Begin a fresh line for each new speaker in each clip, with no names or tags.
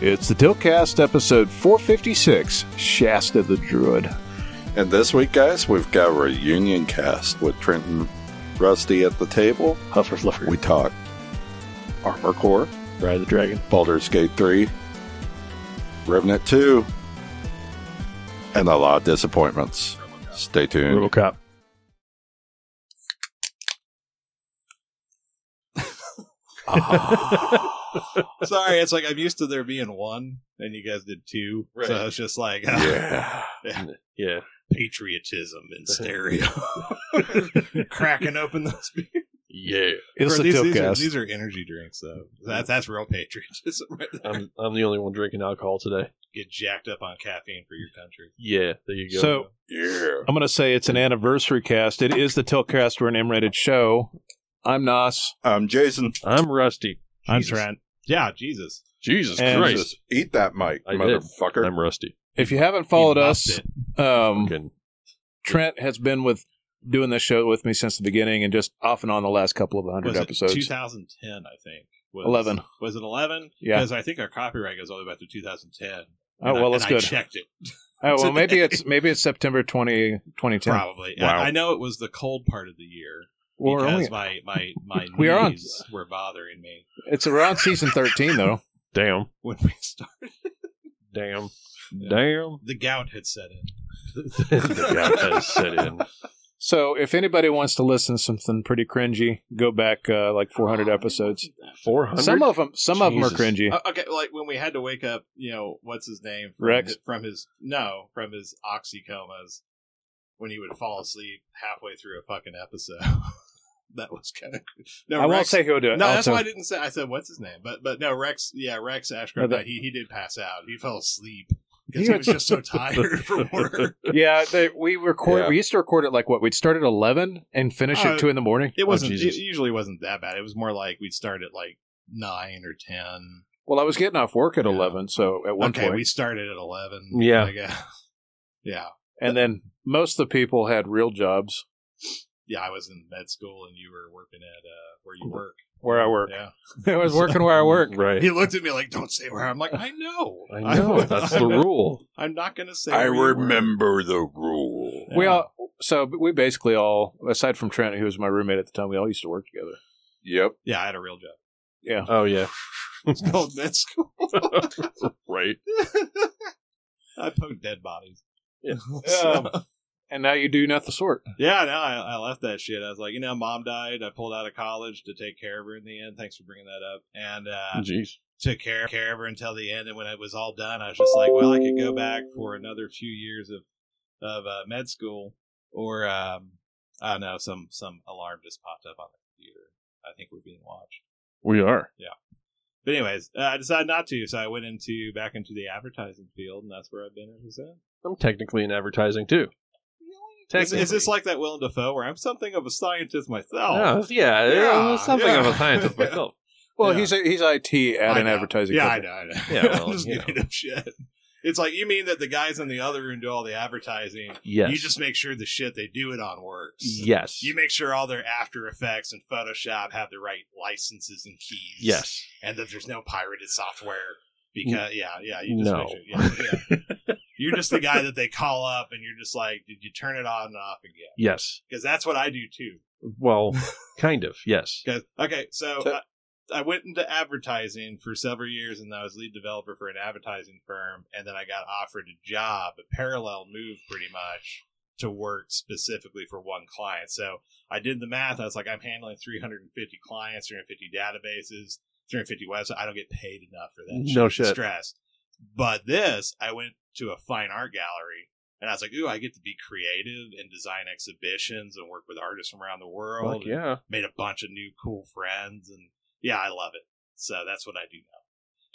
It's the Dillcast episode 456, Shasta the Druid.
And this week, guys, we've got a reunion cast with Trenton Rusty at the table.
Huffer Fluffer.
We talk Armor Core,
Ride the Dragon.
Baldur's Gate 3, Revenant 2, and a lot of disappointments. Stay tuned.
Brutal Cop.
Sorry, it's like I'm used to there being one, and you guys did two.
Right.
So it's just like
Yeah.
Yeah.
patriotism in stereo, cracking open those beers.
Yeah.
It's the
Or these, these, are,
Dillcast.
these are energy drinks, though. That, that's real patriotism. Right there.
I'm, I'm the only one drinking alcohol today.
Get jacked up on caffeine for your country.
Yeah. There you go.
So
Yeah.
I'm going to say it's an anniversary cast. It is the Tiltcast. We're an M-rated show. I'm Nas.
Um, Jason,
I'm rusty.
Jesus. Yeah, Jesus.
Jesus
And-
Christ.
just eat that mic,
I did.
motherfucker.
I'm rusty.
If you haven't followed
You
us,
lost it.
um,
Fucking-
Trent has been with doing this show with me since the beginning and just off and on the last couple of hundred
Was it
episodes.
2010, I think. Was,
11.
Was it 11?
Yeah.
Because I think our copyright goes all the way back to 2010.
Oh,
And I-
well, that's
and
good.
I checked it,
Oh, well, maybe
today.
it's maybe it's September 20, 2010.
probably.
Wow.
I, I know it was the cold part of the year.
Well, we're
because
only-
my, my, my
We are on-
knees were bothering me
it's around season 13, though.
Damn.
when we started.
Damn.
Yeah.
Damn.
The gout had set in.
the gout has set in.
So if anybody wants to listen to something pretty cringy, go back uh, like 400 episodes.
400?
Some of them, some of 'em
Jesus.
are cringy.
Oh, Uh, okay, like when we had to wake up, you know, what's his name? From
Rex?
His, from his, no, from his oxy comas when he would fall asleep halfway through a fucking episode. that was kind of. No,
I won't
Rex-
say who will do
No,
it.
that's
Also,
why I didn't say. I said, what's his name? But but no, Rex, yeah, Rex Ashcroft,
No, that-
he, he did pass out. He fell asleep
He
because he was just so tired from work.
yeah, they, we record.
Yeah.
We used to record it like what we'd start at eleven and finish
Oh,
at two in the morning.
It wasn't,
Jesus.
it usually wasn't that bad. It was more like we'd start at like nine or 10.
Well, I was getting off work at
Yeah.
eleven, so at one
okay,
point.
we started at eleven.
Yeah.
I guess. yeah,
and then most of the people had real jobs
yeah. I was in med school, and you were working at uh, where you work.
where I work.
Yeah,
I was working where I work.
Right.
he looked at me like, "Don't say where." I'm like, "I know,
I know. That's the rule.
I'm not going to say.
I
where you work."
remember the rule.
Yeah.
We all so we basically all, aside from Trent, who was my roommate at the time, we all used to work together.
Yep.
Yeah, I had a real job.
Yeah,
Oh, yeah.
It's called med school.
Right.
I poked dead bodies.
Yeah.
So-
and now you do nothing sort.
yeah, no, I, I left that shit. I was like, you know, mom died. I pulled out of college to take care of her in the end. Thanks for bringing that up. And uh,
Jeez.
took care, care of her until the end. And when it was all done, I was just like, well, I could go back for another few years of of uh, med school, or um, I don't know, some some alarm just popped up on the computer. I think we're being watched.
We are.
But anyways, uh, I decided not to, so I went into back into the advertising field, and that's where I've been ever since.
I'm technically in advertising, too.
Is, is this
Technically.
like that Willem Dafoe, where I'm something of a scientist myself?
Oh, yeah,
Yeah,
yeah, something
yeah.
of a scientist myself.
Well,
Yeah.
he's a, he's IT at
I
an
know.
advertising.
Yeah, I
company.
know, I know.
Yeah, well,
I'm just
you
giving him shit. It's like you mean that the guys in the other room do all the advertising,
Yes.
You just make sure the shit they do it on works.
yes.
You make sure all their After Effects and Photoshop have the right licenses and keys.
yes.
And that there's no pirated software. Because yeah, yeah, you just
No.
make sure, yeah, yeah. You're just the guy that they call up and you're just like, did you turn it on and off again?
Yes.
Because that's what I do too.
Well, kind of. Yes.
'Cause- okay, so
So-
I, I went into advertising for several years, and I was lead developer for an advertising firm, and then I got offered a job, a parallel move, pretty much to work specifically for one client. So I did the math. I was like, I'm handling 350 clients, 350 databases, 350 websites. I don't get paid enough for that.
No
It's
shit.
Stress. But this, I went to a fine art gallery. And I was like, ooh, I get to be creative and design exhibitions and work with artists from around the world.
Fuck yeah.
made a bunch of new cool friends and yeah i love it so that's what i do now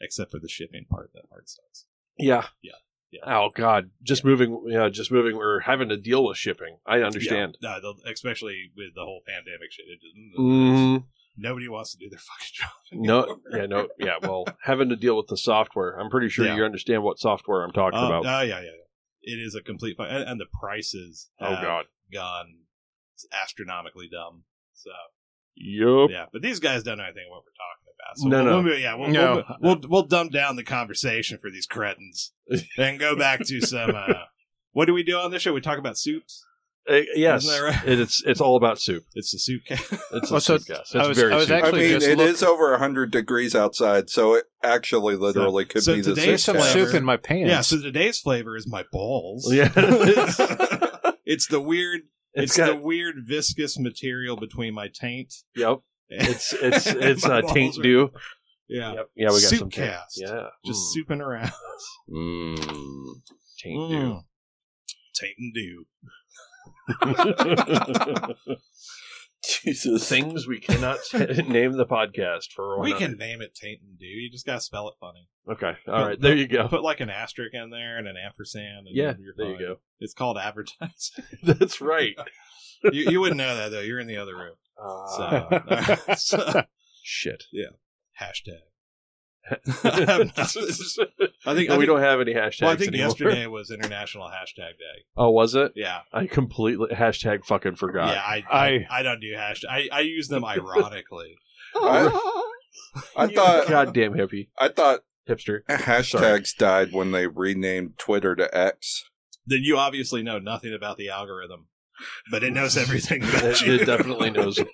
except for the shipping part that hard sucks
Yeah.
Yeah. Yeah.
Oh God! Just moving, yeah, just moving. We're having to deal with shipping. I understand.
yeah, no, they'll- especially with the whole pandemic shit it just,
Mm,
nobody wants to do their fucking job
no, yeah, no, yeah. Well, having to deal with the software. I'm pretty sure
Yeah.
you understand what software I'm talking
oh,
about.
oh, yeah yeah yeah. it is a complete fu- and, and the prices
oh
have
God.
gone astronomically dumb so
Yup.
yeah but these guys don't know anything what we're talking about So
No,
we'll,
no.
we'll- yeah, we'll,
No.
we'll, we'll we'll dumb down the conversation for these cretins and go back to some. Uh, what do we do on this show? We talk about soups.
Uh, yes,
Isn't that right?
It- it's it's all about soup.
It's the soup. Cast.
It's
Oh,
a
so
soup cast. It's
I was-
very
I was
soup.
I
Actually,
mean, it is
just look-
over 100 degrees outside, so it actually literally could
so
be the
today's
There's
same
some
flavor.
soup in my pants.
Yeah. So today's flavor is my balls.
yeah, it's,
it's the weird. It's,
it's got
the weird viscous material between my taint.
yep. It's it's it's
My
uh,
balls
taint
are-
dew.
Yeah.
Yep. Yeah, we got
Soup
some taint.
cast.
Yeah,
Just
Mm.
souping around.
Mm.
taint
Mm. Taint and dew.
dew.
Jesus.
Things we cannot name the podcast for.
We
100.
can name it taint and dew. You just gotta spell it funny.
Okay. All right. There you go.
Put like an asterisk in there and an ampersand. And
Yeah.
you're
There
fine.
you
It's called advertising.
go. That's right.
you, you wouldn't know that though. You're in the other room. So,
Uh,
alright, so,
shit.
hashtag. I have not- I think
No, we
I think-
don't have any hashtags
Well, I think
anymore.
yesterday was International Hashtag Day.
Oh, was it?
Yeah,
I completely hashtag fucking forgot.
yeah. I, I,
I-
I don't do hashtag. I, I use them ironically.
I, I
You
thought
goddamn hippie
I thought
hipster.
hashtags died when they renamed Twitter to X.
then you obviously know nothing about the algorithm, but it knows everything about
It,
you.
it definitely knows.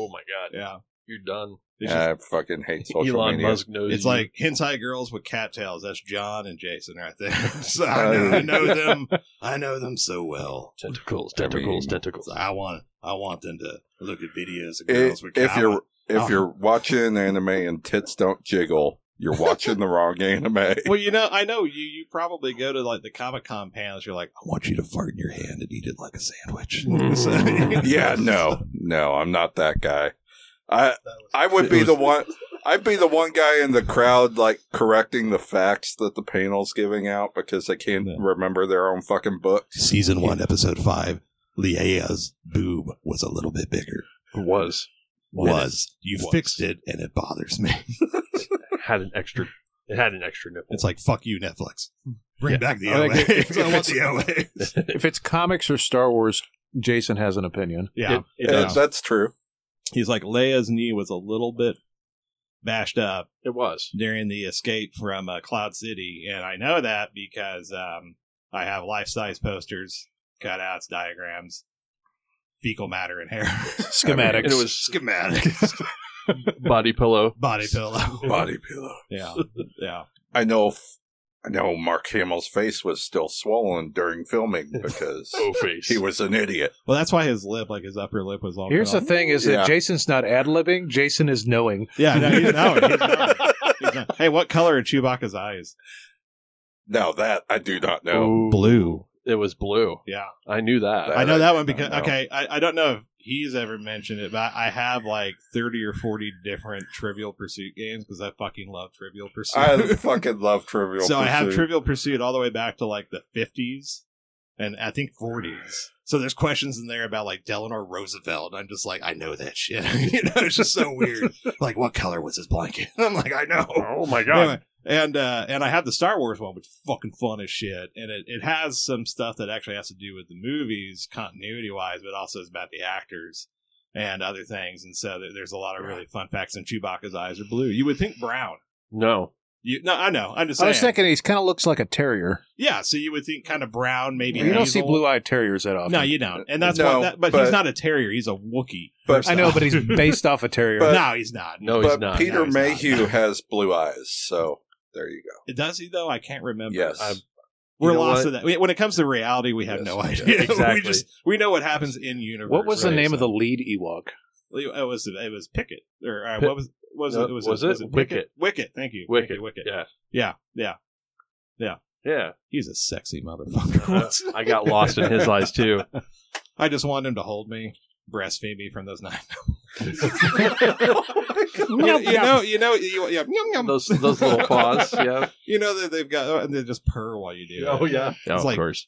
Oh my god,
Yeah,
you're done.
It's
I fucking hate social
Elon
media.
Musk knows.
It's
you.
like hentai girls with cattails. That's John and Jason right there. so
Oh,
I know,
yeah.
I know them. I know them so well.
tentacles,
I mean-
tentacles, tentacles.
So I want I want them to look at videos of
If,
girls with
if
cattails.
you're if
Oh.
you're watching anime and tits don't jiggle, you're watching the wrong anime.
well, you know, I know you. You probably go to like the Comic Con panels. You're like, I want you to fart in your hand and eat it like a sandwich. So-
Mm. yeah, no, no, I'm not that guy. I
That was-
I would be the one. I'd be the one guy in the crowd like correcting the facts that the panel's giving out because they can't
Yeah.
remember their own fucking books.
Season one, episode five. Lea's boob was a little bit bigger.
was
Was you
Was.
fixed it, and it bothers me.
had an extra. It had an extra nipple.
It's like fuck you, Netflix. Bring
Yeah.
back the
I
OA.
think if-
I
if it's-
want the OA.
if it's comics or Star Wars, Jason has an opinion.
Yeah,
It- it,
Yeah,
does.
that's true.
he's like Leia's knee was a little bit bashed up
it was.
during the escape from uh, Cloud City, and I know that because um, I have life-size posters, cutouts, diagrams, fecal matter, and hair
Schematics.
And it was
schematics,
body pillow.
body pillow.
Body pillow.
Yeah, yeah.
I know. f- I know. Mark Hamill's face was still swollen during filming because
Oh face.
he was an idiot.
Well, that's why his lip, like his upper lip, was all.
Here's the
cut off.
thing: is
Yeah.
that Jason's not ad libbing. Jason is knowing.
Yeah, no, he's knowing. He's knowing. He's knowing. Hey, what color are Chewbacca's eyes?
Now that I do not
Oh,
know.
Ooh.
Blue.
Oh, It was blue.
Yeah.
I knew that.
That-
I know that one because
don't know.
okay, I, I don't know if he's ever mentioned it, but I have like thirty or forty different Trivial Pursuit games because I fucking love Trivial Pursuit.
I fucking love Trivial.
so I have
Pursuit.
Trivial Pursuit all the way back to like the fifties and I think forties. So there's questions in there about like Delano Roosevelt. I'm just like, I know that shit. you know, it's just so weird. like, what color was his blanket? I'm like, I know.
Oh my
Anyway, and uh, and I have the Star Wars one, which is fucking fun as shit, and it, it has some stuff that actually has to do with the movies continuity wise, but also is about the actors and other things. And so there- there's a lot of really fun facts. And Chewbacca's eyes are blue. You would think brown.
No.
You no, I know. I'm just
I
saying.
was thinking he kind of looks like a terrier.
yeah, so you would think kind of brown, maybe.
You don't see
hazel.
blue-eyed terriers that often.
No, you don't. And that's
No,
why. That, but,
but-
he's not a terrier. He's a Wookie.
But-
I know, but he's based off a terrier.
But-
no, he's not.
No, he's
but
not.
Peter
No, he's not.
Mayhew has blue eyes, so there you go.
does he though? I can't remember.
Yes,
I'm-
We're
You know
lost
what?
in that. When it comes to reality, we have
Yes,
no
yeah,
idea.
exactly.
we just we know what happens in universe.
what was the
right?
name of
So-
the lead Ewok?
It was it was Pickett or uh,
Pitt-
what was was
No,
it was,
was
it,
it?
was it Pickett? Wicket. Thank you. Thank
Wicked.
you, Wicket.
Yeah.
Yeah. Yeah.
Yeah.
He's a sexy motherfucker.
I got lost in his eyes too.
I just want him to hold me, breastfeed me from those nine. you, you know, you know, you, yeah, yum, yum.
Those those little paws. Yeah.
you know that they've got, oh, and they just purr while you do. it.
Oh, yeah.
It's
of
like-
course.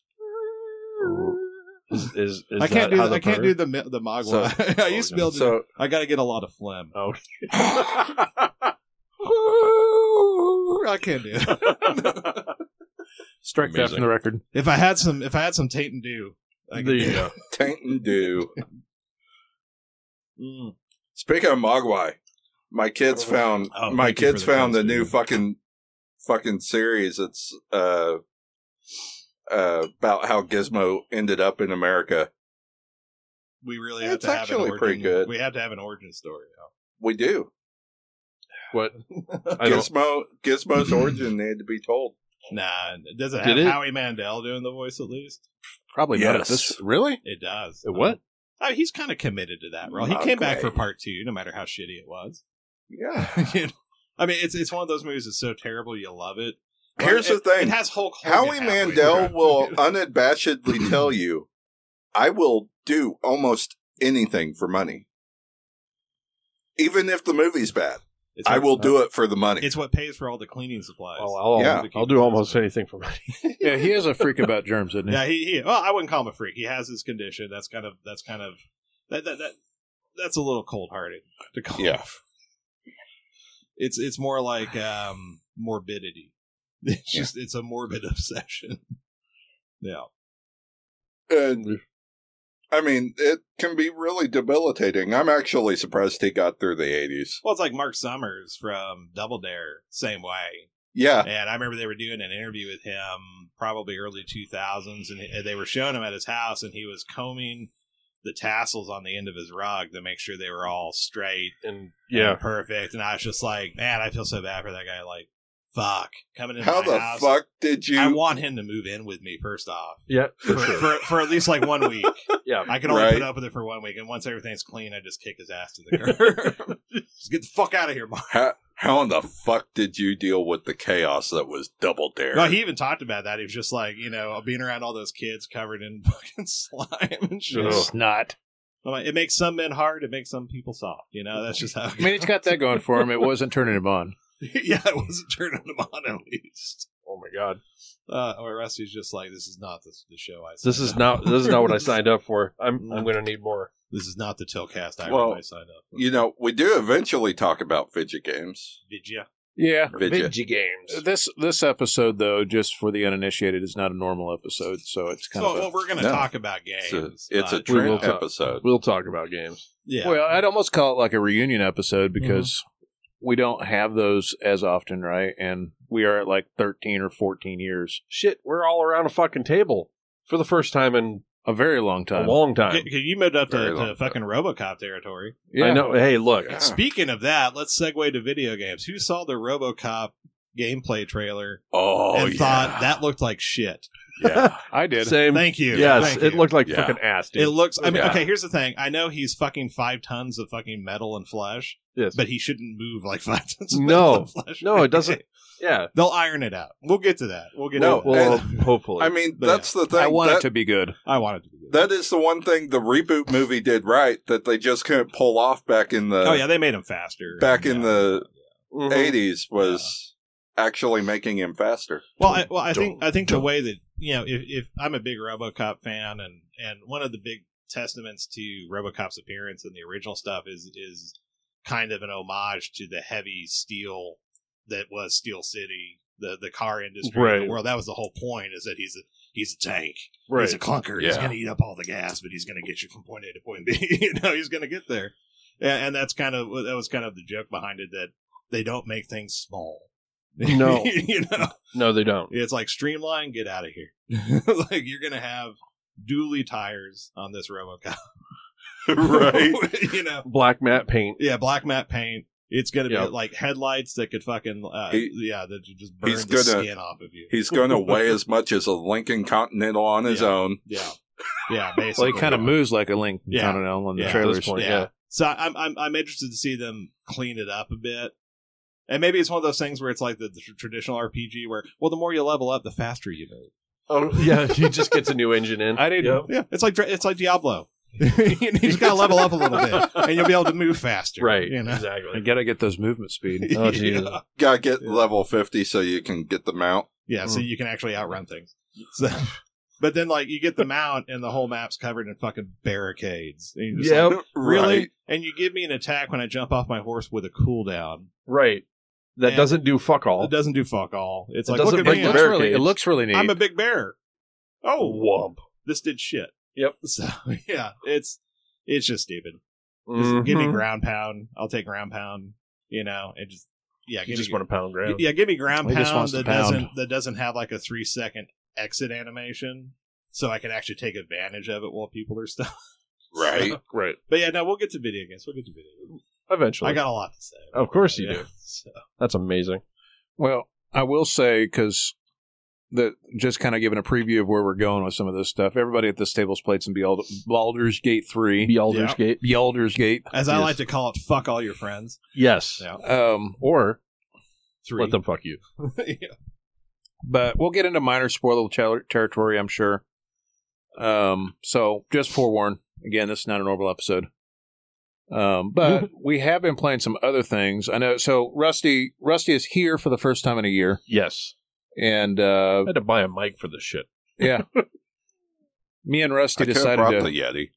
Is, is, is
I
that
can't do.
how
I
they
can't
purr?
do the mi- the magua. I used to be able to.
so
I got to get a lot of phlegm.
Oh.
I can't do. It.
Strike that
Amazing.
from the record.
If I had some, if I had some Tate and Dew, I could
there
do
you
it.
go.
Taint and Dew.
Mm.
Speaking of Mogwai, My kids found
Oh,
my
thank you
kids
for the
found the
thumbs
new
down.
fucking fucking series. It's uh uh about how Gizmo ended up in America.
We really have
It's
to have
actually
an origin.
pretty good.
We have to have an origin story. Though.
We do.
What? I don't.
Gizmo Gizmo's origin had to be told.
Nah, it doesn't
Did
have
it?
Howie Mandel doing the voice at least.
Probably not at
Yes.
this. Really?
It does.
What?
Oh, he's kind of committed to that role. He
Not
came back for
great.
part two, no matter how shitty it was.
Yeah.
You know? I mean, it's it's one of those movies that's so terrible you love it. Well,
Here's
it-
the thing.
It has Hulk Hogan
Howie
halfway
Mandel
through.
will unabashedly tell you, I will do almost anything for money. Even if the movie's bad,
It's
I
what-
will do it for the money.
It's what pays for all the cleaning supplies.
Oh, Well, I'll,
Yeah.
I'll do almost anything for money.
Yeah, he is a freak about germs, isn't he?
yeah, he, he. Well, I wouldn't call him a freak. He has his condition. That's kind of that's kind of that that, that that's a little cold hearted to call. him
Yeah.
a freak. It's it's more like um morbidity. It's
Yeah.
just it's a morbid obsession. Yeah.
And I mean, it can be really debilitating. I'm actually surprised he got through the 80s.
Well, it's like Mark Summers from Double Dare, same way.
Yeah.
And I remember they were doing an interview with him probably early 2000s, and and they were showing him at his house, and he was combing the tassels on the end of his rug to make sure they were all straight
And
and
yeah,
perfect. And I was just like, man, I feel so bad for that guy. Like, fuck. Coming in
How
my
the
house,
fuck did you?
I want him to move in with me, first off,
yeah,
for,
for sure.
for, for at least like one week.
Yeah,
I can only
Right.
put up with it for one week. And once everything's clean, I just kick his ass to the curb. just get the fuck out of here, Mark.
how, how in the fuck did you deal with the chaos that was Double Dare?
No, he even talked about that. He was just like, you know, being around all those kids covered in fucking slime and shit.
Ugh.
It's not.
I'm like, it makes some men hard. It makes some people soft. You know, that's just how.
I mean, it's got that going for him. It wasn't turning him on.
yeah, it wasn't turning them on at least.
oh my god,
Uh, or Rusty's just like, this is not the, the show I.
this
signed
is
up
not this is not what I
for.
signed up for. I'm I'm gonna need more.
This is not the Tillcast I
Well,
originally signed up. For.
you know, we do eventually talk about fidget games.
Did you?
Yeah.
Fidget.
games.
Uh, This this episode, though, just for the uninitiated, is not a normal episode, so it's kind
So,
of. a-
well, we're going to
no.
talk about games.
It's a, it's a
but-
we will
Trent
talk-
episode.
We'll talk about games.
yeah.
Well, I'd almost call it like a reunion episode because we don't have those as often, right? And we are at like thirteen or fourteen years,
Shit, we're all around a fucking table for the first time in
a very long
a
time.
long time.
Okay, you moved up
Very
to,
long
to
time.
fucking RoboCop territory.
yeah.
I know. Hey, look,
Yeah.
Speaking of that, let's segue to video games. Who saw the RoboCop gameplay trailer
Oh,
and
yeah.
thought that looked like shit?
yeah.
I did.
same.
Thank you.
yes,
Thank
it
you.
looked like
Yeah.
fucking ass. Dude.
It looks. I mean,
Yeah.
okay. Here's the thing. I know he's fucking five tons of fucking metal and flesh,
Yes.
but he shouldn't move like five tons. Of
No.
metal and flesh.
No, it doesn't. yeah.
They'll iron it out. We'll get to that. We'll get.
No,
to that.
Well,
and-
hopefully.
I mean,
Yeah.
that's the thing.
I want
That-
it to be good.
I wanted to. Be good.
that is the one thing the reboot movie did right that they just couldn't pull off back in the
oh yeah, they made him faster
uh, back in
Yeah.
the
Mhm.
80s was actually making him faster.
Well, I, well, I think I think the way that you know, if, if I'm a big RoboCop fan, and and one of the big testaments to RoboCop's appearance in the original stuff is is kind of an homage to the heavy steel that was Steel City, the the car industry in
Right.
the world. That was the whole point is that he's a he's a tank, he's a
right.
clunker. He's
Yeah.
going to eat up all the gas, but he's going to get you from point A to point B. you know, he's going to get there, and, and that's kind of that was kind of the joke behind it that they don't make things small.
No.
you know.
No, they don't.
It's like streamline, get out of here. like you're gonna have dually tires on this RoboCop,
right.
you know,
Black matte paint.
yeah, black matte paint. It's gonna
Yeah.
be like headlights that could fucking uh,
He-
yeah, that you just burn
he's
the
gonna-
skin off of you.
He's going to weigh as much as a Lincoln Continental on his
Yeah.
own.
Yeah, yeah,
Well,
basically.
he kind of moves like a link
Yeah.
kind of on the
Yeah, at this
trailers.
point.
yeah.
yeah.
So I'm I'm I'm interested to see them clean it up a bit. And maybe it's one of those things where it's like the, the tr- traditional RPG where, well, the more you level up, the faster you move.
Oh, yeah. He just gets a new engine in.
I didn't-
Yeah, it's like Dra- it's like Diablo. you just gotta level up a little bit, and you'll be able to move faster.
Right.
You know.
I
Exactly.
gotta get those movement speed.
Oh,
yeah.
Jesus.
Got to get
Yeah.
level 50 so you can get the mount.
Yeah, So
Mm.
you can actually outrun things. So, but then, like, you get the mount, and the whole map's covered in fucking barricades. And you're just
Yep.
like, really?
Right.
And you give me an attack when I jump off my horse with a cooldown.
Right. That
And-
doesn't do fuck all.
It doesn't do fuck all. It's
It
like
doesn't
look
break
it,
at me,
looks
the
I'm-
barricade.
really, it looks really neat.
I'm a big bear. Oh,
Womp.
this did shit.
Yep.
So
Mm-hmm.
yeah, it's it's just stupid. Just Give me ground pound. I'll take ground pound. You know, it just yeah,
You
give
just
me,
want to pound ground.
yeah, give me ground
He just
pound
wants to
that
pound.
doesn't that doesn't have like a three second exit animation, so I can actually take advantage of it while people are stuck.
Right.
Right.
But yeah, no, we'll get to video games. We'll get to video games.
Eventually.
I got a lot to say.
Of course you do.
So,
That's amazing.
Well, I will say because that just kind of giving a preview of where we're going with some of this stuff. Everybody at this table's played some Bald- Baldur's Gate three,
Baldur's Gate.
Baldur's Gate.
as I
Yes.
like to call it, fuck all your friends.
Yes.
Yeah.
Um,
Or
Three.
let them fuck you.
Yeah.
but we'll get into minor spoiler ter- territory, I'm sure. Um, so just forewarned. Again, this is not a normal episode. Um, but we have been playing some other things. I know. So Rusty, Rusty is here for the first time in a year,
Yes.
and uh,
I had to buy a mic for this shit.
yeah, me and Rusty
I could have
decided
brought
to.
the Yeti.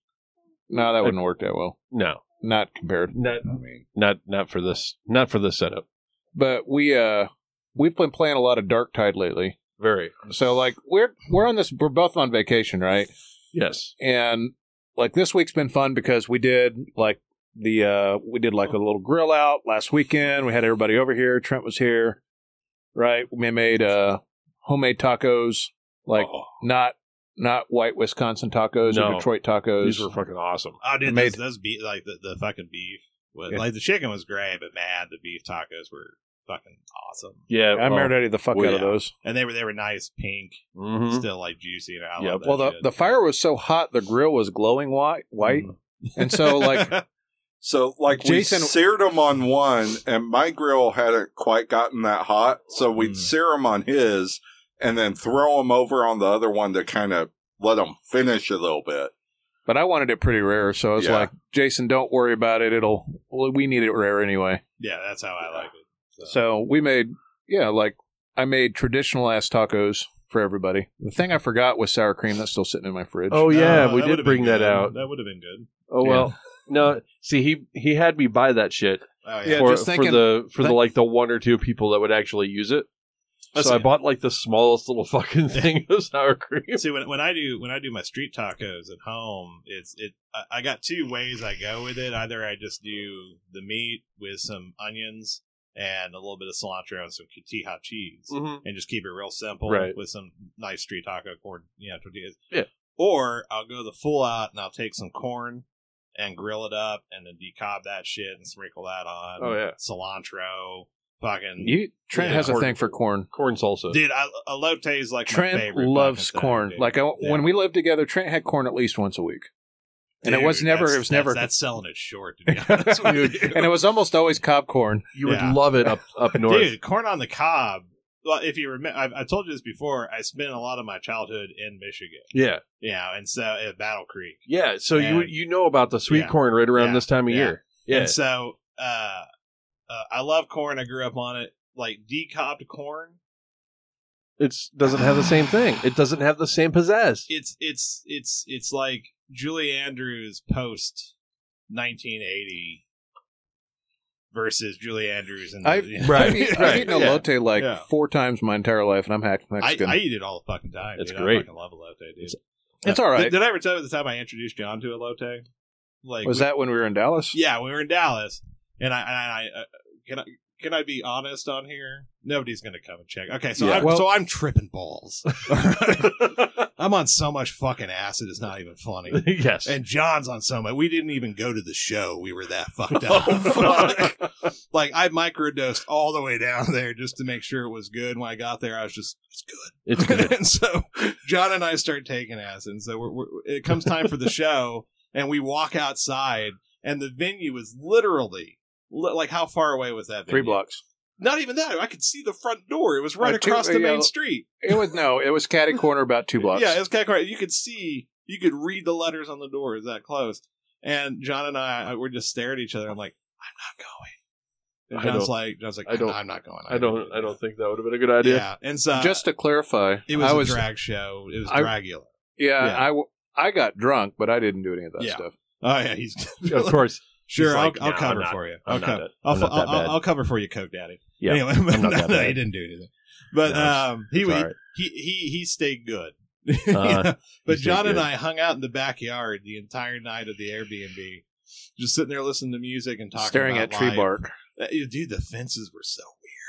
No, that wouldn't work that well.
No.
Not compared.
Not
I mean,
not not for this not for this setup.
But we uh we've been playing a lot of Dark Tide lately.
Very.
So like we're we're on this we're both on vacation, right?
Yes.
And like this week's been fun because we did like the uh we did like a little grill out last weekend. We had everybody over here. Trent was here. Right? We made uh homemade tacos, like
Oh,
not not white Wisconsin tacos or
No.
Detroit tacos.
these were fucking awesome.
Oh, dude,
Made-
those, those beef, like the, the fucking beef. With,
Yeah.
Like the chicken was great, but man, the beef tacos were fucking awesome.
Yeah.
I marinated the fuck
Oh. well,
out of
yeah.
those.
And they were they were nice, pink,
hmm
still like juicy. And I
Yep.
love that
Mm-hmm. Well, the,
shit.
the fire was so hot, the grill was glowing white, white,
Mm.
Mm-hmm.
and so like
so like
Jason-
we seared them on one, and my grill hadn't quite gotten that hot, so we'd
Mm.
sear them on his, and then throw them over on the other one to kind of let them finish a little bit.
But I wanted it pretty rare, so I was
Yeah.
like, Jason, don't worry about it. It'll well, we need it rare anyway.
yeah, that's how I like it.
So we made yeah, like I made traditional ass tacos for everybody. The thing I forgot was sour cream that's still sitting in my fridge.
Oh yeah,
Oh,
we
that
did
would've been
bring that
good.
out.
That would have been good.
Oh
Yeah.
well. No, see he he had me buy that shit
Oh yeah,
Yeah,
for,
just thinking-
for the for the
think-
like the one or two people that would actually use it. so
Listen.
I bought like the smallest little fucking thing of sour cream.
See when, when I do when I do my street tacos at home, it's it. I, I got two ways I go with it. Either I just do the meat with some onions and a little bit of cilantro and some cotija cheese,
Mm-hmm.
and just keep it real simple
Right.
with some nice street taco corn, you know, tortillas.
Yeah.
Or I'll go the full out and I'll take some corn and grill it up and then decob that shit and sprinkle that on.
Oh, yeah.
cilantro, fucking
You Trent
Yeah,
has a
corn.
thing for corn.
Corn salsa.
dude. I, elote is like my
Trent
favorite
loves
fucking thing,
corn.
dude.
like I,
Yeah.
when we lived together, Trent had corn at least once a week, and it was
Dude,
never
that's-
it was
that's-
never
that's selling it short. To be honest with you.
and it was almost always cob corn.
you
Yeah.
would love it up up north.
Dude, corn on the cob. Well, if you remember, I've, I told you this before. I spent a lot of my childhood in Michigan,
Yeah,
you know, and so at Battle Creek.
yeah. So you
And-
you know about the sweet
Yeah.
corn right around
Yeah.
this time of
Yeah.
year. Yeah,
And so uh, uh, I love corn. I grew up on it. Like decobbed corn,
it's doesn't have the same thing. It doesn't have the same pizzazz.
it's it's it's it's like Julie Andrews post 1980 versus Julie Andrews and
I've,
Right,
I've, eaten, I've
right,
eaten
yeah.
elote like
Yeah.
four times my entire life, and I'm half
I,
Mexican.
I eat it all the fucking time.
It's
dude.
great.
I fucking love elote, dude.
It's-
it's all right.
Did, did I ever tell you the time I introduced John to elote? Like
was
we-
that when we were in Dallas?
Yeah, we were in Dallas, and I and I uh, can I can I be honest on here? Nobody's gonna come and check. Okay, so
Yeah.
I'm,
Well-
so I'm tripping balls. Alright? I'm on so much fucking acid, it's not even funny.
yes.
And John's on so much. We didn't even go to the show. We were that fucked up.
Oh, fuck.
like I microdosed all the way down there just to make sure it was good. When I got there, I was just it's good
it's good.
and so John and I start taking acid. And so we're, we're, it comes time for the show, and we walk outside, and the venue is literally li- like how far away was that? Venue?
Three blocks.
Not even that. I could see the front door. It was right
Like two-
across the
yeah.
main street.
It was no, it was Caddy Corner about two blocks.
Yeah, it was kind of quiet. You could see, you could read the letters on the door. Is that close? And John and I, I- we're just staring at each other. I'm like, I'm
I
not going. And John's
don't-
like, John's like,
I don't-
I'm not going.
I don't I don't think that would have been a good idea.
Yeah, and so
Just to clarify,
uh, it was
I
a
was
drag show. It was
I-
Dragula.
yeah,
yeah.
I w- I got drunk, but I didn't do any of that
Yeah.
stuff.
Oh yeah, he's
Of course.
Sure,
He's
I'll,
like,
I'll
"No,
cover
I'm not-
for you.
I'm
okay.
not that-
I'll,
I'm not that
I'll-
bad."
I'll cover for you, Coke Daddy.
Yeah,
Anyway,
I'm not
no,
that
no,
bad.
he didn't do anything. But
No, it's-
um, he,
it's all
he,
right.
he he he stayed good.
Uh,
but
stayed
John and
good.
I hung out in the backyard the entire night of the Airbnb, just sitting there listening to music and talking,
Staring
about
at tree
life.
bark.
That- Dude, the fences were so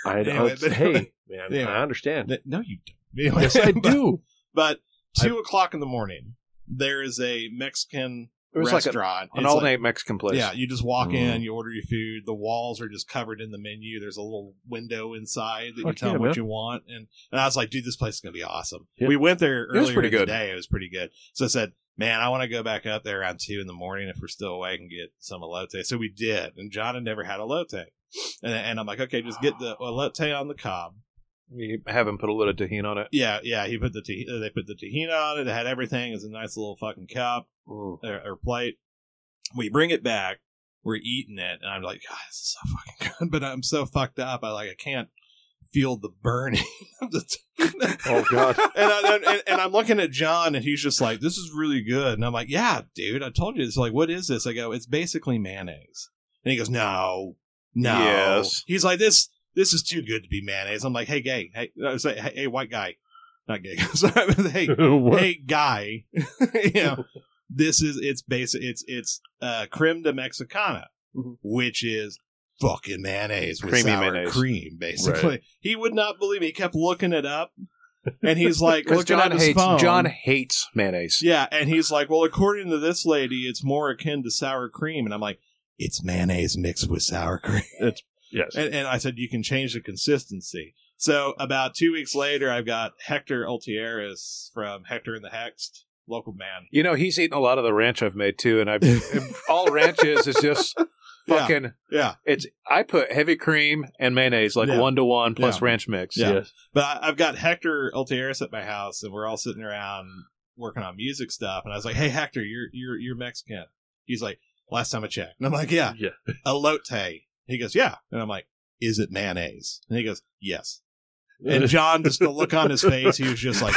I
Anyway,
know. it's-
but-
hey, man,
Anyway.
I understand.
weird. No, you don't. Anyway,
Yes, I
but-
do.
But two o'clock in the morning, there is a Mexican
It was like a-
restaurant.
an
It's
all
like-
night Mexican place.
Yeah, you just walk
Mm.
in, you order your food. The walls are just covered in the menu. There's a little window inside that you
Fuck
tell
yeah,
them what
man.
you want. And, and I was like, dude, this place is gonna be awesome.
Yeah.
We went there
was
earlier
pretty good.
today. It was pretty good. So I said, man, I want to go back up there around two in the morning if we're still awake and get some elote. So we did, and John had never had elote. And, and I'm like, okay, just get the elote on the cob.
You have him put a little tahini on it.
Yeah, yeah. He put the tah- uh, they put the tahina on it. It had everything. It's a nice little fucking cup
Mm.
or, or plate. We bring it back. We're eating it, and I'm like, God, this is so fucking good. But I'm so fucked up. I like I can't feel the burning. of the tahina.
Oh God.
and, I, and and I'm looking at John, and he's just like, "This is really good." And I'm like, "Yeah, dude, I told you." It's like, "What is this?" I go, "It's basically mayonnaise." And he goes, "No, no."
Yes.
He's like, "This this is too good to be mayonnaise." I'm like, "Hey, gay, hey, I was like, hey, hey, white guy, not gay." Sorry, but hey,
What?
hey, guy, you know, this is it's basic. It's it's uh, creme de mexicana,
Mhm.
which is fucking mayonnaise with
Mm-hmm. Creamy
sour
mayonnaise.
cream, basically. He would not believe me. He kept looking it up, and he's like,
Because
looking
John
at his
hates
phone.
John hates mayonnaise.
yeah, and he's like, well, according to this lady, it's more akin to sour cream, and I'm like. It's mayonnaise mixed with sour cream.
Yes.
And, and I said, you can change the consistency. So about two weeks later, I've got Hector Altieres from Hector and the Hext, local man.
You know, he's eaten a lot of the ranch I've made too, and I've all ranch is is just fucking
Yeah.
it's I put heavy cream and mayonnaise like
Yeah.
one to one plus
Yeah.
ranch mix.
Yeah.
Yes.
But I, I've got Hector Altieres at my house, and we're all sitting around working on music stuff. And I was like, "Hey, Hector, you're you're you're Mexican." He's like, "Last time I checked," and I'm like, "Yeah,
Yeah.
elote." He goes, "Yeah," and I'm like, "Is it mayonnaise?" And he goes, "Yes." And John, just the look on his face, he was just like,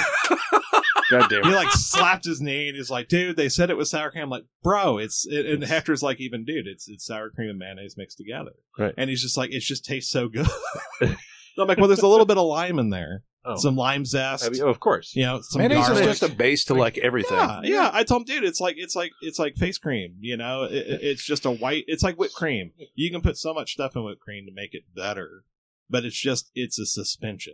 God damn
he
it.
like slapped his knee and he's like, "Dude, they said it was sour cream." I'm like, "Bro, it's." It, and Hector's like, "Even dude, it's it's sour cream and mayonnaise mixed together."
Right.
And he's just like, "It just tastes so good." I'm like, "Well, there's a little bit of lime in there."
Oh.
some lime zest.
I mean, of course.
you know, some
Mayonnaise
garlic.
is just a base to like everything.
yeah, yeah. I told him, dude, it's like it's like it's like face cream. You know, it, it- it's just a white. It's like whipped cream. You can put so much stuff in whipped cream to make it better, but it's just it's a suspension.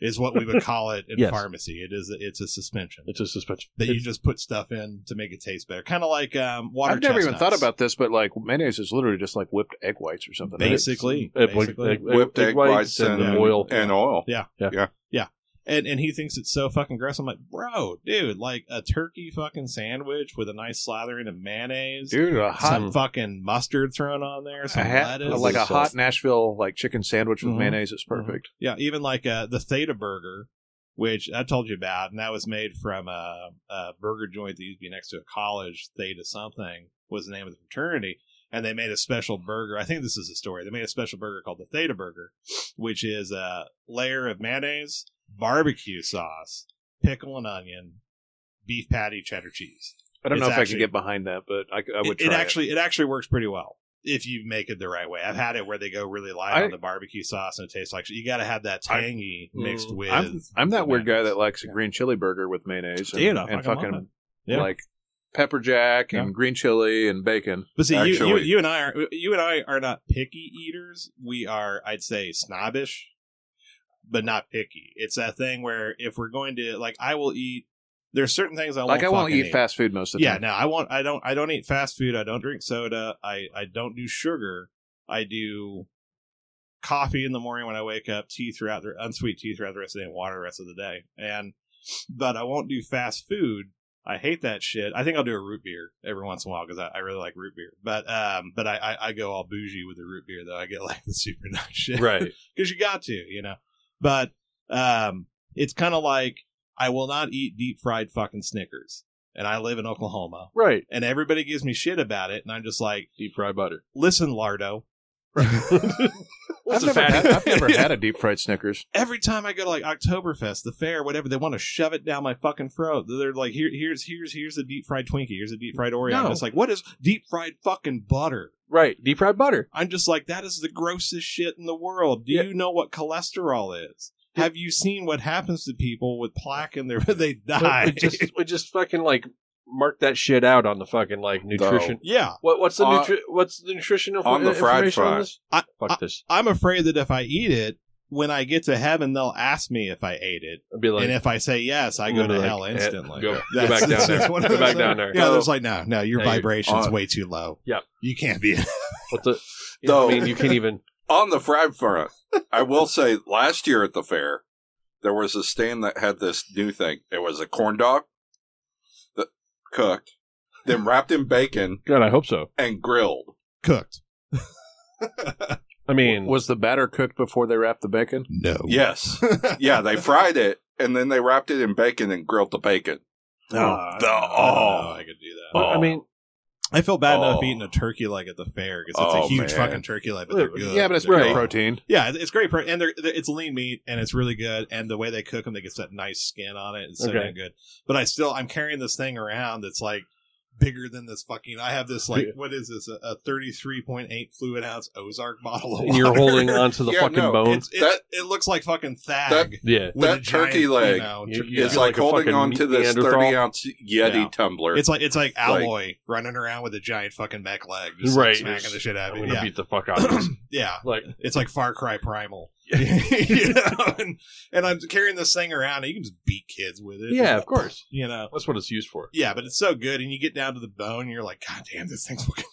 Is what we would call it in
Yes.
pharmacy. It is. It's a suspension
It's a suspension.
that you
It's-
just put stuff in to make it taste better. Kind of like um, water.
I've never even thought
chestnuts.
about this, but like mayonnaise is literally just like whipped egg whites or something. right?
basically,
uh, like-
basically.
like- like
Whipped egg whites and,
and
oil.
and oil.
Oh, Yeah. and and he thinks it's so fucking gross. I'm like, bro, dude, like a turkey fucking sandwich with a nice slathering of mayonnaise,
dude, a hot
some fucking mustard thrown on there,
a
some
hat,
lettuce,
like a
Sauce.
hot Nashville like chicken sandwich with
Mhm.
mayonnaise is perfect.
yeah, even like uh, the Theta Burger, which I told you about, and that was made from a, a burger joint that used to be next to a college. Theta something was the name of the fraternity, and they made a special burger. I think this is a story. They made a special burger called the Theta Burger, which is a layer of mayonnaise, barbecue sauce, pickle and onion, beef patty, cheddar cheese.
I don't
It's
know if I
actually-
can get behind that, but I, I would
it, it
try
actually it. actually works pretty well if you make it the right way. I've had it where they go really light
I-
on the barbecue sauce and it tastes like you got to have that tangy
I-
mixed
Mm.
with.
I'm, I'm that
the
weird guy
mayonnaise.
that likes a green chili burger with mayonnaise and,
Dude, I
and
fucking love
fucking
it. Yeah.
like pepper jack and green chili and bacon.
But see, you, you
Actually-
you and I are you and I are not picky eaters. We are, I'd say, snobbish, but not picky. It's that thing where if we're going to like, I will eat. There's certain things I
Like I
won't
won't
fucking
eat fast food most of the
Yeah,
time.
no, I won't. I don't. I don't eat fast food. I don't drink soda. I I don't do sugar. I do coffee in the morning when I wake up. Tea throughout the unsweet tea throughout the rest of the day. And water the rest of the day. And but I won't do fast food. I hate that shit. I think I'll do a root beer every once in a while because I, I really like root beer. But um, but I, I I go all bougie with the root beer though. I get like the super nice shit
Right.
because you got to, you know. But um, it's kind of like I will not eat deep fried fucking Snickers, and I live in Oklahoma,
Right.
and everybody gives me shit about it, and I'm just like,
Deep fried butter.
listen, Lardo.
I've,
What's
never
fatty-
had, I've never had a deep fried Snickers.
Every time I go to like Oktoberfest, the fair, whatever, they want to shove it down my fucking throat. They're like, here, here's, here's, here's a deep fried Twinkie, here's a deep fried Oreo.
No.
I'm just like, what is deep fried fucking butter?
Right. Deep fried butter.
I'm just like, that is the grossest shit in the world. Do
Yeah.
you know what cholesterol is? Have you seen what happens to people with plaque in their they die?
It just it just fucking like mark that shit out on the fucking like nutrition.
Yeah,
What what's the
Uh,
nutri- what's the nutritional
on the fried
information on
fry.
this?
I-
Fuck this.
I'm afraid that if I eat it, when I get to heaven, they'll ask me if I ate it,
I'd be like,
and if I say yes, I go
I'm
to
gonna
hell
like, eh,
instantly.
Go, go
That's-
back down
that's
there.
one of
Go
those
back
things.
down there.
Yeah,
No.
there's like no, no, your
No, you're-
vibration's
uh,
way too low.
Yep.
you can't be.
What the? You
No.
know, I mean, you can't even.
On the fried front, I will say last year at the fair, there was a stand that had this new thing. It was a corn dog that cooked, then wrapped in bacon
God, I hope so.
and grilled.
cooked.
I mean,
Was the batter cooked before they wrapped the bacon?
No.
Yes. Yeah, they fried it and then they wrapped it in bacon and grilled the bacon.
No, I don't
The-
know. I,
oh.
don't know. I could do that.
but, I mean,
I feel bad enough
Oh.
eating a turkey leg at the fair because it's
Oh,
a
man.
huge fucking turkey leg, but they're good.
Yeah, but it's
They're
pure
good.
protein.
Yeah, it's great, pro- and they're, they're- it's lean meat, and it's really good. And the way they cook them, they get that nice skin on it. It's so
Okay.
damn good. But I still, I'm carrying this thing around that's like bigger than this fucking. I have this like, what is this? A, a 33.8 fluid ounce Ozark bottle of water.
and you're holding onto the
Oh. Yeah,
fucking
no,
bone.
It's, it,
That-
it looks like fucking thag.
that-
Yeah.
with
that
a giant,
turkey leg
you know,
You-
tur-
you
It's
feel
like,
like a
holding
fucking
on to this
Neanderthal.
30 ounce Yeti
Yeah.
tumbler.
It's like it's like
Like-
alloy running around with a giant fucking mech leg, just
Right,
like smacking
it's-
the shit
I'm
out of
gonna
it. Yeah,
beat the fuck out of this.
yeah.
Like,
It's like Far Cry Primal. you know? and, and I'm carrying this thing around, and you can just beat kids with it.
yeah, of course.
You know?
That's what it's used for.
Yeah, but it's so good, and you get down to the bone, and you're like, God damn, this thing's fucking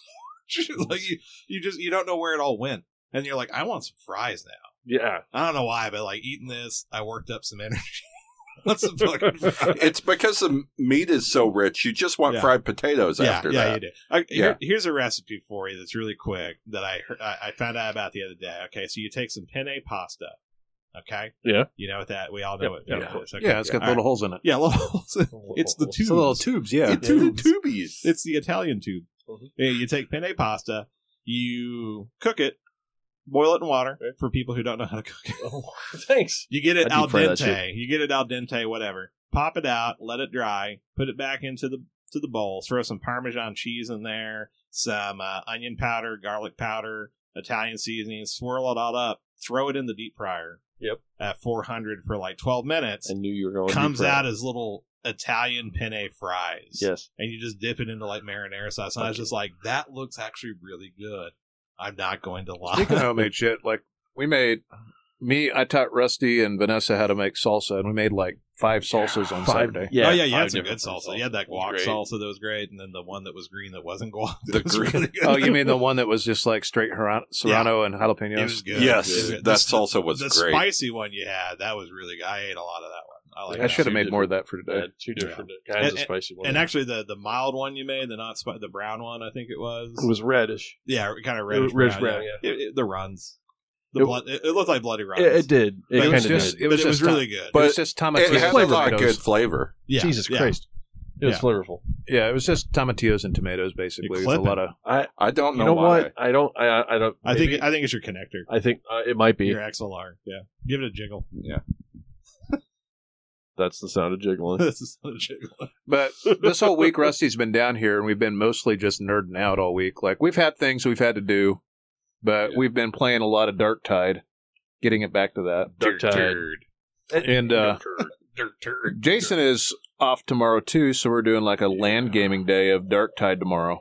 large. like, you, you just, you don't know where it all went. And you're like, I want some fries now.
Yeah.
I don't know why, but like, eating this, I worked up some energy. What's the fucking fries?
It's because the meat is so rich. You just want
Yeah.
fried potatoes
yeah,
after
yeah,
that.
you do. I,
Yeah.
here, here's a recipe for you that's really quick that I, heard, I I found out about the other day. Okay, so you take some penne pasta. Okay.
Yeah.
You know what that we all know what
Yeah,
penne
yeah, of
is. Okay.
Yeah, it's got
All
little holes in it.
right. Yeah, little. it's the
It's
tubes.
the little tubes, yeah.
It's the
Tubes.
tubies.
It's the Italian tube.
Mhm.
Yeah, You take penne pasta, you cook it, boil it in water
Okay. Oh,
for people who don't know how to cook it.
Thanks.
You get it
I
al
deep fry that
dente. You get it al dente, whatever. Pop it out, let it dry, put it back into the to the bowl. Throw some Parmesan cheese in there, some uh, onion powder, garlic powder, Italian seasoning. Swirl it all up. Throw it in the deep fryer.
Yep.
At 400 for like 12 minutes,
I knew you were going.
comes out as little Italian penne fries
yes.
and you just dip it into like marinara sauce. And I was just like, that looks actually really good. I'm not going to lie.
Speaking of homemade shit, like we made me, I taught Rusty and Vanessa how to make salsa, and we made like five salsas on Saturday.
oh yeah, you had some good salsa. You had that guac
Great.
salsa that was great, and then the one that was green that wasn't guac.
The
that was
green-
good.
Oh, you mean the one that was just like straight Haran- serrano and jalapenos?
It was good.
Yes,
It was
that
good. The-
salsa was
the
great.
spicy one you had. That was really. good. I ate a lot of that one. I like.
I
that.
should have made more of that for
I
today.
had two different kinds of spicy ones.
And actually, the the mild one you made, the not spi- the brown one, I think it was.
it was reddish.
yeah, kind of reddish
reddish
brown.
brown,
yeah. It- it- the runs. The
It-
blood. It, it looked like bloody runs.
It, it did. It
But
It
kind
was
of
just,
did.
it was,
but it was
just
really good.
It
But
was just
it
tomatillos and
had a lot of
tomatoes.
good flavor.
Yeah,
Jesus
yeah.
Christ. It was
Yeah.
flavorful.
Yeah, it was just tomatillos and tomatoes basically. It
You're
was a lot of
I.
I don't
You
know,
know
why.
what? I don't. I. I don't.
I think
maybe-
I think it's your connector,
I think uh, it might be.
your XLR. Yeah, give it a jiggle.
That's the sound of jiggling.
this is not a jiggle.
But this whole week, Rusty's been down here, and we've been mostly just nerding out all week. Like we've had things we've had to do, but we've been playing a lot of Dark Tide, getting it back to that.
Dark Tide.
And uh, Jason is off tomorrow too, so we're doing like a land gaming day of Dark Tide tomorrow.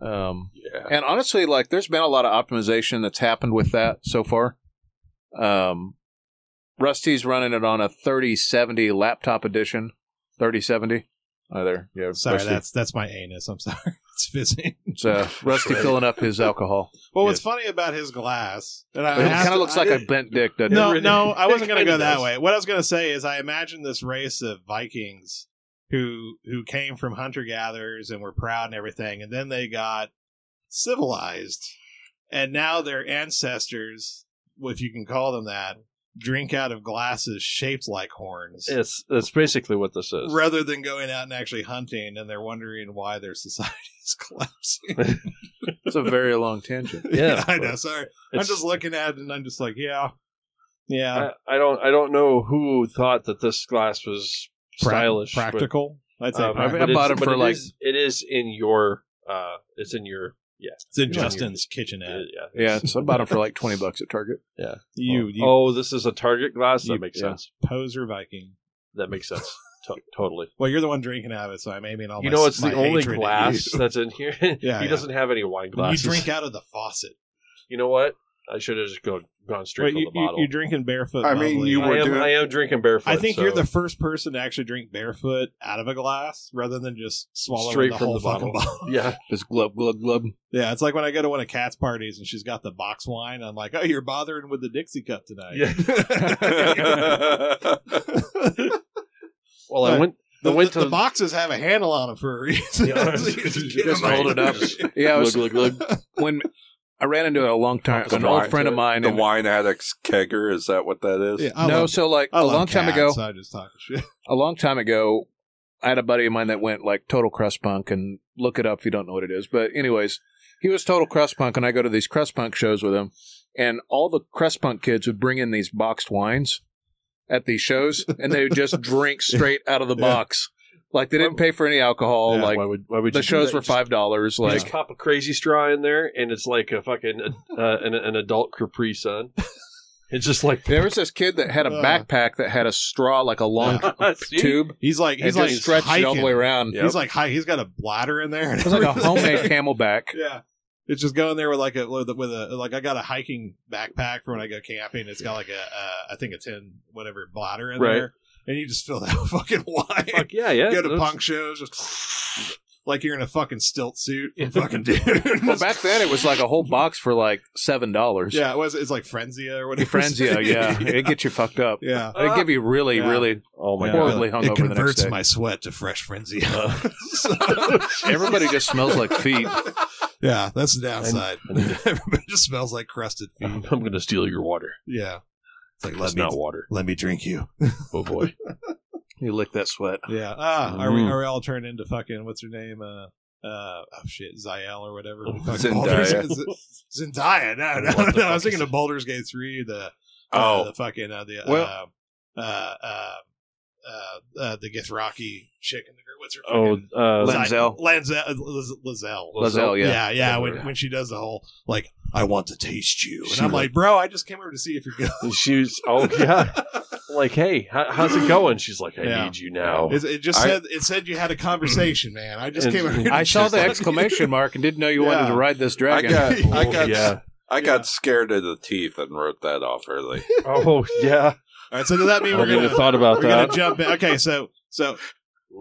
Um,
Yeah.
and honestly, like there's been a lot of optimization that's happened with that so far. Um, Rusty's running it on a 3070 laptop edition, 3070. Oh, there, yeah.
Sorry,
Rusty.
that's that's my anus. I'm sorry, it's fizzing.
It's uh, Rusty filling up his alcohol.
Well, what's funny about his glass? And I
It
have
kind
to-
of looks
I
like a
did-
bent dick, doesn't
No,
it?
no, I wasn't going to
Kinda
go that
does.
way. What I was going to say is, I imagine this race of Vikings who who came from hunter gatherers and were proud and everything, and then they got civilized, and now their ancestors, if you can call them that, drink out of glasses shaped like horns.
It's that's basically what this is.
rather than going out and actually hunting and they're wondering why their society is collapsing.
It's a very long tangent.
Yeah,
I know. Sorry. I'm
It's-
just looking at it and I'm just like, yeah. Yeah.
I, I don't. I don't know who thought that this glass was
Prac-
stylish. but,
practical. I'd say
um,
I
practical.
mean, I
but
bought
it's-
it
but
for, like-
is- it is in your. Uh, it's in your.
it's in
it's on
Justin's
Yeah.
kitchenette.
Yeah, so I bought them for like twenty bucks at Target.
You, you
oh, this is a target glass. That
you-
makes
yeah.
sense.
poser Viking.
That makes sense. To- totally.
Well, you're the one drinking out of it, so I'm aiming all.
you
Oh, my-
know, it's
my
the only
hatred at
glass
you.
that's in here.
Yeah,
he
yeah.
doesn't have any wine
When you
glasses.
drink out of the faucet.
You know what? I should have just go, gone straight
Wait, you,
from the
you,
bottle.
you're drinking barefoot.
I mean,
bubbly.
you were
I, am,
doing-
I am drinking barefoot.
I think you're
so-
the first person to actually drink barefoot out of a glass rather than just swallowing
Straight
the
from
whole
the bottle.
fucking bottle.
Yeah,
Just glub, glub, glub.
yeah, it's like when I go to one of Kat's parties and she's got the box wine. I'm like, oh, you're bothering with the Dixie cup tonight.
yeah.
the,
Well, I
Right.
went. I
the,
went to
the boxes have a handle on them for a reason.
Yeah.
So you just get
Just
them
hold it
right
up.
there.
Yeah, I was,
look, look, look.
when I ran into a long time,
The
an old
wine-
friend of mine.
the
and-
wine addict's kegger is that what that is?
Yeah, I
no,
love-
so like
I
a
love
long time
Kat,
ago,
So I just talk shit.
a long time ago, I had a buddy of mine that went like total crust punk, and look it up if you don't know what it is. But anyways, he was total crust punk, and I go to these crust punk shows with him, and all the crust punk kids would bring in these boxed wines at these shows, and they would just drink straight out of the
Yeah.
box, like they didn't pay for any alcohol.
Yeah,
like
why would, why would
the
you do
shows
that?
were
Just-
five dollars.
you
Like
just pop a crazy straw in there, and it's like a fucking uh, an, an adult Capri Sun. It's just like
there was this kid that had a
Uh.
backpack that had a straw like a long
See?
tube.
He's like, he's
and
like
just stretched
hiking.
it all the way around.
Yep.
He's like, hi- he's got a bladder in there.
It was like a homemade camelback.
Yeah. It's just going there with like a with a with a- like I got a hiking backpack for when I go camping. It's got like a uh, I think a ten whatever bladder in
Right.
there, and you just fill that with fucking wine.
Fuck yeah, yeah.
go to
those-
punk shows, just like you're in a fucking stilt suit from fucking dude.
Well, back then it was like a whole box for like seven dollars.
yeah, it was. It's like Frenzia or whatever.
Frenzia, yeah, it gets you fucked up.
yeah.
It give you really,
Uh, Yeah.
really.
Oh my
Yeah.
god.
Horribly hungover
It
the next
converts
day.
my sweat to fresh Frenzia.
Everybody just smells like feet.
yeah, that's the downside.
I need to-
Everybody just smells like crusted
Uh-huh.
feet.
I'm going to steal your water.
Yeah, it's like
That's
let me
not water.
let me drink you.
Oh boy.
You lick that sweat.
Yeah. Ah, are we
Mm.
Mhm.
are we all turned into fucking what's her name? Uh, uh, oh shit, Ziel or whatever. We fucking
Zendaya.
Baldur's- Z- Zendaya. No, no,
What the
no. I was
fuck is
thinking of Baldur's Gate three. The uh,
Oh,
the fucking uh, the uh,
Well-
uh, uh, uh, uh, the Githraki chick and the girl. What's her?
Oh,
fucking-
uh,
Len- Lenzel.
Lanzel. Liz- Lizelle.
Lazelle, yeah.
Yeah, yeah. When,
Whatever.
when she does the whole like, I want to taste you, and
She
I'm
was-
like, bro, I just came over to see if you're good.
she's oh yeah. Like hey, how, how's it going? She's like, I
Yeah.
need you now.
It, it just
I-
said it said you had a conversation, man. I just
And-
came over. here to
I saw
just
the
let-
exclamation mark and didn't know you wanted
Yeah.
to ride this
I
dragon.
got, I
Oh,
got,
yeah.
I got
Yeah.
scared to the teeth and wrote that off early.
Oh yeah.
All right, so does that
I
mean we're
would
gonna
have thought about
we're gonna
that.
jump in? Okay, so so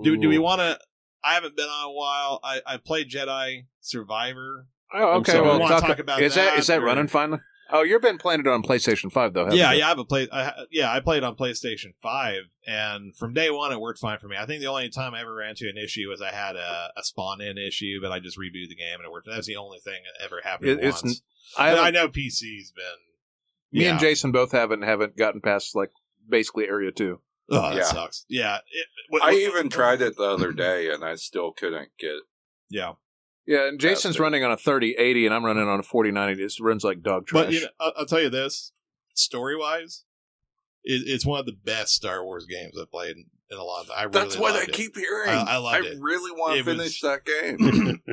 do do we
Ooh.
want to? I haven't been on a while. I I played Jedi Survivor.
oh,
I'm
okay.
sorry.
Well,
We
wanna
talk,
talk about
is that
that,
is that
or-
running finally? Oh, you've been playing it on PlayStation Five though. haven't
Yeah,
you?
yeah, I haven't played. I, ha- yeah, I played on PlayStation Five, and from day one, it worked fine for me. I think the only time I ever ran into an issue was I had a, a spawn in issue, but I just rebooted the game and it worked. That's the only thing that ever happened
It- it's
once.
n- I,
But
haven't-
I know PC's been.
me
yeah.
and Jason both haven't haven't gotten past like basically area two.
Oh, that
Yeah.
sucks. Yeah, it,
I even tried it the other day and I still couldn't get.
Yeah,
Yeah, and Jason's
Faster.
running on a thirty eighty, and I'm running on a forty ninety. It just runs like dog trash.
But you know, I'll, I'll tell you this: story wise, it, it's one of the best Star Wars games I've played in, in a long time. I
That's
really
what I
loved it.
keep hearing.
I- I loved it.
really want to
It was-
finish that game.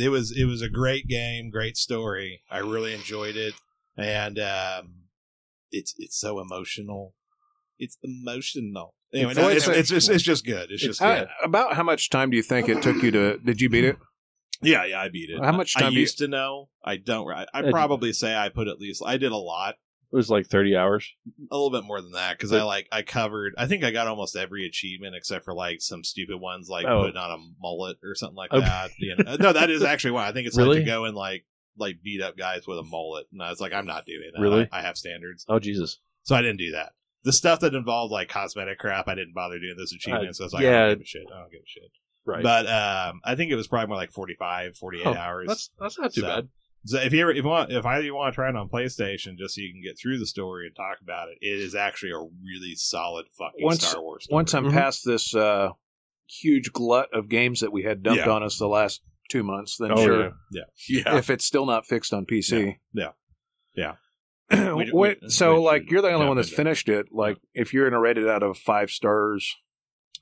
it was it was a great game, great story. I really enjoyed it, and um, it's it's so emotional. It's emotional. Anyway,
It's
no,
always
it's,
like-
it's, it's it's just good. It's just
How-
good.
about how much time do you think it took you to? Did you beat it?
Yeah, yeah, I beat it.
How much
I
time do you-
used to know. I don't. I, I
Uh,
probably say I put at least. I did a lot.
It was like 30 hours.
a little bit more than that because I like I covered. I think I got almost every achievement except for like some stupid ones like
Oh.
putting on a mullet or something like
Okay.
that. You know? No, that is actually one. I think it's like
Really?
to go and like like beat up guys with a mullet, and I was like, I'm not doing that.
Really?
I, I have standards,
Oh Jesus.
so I didn't do that. The stuff that involved like cosmetic crap, I didn't bother doing those achievements. I was like, I
yeah.
don't give a shit. I don't give a shit.
Right.
But um, I think it was probably more like 45, 48
Oh,
hours.
that's that's not too
So-
bad.
So if you ever if you want if either you want to try it on PlayStation just so you can get through the story and talk about it, it is actually a really solid fucking
Once-
Star Wars. Story.
Once I'm
Mhm.
past this uh, huge glut of games that we had dumped
Yeah.
on us the last two months, then
Oh,
sure.
yeah.
If it's still not fixed on PC,
Yeah. Yeah. We-
Wait,
we-
so
we
like
should
you're the only
jump
one that's
into-
finished it. Like if you're in a rated out of five stars,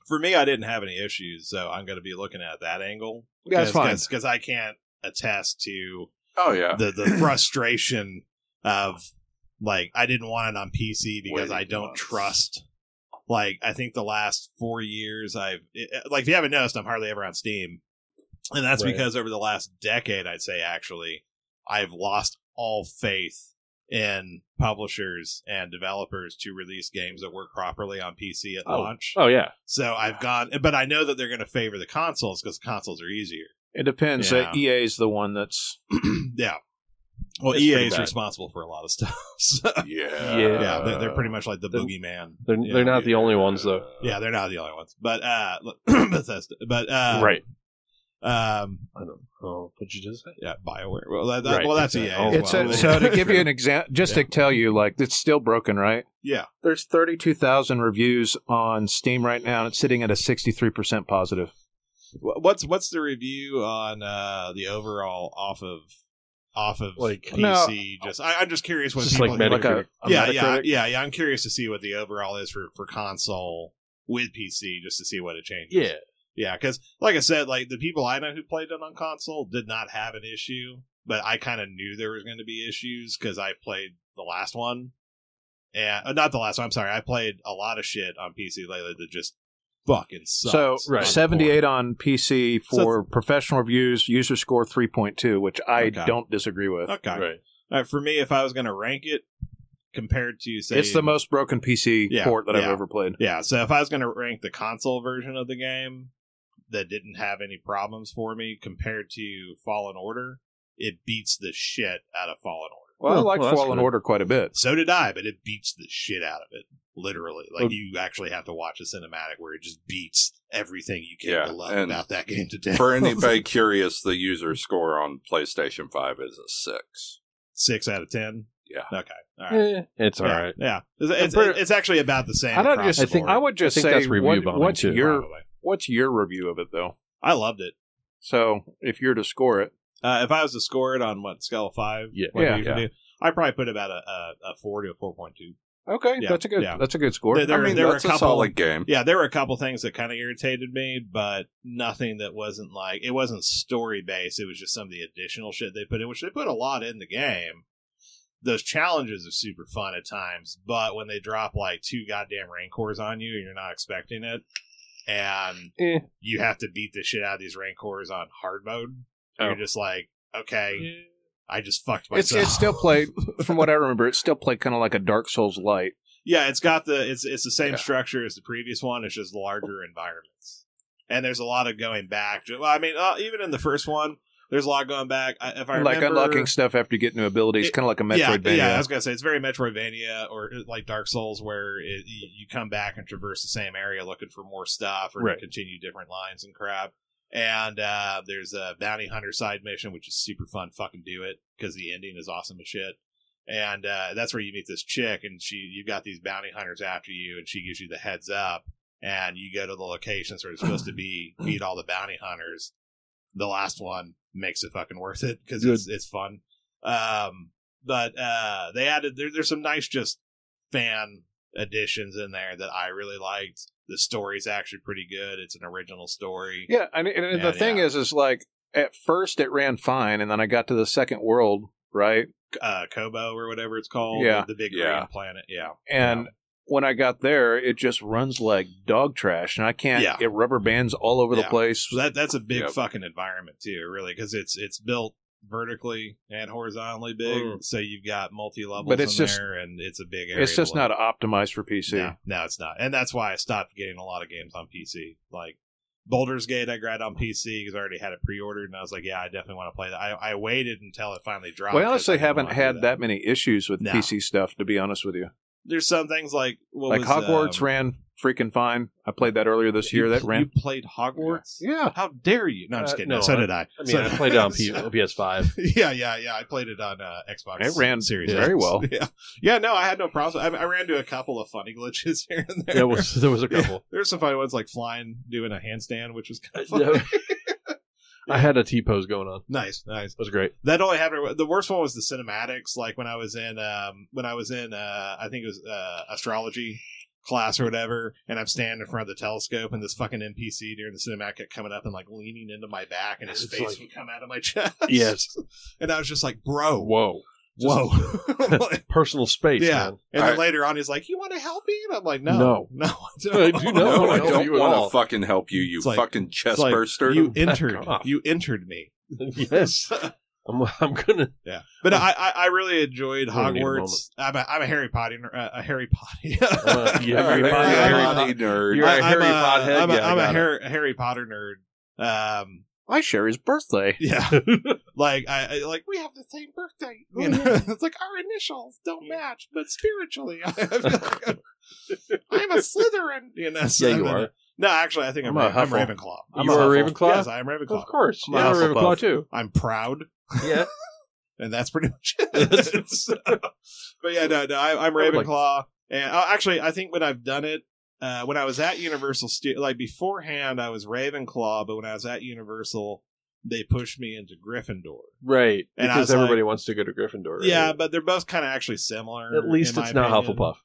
For me, I didn't have any issues, so I'm going to be looking at that angle.
that's fine.
because I can't attest to
Oh yeah.
the the frustration of like I didn't want it on PC because
Wait,
I don't
what?
trust like I think the last four years I've it- it- like if you haven't noticed I'm hardly ever on Steam, and that's
Right.
because over the last decade I'd say actually I've lost all faith in publishers and developers to release games that work properly on PC at
Oh.
launch.
Oh yeah,
So I've gone, but I know that they're going to favor the consoles because consoles are easier.
It depends.
Yeah.
Uh, EA is the one that's
yeah. Well,
It's
EA
pretty
is
bad.
responsible for a lot of stuff. so-
Yeah.
Yeah.
yeah, they're, they're pretty much like the
They're-
boogeyman.
they're
Yeah.
they're not the only ones though.
Yeah, they're not the only ones, but uh, Bethesda, but uh,
right.
um,
I don't know what you just said.
yeah, Bioware. Well, that, that,
Right,
well that's EA.
exactly. Oh,
as
It's
well.
a, so to give you an example, just
Oh, Yeah.
to tell you, like it's still broken, right?
yeah,
There's 32,000 reviews on Steam right now, and it's sitting at a 63% positive.
Wh- what's what's the review on uh the overall off of off of
Like-
PC? just I, I'm just curious what
Just
people
like
think.
Like a, a
yeah,
Metacritic.
yeah, yeah, yeah. I'm curious to see what the overall is for for console with PC, just to see what it changes.
Yeah,
yeah. Because like I said, like the people I know who played it on console did not have an issue, but I kind of knew there was going to be issues because I played the last one, and uh, not the last one. I'm sorry, I played a lot of shit on PC lately that just fucking sucks.
So
Right.
78 on PC
So
for professional reviews, user score 3.2, which I
Okay.
don't disagree with.
Okay.
right.
Uh, for me, if I was going to rank it compared to say
It's the most broken PC
Yeah,
port that I've
yeah.
ever played.
Yeah, so if I was going to rank the console version of the game that didn't have any problems for me compared to Fallen Order, it beats the shit out of Fallen Order.
Well, I
Well,
like
well, that's
Fallen
good.
Order quite a bit.
So did I, but it beats the shit out of it. Literally. Like,
Oh.
you actually have to watch a cinematic where it just beats everything you came
Yeah,
to love
and
about that game to death.
For anybody curious, the user score on PlayStation 5 is a 6.
Six out of ten.
Yeah.
Okay. All right.
Eh, it's all
yeah,
right.
Yeah. It's,
pretty-
it's, it's actually about the same.
I don't
across
just
the
think
board,
I would just
I think
say
that's review
what-
bombing,
what's
too.
your
probably.
what's your review of it though?
I loved it.
So if you're to score it,
Uh, if I was to score it on what scale of five,
Yeah.
what
Yeah.
you should do, I'd probably put about a, a, a four to a four point two.
okay,
Yeah,
that's a good
yeah.
that's a good score.
There- there-
I mean,
were a
that's a,
couple-
solid game.
Yeah, there were a couple things that kind of irritated me, but nothing that wasn't like it wasn't story based. It was just some of the additional shit they put in, which they put a lot in the game. Those challenges are super fun at times, but when they drop like two goddamn rain cores on you, you're not expecting it, and
Eh.
you have to beat the shit out of these rain cores on hard mode.
Oh.
You're just like, okay, I just fucked
it's
myself.
it's still played from what I remember. It's still played kind of like a Dark Souls light.
Yeah, it's got the it's it's the same
Yeah.
structure as the previous one. It's just larger environments, and there's a lot of going back. Ju- Well, I mean, uh, even in the first one, there's a lot going back. I, if I
like
remember,
unlocking stuff after you get new abilities,
It-
kind of like a
yeah,
Metroidvania.
yeah, I was gonna say it's very Metroidvania or uh, like Dark Souls, where it, you you come back and traverse the same area looking for more stuff or to
Right.
continue different lines and crap. And uh, there's a bounty hunter side mission, which is super fun. Fucking do it because the ending is awesome as shit. And uh, that's where you meet this chick, and she you've got these bounty hunters after you, and she gives you the heads up, and you go to the locations where it's supposed to be, meet all the bounty hunters. The last one makes it fucking worth it because it's it's fun. Um, but uh they added there, there's some nice just fan additions in there that i really liked the story's actually pretty good it's an original story
Yeah, and, and, and
Yeah,
the thing
yeah.
is, is like at first it ran fine, and then I got to the second world, right?
uh kobo or whatever it's called
Yeah.
the, the big
Yeah.
green planet yeah
And when I got there, it just runs like dog trash, and I can't.
Yeah.
It rubber bands all over the
Yeah.
place.
so that that's a big
Yep.
fucking environment too really because it's it's built vertically and horizontally big
Mm.
so you've got multi-levels
But it's
in
just-
there and it's a big area
it's
to
just
look
not optimized for PC.
No, no, it's not. And that's why I stopped getting a lot of games on PC. Like Boulder's Gate, I grabbed on PC because I already had it pre-ordered, and I was like, yeah, I definitely want to play that. I, I waited until it finally dropped.
We
'cause I
honestly
didn't
haven't
wanna do
had that. many issues with
No.
PC stuff, to be honest with you.
There's some things like what
like
was,
Hogwarts
um,
ran freaking fine. I played that earlier this year.
you-
That ran.
You played Hogwarts?
yeah.
How dare you? No, I'm just
Uh,
kidding.
no,
so did I.
I mean,
So-
I played it on P- PS5.
yeah, yeah, yeah. I played it on uh, Xbox.
It ran
Series
very
X.
well.
Yeah, yeah. No, I had no problem. I, I ran into a couple of funny glitches here and there.
There was there was a couple.
There's some funny ones like flying, doing a handstand, which was kind of
Uh,
funny.
no. I had a T pose going on.
Nice, nice.
It was great.
That only happened. The worst one was the cinematics. Like when I was in, um, when I was in, uh, I think it was uh, astrology class or whatever, and I'm standing in front of the telescope, and this fucking NPC during the cinematic kept coming up and like leaning into my back, and his
It's
face
like-
would come out of my chest.
Yes.
and I was just like, "Bro,
Whoa.
Just-
Whoa. Personal space,
Yeah.
man.
and then
I-
later on, he's like, "You want to help me?" And I'm like, "No,
No.
no, I
I
Oh, don't.
do not
No,
wanna
I
help
don't
you at
want
all.
to fucking help you, you
It's like-
fucking
It's
chest
like,
burster.
you
Back
entered,
off.
you entered me."
yes. I'm, I'm going to.
Yeah, but I, I, I really enjoyed
We'll need a
Hogwarts. I'm a, I'm a Harry Potter, uh, a Harry Potter.
Uh, yeah,
All right, I'm
Harry Potter,
a
Harry
Harry
Potter.
nerd.
You're-
I-
a Harry Potter head?
I'm a,
Yeah, I
I'm a
got it.
Harry, Harry Potter nerd. Um,
I share his birthday.
yeah, like I, I like we have the same birthday. You
Mm-hmm.
know? it's like our initials don't match, but spiritually, I feel like I'm, I'm a Slytherin. You know, so
Yeah, you
I'm in-
are.
No, actually, I think I'm,
I'm a
Ra- I'm
Huffle.
Ravenclaw.
I'm
you
a
are
Huffle.
Ravenclaw?
Yes, I am Ravenclaw.
Of course.
I'm a
yeah,
Hufflepuff.
Ravenclaw, too.
I'm proud,
Yeah.
and that's pretty much it. So- but yeah, no, no, I, I'm
I would like-
Ravenclaw, and oh, actually, I think when I've done it, uh, when I was at Universal, Stu- like beforehand, I was Ravenclaw, but when I was at Universal, they pushed me into Gryffindor.
Right.
And I
because
was like-
everybody wants to go to Gryffindor. right?
Yeah, but they're both kind of actually similar.
At least
in my
it's not
opinion.
Hufflepuff.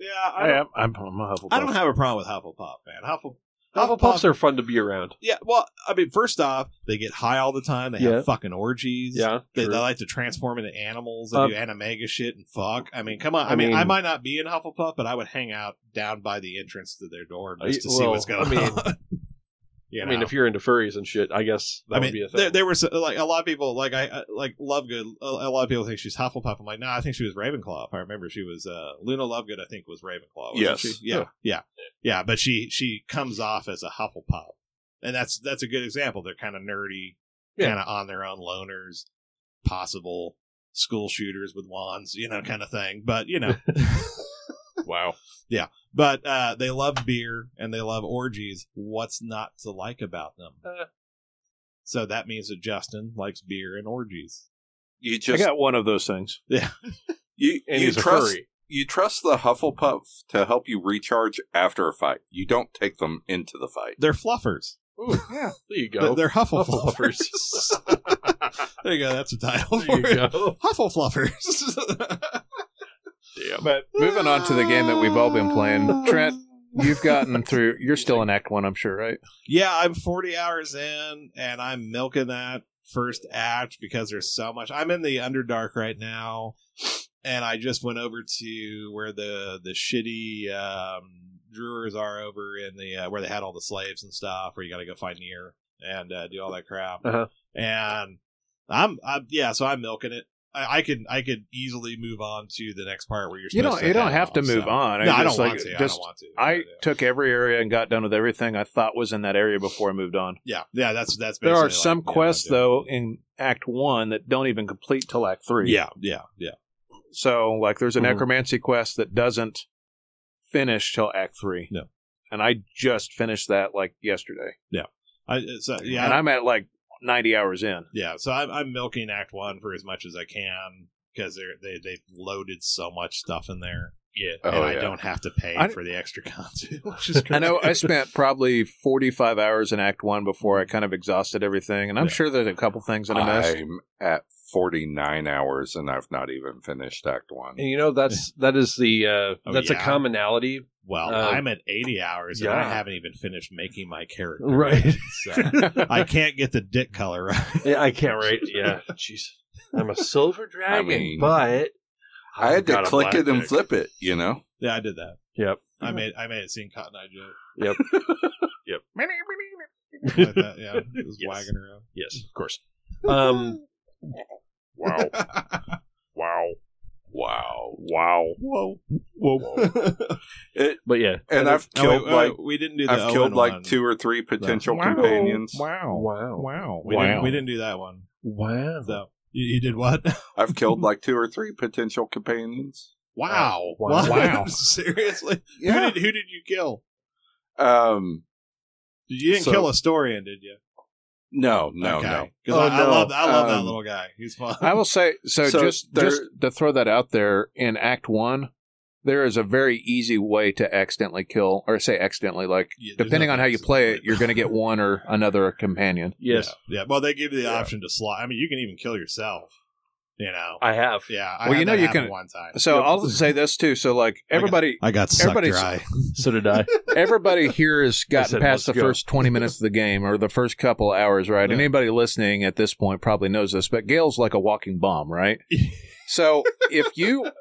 Yeah,
I
I don't,
am. I'm, I'm a Hufflepuff.
I don't have a problem with Hufflepuff, man. Huffle,
Hufflepuffs are fun to be around.
Yeah, well, I mean, first off, they get high all the time. They
Yeah.
have fucking orgies.
Yeah.
They,
true.
they like to transform into animals and
Uh,
do animega shit and fuck. I mean, come on. I,
I
mean, I
mean-
might not be in Hufflepuff, but I would hang out down by the entrance to their door
Uh,
just to see
well,
what's going
I mean-
on. You
I mean,
know?
if you're into furries and shit, I guess that
I
would
mean,
be a thing.
there, there were so- like a lot of people like I I- like Lovegood. A, a lot of people think she's Hufflepuff. I'm like, nah, I think she was Ravenclaw. If I remember, she was uh, Luna Lovegood. I think was Ravenclaw. Wasn't
Yes.
she? yeah,
Huh.
yeah, yeah. But she she comes off as a Hufflepuff, and that's that's a good example. They're kind of nerdy,
Yeah.
kind of on their own, loners, possible school shooters with wands, you know, kind of thing. But you know,
wow.
but uh, they love beer and they love orgies. What's not to like about them?
Uh.
so that means that Justin likes beer and orgies.
You
I
just
got one of those things.
you,
And
you
he's a
trust
furry.
you trust the Hufflepuff to help you recharge after a fight. You don't take them into the fight.
They're fluffers.
Ooh, yeah. There you
They're,
go.
they're huffle
Hufflepuffers.
fluffers. there you go. That's a title
there
for
you
it.
go.
Huffle fluffers.
Damn.
But moving on to the game that we've all been playing, Trent, you've gotten through. You're still in Act One, I'm sure, right?
Yeah, I'm 40 hours in, and I'm milking that first act because there's so much. I'm in the Underdark right now, and I just went over to where the the shitty um, Druids are over in the uh, where they had all the slaves and stuff, where you got to go find Nier and uh, do all that crap.
Uh-huh.
And I'm, I'm yeah, so I'm milking it. I, I could I could easily move on to the next part where you're.
You
supposed
don't. You don't have to
off,
move
so-
on.
No, I
just,
don't,
like,
want to, I
Just
don't want to.
I
Yeah.
took every area and got done with everything I thought was in that area before I moved on.
Yeah, yeah, that's that's.
There
basically
are
like-
some
yeah,
quests
that's it.
though in Act One that don't even complete till Act Three.
Yeah, yeah, yeah.
So like, there's a
Mhm.
necromancy quest that doesn't finish till Act Three.
No.
And I just finished that like yesterday.
I so yeah,
And I'm at like 90 hours in.
yeah. So I'm, I'm milking Act One for as much as I can because they're they they've loaded so much stuff in there,
Yeah.
and
Oh,
I
yeah.
don't have to pay
I-
for the extra content, which is great.
I know I spent probably 45 hours in Act One before I kind of exhausted everything, and I'm
Yeah.
sure there's a couple things that I missed.
I'm at forty nine hours and I've not even finished Act One.
And you know that's that is the uh,
Oh,
that's
yeah.
a commonality.
Well,
Uh,
I'm at 80 hours and I
yeah.
haven't even finished making my character.
Right.
So I can't get the dick color right.
Yeah, I can't write. Yeah, jeez, I'm a silver dragon,
mean,
but
I had to
I've got a
click it and
blackjack.
flip it. You know,
Yeah, I did that.
Yep.
I made I made it seem Cotton Eye Joe. Like that. Yeah, it was
Yes.
wagging around.
yes, of course. Um, wow, wow,
wow.
wow.
Whoa, whoa!
But yeah,
And I've
Oh, wait,
killed
wait,
like
we didn't do. The
I've killed
Owen one.
like two or three potential companions.
Wow,
wow,
wow, we, Didn't, we didn't do that one.
wow.
So you, you did what?
I've killed like two or three potential companions.
Wow!
Wow.
What?
Wow.
Seriously,
Yeah.
who, did, who did you kill?
Um.
You didn't
So-
kill Astorian, did you?
No. No.
Okay.
No.
'Cause
Oh,
I, I
no.
love I love that
Um,
little guy. He's fun.
I will say so,
So
just
there-
just to throw that out there in Act One, there is a very easy way to accidentally kill or say accidentally like
Yeah, there's
depending on how
nothing
you play it,
accidentally.
you're going to get one or another companion.
Yes,
Yeah, yeah. Well, they give you the
Yeah.
option to slot. I mean, you can even kill yourself. You know.
I have.
yeah. I
Well, you
had
know
that
you
happen
can-
one time.
So I'll say this too. So like everybody,
I got
sucked Everybody's-
dry.
So did I.
everybody here has gotten
said,
past
"Let's
the
go."
first 20 minutes of the game or the first couple hours, right? And
Yeah.
anybody listening at this point probably knows this, but Gail's like a walking bomb, right? So if you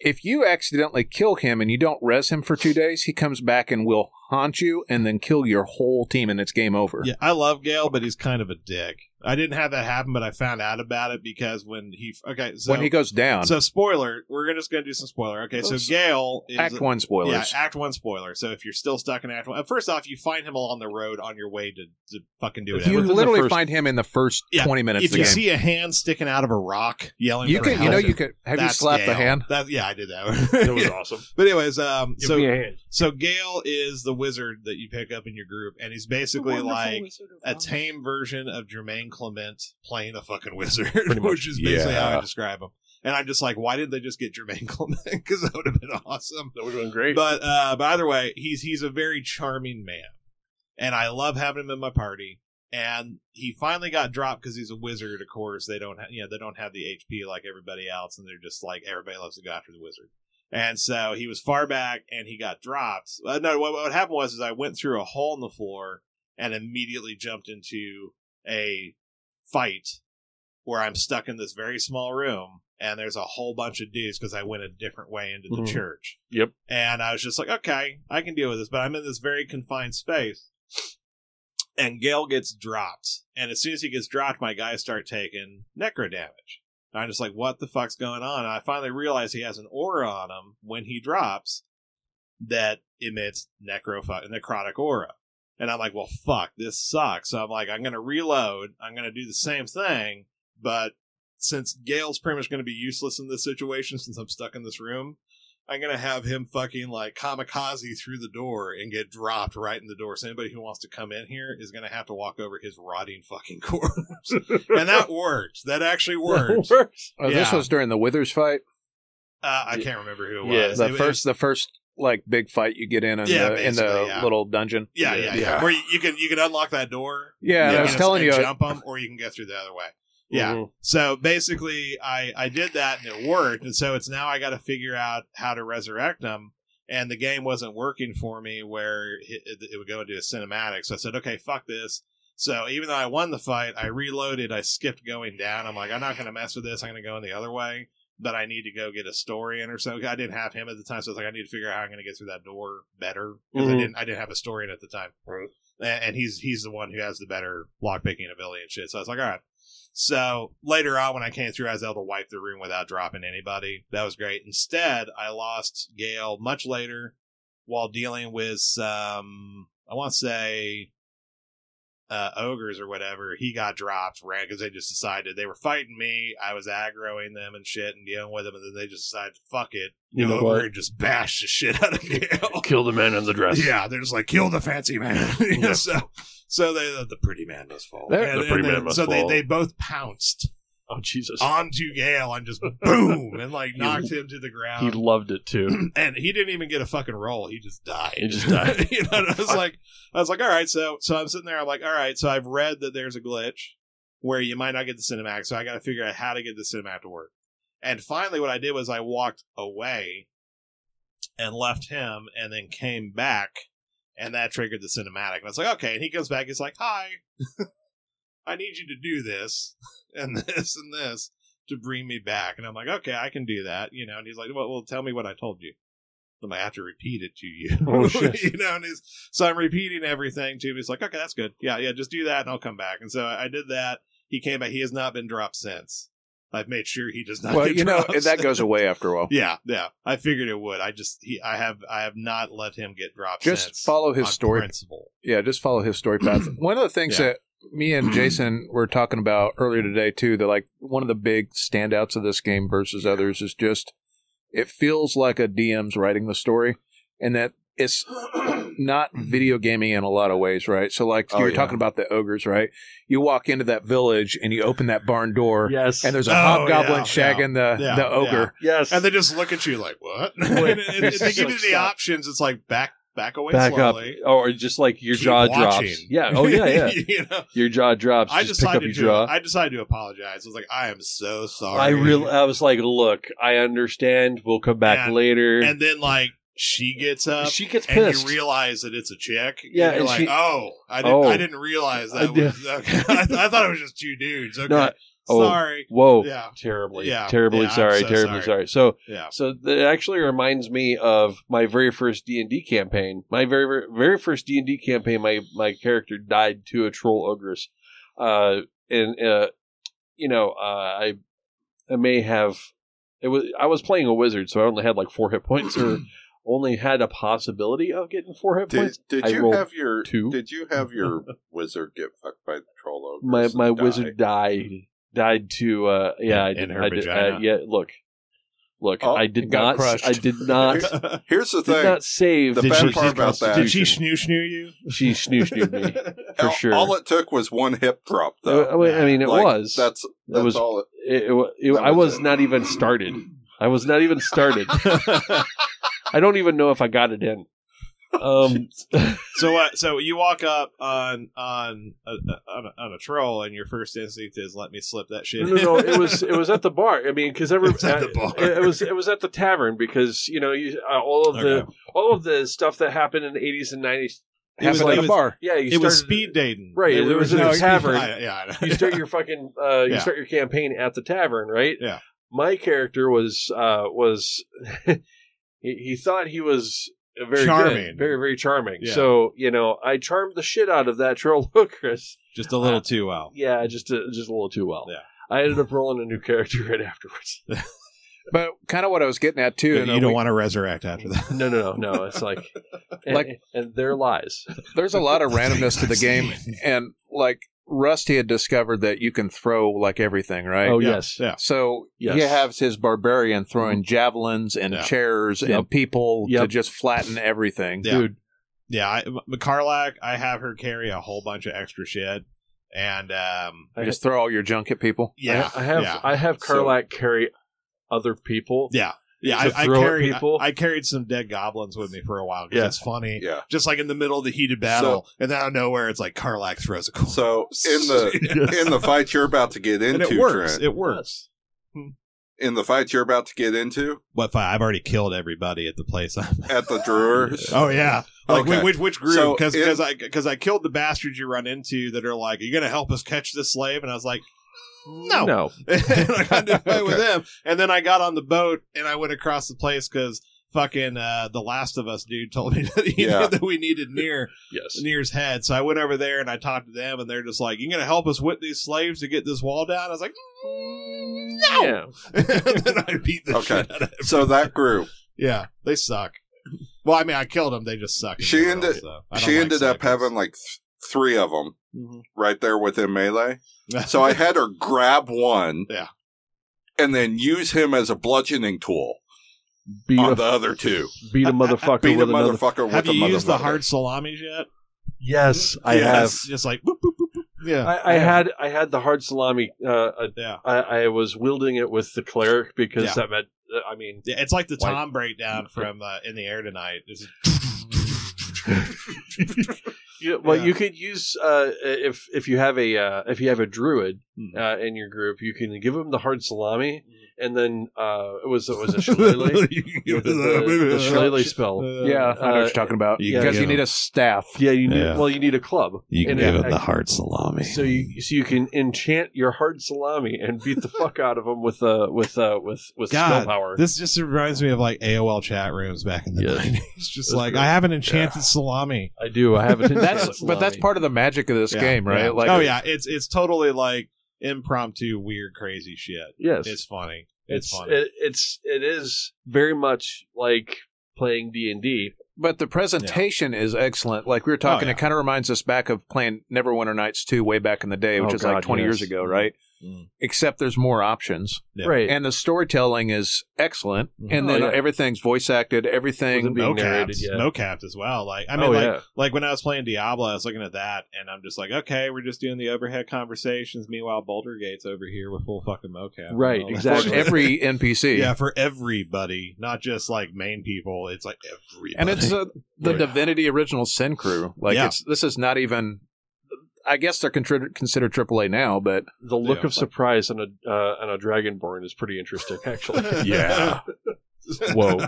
if you accidentally kill him and you don't res him for two days, he comes back and will haunt you and then kill your whole team and it's game over.
Yeah, I love Gale, but he's kind of a dick. I didn't have that happen, but I found out about it because when he okay, so
when he goes down,
so spoiler, we're gonna- just gonna do some spoiler. Okay, so
Oops.
Gale is
Act One spoilers.
Yeah, Act One spoiler. So if you're still stuck in Act One, uh, first off, you find him along the road on your way to, to fucking do
you
whatever.
Within the
literally
first-
find him in the first
Yeah,
twenty minutes
if
of the
you
game.
see a hand sticking out of a rock yelling,
you
for
could, you know,
help,
you could. Have you
that's
slapped the
Gale.
hand?
That, yeah, I
It
did that.
was
Yeah.
awesome.
But anyways, um,
Give
so
me a hand.
so Gale is the wizard that you pick up in your group, and he's basically like a tame version of Jermaine Clement playing a fucking wizard,
much.
which is basically how I
Yeah.
describe him. And I'm just like, why did they just get Jermaine Clement? Because that would have been awesome.
That would have been great.
But uh, but either way, he's he's a very charming man, and I love having him in my party. And he finally got dropped because he's a wizard. Of course, they don't ha- you know they don't have the HP like everybody else, and they're just like everybody loves to go after the wizard. And so he was far back, and he got dropped. Uh, no, what, what happened was is I went through a hole in the floor and immediately jumped into a fight where I'm stuck in this very small room, and there's a whole bunch of dudes because I went a different way into the
Mhm.
church.
Yep.
And I was just like, okay, I can deal with this, but I'm in this very confined space. And Gale gets dropped, and as soon as he gets dropped, my guys start taking necro damage. And I'm just like, what the fuck's going on? And I finally realize he has an aura on him when he drops that emits necro necrotic aura. And I'm like, well, fuck, this sucks. So I'm like, I'm going to reload. I'm going to do the same thing. But since Gale's pretty much going to be useless in this situation, since I'm stuck in this room, I'm going to have him fucking like kamikaze through the door and get dropped right in the door. So anybody who wants to come in here is going to have to walk over his rotting fucking corpse. and that worked. That actually worked.
works.
Oh, This
yeah.
was during the Withers fight.
Uh, I can't remember who it
Yeah,
was.
The
It- it
first, the first like big fight you get in in
Yeah,
the, in the
basically, yeah.
little dungeon.
Yeah, yeah, yeah.
Yeah.
Where you, you can you can unlock that door.
Yeah, and
you
I was
can
telling you, uh,
and jump them, or you can go through the other way. Yeah.
Mhm.
So basically, I I did that and it worked, and so it's now I got to figure out how to resurrect them. And the game wasn't working for me where it, it, it would go into a cinematic. So I said, okay, fuck this. So even though I won the fight, I reloaded. I skipped going down. I'm like, I'm not going to mess with this. I'm going to go in the other way. But I need to go get a story in or so. I didn't have him at the time, so I was like, I need to figure out how I'm going to get through that door better because I
Mhm.
didn't. I didn't have a story in at the time. A- and he's he's the one who has the better lockpicking ability and shit. So I was like, all right. So later on, when I came through, I was able to wipe the room without dropping anybody. That was great. Instead, I lost Gale much later while dealing with some, I want to say, uh, ogres or whatever. He got dropped, ran because they just decided they were fighting me. I was aggroing them and shit and dealing with them, and then they just decided, fuck it,
You know
go over
what?
and just bash the shit out of Gale.
Kill the man in the dress.
Yeah, they're just like kill the fancy man. You know,
Yeah.
So, so they, the pretty man must fall.
The
pretty man
then-
must
so
fall.
they they both pounced
Oh Jesus.
onto Gale and just boom and like knocked him to the
he
ground.
loved it too.
and he didn't even get a fucking roll. He just died.
He just died.
you know, and I was like, I was like, all right. So, so I'm sitting there. I'm like, all right. So I've read that there's a glitch where you might not get the cinematic. So I got to figure out how to get the cinematic to work. And finally, what I did was I walked away and left him, and then came back, and that triggered the cinematic. And I was like, okay. And he comes back. He's like, hi. I need you to do this and this and this to bring me back. And I'm like, okay, I can do that, you know. And he's like, well, well tell me what I told you. I'm like, I have to repeat it to you,
Oh, shit.
you know. And he's so I'm repeating everything to him. He's like, okay, that's good. Yeah, yeah, just do that, and I'll come back. And so I did that. He came back. He has not been dropped since. I've made sure he does not.
well,
get
you know
dropped
that goes away after a while.
yeah, yeah. I figured it would. I just he, I have I have not let him get dropped.
Just
since
follow his
on
story.
Principle.
Yeah, just follow his story path. one of the things
Yeah.
that me and Jason were talking about earlier today too, that like one of the big standouts of this game versus others is just it feels like a DM's writing the story and that it's not video gaming in a lot of ways, right? So like
Oh,
you were
yeah.
talking about the ogres, right? You walk into that village and you open that barn door
Yes.
and there's a
Oh,
hobgoblin
yeah,
shagging the
yeah,
the ogre.
yes.
And they just look at you like what? and, and- and they give you the
Stop.
options. It's like back back away
back
slowly.
up, Oh, or just like your
Keep
jaw
watching.
drops. Yeah. Oh yeah, yeah.
you know,
Your jaw drops.
I
just pick up
decided
your
to
jaw.
I decided to apologize. I was like, I am so sorry.
I uh, really, I was like, look, I understand. We'll come back
And-
later.
and then like she gets up.
she gets
and
pissed.
you realize that it's a chick.
Yeah,
and you're
and
like,
she-
oh, I didn't,
Oh.
I didn't realize that.
I did-
was, okay. I, th- I thought it was just two dudes. Okay,
No, Oh.
Sorry.
Whoa.
Yeah.
Terribly,
Yeah,
terribly
yeah, I'm
sorry,
so
terribly sorry.
sorry.
So,
Yeah.
so that actually reminds me of my very first D and D campaign. My very, very, very first D and D campaign, my my character died to a troll ogress, uh, and uh, you know, uh, I I may have it was I was playing a wizard, so I only had like four hit points, or only had a possibility of getting four hit
Did,
points.
did
I
you
rolled
have your
two.
Did you have your wizard get fucked by the troll ogres
My
and
my
die?
wizard died died to uh, yeah, I
Mm-hmm. In- in
did,
her
I did,
vagina.
I, yeah. Look, look,
Oh,
I
it
did
got
not,
crushed.
I did not.
Here's the
did
thing.
not save
The
Did
bad
she-
part about that.
Did she snoo snoo you?
She snooshed me. for
all,
sure.
all it took was one hip drop, though.
I, mean- I mean, Uh, it
Like,
was.
That's that's
it was.
all. It,
It, it, wa- it-
that
I
was
was
it.
not even started. I was not even started. I don't even know if I got it in. Um,
so uh, so you walk up on on a, on a, on a troll, and your first instinct is let me slip that shit.
no, no, no, it was it was at the bar. I mean, because every uh,
It was at the bar.
It, it was it was at the tavern because you know you uh, all of the all of the stuff that happened in the eighties and nineties.
It was
Happened
like-
at a bar.
Yeah, you
it
started,
was speed dating,
Right, it was in a
it
tavern.
I- yeah, I know.
you start your fucking uh, you
Yeah.
start your campaign at the tavern, right?
Yeah.
My character was uh, was he, he thought he was very charming,
Charming.
very very charming.
Yeah.
So you know, I charmed the shit out of that troll Lucas.
just a little too well.
Yeah, just uh, just a little too well.
Yeah.
I ended up rolling a new character right afterwards.
But kind of what I was getting at too.
You,
and
you don't
we-
want to resurrect after that.
No, no, no, no. It's like, and,
Like-
and there lies.
There's a lot of randomness to the game, and like Rusty had discovered that you can throw like everything, right?
Oh
Yeah,
yes,
yeah.
So
Yes.
he has his barbarian throwing javelins and
Mm-hmm. Yeah.
chairs
Yep.
and people to
Yep.
just flatten everything.
Yeah.
dude.
Yeah, I, M- Carlac, I have her carry a whole bunch of extra shit, and um,
You just throw all your junk at people.
yeah,
I, I have
yeah,
I have
So-
Carlac carry other people.
yeah, yeah.
to
I, I
throw at
carried
people.
I, I carried some dead goblins with me for a while because
Yeah.
it's funny.
yeah.
Just like in the middle of the heated battle, and out of nowhere, it's like Carlac throws a coin.
So in the in the fight you're about to get
and
into,
it works.
Trent,
It works.
in the fight you're about to get into
What? fi- I've already killed everybody at the place I'm at.
at the Drewers,
Oh yeah, like
Okay.
which which
So
group? Because
in-
I because I killed the bastards you run into that are like, "Are you gonna help us catch this slave?" And I was like, "No,
no.
and I got into a fight with
Okay.
them. And then I got on the boat and I went across the place because fucking uh, the Last of Us dude told me that, he
Yeah.
that we needed near
Yes.
near's head. So I went over there and I talked to them, and they're just like, "You gonna help us whip these slaves to get this wall down?" I was like, "Mm, "No."
Yeah.
and then I beat the
Okay.
shit out of them.
so that group.
Yeah, they suck. Well, I mean, I killed them. They just suck. in
She
general,
ended-
so I don't
She
like
ended up
snipers.
having like th- three of them
Mm-hmm.
right there within melee. So
so
I had her grab one,
Yeah.
and then use him as a bludgeoning tool
Beat
on
a,
the other two.
beat a motherfucker
Beat a
with another.
motherfucker with
have
a
you used the
motherfucker.
hard salamis yet?
Yes, I
Yes.
Just like boop boop boop. boop. Mm-hmm. Yeah,
have. I, I had I had the hard salami. Uh, uh,
yeah.
I, I was wielding it with the cleric because
Yeah.
that meant. I mean,
Yeah, it's like the
Why-
Tom breakdown from uh, In the Air Tonight. It's-
you, well,
Yeah.
you could use uh, if if you have a uh, if you have a druid
Hmm.
uh, in your group, you can give him the hard salami, and then uh, it was it was a shillelagh, the, the, the shillelagh spell.
Yeah, I know what
Uh,
you're talking about.
you
because
get
you need
them.
a staff.
Yeah, you need,
Yeah.
well, you need a club. And it-
hard salami.
So you so you can enchant your hard salami and beat the fuck out of them with uh with uh with with
God,
spell power.
This just reminds me of like AOL chat rooms back in the
Yes.
90s. Just
That's
like,
great.
I have an enchanted salami.
I do. I have it.
That's but that's part of the magic of this
Yeah,
game, right?
yeah. oh, yeah. It's it's totally like impromptu, weird, crazy shit.
Yes,
It's funny. It's,
it's
funny.
it, it's it is very much like playing D and D.
But the presentation is excellent. Like we were talking,
Oh, yeah.
it kind of reminds us back of playing Neverwinter Nights 2 way back in the day, which
Oh,
is
God,
like 20 years
yes.
ago, right?
Mm.
Except there's more options.
Yeah.
Right.
And the storytelling is excellent.
Mm-hmm.
And
Oh,
then
yeah.
everything's voice acted, everything.
being
no
narrated
capped,
yet.
no capped as well. Like I mean,
oh
like
yeah.
like when I was playing Diablo, I was looking at that, and I'm just like, okay, we're just doing the overhead conversations. Meanwhile, Boulder Gate's over here with full fucking mocap,
Right,
And all that
for
exactly.
shit.
every NPC.
yeah, for everybody, not just like main people. It's like everybody,
And it's uh, the
Yeah.
Divinity Original Sin crew. Like
Yeah.
it's this is not even. I guess they're considered considered AAA now, but
The look
Yeah.
of surprise on a uh, on a dragonborn is pretty interesting, actually.
yeah.
Whoa.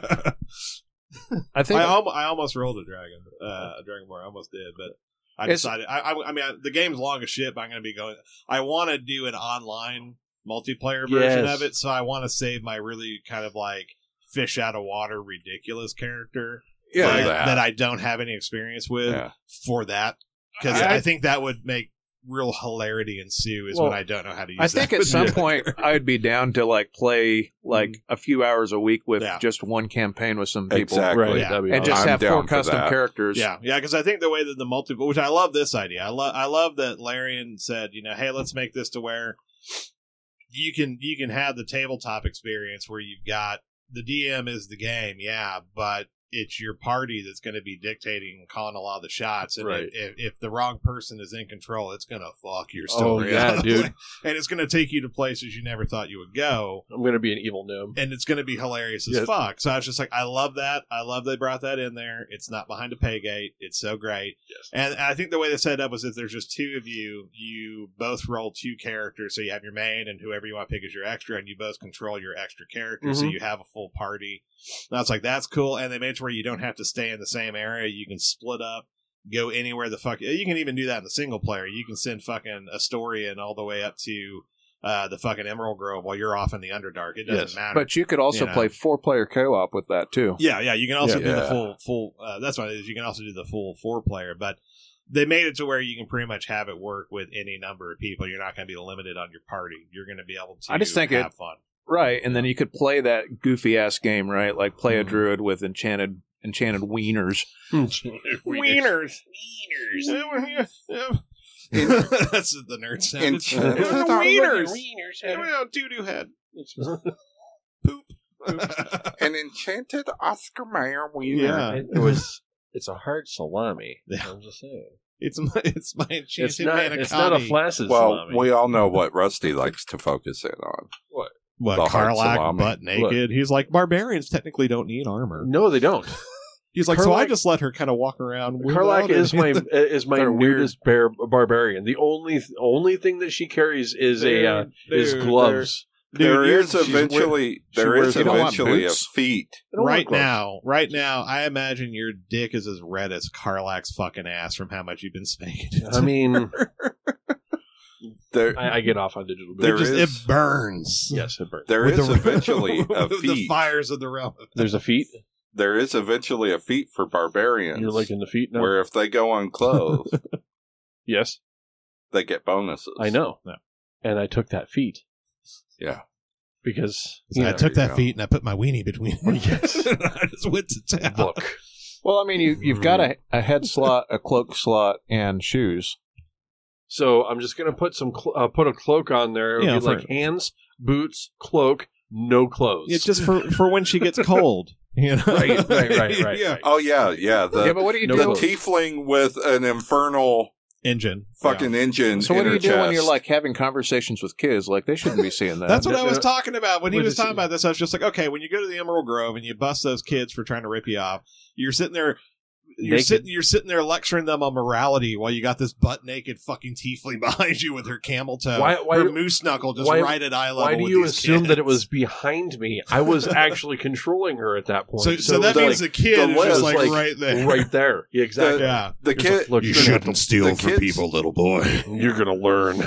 I think
I, al- I almost rolled a dragon, uh, a dragonborn. I almost did, but I
It's-
decided. I, I, I mean, I, the game's long as shit, but I'm going to be going. I want to do an online multiplayer version
Yes.
of it. So I want to save my really kind of like fish out of water ridiculous character
Yeah,
that,
that.
that I don't have any experience with
Yeah.
for that because
I-
I, think that would make real hilarity ensue is
Well,
when I don't know how to use.
I think
that.
at some point I'd be down to like play like
Mm-hmm.
a few hours a week with
Yeah.
just one campaign with some people,
Exactly.
Right.
Yeah.
that'd be
and just
I'm
have four
down for
custom
that.
characters.
Yeah, yeah, because I think the way that the multiple, which I love this idea. I love, I love that Larian said, you know, hey, let's make this to where you can you can have the tabletop experience where you've got the DM is the game, yeah, but it's your party that's going to be dictating and calling a lot of the shots, and
Right.
if, if, if the wrong person is in control, it's going to fuck your
Oh,
story,
yeah,
up.
dude.
and it's going to take you to places you never thought you would go
I'm gonna be an evil gnome.
and it's going to be hilarious as
Yeah.
fuck. So I was just like, I love that. I love they brought that in there. It's not behind a pay gate. It's so great.
Yes.
And I think the way they set it up was if there's just two of you, you both roll two characters. So you have your main and whoever you want to pick as your extra, and you both control your extra character. So
Mhm.
you have a full party. And I was like, that's cool. And they made sure you don't have to stay in the same area. You can split up. Go anywhere the fuck you can even do that in the single player. You can send fucking Astorian all the way up to uh, the fucking Emerald Grove while you're off in the Underdark. It doesn't
Yes.
matter.
But you could also
You know.
play four player co op with that too.
Yeah, yeah. You can also
Yeah.
do the
Yeah.
full full. Uh, that's what it is. You can also do the full four player, but they made it to where you can pretty much have it work with any number of people. You're not going to be limited on your party. You're going to be able to.
I just think
have
it-
fun.
Right. And then you could play that goofy ass game, right? Like play a
Mm-hmm.
Mhm.
druid with enchanted enchanted wieners.
Wieners, Hmm. wieners. that's what the nerd sound.
In-
wieners. Doo doo head. Poop.
An enchanted Oscar Mayer wiener.
yeah,
It was. It's a hard salami.
Yeah.
I'm just saying.
it's my it's my enchanted
It's not.
manicotti.
It's not a flaccid
Well,
salami.
we all know what Rusty likes to focus in on. the
what
hard
Carlac
salami.
butt naked. He's like barbarians technically don't need armor.
no, they don't.
He's like, so I
Karlak-
just let her kind of walk around.
Karlak
without
is
it."
my is my
They're weird.
weirdest bear, barbarian. The only only thing that she carries is a uh, is
Dude,
gloves.
Dude,
there
you're-
is
she's
eventually
she
there is
wears- You
don't want
eventually a
boots?
feat.
I don't
Right
want gloves.
now, right now, I imagine your dick is as red as Carlack's fucking ass from how much you've been spanking. it.
I
Um,
mean,
There
I, I get off on digital.
it
there
There
just
is-
it burns.
yes, it burns.
there
With
is
the-
eventually a
with the
feat.
fires of the realm.
There's a feet.
There is eventually a feat for barbarians
You're licking the feet now.
where if they go unclothed,
yes,
they get bonuses.
I know.
No.
And I took that feet.
Yeah.
Because
So
you
I
know,
took
there you
that
go.
feet and I put my weenie between. Yes. I just went to town.
look.
Well, I mean you you've got a, a head slot, a cloak slot, and shoes.
So I'm just gonna put some cl- uh, put a cloak on there. It'll
Yeah,
be
for-
like hands, boots, cloak, no clothes.
It's just for for when she gets cold. You know?
Right, right, right, right,
yeah.
right.
Oh yeah, yeah. The
yeah, but what do you
no
do?
the
clothes.
tiefling with an infernal
Engine.
fucking engine.
So what
in
do
her
you do when you're
chest.
like having conversations with kids? Like they shouldn't be seeing that.
That's what
Yeah.
I was talking about when he
With
was
the-
talking about this. I was just like, okay, when you go to the Emerald Grove and you bust those kids for trying to rip you off, you're sitting there. You're
Naked.
sitting, you're sitting there lecturing them on morality while you got this butt naked fucking tiefling behind you with her camel toe,
Why- why-
her moose knuckle just
why-
right at eye level.
Why do
with
you
these
assume that it
kids.
was behind me? I was actually controlling her at that point.
So, so, that
it was
means the kid
the
is just
legs,
like,
like,
right there.
right there. Yeah, exactly.
Yeah.
the
Here's a
kid?
look.
the-
steal
the kids-
little boy.
You're gonna learn.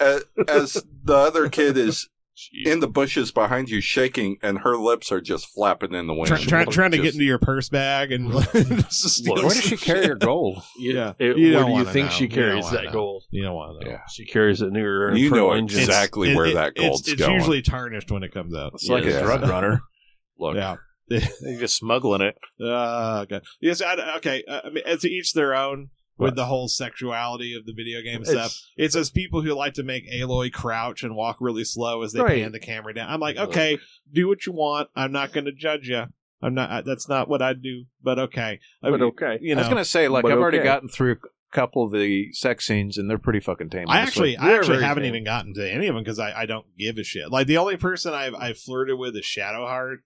a- as the other kid is
Jeez.
in the bushes behind you, shaking, and her lips are just flapping in the wind.
Try, try, trying to get into your purse bag and just to steal
Look,
Where does she carry her gold?
Yeah.
It- where
You don't
do you
wanna
think
know.
she
You don't
carries
wanna
that
know.
gold?
You don't want to know.
Yeah.
She carries it near her
You
infernal
know
engine.
It's- exactly where that gold's
it's, it's
going.
usually tarnished when it comes out.
It's like
Yeah.
a drug runner.
Look,
Yeah.
You're just smuggling it.
Uh, okay. Yes. I, okay. Uh, I mean, it's each their own with the whole sexuality of the video game
it's-
stuff. It's as people who like to make Aloy crouch and walk really slow as they
Right.
pan the camera down. I'm like,
Look.
okay, do what you want. I'm not going to judge you. I'm not. I, that's not what I do. But okay. I
but
mean,
okay.
you
I was
know.
gonna say, like,
But
I've already
okay.
gotten through a couple of the sex scenes, and they're pretty fucking tame.
I
honestly.
actually, I
They're
actually
very
haven't
tame.
even gotten to any of them because I, I don't give a shit. Like the only person I've I've flirted with is Shadowheart,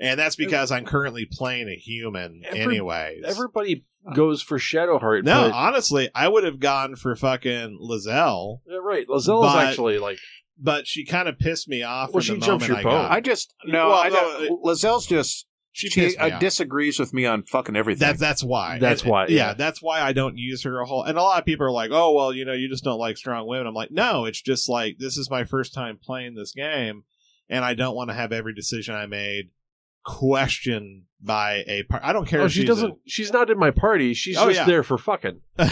and that's because I'm currently playing a human.
Every-
anyways,
Everybody goes for Shadowheart.
No,
but,
honestly, I would have gone for fucking Lizelle,
Yeah, right. Lazella's
but-
actually like oh,
but she kind of pissed me off.
Well,
in
she
the
jumped
moment
your
I
boat.
got-
I just no.
Well,
I don't, Lazelle's just
She,
She
pissed me
uh,
off.
disagrees with me on fucking everything.
That's that's why.
That's
And-
why,
Yeah.
yeah.
that's why I don't use her a whole. And a lot of people are like, "Oh, well, you know, you just don't like strong women." I'm like, "No, it's just like this is my first time playing this game, and I don't want to have every decision I made questioned by a part. I don't care.
Oh,
if
she
she's a-
doesn't. She's not in my party. She's
Oh,
just
yeah.
there for fucking.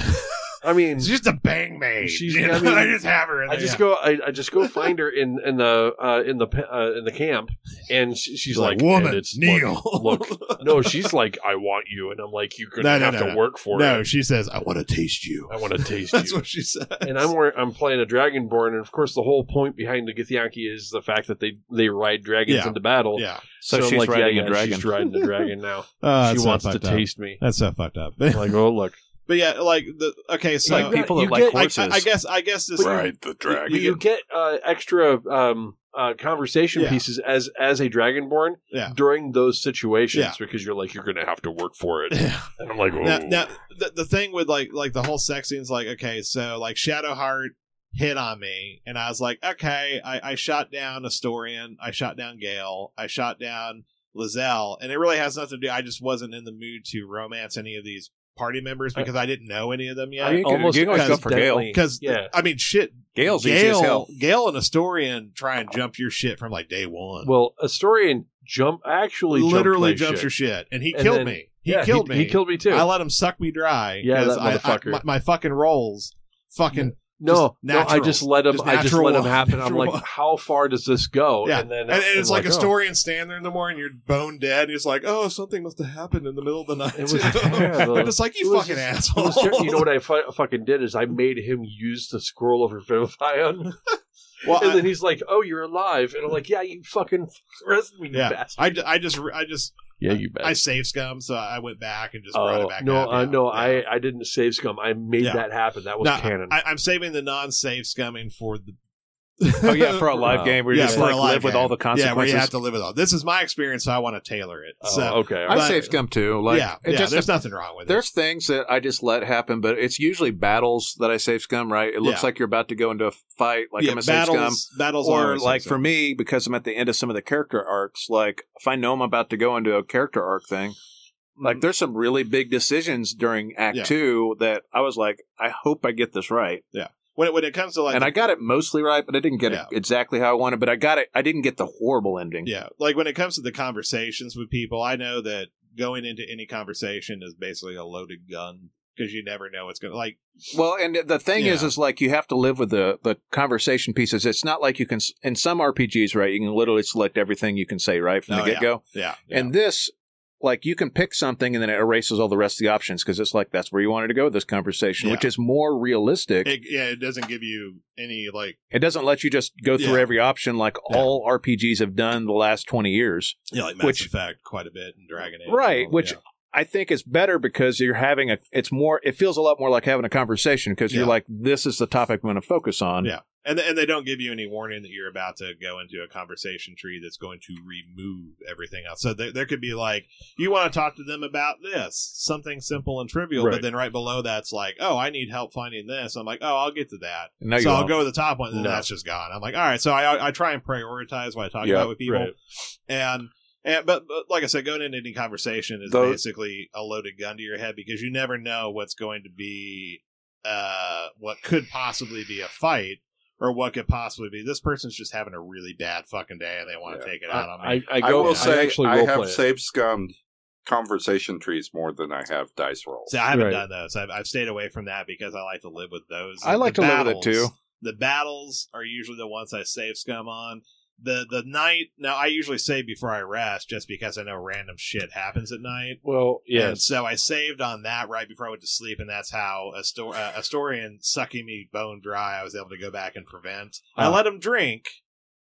I mean,
It's just a bang maid.
She's-
you know?
I mean,
I just have her. In
I
there,
just
yeah.
go. I, I just go find her in in the uh, in the pe- uh, in the camp, and she, she's like, and it's, Look, look, no, she's like, I want you, and I'm like, you're gonna
No, no,
have
no,
to
no.
work for
no,
it.
she says, "I want to taste you."
I want to taste
That's
you.
what she says.
And I'm wearing, I'm playing a dragonborn, and of course, the whole point behind the Githyanki is the fact that they they ride dragons
Yeah.
into battle.
yeah.
so,
I'm
she's
like,
riding
yeah,
a
yeah,
dragon.
She's riding a dragon now.
Uh,
she
that's so
wants to
fucked up.
taste me.
That's so fucked up.
I'm like, oh look,
But yeah, like the okay, so
like people that
you
like
get-
I,
horses.
I, I guess I guess this
Ride the dragon.
you, you get uh, extra um, uh, conversation
Yeah.
pieces as as a dragonborn
Yeah.
during those situations
Yeah.
because you're like you're gonna have to work for it
Yeah.
and i'm like oh
now, now the, the thing with like like the whole sex scene's like okay, so like Shadowheart hit on me, and I was like, okay, I, I shot down Astorian, I shot down Gale, I shot down Lizelle, and it really has nothing to do. I just wasn't in the mood to romance any of these party
Uh,
members because I didn't know any of them
Oh, you
yet.
can- you can always go for
accidentally-
Because
yeah
I mean, shit,
Gail's easy as
Gale,
hell.
Gale and Astorian try and jump your shit from like day one.
well astorian jump actually jumped
literally
my
jumps your
shit.
shit, and he
And
killed
then-
me. He
Yeah,
killed me.
he killed me too
I let him suck me dry.
Yeah,
'cause
that
I- I-
motherfucker.
my, my fucking rolls, fucking.
no
just natural.
no i just let him
Just
i just
natural-
let him happen i'm
natural.
like how far does this go
Yeah.
and then
And, and it's like, a
oh.
story and stand there in the morning, you're bone dead. And it's like, oh, something must have happened in the middle of the night.
It was terrible.
I'm just like, you
It was
fucking
just- it
asshole.
was ter- you know what I fu- fucking did is I made him use the scroll of Revivion.
well,
and
I,
then he's like, "Oh, you're alive," and I'm like, "Yeah, you fucking arrested me, you
Yeah.
bastard."
I, ju- I just, I just,
yeah, you
I saved scum, so I went back and just brought
Oh
it back.
no,
up,
uh,
yeah.
no,
Yeah.
I I didn't save scum. I made
Yeah.
that happen. That was
No,
canon.
I, I'm saving the non-save scumming for the.
Oh yeah, for a live
Wow.
game where you
Yeah,
just
for a
like
live
live with
game.
all the
yeah, where
consequences.
you have to live with all. This is my experience, so I want to tailor it.
oh,
so
okay,
I
but-
save scum too. Like
yeah,
it
yeah,
just
there's nothing wrong with it.
There's things that I just let happen, but it's usually battles that I save scum, right? It looks
Yeah.
like you're about to go into a fight, like
yeah,
I'm a save scum.
battles, battles,
Or
are
like for me, because I'm at the end of some of the character arcs, like if I know I'm about to go into a character arc thing, like there's some really big decisions during Act
Mm. Yeah.
Two that I was like, I hope I get this right.
when it, when it comes to like
and I got it mostly right, but I didn't get
Yeah.
it exactly how I wanted, but I got it I didn't get the horrible ending.
yeah, like when it comes to the conversations with people, I know that going into any conversation is basically a loaded gun because you never know what's going to like.
Well, and the thing is,
Yeah.
is like you have to live with the the conversation pieces. It's not like you can in some RPGs, right? You can literally select everything you can say right from
Oh,
the get go.
Yeah,
And this, like, you can pick something and then it erases all the rest of the options because it's like that's where you wanted to go with this conversation,
Yeah.
which is more realistic.
yeah.
It,
It, yeah, it doesn't give you any like
doesn't let you just go through
Yeah.
every option like
Yeah.
all RPGs have done the last twenty years.
yeah, like Mass
Which-
Effect quite a bit in Dragon Age,
Right,
Yeah.
which- I think it's better because you're having a. It's more. It feels a lot more like having a conversation because
Yeah.
you're like, this is the topic I'm going to focus on.
Yeah. and and they don't give you any warning that you're about to go into a conversation tree that's going to remove everything else. So there, there could be like you want to talk to them about this, something simple and trivial, but
Right.
then right below that's like, oh, I need help finding this. I'm like, oh, I'll get to that.
And now you
so I'll
won't.
go to the top one, and then
No.
that's just gone. I'm like, all right. So I I try and prioritize what I talk
Yeah,
about with people,
right.
and and but, but like I said, going into any conversation is
Those-
basically a loaded gun to your head because you never know what's going to be, uh, what could possibly be a fight or what could possibly be. This person's just having a really bad fucking day and they want to
Yeah.
take it out on me.
I, I,
I,
go,
will say I,
actually role play
have
it.
saved scummed conversation trees more than I have dice rolls.
See, I haven't
Right.
done those. I've, I've stayed away from that because I like to live with those.
I like
The
to live with it,
battles-
too.
The battles are usually the ones I save scum on. The the night now I usually save before I rest just because I know random shit happens at night.
Well, yeah,
And so I saved on that right before I went to sleep, and that's how a sto- uh, Astorian sucking me bone dry, I was able to go back and prevent. I
Ah.
let him drink,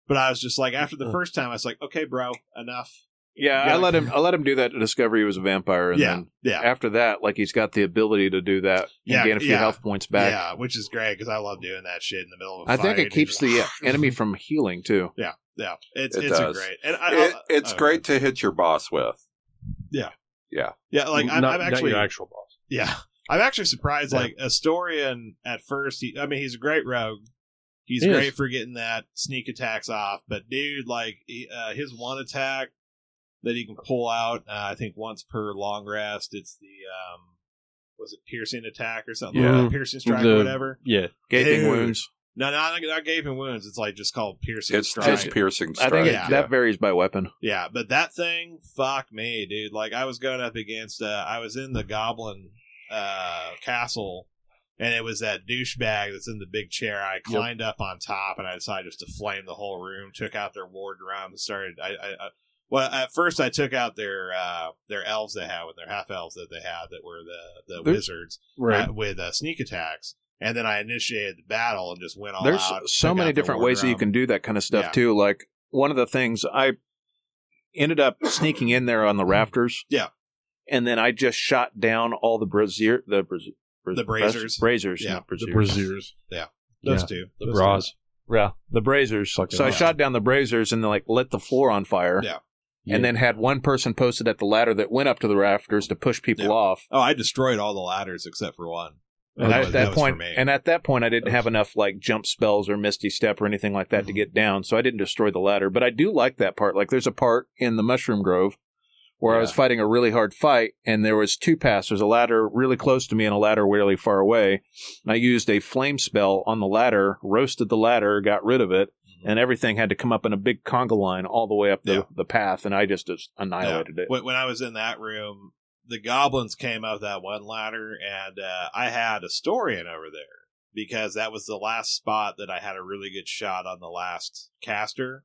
but I was just like, after the
Mm.
first time, I was like, okay, bro, enough.
Yeah,
Yeah.
I let him. I let him do that to discover he was a vampire, and
yeah,
then
yeah.
after that, like he's got the ability to do that and
Yeah,
gain a few
yeah.
health points back.
Yeah, which is great because I love doing that shit in the middle of. a
I think
fight
it
and
keeps
just-
the uh, enemy from healing too.
Yeah, it's
It
it's a
does.
great and I,
It,
I'll-
it's
oh,
great to hit your boss with.
Yeah, like I'm,
not,
I'm
not
actually
your actual boss.
yeah, I'm actually surprised.
Yeah.
Like Astorian at first, he I mean he's a great rogue. He's
He is.
great for getting that sneak attacks off, but dude, like he, uh, his one attack that he can pull out. Uh, I think once per long rest, it's the um, was it piercing attack or something?
Yeah.
like that? piercing strike
The-
or whatever.
Yeah.
Gaping
Dude.
wounds.
No, no, not, not gaping wounds. It's like just called piercing
It's
strike.
just piercing
I
strike.
think it,
Yeah.
that varies by weapon.
Yeah, but that thing, fuck me, dude. Like I was going up against, uh, I was in the Goblin uh, Castle, and it was that douchebag that's in the big chair. I climbed up on top, and I decided just to flame the whole room. Took out their war drum and started. I, I, I well, at first I took out their uh, their elves they had, with their half elves that they had that were the the
There's-
wizards
Right.
uh, with uh, sneak attacks, and then I initiated the battle and just went all
There's
out.
so
took
many
out their
different
war
ways that you
drum.
can do that kind of stuff
Yeah.
too. Like one of the things I ended up sneaking in there on the rafters.
Mm-hmm. Yeah.
And then I just shot down all the brazier the brazier,
The brazers.
brazers,
Yeah.
not braziers.
braziers.
Those
Yeah.
two,
The
Those
bras. Yeah.
the brazers.
Fucking
so I
hell.
shot down the brazers and then like lit the floor on fire.
Yeah.
And then had one person posted at the ladder that went up to the rafters to push people
Yeah.
off.
Oh, I destroyed all the ladders except for one.
And at
That was-
that,
was for
point,
me.
and at that point, I didn't have enough like jump spells or misty step or anything like
Mm-hmm.
that to get down, so I didn't destroy the ladder. But I do like that part. Like, there's a part in the Mushroom Grove where I was
Yeah.
fighting a really hard fight, and there was two paths. There's a ladder really close to me and a ladder really far away. And I used a flame spell on the ladder, roasted the ladder, got rid of it, and everything had to come up in a big conga line all the way up the,
Mm-hmm. Yeah.
the path, and I just, just annihilated it.
when, when I was in that room, the goblins came up that one ladder, and uh, I had a Storian over there because that was the last spot that I had a really good shot on the last caster.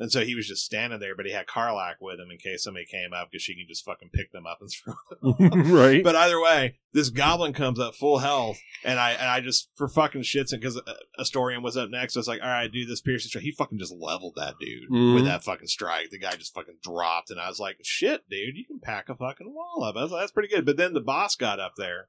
And so he was just standing there, but he had Carlac with him in case somebody came up because she can just fucking pick them up and throw
right.
But either way, this goblin comes up full health, and I and I just for fucking shits and because Astorian was up next, I was like, all right, do this piercing strike. He fucking just leveled that dude
Mhm.
with that fucking strike. The guy just fucking dropped, and I was like, shit, dude, you can pack a fucking wall up. I was like, that's pretty good. But then the boss got up there,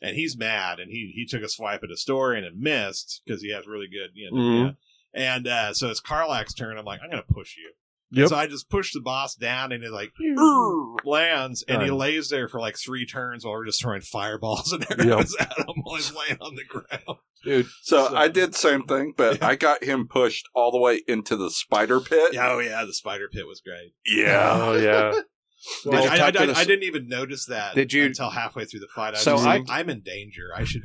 and he's mad, and he he took a swipe at Astorian and missed because he has really good, you know.
Mhm.
yeah. And uh, so it's Carlax's turn. I'm like, I'm gonna push you.
Yep.
So I just push the boss down, and it like "Urgh," lands, and he
Done.
lays there for like three turns while we're just throwing fireballs and
Yep.
arrows at him while he's laying on the ground.
So,
So-
I did same thing, but I got him pushed all the way into the spider pit.
Yeah, oh yeah, the spider pit was great.
Yeah.
Oh yeah.
Did you
I, I,
talk to
I-
the-
I didn't even notice that.
Did you-
until halfway through the fight? I was
So
just
I-
like, I'm in danger. I should.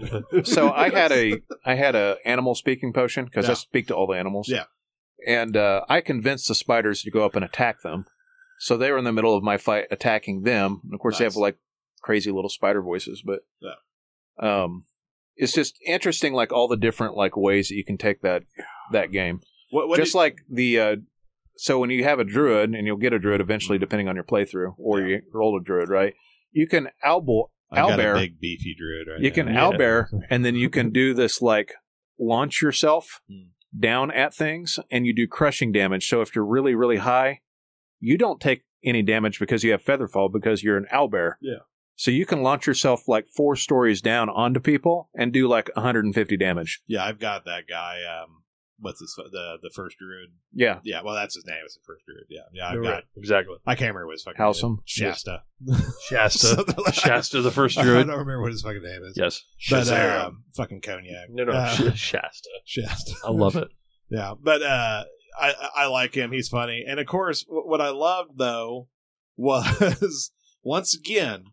so I had a I had a animal speaking potion because I
Yeah.
speak to all the animals.
Yeah.
and uh, I convinced the spiders to go up and attack them. So they were in the middle of my fight attacking them. And of course, they have
Nice.
like crazy little spider voices, but
Yeah.
um, it's just interesting, like all the different like ways that you can take that that game.
What, what
just
did,
like the uh, so when you have a druid and you'll get a druid
Mm-hmm.
eventually, depending on your playthrough or you roll a druid, right? You can albo
I've got a
owlbear-
big beefy druid. Right
you can
now.
Yeah.
owlbear, and then you can do this like launch yourself
Hmm.
down at things, and you do crushing damage. So if you're really, really high, you don't take any damage because you have feather fall because you're an owlbear.
Yeah.
So you can launch yourself like four stories down onto people and do like 150 damage.
Yeah, I've got that guy. Um, what's his the the first druid?
Yeah.
Yeah, well, that's his name. It's the first druid. Yeah, yeah, I've
You're
got.
right. Exactly.
I can't remember what his fucking name.
Halsum.
is. Shasta.
Shasta.
Something like-
Shasta the first
I don't
druid.
remember what his fucking name is.
Yes.
But
Shazam.
um, fucking cognac.
no, no.
Uh,
Sh- Shasta.
Shasta.
I love it.
Yeah, but uh, I I like him. He's funny, and of course, wh- what I loved though was once again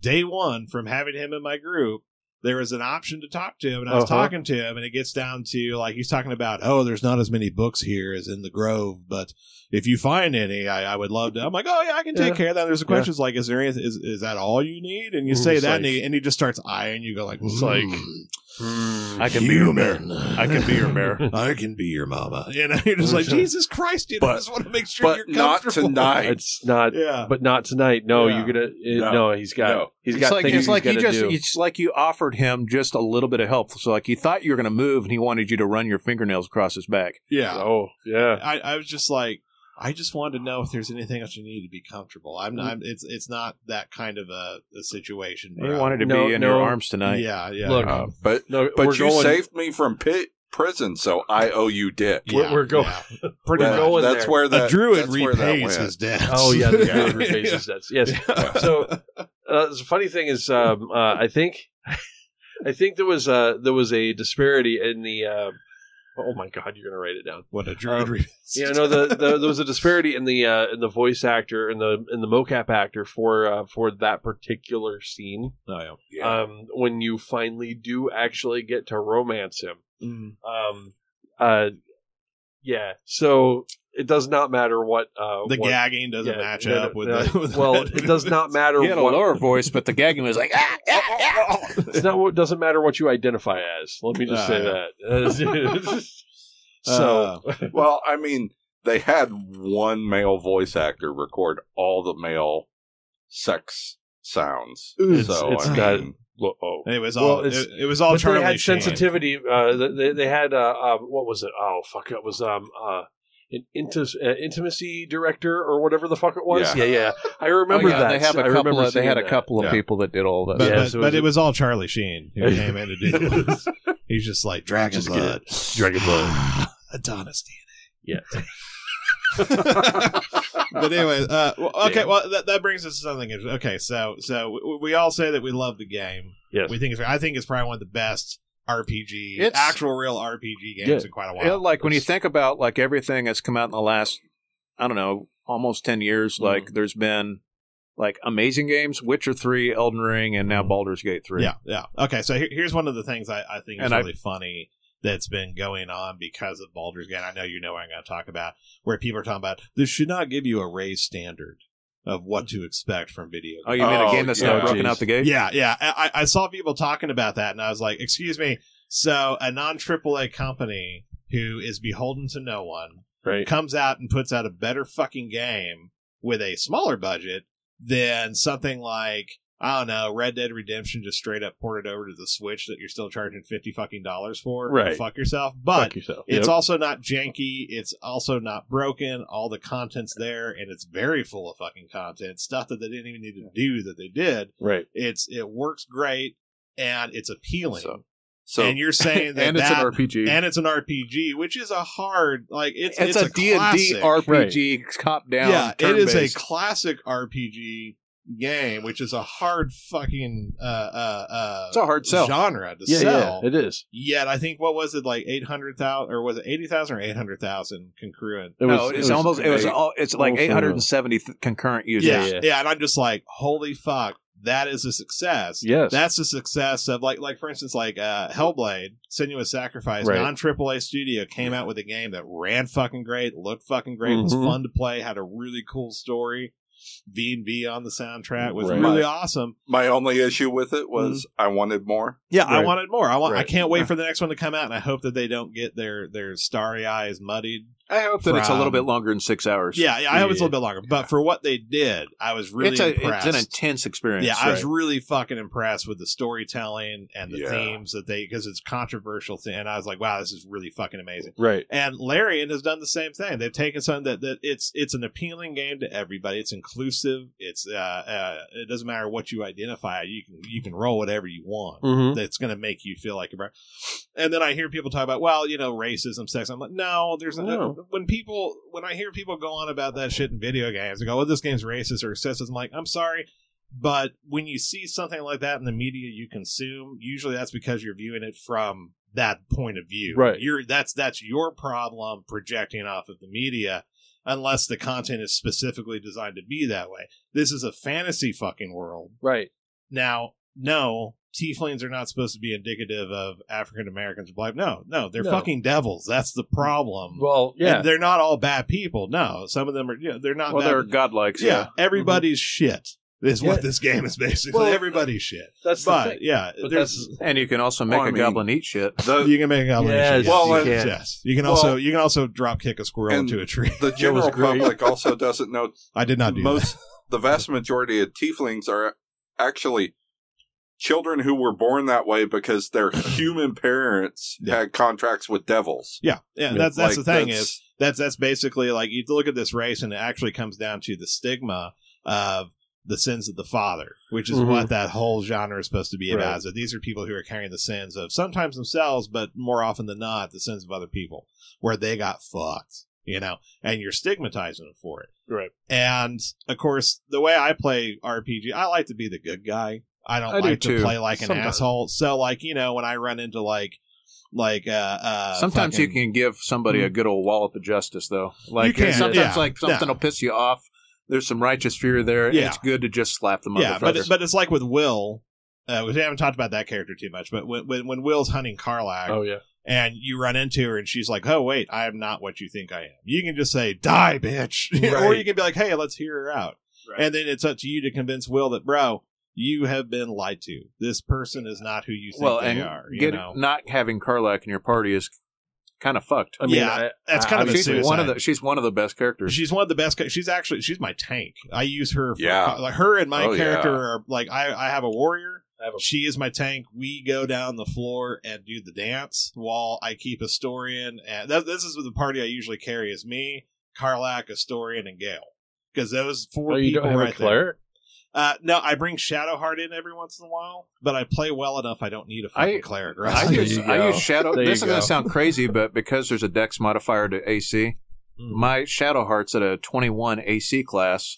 day one from having him in my group. There was an option to talk to him, and I was
Uh-huh.
talking to him, and it gets down to like he's talking about, oh, there's not as many books here as in the Grove, but if you find any, I, I would love to. I'm like, oh yeah, I can take
Yeah.
care of that. There's a question it's like, is there any, is is that all you need? And you
Ooh,
say
it's
that, and
like-
he, and he just starts eyeing you, go like,
It's like-
"Hmm."
I can be your mayor.
I
can be your mayor.
I can be your mama. You know, you're just like, Jesus Christ, dude, I
But-
just want to make sure
but
you're
not
comfortable.
tonight.
It's not.
Yeah.
But not tonight. No,
Yeah.
you're gonna. It, no.
No.
he's got.
No.
He's
it's
got
like
things
it's like
he's
you
gotta
just
do.
it's like you offered him just a little bit of help. So like you thought you were going to move, and he wanted you to run your fingernails across his back.
yeah.
oh yeah.
I, I was just like, I just wanted to know if there's anything else you need to be comfortable. I'm not, I'm, it's, it's not that kind of a, a situation.
He
bro.
wanted to
No,
be in
no.
your arms tonight.
yeah, yeah.
Look,
Uh, but
No,
but
we're
you
going.
saved me from pit prison, so I owe you dick.
yeah,
we're- we're going-
yeah.
pretty
That-
going
that's
there.
where the
a druid
that's where that
repays
went.
his debt.
Oh yeah, the
Yeah.
favorite faces. That's yes. So uh, the funny thing is, um, uh, I think, I think there was uh, there was a disparity in the uh, Oh my god, you're gonna write it down.
What a druid revisit.
Yeah, no, the, the there was a disparity in the uh, in the voice actor and the in the mocap actor for uh, for that particular scene.
Oh, yeah.
Yeah.
Um, when you finally do actually get to romance him,
Mm.
um, uh, yeah. So it does not matter what uh,
The
what,
gagging doesn't
yeah,
match
no,
up with
no,
the. With
well,
the-
it does not matter.
He had a
what,
lower voice, but the gagging was like, ah,
Oh,
ah, ah.
It's not what doesn't matter what you identify as. Let me just
Ah,
say
yeah.
that. so
Uh,
well, I mean, they had one male voice actor record all the male sex sounds.
It's-
so
it's
I
got-
mean,
lo- oh.
and it was
Well,
all.
it's-
it, it was all
But
Charlie
they had
Sheen.
sensitivity. Uh, they, they had uh, uh, what was it? Oh fuck! It was um uh, an inti- uh, intimacy director or whatever the fuck it was. Yeah, yeah. I remember
Oh, yeah,
that.
They have a
I
couple.
remember
Of, they
seeing
had a
that.
couple of
Yeah.
people that did all that.
But,
Yeah,
but,
so it
but
was-
it was all Charlie Sheen who came in to do this. He's just like dragon
Just get
blood,
Dragon blood.
Adonis
Yeah.
DNA. but anyway, uh, well, okay.
Yeah.
Well, that, that brings us to something. interesting. Okay, so so we, we all say that we love the game.
Yes.
we think it's, I think it's probably one of the best RPG,
It's-
actual real RPG games
Yeah.
in quite a
Yeah,
while.
like when you think about like everything that's come out in the last, I don't know, almost ten years. Like there's been like amazing games, Witcher three, Elden Ring, and now Baldur's Gate three.
Yeah, yeah. Okay, so here, here's one of the things I, I think is
And I-
really funny that's been going on because of Baldur's Gate. I know you know what I'm going to talk about, where people are talking about this should not give you a raised standard of what to expect from video.
Oh, you mean a
Oh,
game that's
yeah.
not broken out the gate?
Yeah, yeah. I, I I saw people talking about that, and I was like, "Excuse me." So, a non AAA company who is beholden to no one
Right.
comes out and puts out a better fucking game with a smaller budget than something like I don't know, Red Dead Redemption just straight up ported over to the Switch that you're still charging fifty fucking dollars for.
Right.
Fuck yourself. But
Fuck yourself.
it's
Yep.
also not janky. It's also not broken. All the content's there, and it's very full of fucking content stuff that they didn't even need to do that they did.
right.
It's it works great and it's appealing.
So-
so
and you're saying that
and it's
that-
an RPG.
and it's an RPG, which is a hard like it's
It's, a D and
classic.
D RPG top down.
Yeah, it is a classic RPG game, which is a hard fucking uh uh uh
It's a hard sell.
genre to
Yeah,
sell.
yeah. It is.
Yet I think what was it like eight hundred thousand or was it eighty thousand or eight hundred thousand concurrent?
It
no, it's almost. It was. All, it's like
almost a-
870 th- concurrent users.
yeah,
yeah.
yeah, And I'm just like, holy fuck, that is a success.
Yes.
That's the success of like like for instance like uh Hellblade, Sinuous Sacrifice,
Right.
non AAA studio came out with a game that ran fucking great, looked fucking great, was
Mhm.
fun to play, had a really cool story. V and V on the soundtrack was
Right.
really awesome.
my only issue with
Mm-hmm.
it was I wanted more.
Yeah, I
Right.
wanted more. I want. I
Right.
can't wait for the next one to come out, and I hope that they don't get their their starry eyes muddied.
I hope that it's a little
From-
bit longer than six hours.
Yeah, yeah. I hope it's a little bit longer, but for what they did, I was really
it's a.
impressed.
It's an intense experience.
Yeah, I was really fucking impressed with the storytelling and the
Yeah.
themes that they because it's controversial thing, and I was like, wow, this is really fucking amazing.
right.
And Larian has done the same thing. They've taken something that, that it's it's an appealing game to everybody. It's inclusive. It's uh, uh it doesn't matter what you identify. You can you can roll whatever you want
Mm-hmm.
that's going to make you feel like a bro. And then I hear people talk about, well, you know, racism, sex. I'm like, no, there's no.
No.
When people, when I hear people go on about that shit in video games, they go, well, this game's racist or sexist. I'm like, I'm sorry. But when you see something like that in the media you consume, usually that's because you're viewing it from that point of view.
Right.
You're that's that's your problem projecting off of the media unless the content is specifically designed to be that way. This is a fantasy fucking world.
Right.
Now, no, tieflings are not supposed to be indicative of African Americans or black. No, no, they're
No.
fucking devils. That's the problem.
Well, yeah.
And they're not all bad people. No, some of them are. You know, they're not.
Well,
bad.
they're godlike.
yeah, everybody's shit is
Yeah.
what this game is basically.
Well,
everybody's shit.
that's
But
the thing.
yeah,
But
there's.
and you can also make
I
a
mean-
goblin eat
uh,
shit.
The
You can make a
Yes,
Well, you
can.
yes. You can also
Well-
you can also drop kick a squirrel
And-
into a tree.
the general
great.
public also doesn't know
I did not do that.
most the vast majority of tieflings are actually children who were born that way because their human parents
Yeah.
had contracts with devils.
Yeah, yeah. That's that's
Like,
the thing is that's that's basically like you look at this race and it actually comes down to the stigma of the sins of the father which is
Mhm.
Mm-hmm.
what that whole genre is supposed to be about
Right.
is that these are people who are carrying the sins of sometimes themselves but more often than not the sins of other people where they got fucked you know and you're stigmatizing them for it
Right.
and of course the way i play rpg i like to be the good guy i don't
I do
like to
too,
play like an
sometimes.
asshole so like you know when i run into like Like uh, uh
sometimes you
fucking-
can give somebody a good old wallop of justice, though. Like
Mm-hmm. can,
sometimes,
yeah.
like something
Yeah.
will piss you off. There's some righteous fear there. and
Yeah.
it's good to just slap the motherfucker.
yeah, but it- but it's like with Will. Uh, we haven't talked about that character too much, but when when, when Will's hunting Carlac
Oh yeah.
and you run into her and she's like, "Oh wait, I am not what you think I am." You can just say, "Die, bitch," or
Right.
you can be like, "Hey, let's hear her out,"
Right.
and then it's up to you to convince Will that, bro, you have been lied to. This person is not who you think
well,
they
and
are. You
get,
know,
not having Carlac in your party is kind of fucked.
I mean,
Yeah,
I-
that's
I-
kind of a
she's
suicide.
one of the she's one of the best characters.
She's one of the best. ca- She's actually she's my tank. I use her. For,
Yeah.
like her and my
Oh,
character
yeah.
are like I. I have a warrior.
I have a-
She is my tank. We go down the floor and do the dance while I keep Astorian. And th- this is the party I usually carry: is me, Carlac, Astorian, and Gale. Because those four
Oh, you
people
don't have a
right there-
cleric?
Uh, no, I bring Shadowheart in every once in a while, but I play well enough. I don't need a fucking
I-
cleric. Right?
I
There
use,
you
I
go.
use shadow.
There
this
you
is going
go.
to sound crazy, but because there's a dex modifier to AC,
Hmm.
my shadow heart's at a 21 AC class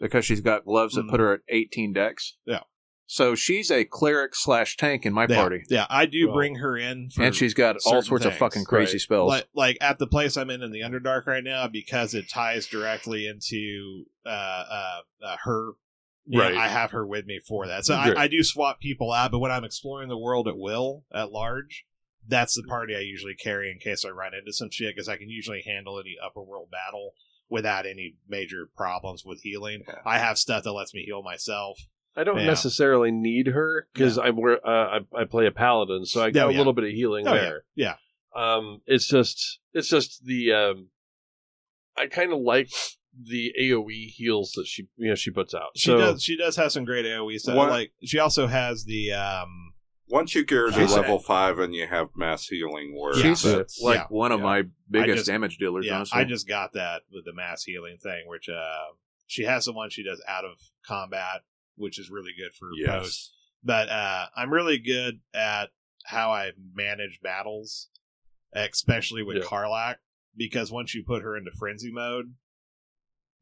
because she's got gloves that
Mm.
put her at 18 dex.
Yeah.
So she's a cleric slash tank in my
yeah,
party,
Yeah, I do
Well,
bring her in, for,
and she's got all
certain
sorts of
things,
fucking crazy
right.
spells.
like, like at the place I'm in in the Underdark right now because it ties directly into uh, uh, uh, her. you know,
Right.
I have her with me for that, so
Good.
I, I do swap people out. But when I'm exploring the world at will, at large, that's the party I usually carry in case I run into some shit because I can usually handle any upper world battle without any major problems with healing.
Yeah.
I have stuff that lets me heal myself.
I don't
Yeah.
necessarily need her because I'm where uh, I, I play a paladin, so I got
Oh,
a
yeah.
little bit of healing
Oh, yeah.
there.
Yeah.
Um, it's just it's just the um, I kind of like the AOE heals that she you know she puts out.
She
so
does. She does have some great AOE stuff.
What-
Like she also has the um,
Once you get to
She's-
level five and you have mass healing, where
Yeah.
she's uh,
That's-
like
yeah,
one of
yeah.
my biggest
just-
damage dealers.
yeah,
honestly.
I just got that with the mass healing thing, which uh, she has the one she does out of combat, which is really good for post.
yes,
But uh, I'm really good at how I manage battles, especially with
Yeah.
Karlak, because once you put her into frenzy mode,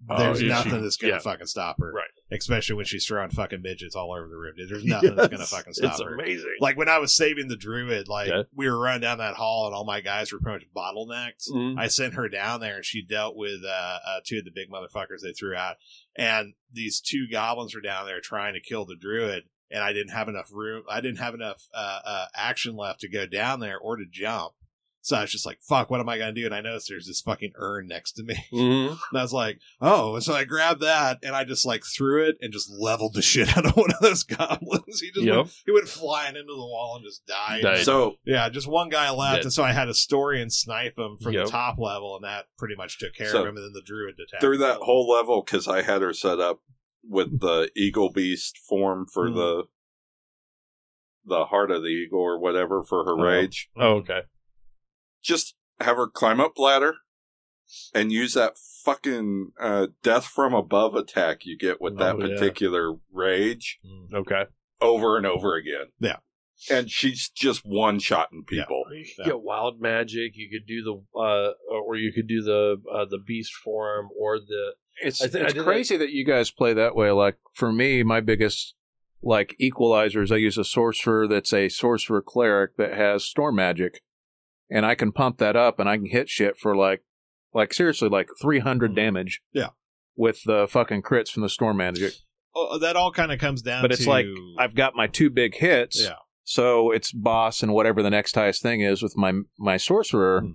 Oh,
there's
yeah,
nothing
she-
that's gonna
yeah.
fucking stop her.
Right.
Especially when she's throwing fucking midgets all over the room. dude. There's nothing that's gonna
Yes.
fucking stop
It's
her
amazing.
like when I was saving the druid, like
Yeah.
we were running down that hall and all my guys were pretty much bottlenecked.
Mhm.
I sent her down there and she dealt with uh, uh, two of the big motherfuckers they threw out. And these two goblins were down there trying to kill the druid. And I didn't have enough room. I didn't have enough uh, uh, action left to go down there or to jump. So I was just like, fuck, what am I going to do? And I noticed there's this fucking urn next to me.
Mhm.
And I was like, oh. And so I grabbed that and I just like threw it and just leveled the shit out of one of those goblins. He just
Yep.
went, he went flying into the wall and just died.
Died. Right.
so
Yeah, just one guy left,
Dead.
and so I had a story and snipe him from
Yep.
the top level, and that pretty much took care
So,
of him. And then the druid attacked
through that
him.
whole level because I had her set up with the eagle beast form for
Mhm.
the the heart of the eagle or whatever for her
Oh.
rage.
Oh, okay.
Just have her climb up ladder and use that fucking uh, death from above attack you get with that
Oh, yeah.
particular rage
Mm.
Okay.
over and over again.
Yeah.
and she's just one shotting
Yeah.
people.
You could
Yeah.
get wild magic. You could do the uh, or you could do the uh, the beast form or the
It's
I thi- I
it's
did that-
crazy that you guys play that way. Like for me, my biggest like equalizer is I use a sorcerer that's a sorcerer cleric that has storm magic, and I can pump that up and I can hit shit for like like seriously like three
Mm-hmm.
Mhm.
damage.
Yeah.
With the fucking crits from the storm magic,
Oh, that all kind of comes down.
but it's
to-
like I've got my two big hits,
Yeah.
so it's boss and whatever the next highest thing is with my my sorcerer
Hmm.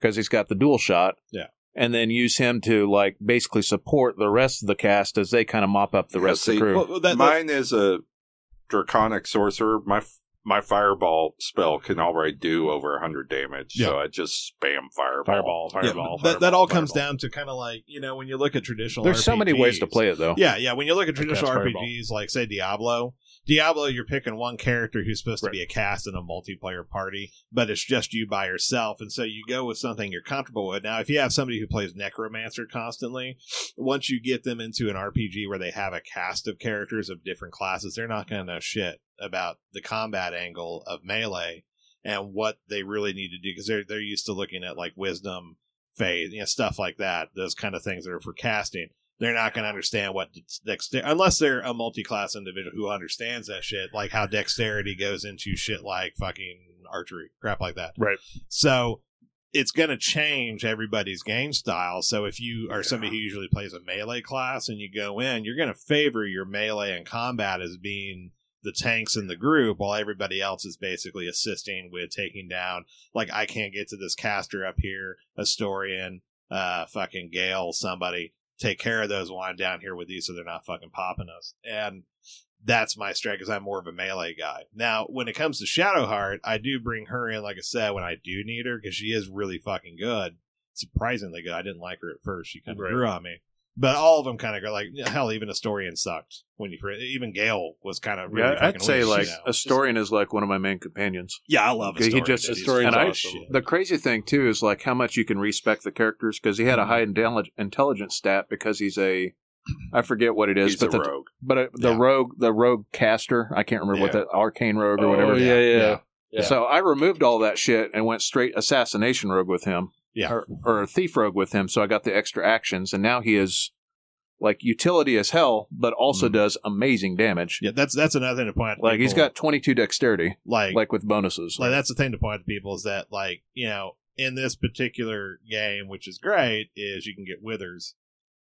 because he's got the dual shot.
Yeah.
And then use him to like basically support the rest of the cast as they kind of mop up the
Yeah,
rest of
see,
the crew.
Well, well, that, that-
Mine is a draconic sorcerer. My f- my fireball spell can already do over hundred damage, so I just spam fireball,
Fireball,
yeah,
fireball,
that, that all comes down to kind of like you know when you look at traditional.
There's so many ways to
RPGs,
play it though.
Yeah, yeah. When you look at traditional
Cast
RPGs
Fireball.
like say Diablo, Diablo, you're picking one character who's supposed to be a cast in a multiplayer party, but it's just you by yourself, and so you go with something you're comfortable with. Now, if you have somebody who plays Necromancer constantly, once you get them into an RPG where they have a cast of characters of different classes, they're not going to know shit about the combat angle of melee and what they really need to do because they're they're used to looking at like wisdom, faith, you know, stuff like that. Those kind of things that are for casting they're not going to understand what dex- dexterity unless they're a multi-class individual who understands that shit like how dexterity goes into shit like fucking archery, crap like that.
Right.
So it's going to change everybody's game style. So if you are somebody who usually plays a melee class and you go in, you're going to favor your melee and combat as being the tanks in the group while everybody else is basically assisting with taking down like I can't get to this caster up here, Astorian, uh fucking Gale, somebody take care of those while I'm down here with these so they're not fucking popping us. And that's my strike because I'm more of a melee guy. Now, when it comes to Shadowheart, I do bring her in, like I said, when I do need her because she is really fucking good, surprisingly good. I didn't like her at first; she kind of
Right.
grew on me. But all of them kind of go like hell. Even Astorian sucked when you even Gale was kind of really.
yeah, I'd
fucking
say
weak,
like
you know.
Astorian is like one of my main companions.
yeah, I love
He
Astorian.
just-
dude. He's
Astorian's
fucking
awesome.
shit.
The crazy thing too is like how much you can respect the characters because he had
Hmm.
a high intelli- intelligence stat because he's a I forget what it is,
He's a
but the
rogue.
but uh, the
Yeah.
rogue the rogue caster I can't remember what
Yeah.
that arcane rogue or
Oh,
whatever.
yeah, yeah.
Yeah.
yeah.
So I removed all that shit and went straight assassination rogue with him.
Yeah.
Or, or thief rogue with him. So I got the extra actions and now he is like utility as hell, but also
Mhm.
does amazing damage.
Yeah, that's that's another thing to point out. to
Like he's
people.
got 22 dexterity,
like
like with bonuses.
like that's the thing to point out to people is that like you know in this particular game which is great is you can get withers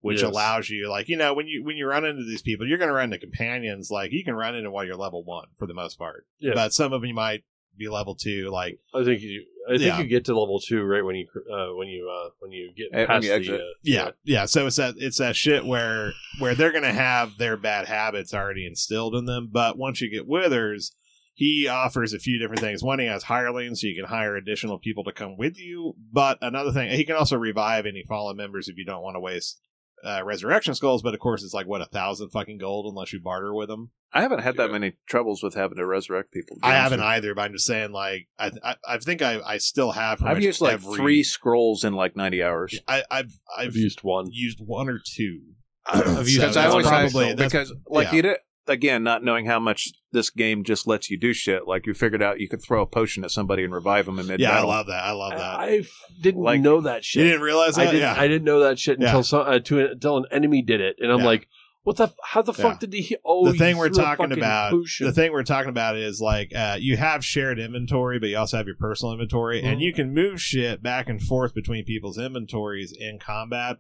which
Yes.
allows you like you know when you when you run into these people you're going to run into companions like you can run into while you're level one for the most part
Yeah.
but some of them you might be level two like
I think you. I think
Yeah.
you get to level two right when you cr- uh, when you uh, when you get
Eh, when
past
you exit.
the. Uh,
yeah yeah so it's that it's that shit where where they're going to have their bad habits already instilled in them but once you get withers he offers a few different things. One, he has hirelings, so you can hire additional people to come with you. But another thing, he can also revive any fallen members if you don't want to waste uh, resurrection skulls. But of course, it's like what a thousand fucking gold unless you barter with them.
I haven't had that
Yeah.
many troubles with having to resurrect people. to be
I
honest
haven't
with
either, but I'm just saying, like I I, I think I, I still have.
you.
pretty
I've
much
used like
every-
three scrolls in like 90 hours.
I, I've
I've
I've
used one.
used one or two.
I've used
So
because I
that's
always
probably-
I,
that's-
because like
yeah.
you did again, not knowing how much this game just lets you do shit. Like you figured out you could throw a potion at somebody and revive them in mid
yeah, I
battle.
love that. I love
I,
that.
I f- didn't
Like-
know that
you
shit.
didn't realize
I
that.
didn't.
yeah.
I didn't know that shit
Yeah.
until some, uh, to, until an enemy did it, and I'm
Yeah.
like, "What the? F- how the fuck
Yeah.
did he? Oh,
The
he
thing we're
threw a
talking
fucking
about-
potion.
the thing we're talking about is like uh, you have shared inventory, but you also have your personal inventory,
Mm-hmm.
and you can move shit back and forth between people's inventories in combat.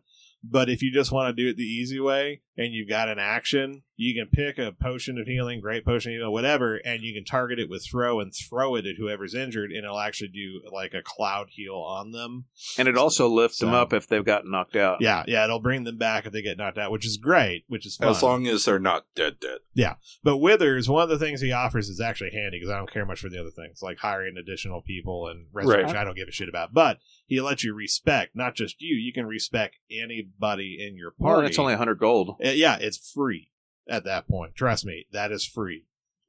But if you just want to do it the easy way and you've got an action, you can pick a potion of healing, great potion, you know, whatever, and you can target it with throw and throw it at whoever's injured, and it'll actually do like a cloud heal on them.
And it also lifts them
So-
up if they've gotten knocked out.
Yeah, yeah, it'll bring them back if they get knocked out, which is great, which is fun.
As long as they're not dead, dead.
But Withers, one of the things he offers is actually handy because I don't care much for the other things, like hiring additional people and resurrection. I don't give a shit about. But he lets you respect not just you; you can respect anybody in your party.
Well, and it's only 100 gold.
Uh, yeah, it's free at that point. Trust me, that is free.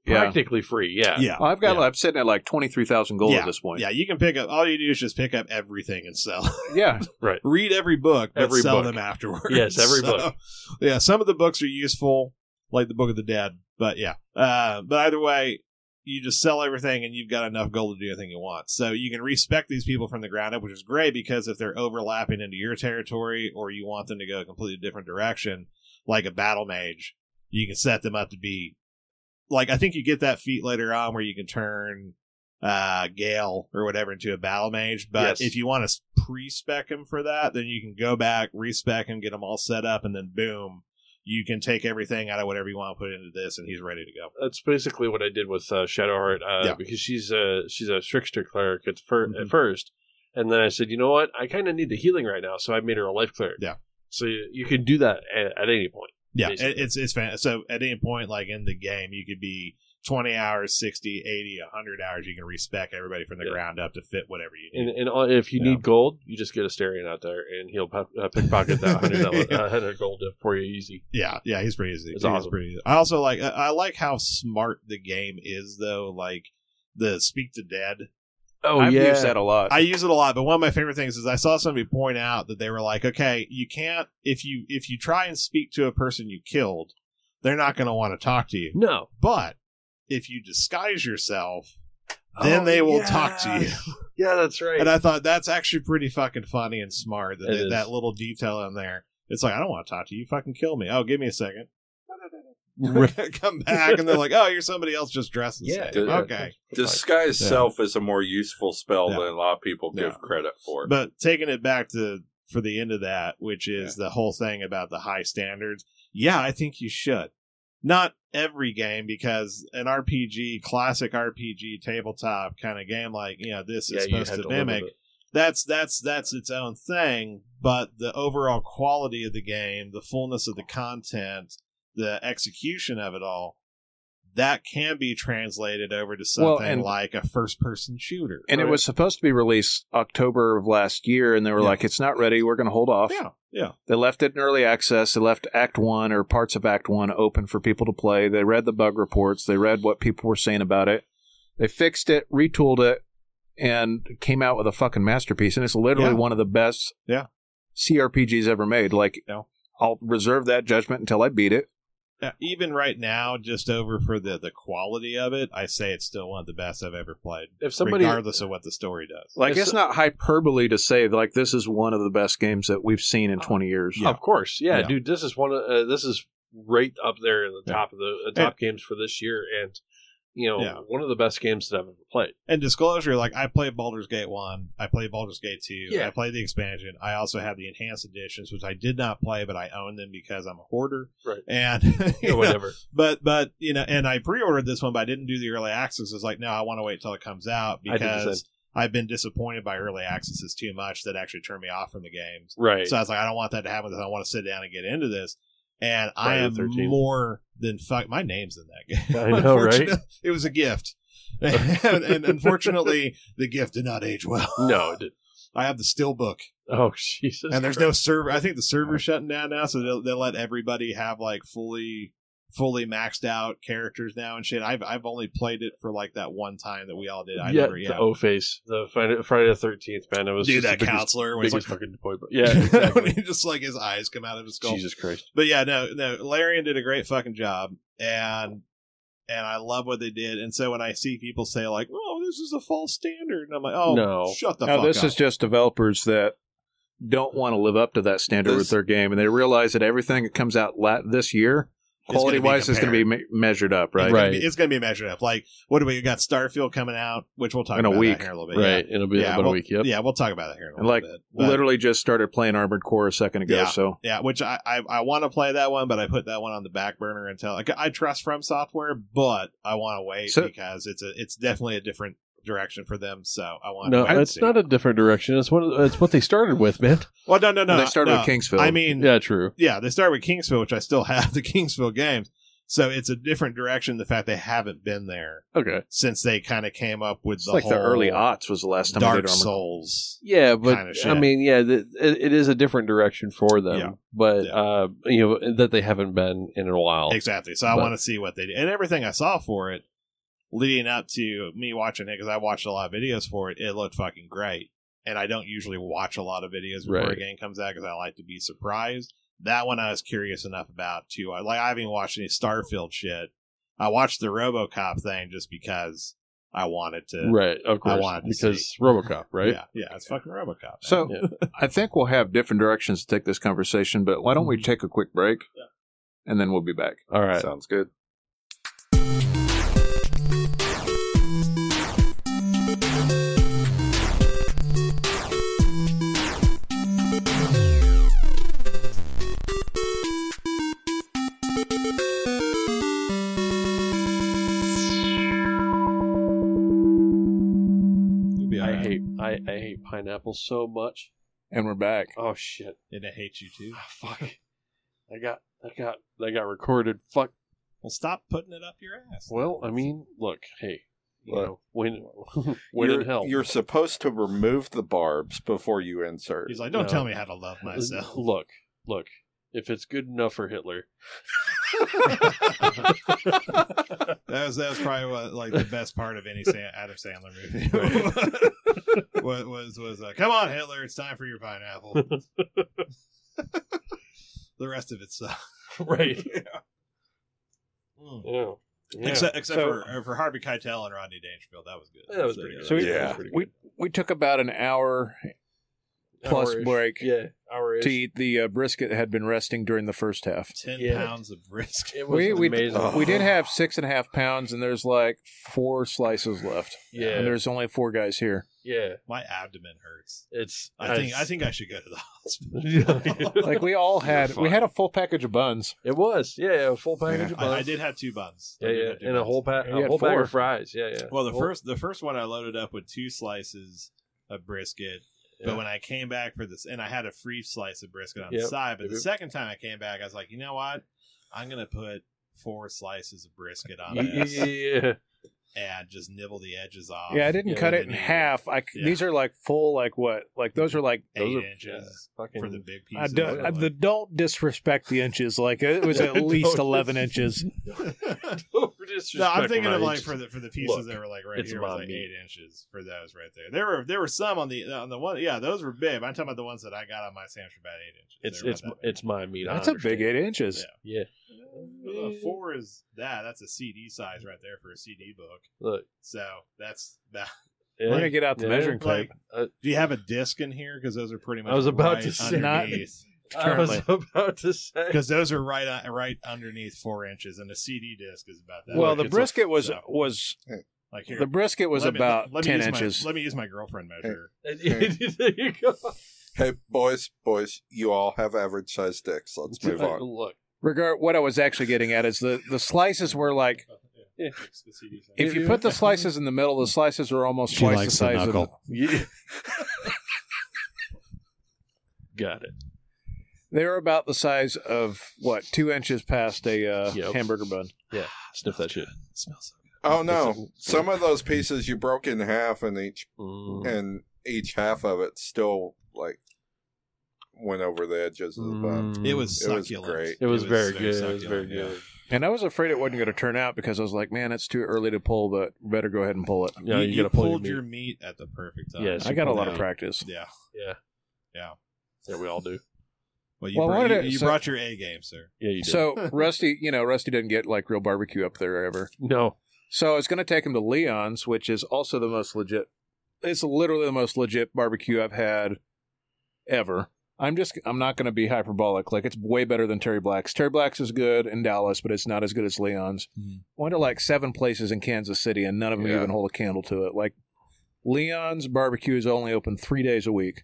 Yeah.
Practically free. Yeah.
Yeah,
Well, I've got
yeah.
I'm sitting at like 23,000 gold at this point.
yeah. You can pick up all you do is just pick up everything and sell.
Yeah.
read every book, but
Every
sell
book.
them afterwards.
Yes, every
So,
book.
Yeah, some of the books are useful, like the Book of the Dead. But yeah, uh, but either way, you just sell everything, and you've got enough gold to do anything you want. So you can respect these people from the ground up, which is great because if they're overlapping into your territory, or you want them to go a completely different direction, like a battle mage, you can set them up to be like I think you get that feat later on where you can turn uh Gale or whatever into a battle mage. But
Yes.
if you want to pre-spec him for that, then you can go back, respec him, get him all set up, and then boom, you can take everything out of whatever you want to put into this, and he's ready to go.
That's basically what I did with uh, Shadowheart uh,
Yeah.
because she's a she's a trickster cleric at, fir-
Mhm.
at first, and then I said, you know what, I kind of need the healing right now, so I made her a life cleric.
Yeah.
So you, you can do that at, at any point.
Yeah, it,
Basically.
it's it's fan- so at any point like in the game, you could be. 20 hours, 60, 80, 100 hours, you can respec everybody from the
Yeah.
ground up to fit whatever you need.
And, and all- if you
Yeah.
need gold, you just get a Starion out there, and he'll pop, uh, pickpocket that hundred dollar
Yeah.
uh, hundred gold for you easy.
Yeah, yeah, he's pretty easy.
It's
he's
awesome.
pretty easy. I also like I- I like how smart the game is though, like the speak to dead.
Oh
I've used that a lot.
I use it a lot, but one of my favorite things is I saw somebody point out that they were like, okay, you can't if you if you try and speak to a person you killed, they're not going to want to talk to you.
no.
But if you disguise yourself, then
Oh,
they will talk to you.
yes. Yeah, that's right.
And I thought that's actually pretty fucking funny and smart that
It
they-
is.
that little detail in there. It's like I don't want to talk to you. Fucking kill me. Oh, give me a second.
Right.
come back and they're like, oh, you're somebody else just dressed the
Yeah.
same.
Yeah.
Okay.
Disguise
Yeah.
self is a more useful spell
Yeah.
than a lot of people
Yeah.
give credit for.
But taking it back to for the end of that, which is the whole thing about the high standards. Yeah, I think you should. Not every game because an RPG, classic RPG tabletop kind of game like, you know, this is supposed to
live with
mimic.
it.
that's that's that's its own thing but the overall quality of the game the fullness of the content the execution of it all that can be translated over to something
Well, and-
like a first person shooter
And it
Or-
was supposed to be released October of last year, and they were
Yeah.
like, "It's not ready. We're going to hold off."
yeah yeah
They left it in early access. They left Act One or parts of Act One open for people to play. They read the bug reports. They read what people were saying about it. They fixed it, retooled it, and came out with a fucking masterpiece. And it's literally
Yeah.
one of the best
Yeah.
CRPGs ever made. Like,
Yeah.
I'll reserve that judgment until I beat it.
Uh, even right now just over for the the quality of it i say it's still one of the best i've ever played
If somebody,
regardless of what the story does
Like, it's,
It's-
not hyperbole to say like this is one of the best games that we've seen in
Uh,
twenty years.
of course, yeah,
Yeah.
dude, this is one of uh, this is right up there in the
Yeah.
top of the uh, top games for this year, and you know,
Yeah.
one of the best games that I've ever played.
and disclosure like i played baldur's gate 1 i played baldur's gate 2
Yeah.
i played the expansion i also have the enhanced editions which i did not play but i own them because i'm a hoarder
Right.
and
Or
you know,
whatever.
but but you know and i pre-ordered this one but i didn't do the early access it's like no i want to wait till it comes out
I did the
because i've been disappointed by early accesses too much that actually turned me off from the games
Right.
so I was like, I don't want that to happen. I want to sit down and get into this. And I
Friday
am
the 13th.
more than fuck. My name's in that game.
I know, right?
Unfortunately, It was a gift, and, and unfortunately, the gift did not age well.
no. It didn't.
I have the still book,
Oh Jesus.
and there's no server. I think the server's shutting down now, so they'll, they'll let everybody have like fully, fully maxed out characters now and shit. I've I've only played it for like that one time that we all did. I
yeah,
never, yeah.
the O face, the Friday, Friday the Thirteenth man. It was
Dude,
just
that
the biggest,
counselor was
biggest
like,
fucking disappointment. Yeah, exactly.
just like his eyes come out of his skull.
Jesus Christ.
But yeah, no, no, Larian did a great fucking job, and and I love what they did. And so when I see people say like, "Oh, this is a false standard," and I'm like, "Oh,
No.
shut the
Now,
fuck
this
up."
is just developers that don't want to live up to that standard with
This-
their game, and they realize that everything that comes out la- this year,
gonna be
quality wise, is going to be me- measured up, right?
Right.
It's gonna be- it's gonna be measured up. Like, what do we got? Starfield coming out, which we'll talk
In a
about that
week.
here in a little bit.
Right. It'll be
Yeah,
about
well,
a week.
Yeah.
Yep.
yeah, we'll talk about that here in a
And,
little
like,
bit. But-
Literally just started playing Armored Core a second ago,
Yeah.
so
yeah, which I, I I want to play that one, but I put that one on the back burner until like, I trust From Software, but I want to wait
So-
because it's a it's definitely a different direction for them. So I want
No,
to wait
it's not a different direction. It's what it's what they started with, man.
well, no, no, no.
they started
no.
with Kingsville.
I mean,
Yeah, true.
yeah, they start with Kingsville, which I still have the Kingsville games. So it's a different direction. The fact they haven't been there
Okay.
since they kind of came up with
it's
the
like
whole
the early aughts was the last time I
Dark
did Armored
Souls.
Yeah, but
Kinda
I
shit.
mean, yeah, th- it, it is a different direction for them.
Yeah.
But
Yeah.
uh, you know that they haven't been in a while.
Exactly. So I
But-
want to see what they do. And everything I saw for it leading up to me watching it, because I watched a lot of videos for it, it looked fucking great. And I don't usually watch a lot of videos before a
Right.
game comes out because I like to be surprised. That one I was curious enough about too. I, like I haven't even watched any Starfield shit. I watched the RoboCop thing just because I wanted to.
Right. Of
I
course.
wanted to
because
see.
RoboCop, right?
Yeah, yeah, it's fucking RoboCop. man.
So I think we'll have different directions to take this conversation, but why don't we take a quick break, and then we'll be back.
All right.
Sounds good.
You'll be
I
alright.
hate I, I hate pineapple so much.
And we're back.
Oh shit.
and I hate you too.
Ah, fuck. I got I got I got recorded. Fuck.
Well, stop putting it up your ass.
Well, I mean, look, hey, you
Look.
know, when when
you're,
in hell.
you're supposed to remove the barbs before you insert.
He's like, don't
No.
tell me how to love myself.
Uh, Look, look. If it's good enough for Hitler,
That was that was probably what, like the best part of any Sa- Adam Sandler movie. was was was uh, come on Hitler, it's time for your pineapple. the rest of it sucks.
right?
Mm.
Yeah. Yeah.
Except except
So-
for uh, for Harvey Keitel and Rodney Dangerfield, that was good.
Yeah, that was
So,
pretty good.
So we,
Yeah.
we we took about an hour Plus
Hour-ish.
break.
Yeah, hour
to eat the uh, brisket that had been resting during the first half.
Ten
Yeah.
pounds of brisket.
It was
We we,
amazing.
we did have six and a half pounds, and there's like four slices left.
Yeah.
and there's only four guys here.
yeah.
My abdomen hurts.
It's
I think I
it's-
think I should go to the hospital.
Like we all had,
You're
we
fine.
had a full package of buns.
it was. Yeah, yeah, a full package
Yeah.
of buns.
I, I did have two buns. I
Yeah,
did
yeah,
have two
and a
buns.
whole pack,
You
a
had
whole bag
four.
of fries. Yeah, yeah.
Well, the
Whole-
first the first one I loaded up with two slices of brisket.
Yeah.
But when I came back for this, and I had a free slice of brisket on the
Yep.
side. But the
Yep.
second time I came back, I was like, you know what? I'm gonna put four slices of brisket on
Yeah, yeah,
this
yeah, yeah.
and just nibble the edges off.
Yeah, I didn't
yeah,
cut
we
it in
did.
half. I c
Yeah.
these are like full, like what, like those are like
eight
those are.
inches
Fucking
for the big piece.
I
of
don't,
it,
I, the, don't disrespect the inches. Like it was at least
Don't
eleven
dis-
inches.
like-
no,
No, I'm thinking of like for the for the pieces
Look,
that were like right
it's
here was
about
like
me.
eight inches for those right there. There were there were some on the on the one yeah those were big. I'm talking about the ones that I got on my sandwich were about eight inches.
It's
They were
it's
about that
it's my meat. I
That's a big
understand.
eight inches.
Yeah.
big. Uh, four is that that's a CD size right there for a CD book.
Look.
So that's that.
We're gonna
Yeah.
get out the
Yeah.
measuring
Like,
tape.
Uh,
do you have a disc in here? Because those are pretty much.
I was about to
right
say-
Not-
underneath.
I was
currently.
about to say.
because those are right on, right underneath four inches, and a CD disc is about that.
Well,
Like,
the
it's a-
brisket was
so,
was
like here.
the brisket was
let me-
about
let me
ten
use my-
inches.
let me use my girlfriend measure.
there you go.
Hey, boys, boys, you all have average sized dicks. Let's move
Uh,
on.
Look,
Regard what I was actually getting at is the the slices were like
Yeah.
It's the CD size.
if you put the slices in the middle, the slices were almost twice the size of.
Yeah. got it.
They were about the size of what two inches past a uh,
Yep.
hamburger bun.
Sniff that shit.
smells so
Oh no, some of those pieces you broke in half, and each
Mm-hmm.
Mm.
and each half of it still like went over the edges of the bun.
Mm.
good. It Mm-hmm. was
It was
succulent.
great.
It was, very
so
good. It was very
succulent, yeah.
good.
And I was afraid it wasn't going to turn out because I was like, man, it's too early to pull, but better go ahead and pull it.
Yeah,
you,
you,
you
gotta pull
pulled your
your. meat.
meat. at the perfect time.
Yes.
I got a lot
Yeah.
of practice.
Yeah.
Yeah.
Yeah.
Yeah, we all do.
Well, you,
Well, I
brought,
wanted
you,
to-
you
so-
brought your A game, sir.
Yeah, you do.
So Rusty, you know, Rusty doesn't get like real barbecue up there ever.
no,
So I was going to take him to Leon's, which is also the most legit. It's literally the most legit barbecue I've had ever. I'm just I'm not going to be hyperbolic. Like it's way better than Terry Black's. Terry Black's is good in Dallas, but it's not as good as Leon's.
Mhm.
Went to like seven places in Kansas City, and none of them
Yeah.
even hold a candle to it. Like Leon's barbecue is only open three days a week.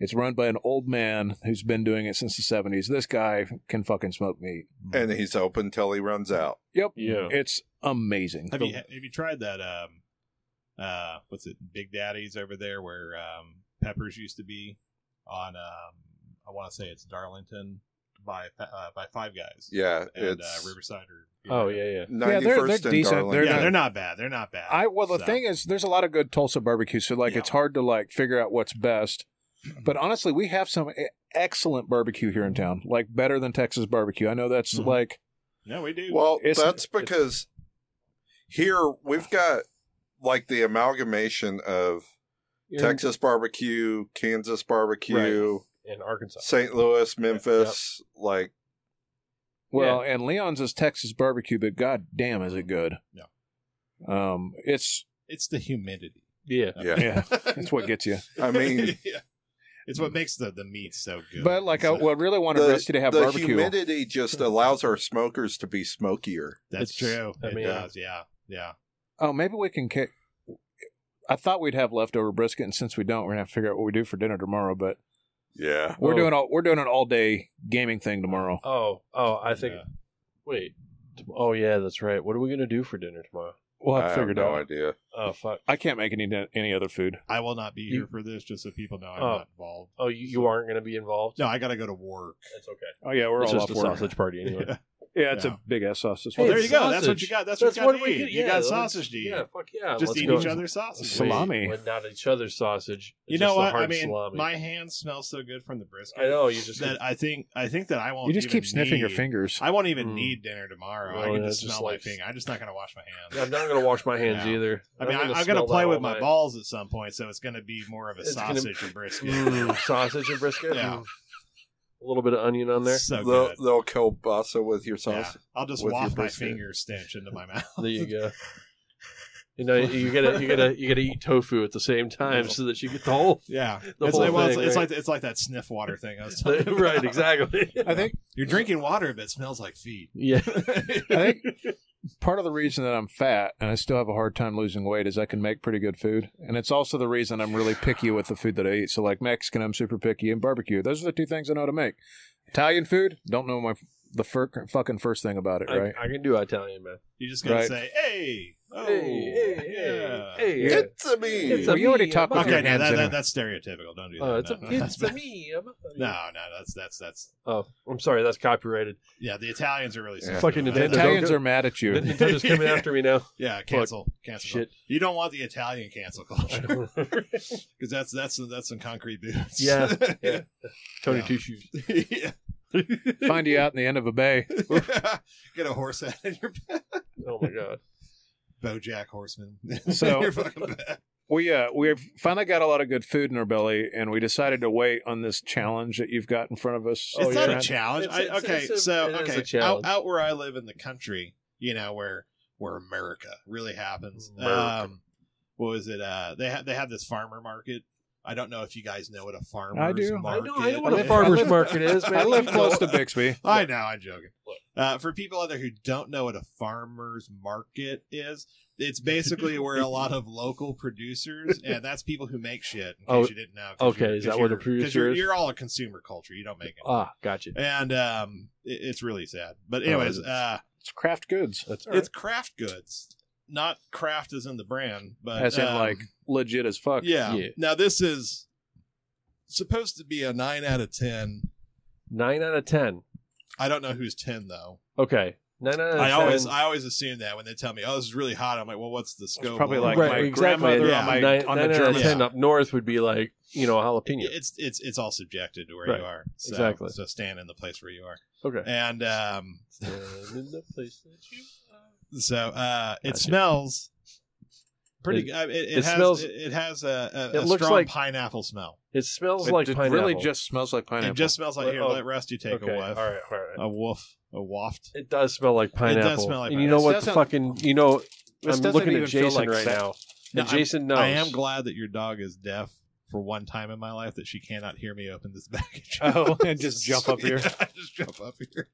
It's run by an old man who's been doing it since the 70s. This guy can fucking smoke meat.
And he's open till he runs out.
Yep.
Yeah.
It's amazing.
Have you have you tried that? Um, uh, what's it? Big Daddy's over there, where um, Peppers used to be on. Um, I want to say it's Darlington by uh, by Five Guys
Yeah,
and
it's
uh, Riverside. Or,
Oh yeah, yeah.
Yeah,
ninety
they're-
first
they're
and
decent.
Darlington.
They're
yeah,
not-
they're not bad. They're not bad.
I well the
So-
thing is there's a lot of good Tulsa barbecue, so like
Yeah.
it's hard to like figure out what's best. But honestly, we have some e- excellent barbecue here in town, like better than Texas barbecue. I know that's
Mhm.
like
no, we do.
Well,
It's-
that's because here we've got like the amalgamation of Texas barbecue, Kansas barbecue,
in Arkansas.
St. Louis, Memphis, like
well, and Leon's is Texas barbecue, but god damn is it good.
Yeah.
Um it's
it's the humidity.
Yeah.
yeah.
yeah, that's what gets you.
I mean,
Yeah. it's what makes the the meat so good.
But like I
So-
what really wanted
the,
Rusty to have
the
barbecue.
humidity just allows our smokers to be smokier.
that's
it's-
true.
I
it
mean-
does. Yeah, yeah.
Oh, maybe we can ca- I thought we'd have leftover brisket, and since we don't, we're gonna have to figure out what we do for dinner tomorrow. But
Yeah.
we're
Oh.
doing all we're doing an all day gaming thing tomorrow.
Oh, oh, I think.
Yeah.
Wait. Tom- Oh yeah, that's right. What are we gonna do for dinner tomorrow?
We'll
I
have to
have
figure it
no
out.
idea.
Oh fuck.
I can't make any any other food.
I will not be
You-
here for this, just so people know I'm
Oh.
not involved.
Oh, you, you aren't gonna be involved.
No, I got to go to work.
That's okay.
Oh yeah, we're
it's
all
just
off
a
work.
sausage party anyway.
Yeah.
Yeah, it's
Yeah.
a big ass sausage.
Well,
Hey,
there you go. That's what
sausage.
you got. That's, what you got to eat.
could-
you
yeah,
got
let's-
sausage to eat.
Yeah, fuck yeah.
just
let's
eat
go.
each other's
Wait,
sausage.
Salami.
well, not each other's sausage. It's
You
just
know
the
what? I
hard
mean,
salami.
my hand smells so good from the brisket.
I know you just.
that I think I think that I won't.
you just
even
keep sniffing your
need-
fingers.
I won't even
Mm.
need dinner tomorrow.
Well,
I can
Oh, yeah,
just
just
smell
like-
my finger. I'm just not going to wash my hands.
I'm not gonna wash my hands
Yeah.
either.
I mean,
I'm gonna
I, I'm going to
smell
play
that
with
all
my
night.
balls at some point, so it's going to be more of a
It's gonna-
sausage and brisket.
Mm, sausage and brisket.
Yeah.
A little bit of onion on there.
So
they'll,
good.
they'll kielbasa with your
Yeah.
sauce.
I'll just
with your
waft my
brisket.
finger stench into my mouth.
There you go. You know, you gotta you gotta you gotta eat tofu at the same time so that you get the whole.
Yeah,
The
it's,
whole
like, well, it's,
thing,
it's
right?
like it's like that sniff water thing I was talking about.
right, exactly.
I think
You're drinking water that smells like feet.
Yeah,
I think part of the reason that I'm fat and I still have a hard time losing weight is I can make pretty good food, and it's also the reason I'm really picky with the food that I eat. So like Mexican, I'm super picky, and barbecue. Those are the two things I know how to make. Italian food, don't know my the fir- fucking first thing about it,
I,
right?
I can do Italian, man.
You just gotta
Right.
say, "Hey, oh, yeah."
hey, hey.
It's a me.
It's a
Well, you already
me,
talked
I'm
with your
Okay,
okay.
now
hands
that,
anyway.
that, that's stereotypical. Don't do that.
Oh, it's a,
no, no,
it's a
that's-
me. I'm a-
No, no, that's that's that's
Oh, I'm sorry. That's copyrighted.
yeah. The Italians are really sensitive
Fucking
about
The
Nintendo.
that.
Italians
don't-
are mad at you.
Nintendo's coming after me now.
Yeah, cancel, cancel.
Shit.
You don't want the Italian cancel culture because that's that's that's some concrete boots.
Yeah, yeah. Tony
Yeah.
Two Shoes.
Yeah.
Find you out in the end of a bay.
Get a horse head in your
Oh my god.
BoJack Horseman.
So-
your fucking back.
We uh we have finally got a lot of good food in our belly, and we decided to wait on this challenge that you've got in front of us.
it's not a
Trent.
challenge.
It's-
I,
it's-
okay,
it's a- it
so
is a
okay, out,
challenge.
out where I live in the country, you know where where America really happens.
America.
Um, what was it? Uh, they have they have this farmer market. I don't know if you guys know what a farmer's
I do.
I
market.
know- I know
what a
is.
farmer's
market is, man.
I live close to Bixby.
I know, I'm joking. Uh, for people out there who don't know what a farmer's market is, it's basically where a lot of local producers, and that's people who make shit, in case
Oh,
you didn't know. 'cause
okay,
you're-
is
'cause
that where the
you're- 'cause
producer
you're,
is?
You're all a consumer culture. You don't make it.
Ah, gotcha.
And um, it, it's really sad. But,
Oh, is
anyways,
it?
uh,
It's craft goods.
That's
it's craft goods. Not craft as in the brand, but.
As in,
um,
like, legit as fuck.
Yeah.
yeah.
Now, this is supposed to be a 9 out of 10.
nine out of ten.
I don't know who's 10, though.
Okay, nine out of Uh,
I
ten.
always I always assume that when they tell me, "Oh, this is really hot," I'm like, "Well, what's the scope?"
probably
on
like
it?"
my
right, exactly.
grandmother
Yeah.
on my
nine,
on
nine
the
out of
German.
ten up north would be like you know a jalapeno.
it's it's it's all subjective to where
Right.
you are. So,
Exactly.
So stand in the place where you are,
okay.
and um,
Stand in the place that you are.
so uh, it
Gotcha.
smells pretty. It, it, it,
it
has,
smells-
It, it has a,
It
a, a
looks
strong
like-
pineapple smell.
It smells
It
like
just
pineapple.
really just smells like pineapple.
It just smells like
Well,
here.
oh,
let Rusty take
okay.
a
All right,
whiff.
all right.
A woof. A waft.
It does smell like pineapple.
smell like
And you know
pineapple.
what?
This
The
doesn't-
fucking you know.
This
I'm
doesn't
looking
even
at
feel
Jason
like
right
sa-
now,
No,
and Jason knows.
I am glad that your dog is deaf. For one time in my life, that she cannot hear me open this package.
Oh, and just jump up here.
Yeah, I just jump up here.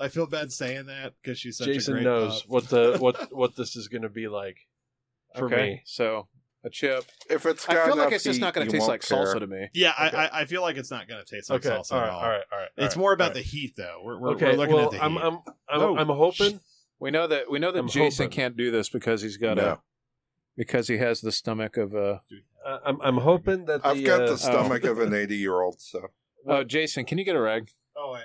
I feel bad saying that because she's such a
Jason
great
knows
pup.
what the what what this is going to be like for me.
So a chip.
if it's got
I feel
enough
like it's just
heat,
not going
you
to taste
won't
like
care.
salsa to me.
Yeah,
Okay.
I, I, I feel like it's not going to taste like
Okay.
salsa
all
at
right.
all.
All right. All right.
It's more about
all
the heat, though. We're, we're,
right.
we're
okay.
looking
well,
at the heat.
I'm I'm I'm,
Oh.
I'm hoping.
We know that we know that
I'm
Jason
hoping.
can't do this because he's got
No.
a because he has the stomach of a.
Uh, I'm I'm hoping that the,
I've got
uh,
the stomach of an 80 year old, so
Oh, Jason, can you get a rag?
oh wait,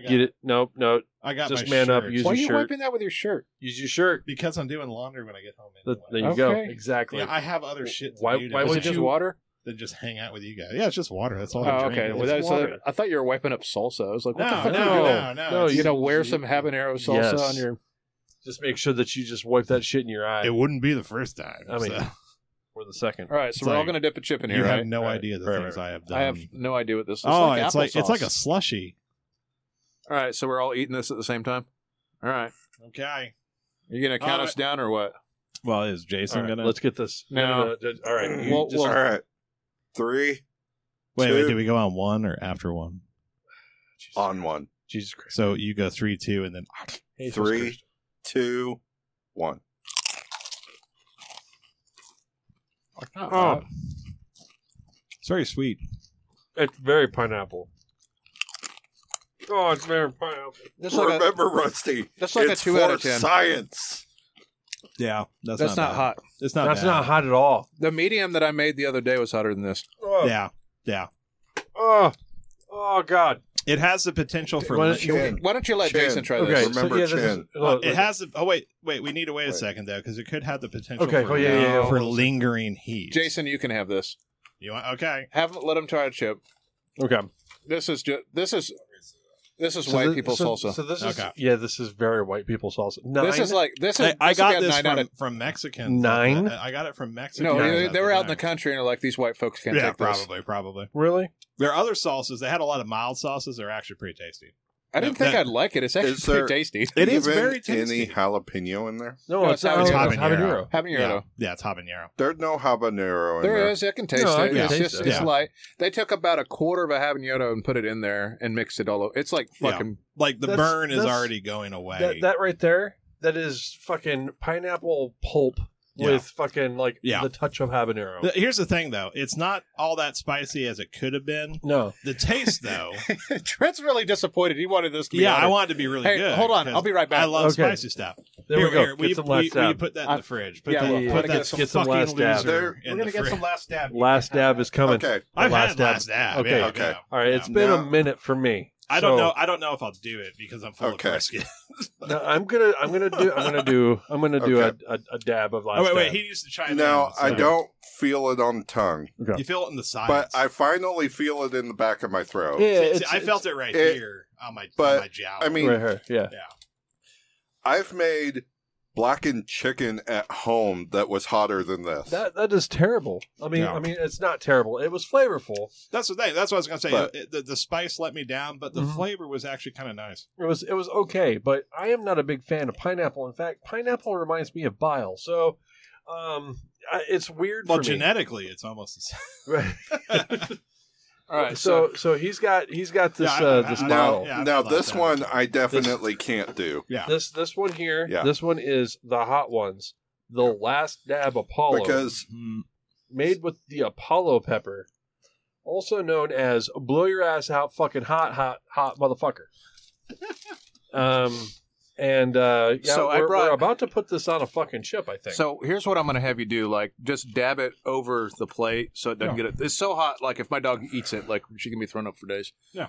got
get it. No, no.
I got
Just
my
man up,
shirt.
use-
Why are
your
you
shirt.
wiping that with your shirt?
Use your shirt.
because I'm doing laundry when I get home.
Th-
Anyway.
There you go.
Okay.
Exactly.
yeah, I have other shit. To
Why-
do to
why
Is
would
it just
you-
water?
Then just hang out with you guys. Yeah, it's just water. That's all.
Oh,
I drink.
okay.
It's
Well, that's,
water.
I thought you were wiping up salsa. I was like, what the
No, no,
fuck?
No,
no, Oh, no,
no,
you
it's-
gonna wear some habanero salsa
Yes.
on your?
Just make sure that you just wipe that shit in your eye
It wouldn't be the first time.
I mean,
so.
for the second.
All right, so
It's
we're all
like-
gonna dip a chip in
you
here,
have
right?
no
Right,
idea the
right,
things
right.
I have done.
I have no idea what this is.
oh,
like
it's like it's
applesauce.
like a slushy.
All right, so we're all eating this at the same time. All right,
Okay.
you gonna count
All
us down or what?
Well, is Jason
All right,
gonna?
Let's get this.
No.
all right. you
Well,
just-
all right, three
Wait, wait,
Two.
do we go on one or after one?
Jesus-
on one,
Jesus Christ.
So you go three, two, and then
Jesus
Three.
Christ.
two, one.
Oh,
Uh,
it's very sweet.
It's very pineapple. Oh, it's very pineapple.
that's like a,
Remember, Rusty,
that's like a
it's
two
for
out of ten.
science.
Yeah, that's,
that's not,
bad.
hot.
It's not.
That's
bad.
not hot at all.
The medium that I made the other day was hotter than this.
Oh,
Yeah, yeah.
oh, oh God.
It has the potential for.
Why
li-
don't you-
Chin.
Why don't Uh, you let
Chin.
Jason try
okay.
this?
so
Remember
yeah, this
chin.
is-
Uh,
look,
it
look.
has. The, oh wait, wait. We need to wait a
Wait.
second though, because it could have the potential.
Okay,
For,
oh, yeah, yeah, yeah.
for lingering heat.
Jason, you can have this.
you want? Okay.
Have let him try a chip.
Okay.
This is just this is this is
So
white
thi-
people
so-
salsa.
So this
Okay.
is yeah, this is very white people salsa. Nine?
this is like this is.
I, I got
got
this
nine out
from,
of
from Mexicans.
Nine?
I got it from Mexicans.
no. They,
at
they were out in the
time.
country and are like these white folks can't
Yeah,
take this.
probably, probably.
really
There are other sauces. They had a lot of mild sauces. They're actually pretty tasty.
I didn't think I'd like it. It's actually
Is
pretty
there-
tasty.
It is
Even
very tasty.
any-
Any jalapeno in there?
No,
No, it's
it's, not.
not-
It's
it's
habanero.
habanero.
Habanero.
Yeah, yeah, it's habanero.
There's no habanero in
There
there.
is. I can taste
No, I
it.
can
it's
taste
just
it.
it's
Yeah.
like they took about a quarter of a habanero and put it in there and mixed it all over. It's like
Yeah.
fucking
Like the
That's-
burn is
that's-
already going away.
That, that right there, that is fucking pineapple pulp
Yeah.
with fucking like
Yeah.
the touch of habanero.
Th- Here's the thing, though. It's not all that spicy as it could have been.
no,
The taste, though.
Trent's really disappointed. He wanted this to be
yeah, I
honored.
wanted to be really
Hey,
good.
hold on.
because
I'll be right back.
I love
Okay.
spicy stuff.
there
Here,
we go.
here, will
get
you-
some
will
last
you- will you
dab.
put that in
I-
the fridge? Put
yeah,
that,
well,
put
I'm gonna
that
get
some- get some
fucking
last dab.
loser
There-
in
we're
the
gonna get
fridge.
some
last dab.
last dab is coming.
Okay.
I've
last
had
dab.
last dab.
Okay.
yeah,
Okay.
yeah.
All right, it's been a
Now-
minute for me.
I don't
So-
know. I don't know if I'll do it because I'm full
Okay.
of brisket.
No, I'm gonna, I'm gonna do, I'm gonna do, I'm gonna do
Okay.
a, a, a dab of last.
Oh wait, wait.
dab.
He used to chime
Now,
in.
I
so-
don't feel it on tongue,
You feel it in the sides.
but I finally feel it in the back of my throat.
Yeah,
See, see,
it's-
I felt it right
it-
here on my
but,
on my jowl.
I mean,
right here. Yeah,
I've made blackened chicken at home that was hotter than this.
that that is terrible. I mean,
Yeah.
I mean, it's not terrible. It was flavorful.
that's the thing. That's what I was gonna say.
But-
It- the, the spice let me down, but the
Mhm.
flavor was actually kind of nice.
It was, it was okay. But I am not a big fan of pineapple. In fact, pineapple reminds me of bile. So, um, I, it's weird.
Well,
for me.
genetically, it's almost the same.
Right.
All right, so,
So, so he's got, he's got this,
Yeah, I-
uh,
I-
this
I-
bottle.
yeah, I
now
like
this
that.
one I definitely can't do
This, this one here.
Yeah.
This one is the hot ones. The last dab Apollo.
because
made with the Apollo pepper, also known as blow your ass out fucking hot, hot, hot motherfucker. um, and uh, yeah,
So I
we're,
brought-
we're about to put this on a fucking chip, I think.
so here's what I'm going to have you do: like, just dab it over the plate so it doesn't get it. It's so hot. Like, if my dog eats it, like she can be thrown up for days.
Yeah.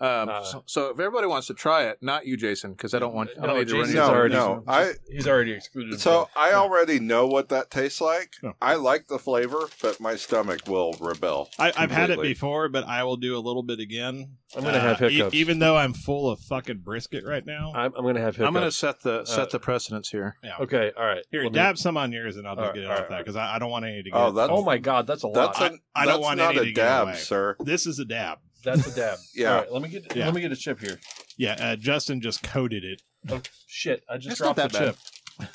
Um,
Uh,
so, so if everybody wants to try it, not you, Jason, because I don't want. I
No,
don't need to run
Jason's
you
No,
over.
already,
no, I-
he's already excluded.
so I
Yeah.
already know what that tastes like.
Yeah.
I like the flavor, but my stomach will rebel.
I, I've had it
Completely.
before, but I will do a little bit again.
I'm gonna have hiccups.
Uh, e-, even though I'm full of fucking brisket right now.
I'm, I'm gonna have hiccups.
I'm going to set the set
Uh,
the precedence here.
yeah.
Okay, all right.
Here,
Let me-
dab some on yours, and I'll just
All right,
get it
all
off
right,
that because I, I don't want any to get.
Oh, that's-
Oh my god, that's a lot.
That's
I-
a,
I don't
that's
want
not
any to
a
get
dab,
away.
sir.
this is a dab.
that's a dab.
Yeah.
All right, let me get
Yeah.
let me get a chip here.
Yeah, uh, Justin just coated it.
Oh, shit, I just
It's not
dropped the
that bad.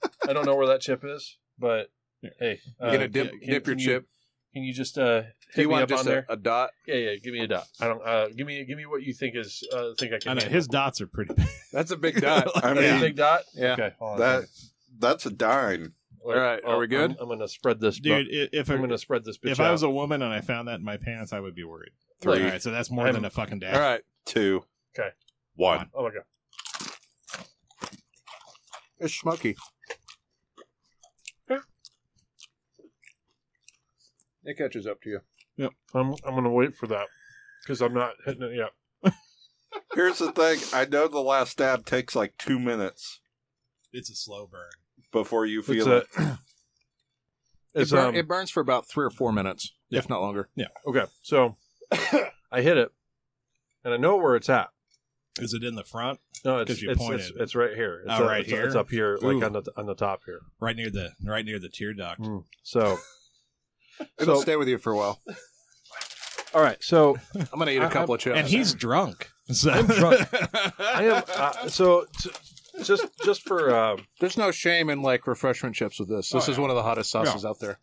chip. I don't know where that chip is, but hey,
You're going to dip
uh, can-
dip your
can you-
chip.
Can you just uh,
Do
hit
you
me
want
up
just uh,
on there?
a, a dot?
yeah, yeah. Give me a dot. I don't. Uh, give me, give me what you think is. Uh, think I
I
can.
know
handle.
his dots are pretty big.
That's a big dot.
I
Is it
mean,
a big dot.
Yeah.
Okay. hold on a
That
second.
that's a dime.
Wait, oh,
All right, are we good?
I'm, I'm gonna spread this,
dude. i- If
bu- I'm
a,
gonna spread this bitch
if I was
out.
a woman and I found that in my pants, I would be worried.
Three,
All right, so that's more
I'm-
than a fucking dab.
All right.
two,
Okay.
one.
oh my god.
It's smoky. It catches up to you.
I'm, I'm gonna wait for that because I'm not hitting it yet.
Here's the thing: I know the last dab takes like two minutes
It's a slow burn.
before you
It's
feel
a.
it.
It,
It's
bur-
um.
it burns for about three or four minutes,
Yeah.
if not longer.
Okay, so I hit it, and I know where it's at.
Is it in the front,
No, it's
'Cause you
it's,
pointed.
it's, it's right here. It's
Oh,
up-
right
it's,
here?
It's up here, like
Ooh.
on the on the top here.
right near the right near the tear duct?
Mm. So,
It'll
So-
stay with you for a while.
all right. So
I'm gonna eat
I-
a couple of chips.
And he's drunk. So.
I'm drunk. I
I
am uh, so t- just just for um,
There's no shame in like refreshment chips with this. This
Oh,
is
yeah.
one of the hottest sauces out there.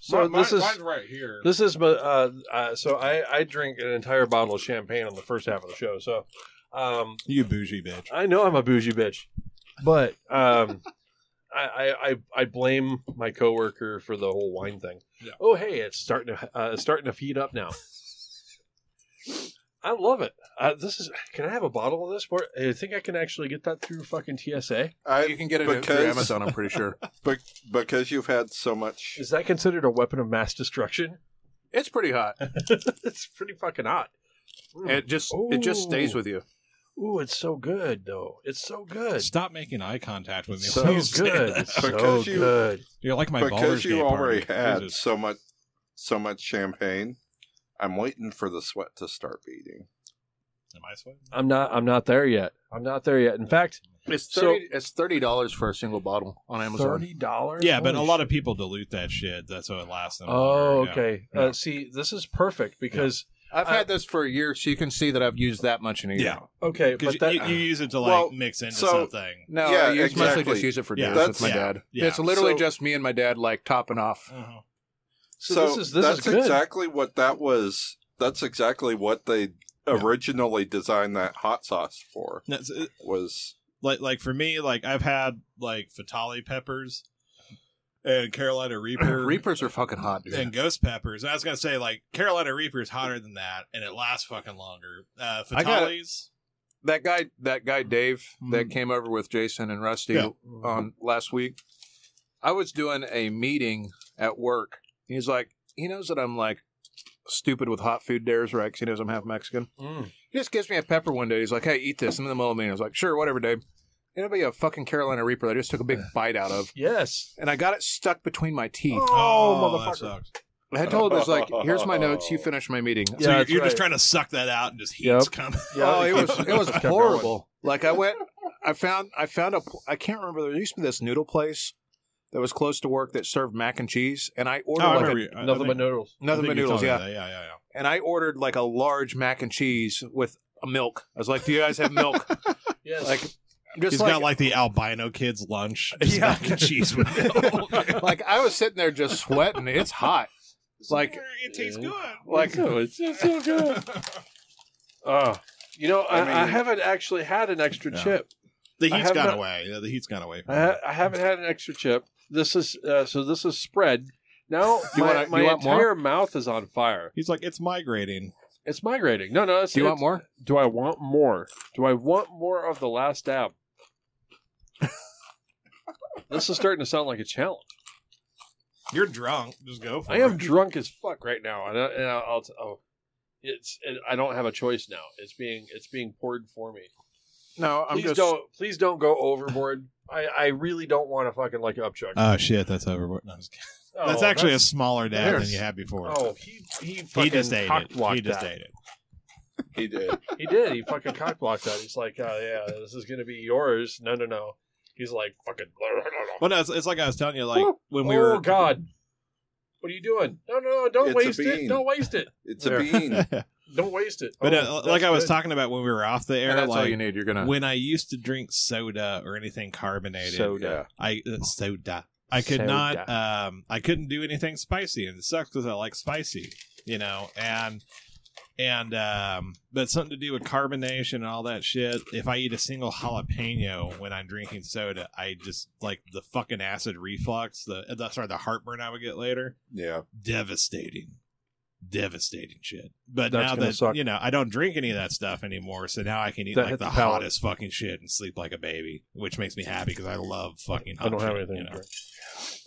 so this is
right here.
this is my uh, uh, so I I drink an entire bottle of champagne on the first half of the show. So um,
you bougie bitch.
I know I'm a bougie bitch, but um, I, I I I blame my coworker for the whole wine thing.
Yeah.
Oh hey, it's starting to uh, it's starting to heat up now. I love it. Uh, this is. Can I have a bottle of this? Where- I think I can actually get that through fucking TSA.
You
I
can get it at- through
because-
Amazon, I'm pretty sure.
be, because you've had so much.
Is that considered a weapon of mass destruction?
It's pretty hot.
it's pretty fucking hot. Mm.
It just it just stays with you.
Ooh, it's so good though. It's so good.
Stop making eye contact with me.
So
when you say
good.
that.
It's so
Because you-
good.
You're like my Baldur's
because you
Gate
already
party.
had
Jesus.
so much so much champagne i'm waiting for the sweat to start beating
Am I sweating?
I'm not. I'm not there yet. I'm not there yet. In fact,
It's
So-
thirty it's thirty dollars for a single bottle on Amazon.
thirty dollars.
Yeah, but a lot of people dilute that shit. That's how it lasts them.
Oh,
longer, yeah.
okay.
Yeah.
Uh, see, this is perfect because
I've had this for a year, so you can see that I've used that much in a year.
Yeah.
Okay,
Because
but that,
you, you use it to like
Well,
mix into
so-
something.
No,
Yeah,
I use, mostly
exactly.
just use it for
Yeah.
dinners
That's-
with my
yeah,
dad.
yeah.
It's literally
So-
just me and my dad like topping off.
Uh-huh.
so,
so
this is this
that's
is good.
exactly what that was. That's exactly what they originally designed that hot sauce for.
That's, uh,
Was
like like for me, like I've had like Fatale peppers and Carolina Reaper
Reapers are fucking hot, dude.
and Ghost peppers. And I was gonna say like Carolina Reaper is hotter than that, and it lasts fucking longer. Uh,
I got
Fatales.
that guy, that guy Dave, that
Mhm.
came over with Jason and Rusty
Yeah.
Um,
on last week. I was doing a meeting at work. He's like, he knows that I'm like stupid with hot food dares, right? 'Cause he knows I'm half Mexican.
Mm.
He just gives me a pepper one day. He's like, "Hey, eat this." I'm in the middle of a meeting. I was like, "Sure, whatever, Dave." It'll be a fucking Carolina Reaper that I just took a big bite out of,
Yes.
and I got it stuck between my teeth.
Oh, that sucks.
I told him, "I was like, here's my notes. You finish my meeting."
Yeah,
so you're,
that's
you're just
right.
trying to suck that out and just heat's
Yep.
coming.
oh, it was it was
Kept going.
horrible. Like I went, I found I found a pl- I can't remember. There used to be this noodle place that was close to work that served mac and cheese, and Oh, I ordered like a,
Uh,
Nothing but noodles.
nothing but noodles. Yeah,
yeah, yeah, yeah.
and I ordered like a large mac and cheese with a milk. I was like, "Do you guys have milk?"
Yes.
like
He's
just
got
like,
like the albino kids lunch,
Just
yeah.
mac and
cheese with
like I was sitting there just sweating. It's hot. like-
it tastes
Yeah.
good.
Like
no, it's, it's so good. Uh, you know, I, I,
I mean-
haven't actually had an extra
Yeah.
chip.
The
I
heat's
have
gone
not-
away. Yeah, the heat's gone away. from
I, ha- I haven't had an extra chip. This is uh, so. This is spread. Now
You
my,
wanna- you
my
want more?
entire mouth is on fire.
He's like, it's migrating.
It's migrating. No, no. It's,
Do you want
it's-
more?
Do I want more? Do I want more of the last dab? this is starting to sound like a challenge.
You're drunk. Just go for
I
it.
am drunk as fuck right now, and, I, and I'll, I'll t- oh, it's it, I don't have a choice now. It's being it's being poured for me.
No, I'm
Please
just
don't please don't go overboard. I, I really don't want to fucking like upchuck.
Oh shit, that's over. No, I'm just kidding.
Oh,
that's actually a smaller dab than
there's-
you had before.
oh he he fucking
he just ate it.
cock-blocked
He just
that.
ate it.
he did.
He did. He fucking cock blocked that. He's like, oh yeah, this is gonna be yours. No no no. He's like fucking.
Well, no, it's, it's like I was telling you, like
Woo.
when we
oh
were.
God, what are you doing? No no no! Don't
It's a
waste it!
bean.
Don't waste it!
It's
There.
a bean.
Don't waste it!
But
Oh,
uh, like
that's
I was
good.
talking about when we were off the
And
air,
that's all you
like
need. You're gonna.
when I used to drink soda or anything carbonated,
yeah.
I uh, soda. I could
Soda.
not. Um, I couldn't do anything spicy, and it sucks because I like spicy, you know. And and um, but something to do with carbonation and all that shit. If I eat a single jalapeno when I'm drinking soda, I just like the fucking acid reflux. The, the sorry, the heartburn I would get later.
Yeah.
Devastating, devastating shit. But
That's
now
gonna
that
suck.
you know, I don't drink any of that stuff anymore. So now I can eat
That
like
hit
the,
the palate.
hottest fucking shit and sleep like a baby, which makes me happy because I love fucking. Hot
I don't have
shit,
anything.
you
to
know?
drink.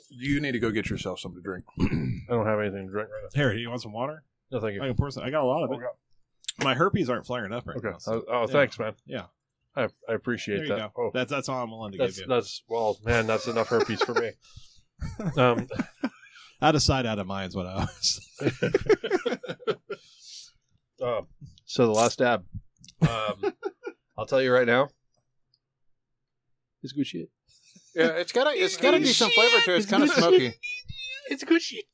you need to go get yourself something to drink.
I don't have anything to drink right
Here, you want some water?
now. No, thank you.
I can pour some. I got a lot of
Oh,
it. My herpes aren't flaring up right
Okay.
now.
Oh,
So
oh,
yeah.
thanks, man.
Yeah.
I, I
there
appreciate
you
that.
go.
Oh,
That's that's all I'm willing to
that's
give you.
that's well, man. That's enough herpes for me. Um,
out of sight, out of mind is what I always.
um, so the last dab. Um, I'll tell you right now. It's good shit.
Yeah, it's gotta it's gotta be some flavor to it. It's kind of smoky.
It's good shit.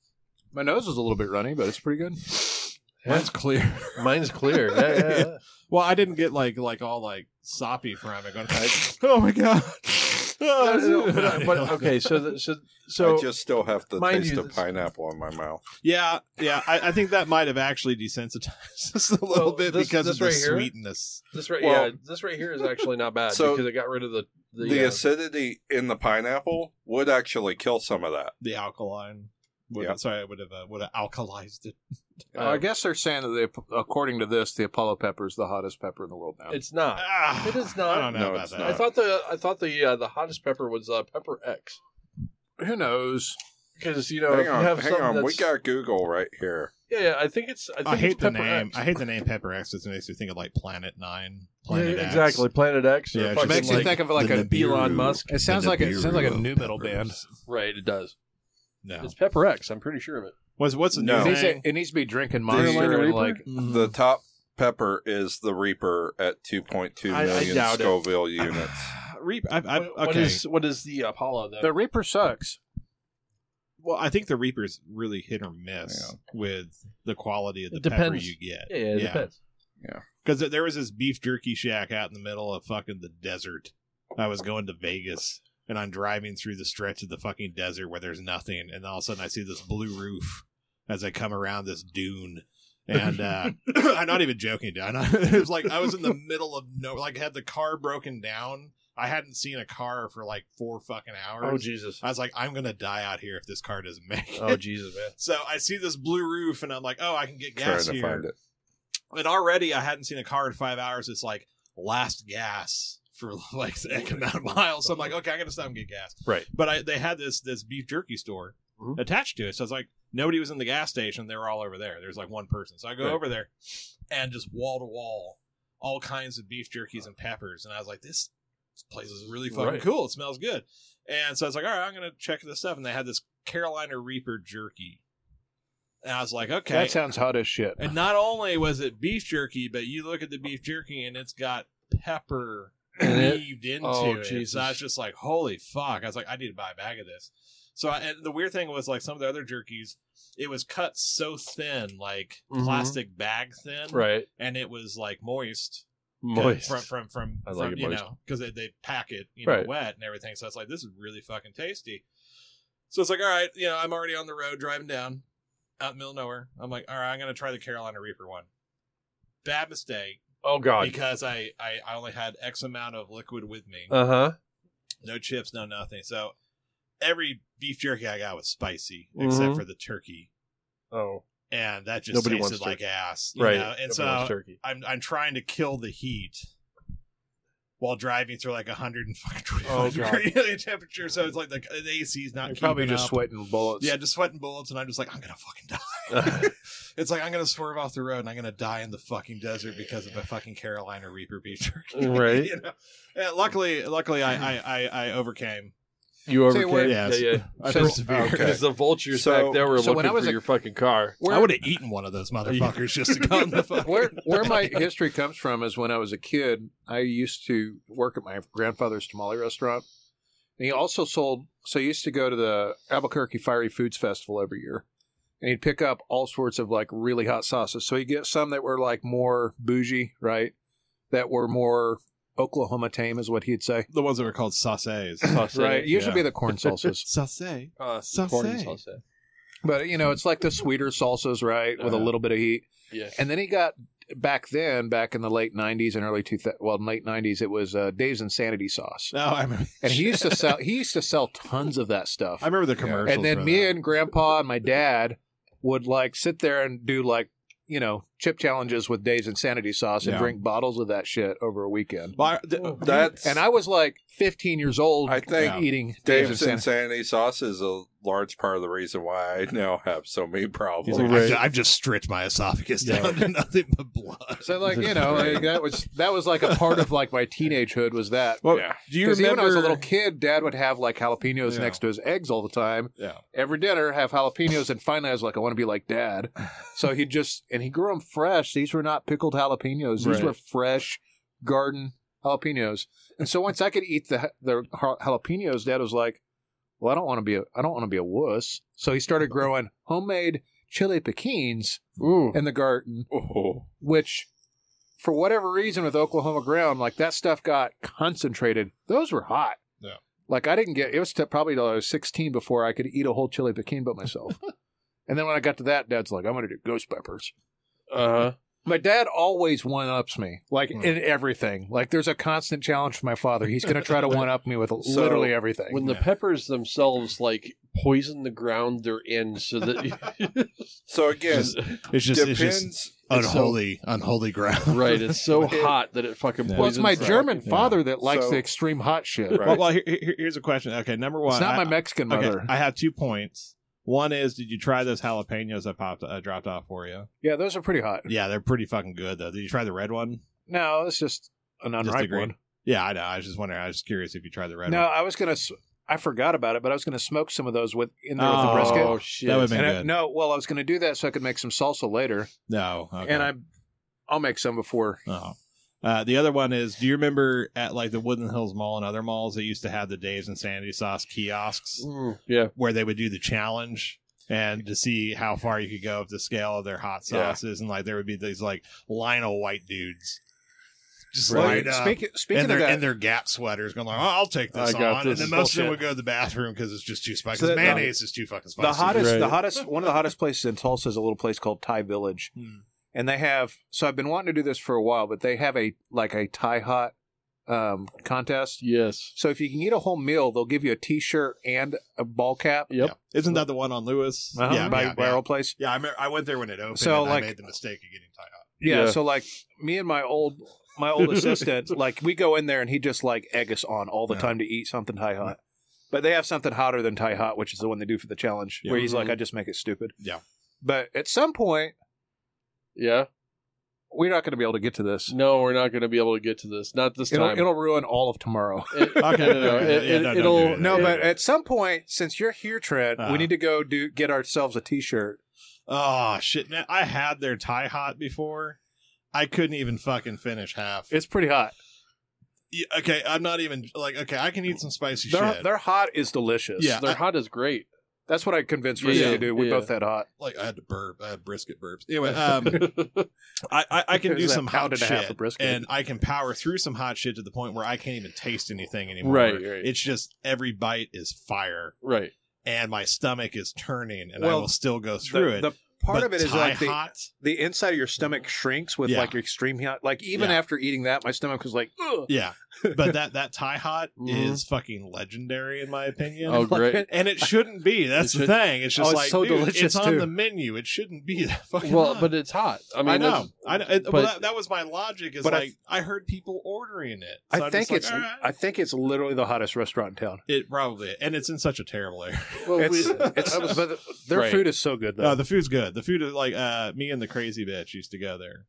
My nose is a little bit runny, but it's pretty good.
Mine's clear.
Mine's clear. Yeah, yeah, yeah.
Well, I didn't get like like all like soppy from it. Going, oh my god. Oh,
No, no, no, but, uh, but, okay, so the, so so
I just still have the
mind
taste
you,
of
this-
pineapple in my mouth.
Yeah, yeah. I, I think that might have actually desensitized us a little
Well,
bit
this-
because
this
of
right
the
here?
sweetness.
this right
well-
yeah this right here is actually not bad
So-
because it got rid of the the,
the
uh,
acidity in the pineapple would actually kill some of that.
The alkaline. Would,
Yeah.
Sorry, I would have uh, would have alkalized it.
Uh, I guess they're saying that they, according to this, the Apollo pepper is the hottest pepper in the world now.
it's not.
Ah,
It is not.
I don't know
No,
about
it's
that.
not.
I thought the I thought the uh, the hottest pepper was uh, pepper X
Who knows?
because you know if
hang
you
on,
have
hang
something
on. We
that's-
got Google right here.
yeah, yeah I think it's I, think
I, hate
it's
the
pepper
name.
X.
I hate the name Pepper X. It makes me think of like Planet Nine. Planet
Yeah,
X.
exactly Planet X. Or
Yeah, it
fucking,
just
makes you
like-
think of like a
Nibiru. Elon Musk.
It sounds like a- it sounds like a new metal band.
right. It does.
No.
It's pepper X. I'm pretty sure of it.
What's what's the
No.
new
It needs, to,
thing?
it needs to be drinking
Carolina
monster and
Reaper?
like
Mm-hmm.
The top pepper is the Reaper at 2.2
I- I
million
doubt it.
Scoville units.
Reap. I, I, okay.
What- What is what is the Apollo? Then?
the Reaper sucks.
Well, I think the Reaper's really hit or miss
Yeah.
with the quality of the
It
pepper
depends.
you get.
Yeah, it depends.
Because there was this beef jerky shack out in the middle of fucking the desert. I was going to Vegas and I'm driving through the stretch of the fucking desert where there's nothing. And all of a sudden I see this blue roof as I come around this dune. And uh, I'm not even joking, dude. I know- It was like I was in the middle of no, like had the car broken down. I hadn't seen a car for like four fucking hours.
Oh Jesus.
I was like, I'm gonna die out here if this car doesn't make it.
Oh Jesus, man.
So I see this blue roof, and I'm like, oh, I can get
trying
gas
to
here.
find it.
And already, I hadn't seen a car in five hours. It's like last gas for like the X amount of miles. So I'm like, okay, I'm gonna stop and get gas.
Right.
But I, they had this this beef jerky store
Mhm.
attached to it, so it's like nobody was in the gas station. They were all over there. There's like one person. So I go
Right.
over there, and just wall to wall, all kinds of beef jerkies and peppers. And I was like, this place is really fucking
Right.
cool. It smells good. And so I was like, all right, I'm gonna check this stuff. And they had this Carolina Reaper jerky. And I was like, okay.
That sounds hot as shit.
And not only was it beef jerky, but you look at the beef jerky and it's got pepper weaved into
Oh,
it.
Jesus.
So I was just like, holy fuck. I was like, I need to buy a bag of this. So I, and the weird thing was like some of the other jerkies, it was cut so thin, like
Mhm.
plastic bag thin,
Right.
and it was like moist,
Moist.
from from from,
I like
from,
it
you
moist.
know because they, they pack it you know
Right.
wet and everything. So it's like this is really fucking tasty. So it's like all right, you know, I'm already on the road driving down out in the middle of nowhere. I'm like, all right, I'm gonna try the Carolina Reaper one. Bad mistake
Oh God.
because I, I I only had X amount of liquid with me,
Uh huh.
no chips, no nothing. So every beef jerky I got was spicy except
Mhm.
for the turkey,
Oh.
and that just
Nobody
tasted
wants
like ass, you
Right.
know? And
Nobody
so
wants turkey.
I'm I'm trying to kill the heat while driving through like 125
Oh,
degree temperature. So it's like the, the AC is not
You're probably
keeping
just
up.
sweating bullets.
Yeah, just sweating bullets, and I'm just like, I'm gonna fucking die. it's like I'm gonna swerve off the road and I'm gonna die in the fucking desert because of a fucking Carolina Reaper beef jerky.
Right.
you know? And luckily, luckily, I I I, I overcame.
You
Say
overcame.
what?
Yes.
Yeah, yeah.
I
So-
persevered.
okay.
Because the vultures
So-
back there were
so when
looking
I was
for
a-
your fucking car.
Where,
I would have eaten one of those motherfuckers just to go in the fucking.
where where my history comes from is when I was a kid, I used to work at my grandfather's tamale restaurant. And he also sold so he used to go to the Albuquerque Fiery Foods Festival every year. And he'd pick up all sorts of like really hot sauces. So he'd get some that were like more bougie, right? That were more Oklahoma tame is what he'd say.
The ones that were called sauces.
Right. It used to
yeah.
be the corn salsas.
Sauce.
Uh,
Sauce.
corn salsa.
but you know, it's like the sweeter salsas, right? With a
Uh-huh.
little bit of heat.
Yeah.
And then he got back then, back in the late '90s and early 2000, well, late '90s, it was uh, Dave's Insanity Sauce,
No, I remember.
and he used to sell he used to sell tons of that stuff.
I remember the commercials.
And then
for
me
that.
and Grandpa and my dad would like sit there and do like you know chip challenges with Dave's Insanity Sauce and
Yeah.
drink bottles of that shit over a weekend.
Well, I-
Oh.
th-
That's
And I was like 15 years old.
I think
eating Dave's,
Dave's
Insanity.
insanity sauce is a large part of the reason why I now have so many
He's
problems.
like,
Right.
I've, ju- I've just stretched my esophagus
Yeah.
down to nothing but blood.
So like you know like, that was that was like a part of like my teenagehood was that
Well,
Yeah.
do you
Because even when I was a
remember-
little kid, Dad would have like jalapenos
Yeah.
next to his eggs all the time.
Yeah.
Every dinner, have jalapenos, and finally, I was like, I want to be like Dad. So he just and he grew them fresh. These were not pickled jalapenos. These
Right.
were fresh garden jalapenos. And so once I could eat the the ha- jalapenos, Dad was like, Well, I don't want to be a I don't want to be a wuss. So he started growing homemade chili piquins
Ooh.
in the garden
Oh,
which for whatever reason with Oklahoma ground, like that stuff got concentrated. Those were hot.
Yeah.
Like I didn't get it was t- probably till I was 16 before I could eat a whole chili piquin by myself. and then when I got to that, Dad's like, "I'm going to do ghost peppers."
Uh huh.
My dad always one ups me, like
Hmm.
in everything. Like there's a constant challenge from my father. He's going to try to one up me with literally everything.
When the peppers themselves like poison the ground they're in, so that
so again,
It's just,
depends.
it's just
it's so-
unholy, unholy ground.
right, it's so hot that it fucking
Yeah.
poisons.
well, it's my
the-
German
Yeah.
father that likes
So-
the extreme hot shit.
Right.
Well, well here, here- here's a question. Okay, number one.
It's not
I-
my Mexican
okay,
mother.
I have two points. One is, did you try those jalapenos I popped, I dropped off for you?
yeah, those are pretty hot.
Yeah, they're pretty fucking good though. Did you try the red one?
No, it's just an
Just
unripe
agree.
one.
Yeah, I know. I was just wondering. I was curious if you tried the red
No,
one.
I was gonna. s- I forgot about it, but I was gonna smoke some of those with in there with the
Oh,
Oh
brisket.
shit!
That would've been
And I-
good.
no, well, I was gonna do that so I could make some salsa later,
No, okay.
and I, I'll make some before.
Oh. Uh, the other one is, do you remember at like the Woodland Hills Mall and other malls, they used to have the Dave's and Sandy Sauce kiosks
Mm, yeah.
where they would do the challenge and to see how far you could go up the scale of their hot
Yeah.
sauces, and like there would be these like Lionel White dudes just
Well,
lined up.
speak- speaking
in their,
of that,
in their Gap sweaters, going like, "Oh, I'll take this
I got
on,"
this.
and then most of them
Bullshit.
would go to the bathroom because it's just too spicy.
So
'Cause
that-
mayonnaise is too fucking spicy.
the hottest,
Right.
the hottest, one of the hottest places in Tulsa is a little place called Thai Village,
Hmm.
and they have. So I've been wanting to do this for a while, but they have a like a Thai hot um, contest.
Yes.
So if you can eat a whole meal, they'll give you a T-shirt and a ball cap.
Yep.
Yeah. Isn't that the one on Lewis?
Uh-huh,
Yeah,
by
yeah,
Barrel
yeah.
Place.
Yeah, I, remember, I went there when it opened.
So,
and
like-
I made the mistake of getting tied up.
Yeah,
Yeah.
So like me and my old my old assistant, like we go in there and he just like egg us on all the
Yeah.
time to eat something Thai hot. But they have something hotter than Thai hot, which is the one they do for the challenge,
Yeah. Mm-hmm.
where he's like,
Mhm.
I just make it stupid.
Yeah.
But at some point,
Yeah.
we're not going to be able to get to this.
No, we're not going to be able to get to this. Not this
It'll,
time.
it'll ruin all of tomorrow.
It-
Okay,
no, no, no.
okay,
It-
yeah,
it-
no, don't
it'll-
do it.
No,
Yeah.
but at some point, since you're here, Trent,
Uh-huh.
we need to go do get ourselves a T-shirt.
Oh shit! Now, I had their Thai hot before. I couldn't even fucking finish half.
It's pretty hot.
Yeah, okay, I'm not even like okay. I can eat some spicy
Their
shit.
their hot is delicious.
Yeah.
Their hot is great.
that's what I convinced Rizzy
Yeah,
to do. We
yeah.
both had hot.
like I had to burp. I had brisket burps. Anyway, um, I, I I can
There's
do
that
some
pound
hot
and a half
shit,
of brisket.
and I can power through some hot shit to the point where I can't even taste anything anymore.
Right, right.
It's just every bite is fire,
Right.
and my stomach is turning, and I
Well,
will still go
The-
through it.
The part
But
of it is
Thai
like the,
hot.
the inside of your stomach shrinks with
Yeah.
like your extreme hot. Like even
Yeah.
after eating that, my stomach was like, Ugh.
Yeah, but that that Thai hot
Mm-hmm.
Mhm.
is fucking legendary in my opinion.
Oh, great.
and it shouldn't be. That's
It
the
should-
thing. It's just
Oh, it's
like
so
dude,
delicious,
It's on
too.
the menu. It shouldn't be that fucking.
Well,
hot.
but it's hot. I
I,
mean,
know. I know. It, well,
but-
that, that was my logic. Is
But I-
like I, heard people ordering it. So
I
I'm
think
just like,
it's
"Ah." all right.
I think it's literally the hottest restaurant in town.
it probably and it's in such a terrible area.
that's- well,
It's,
we-
it's
that was-
but their
Right.
food is so good though.
Uh, the food's good. The food is like uh, me and the crazy bitch used to go there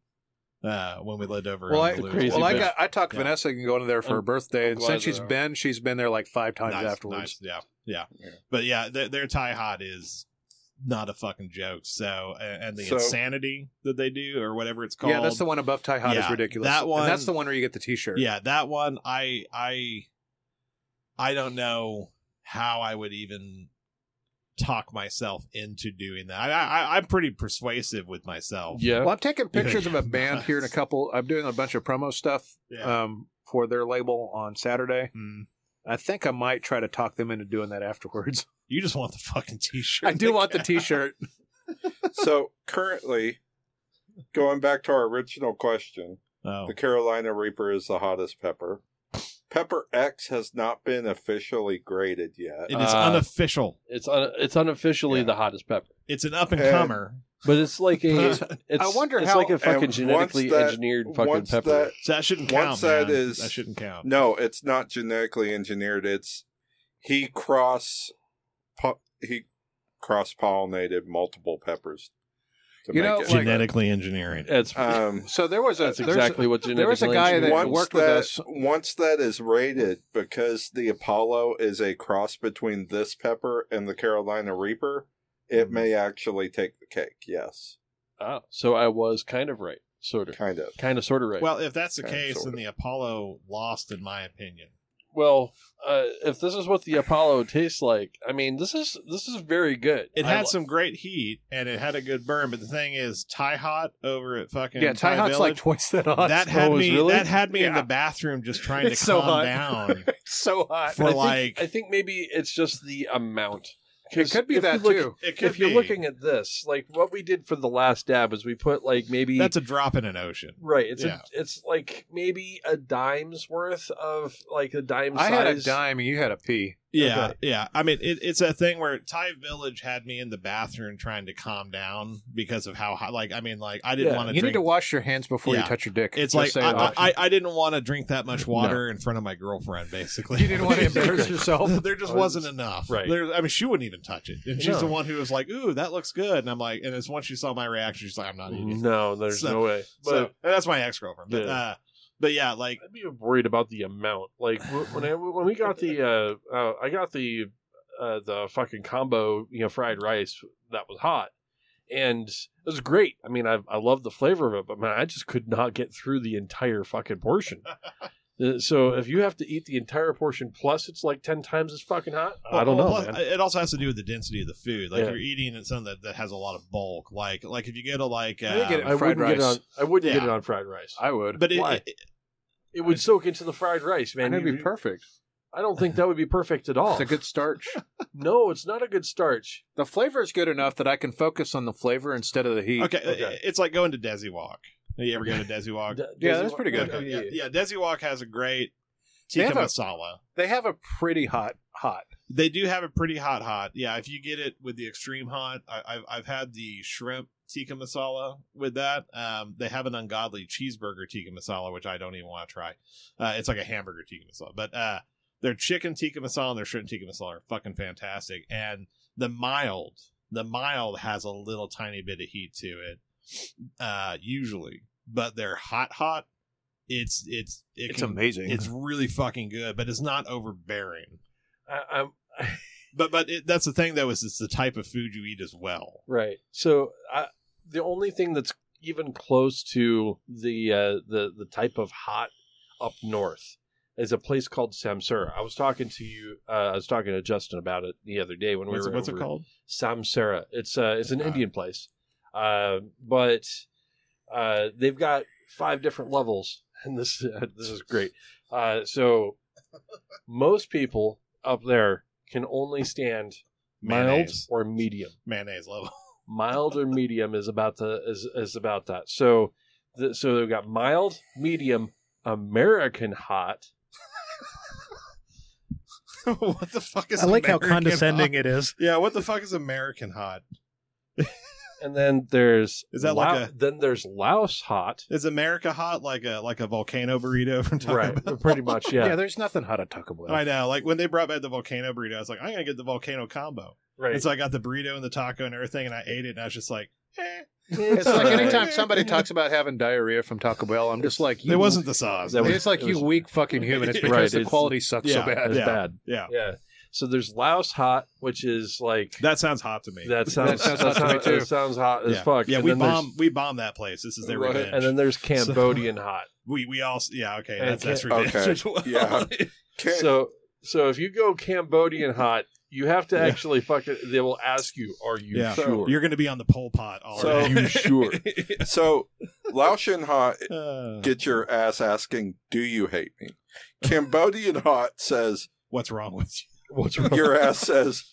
uh, when we lived over.
well,
on
I,
the Lewis.
crazy
well, I
bitch.
got I talked
Yeah.
Vanessa can go in there for her
I'm-
birthday, and
glad
since
they
she's
are.
been, she's been there like five times
Nice,
afterwards.
nice. Yeah, yeah,
Yeah.
But yeah, their, their Thai hot is not a fucking joke. So a- and the
So-
insanity that they do or whatever it's called.
Yeah, that's the one above Thai Hot is
Yeah,
ridiculous.
that
and that's
one-
the one where you get the T-shirt.
Yeah, that one. I I I don't know how I would even talk myself into doing that. I, I I'm pretty persuasive with myself.
yeah.
Well, I'm taking pictures of a band here in a couple. I'm doing a bunch of promo stuff
Yeah.
um, for their label on Saturday.
Mm.
I think I might try to talk them into doing that afterwards.
You just want the fucking t-shirt.
I do want the T-shirt.
so currently, going back to our original question,
Oh.
the Carolina Reaper is the hottest pepper. Pepper X has not been officially graded yet.
It is
Uh,
unofficial.
It's un- it's unofficially
Yeah.
the hottest pepper,
It's an up and comer.
but it's like a it's
I wonder
it's
how-
like a fucking
and
genetically
once that-
engineered fucking
once
pepper.
that-
So that shouldn't count.
Once that
man.
is-
that shouldn't count.
no, it's not genetically engineered. It's he cross po- he cross pollinated multiple peppers to
You
make
know,
it.
like-
Genetically engineering.
It's
um,
So there was a
that's
there's
exactly what genetically
there was a guy that
engineered-
once
worked with
that
us-
once that is rated because the Apollo is a cross between this pepper and the Carolina Reaper, it
Mm-hmm.
may actually take the cake. Yes,
Oh, so I was kind of right, sort of,
kind of.
kind of, sort of right.
Well, if that's the
Yeah,
case,
sorta.
then the Apollo lost, in my opinion.
well, uh, if this is what the Apollo tastes like, I mean, this is this is very good.
It
I
had
lo-
some great heat and it had a good burn, but the thing is, Thai Hot over at fucking
yeah, Thai Hot's like
Village,
twice that hot.
that had
Oh, is
me
really?
that had me in
Yeah.
the bathroom just trying to
It's so
calm
hot.
down
It's so hot.
for
I think,
like
I think maybe it's just the amount.
It could be
If you
that
look-
too.
it could
If you're
be.
looking at this, like what we did for the last dab is we put like maybe
that's a drop in an ocean.
Right. It's
Yeah.
a, it's like maybe a dime's worth of like a dime
I
size.
had a dime and you had a pea.
Yeah, yeah. I mean, it, it's a thing where Thai Village had me in the bathroom trying to calm down because of how hot. Like, I mean, like I didn't
Yeah.
want
You need
drink.
to wash your hands before
Yeah.
you touch your dick. Just
it's like
saying
I,
that.
I, I didn't want to drink that much water in front of my girlfriend. Basically,
you didn't want to embarrass yourself. Oh,
there just wasn't enough.
Right.
There, I mean, she wouldn't even touch it, and she's
No.
the one who was like, "Ooh, that looks good," and I'm like, and it's once she saw my reaction, she's like, "I'm not eating." it."
No, there's
So-
no way. But
so and that's my ex girlfriend. But,
Yeah.
uh, but yeah, like
I'd be worried about the amount. Like wh- when I, when we got the uh, uh I got the uh the fucking combo, you know, fried rice that was hot. and it was great. I mean, I I love the flavor of it, but man, I just could not get through the entire fucking portion. Uh, So if you have to eat the entire portion plus it's like ten times as fucking hot, I don't
Well,
know,
plus,
man.
It also has to do with the density of the food. Like
Yeah.
if you're eating at something that, that has a lot of bulk. Like like if you get a like
I think
um,
it-
I
fried
wouldn't get it
rice.
on. I wouldn't get
Yeah.
it on fried rice.
I would.
but it,
Why?
it-
It would soak into the fried rice, man.
Man, that'd
You-
be perfect.
I don't think that would be perfect at all.
It's a good starch.
no, it's not a good starch.
the flavor is good enough that I can focus on the flavor instead of the heat.
okay,
Okay.
it's like going to Desi Walk. You ever go to Desi Walk?
D-
Yeah,
does
that's
it-
pretty good.
Yeah, yeah, yeah, Desi Walk has a great
They
tikka
have a-
masala.
They have a pretty hot hot.
They do have a pretty hot hot. Yeah, if you get it with the extreme hot, I, I've I've had the shrimp tikka masala with that. Um, they have an ungodly cheeseburger tikka masala, which I don't even want to try. Uh, it's like a hamburger tikka masala, but uh, their chicken tikka masala and their shrimp tikka masala are fucking fantastic. And the mild, the mild has a little tiny bit of heat to it, uh, usually, but their hot hot. It's it's it
It's
can-
amazing.
It's really fucking good, but it's not overbearing.
I, I'm
But but it, that's the thing though is it's the type of food you eat as well.
right. So I, the only thing that's even close to the uh, the the type of hot up north is a place called Samsara. I was talking to you. Uh, I was talking to Justin about it the other day when we
what's
were
what's it
over-
called?
Samsara. It's uh, it's an
Ah.
Indian place, uh, but uh, they've got five different levels, and this this is great. Uh, so most people up there can only stand mild
Mayonnaise.
or medium.
Mayonnaise level.
Mild or medium is about the is is about that. So the, so they've got mild, medium, American hot.
what the fuck is?
I like how
American
condescending
Hot?
it is.
Yeah, what the fuck is American hot?
And then there's
Is that like
Lao-
a-
then there's Laos hot,
Is America hot like a like a volcano burrito from Taco
right?
Bell?
Pretty much,
Yeah.
yeah.
there's nothing hot at Taco Bell.
Oh, I know. Like when they brought back the volcano burrito, I was like, I'm gonna get the volcano combo.
Right.
And so I got the burrito and the taco and everything, and I ate it, and I was just like, eh.
It's like anytime somebody talks about having diarrhea from Taco Bell, I'm just like, you,
it wasn't the sauce.
That was-
it's like
it
you
was-
weak fucking human. It's because
Right,
the
it's-
quality sucks
yeah,
so bad.
That's
yeah.
bad.
yeah,
Yeah. So there's Laos hot, which is like
that sounds hot to me.
that sounds that
sounds
sounds,
hot to me, too.
that sounds hot as
yeah.
fuck.
Yeah,
and
we
then there's-
bomb we bomb that place. This is their
Right.
revenge.
And then there's Cambodian hot.
we we all yeah okay
And
that's that's
Ca-
revenge
okay,
as well.
yeah. Can't-
So so if you go Cambodian hot, you have to
Yeah.
actually fuck it. They will ask you, "Are you
Yeah.
sure?"
You're going to be on the pole pot all
So-
day.
You sure?
so Laotian hot
Uh,
gets your ass asking, "Do you hate me?" Cambodian hot says,
what's wrong with you?
What's wrong?
"Your ass says."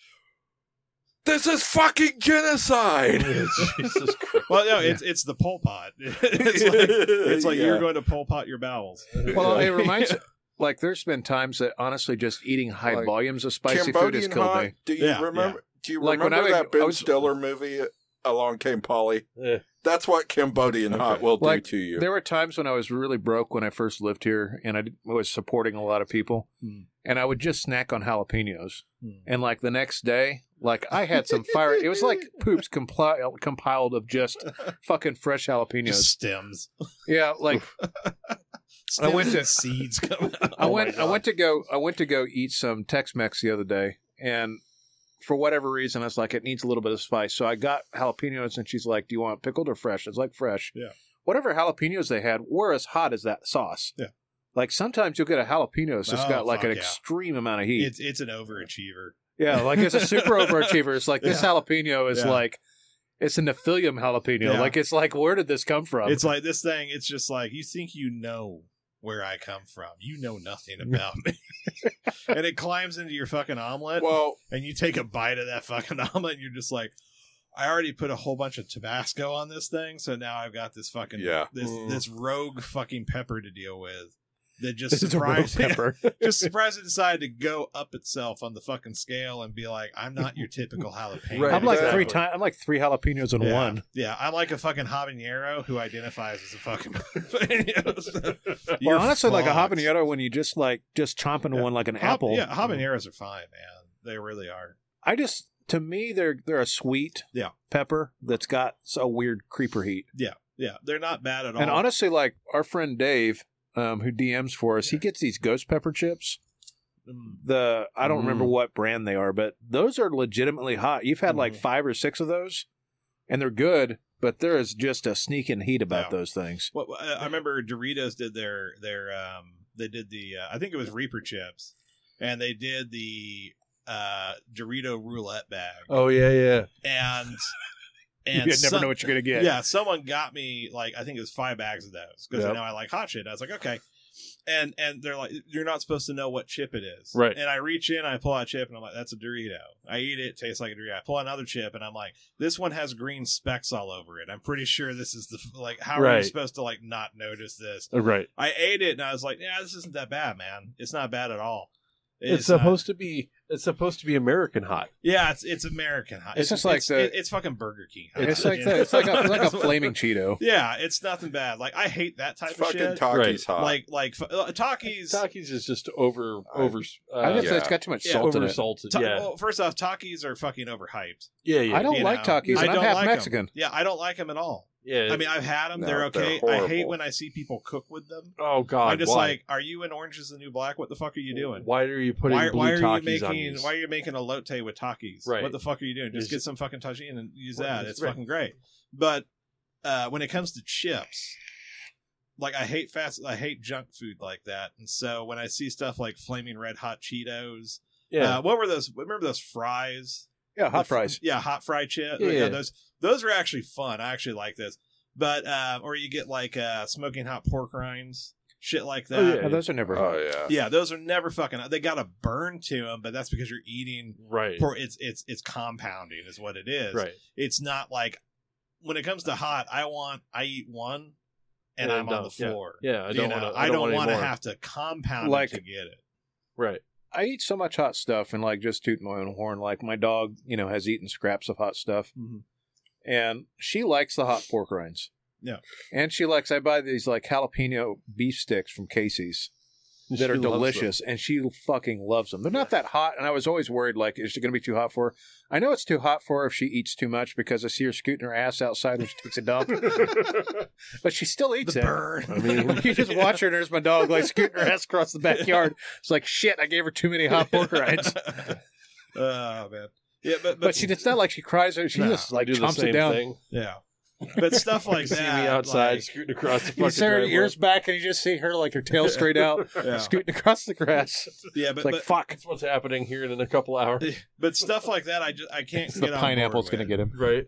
This is fucking genocide.
Jesus Christ.
Well, no, it's it's the pole pot. it's like, it's like you're going to pole pot your bowels.
Well, it reminds like there's been times that honestly, just eating high
Like,
volumes of spicy food has
Cambodian
killed
hot.
me.
Do you
Yeah,
remember? Do you
Like, when
remember
I would-
that Ben
I was-
Stiller movie? Along Came Polly.
Yeah.
That's what Cambodian hot will
Like,
do to you.
There were times when I was really broke when I first lived here, and I d- was supporting a lot of people,
Hmm.
and I would just snack on jalapenos.
Hmm.
And like the next day, like I had some fire. it was like poops compli- compiled of just fucking fresh jalapenos.
Just stems.
yeah, like I
stems
went to-
and seeds come out.
I went. I went to go. I went to go eat some Tex-Mex the other day, and for whatever reason, I was like, it needs a little bit of spice. So I got jalapenos, and she's like, "Do you want pickled or fresh?" I was like, "Fresh."
Yeah.
Whatever jalapenos they had were as hot as that sauce.
Yeah.
Like sometimes you'll get a jalapeno that's just
Oh,
got like
fuck
an
yeah.
extreme amount of heat.
It's it's an overachiever.
yeah, like it's a super overachiever. It's like this
Yeah.
jalapeno is
Yeah.
like it's a nephilium jalapeno.
Yeah.
Like it's like where did this come from?
It's like this thing. It's just like you think you know where I come from. You know nothing about me, and it climbs into your fucking omelet.
well,
and you take a bite of that fucking omelet and you're just like I already put a whole bunch of Tabasco on this thing, so now I've got this fucking
Yeah.
this
Mm.
this rogue fucking pepper to deal with that just
This is a road
surprised
pepper.
just surprised it decided to go up itself on the fucking scale and be like, I'm not your typical jalapeno.
Right,
I'm like
exactly.
three times. I'm like three jalapenos in
yeah.
one.
Yeah, I'm like a fucking habanero who identifies as a fucking habanero.
Well,
You're
honestly, like a
fucked.
habanero, when you just like just chomping
Yeah.
one like an
Hab-
apple.
Yeah, habaneros are fine, man. They really are.
I just to me they're they're a sweet
Yeah.
pepper that's got a weird creeper heat.
Yeah, they're not bad at all.
And honestly, like our friend Dave, um, who DMs for us, he gets these ghost pepper chips.
Mm.
The I don't
Mm.
Mm.
remember what brand they are, but those are legitimately hot. You've had like five or six of those, and they're good, but there is just a sneaking heat about
Yeah.
those things.
Well, I I remember Doritos did their their um they did the uh, I think it was Reaper chips, and they did the uh Dorito roulette bag,
Oh yeah, yeah.
and
You
and
never
some-
know what you're gonna
yeah.
get.
someone got me like I think it was five bags of those because
Yep.
I know I like hot shit. I was like, okay. And and they're like, you're not supposed to know what chip it is,
Right.
And I reach in, I pull out a chip, and I'm like, that's a Dorito. I eat it, tastes like a Dorito. I pull out another chip, and I'm like, this one has green specks all over it. I'm pretty sure this is the like, how are you
Right.
supposed to like not notice this?
Right.
I ate it, and I was like, yeah, this isn't that bad, man. It's not bad at all.
It's,
not-
supposed to be. It's supposed to be American hot.
yeah, it's it's American hot.
It's just like the-
it- it's fucking Burger King. hot.
It's like
You
that.
know?
It's like a, it's like a
That's what-
flaming Cheeto.
yeah, it's nothing bad. Like I hate that type of
fucking
shit.
Takis hot.
like like f- uh, Takis.
Takis is just over over. Uh,
I just
yeah.
it's got too much
Yeah.
salt in it.
oversalted.
Ta-
yeah.
Well, first off, Takis are fucking overhyped.
yeah, yeah,
I don't
you
like
know.
Takis,
I
and I'm
don't
half
like 'em.
Mexican.
Yeah, I don't like them at all.
Yeah.
I mean, I've had them;
No,
they're
they're
okay. I hate
horrible.
when I see people cook with them.
oh god,
I'm just
why?
like, are you in Orange Is the New Black? What the fuck are you doing?
Why are you putting
Why,
blue
why are you
Takis on
making
these?
why uh, are you making a lotte with Takis?
Right.
What the fuck are you doing? Just
It's-
get some fucking tagine and use
Right,
that.
it's
It's
right.
fucking great. But uh, when it comes to chips, like I hate fast, I hate junk food like that. And so when I see stuff like flaming red hot Cheetos
yeah.
Uh, what were those? Remember those fries?
Yeah,
The
hot
f-
fries.
Yeah, hot fry chip.
Yeah,
Yeah,
yeah.
those those are actually fun. I actually like this. But uh, or you get like uh, smoking hot pork rinds, shit like that.
Oh,
Oh, those are never.
oh yeah.
yeah. those are never fucking. They got a burn to them, but that's because you're eating.
right.
Por- it's it's it's compounding is what it is.
Right.
It's not like when it comes to hot. I want I eat one, and
Yeah,
I'm on
no,
the floor.
Yeah. I
You
don't
know,
want to.
I don't
want
to have to compound
Like-
it to get it.
Right.
I eat so much hot stuff, and like just toot my own horn. Like my dog, you know, has eaten scraps of hot stuff,
Mhm.
and she likes the hot pork rinds.
Yeah.
and she likes. I buy these like jalapeno beef sticks from Casey's. that
She
are
loves them.
delicious, and she fucking loves them. They're not that hot, and I was always worried like, is it going to be too hot for her? I know it's too hot for her if she eats too much because I see her scooting her ass outside when she takes a dump, but she still eats
The
it.
burn.
I mean-
You just watch her, and there's my dog like scooting her ass across the backyard. It's like shit. I gave her too many hot pork rinds, but,
oh man, yeah, but but,
she it's not like she cries. Or she
Nah,
just like
do the
chomps
same
it down.
thing.
yeah, but stuff like
see me
that.
outside
like-
scooting across the
You
fucking
see her
driveway.
ears back, and you just see her like her tail straight out,
yeah,
scooting across the grass.
yeah, but,
It's like
but,
fuck.
That's what's happening here in a couple hours.
but stuff like that, I just I can't
The
get on
pineapple's
board
gonna
with.
get him.
Right.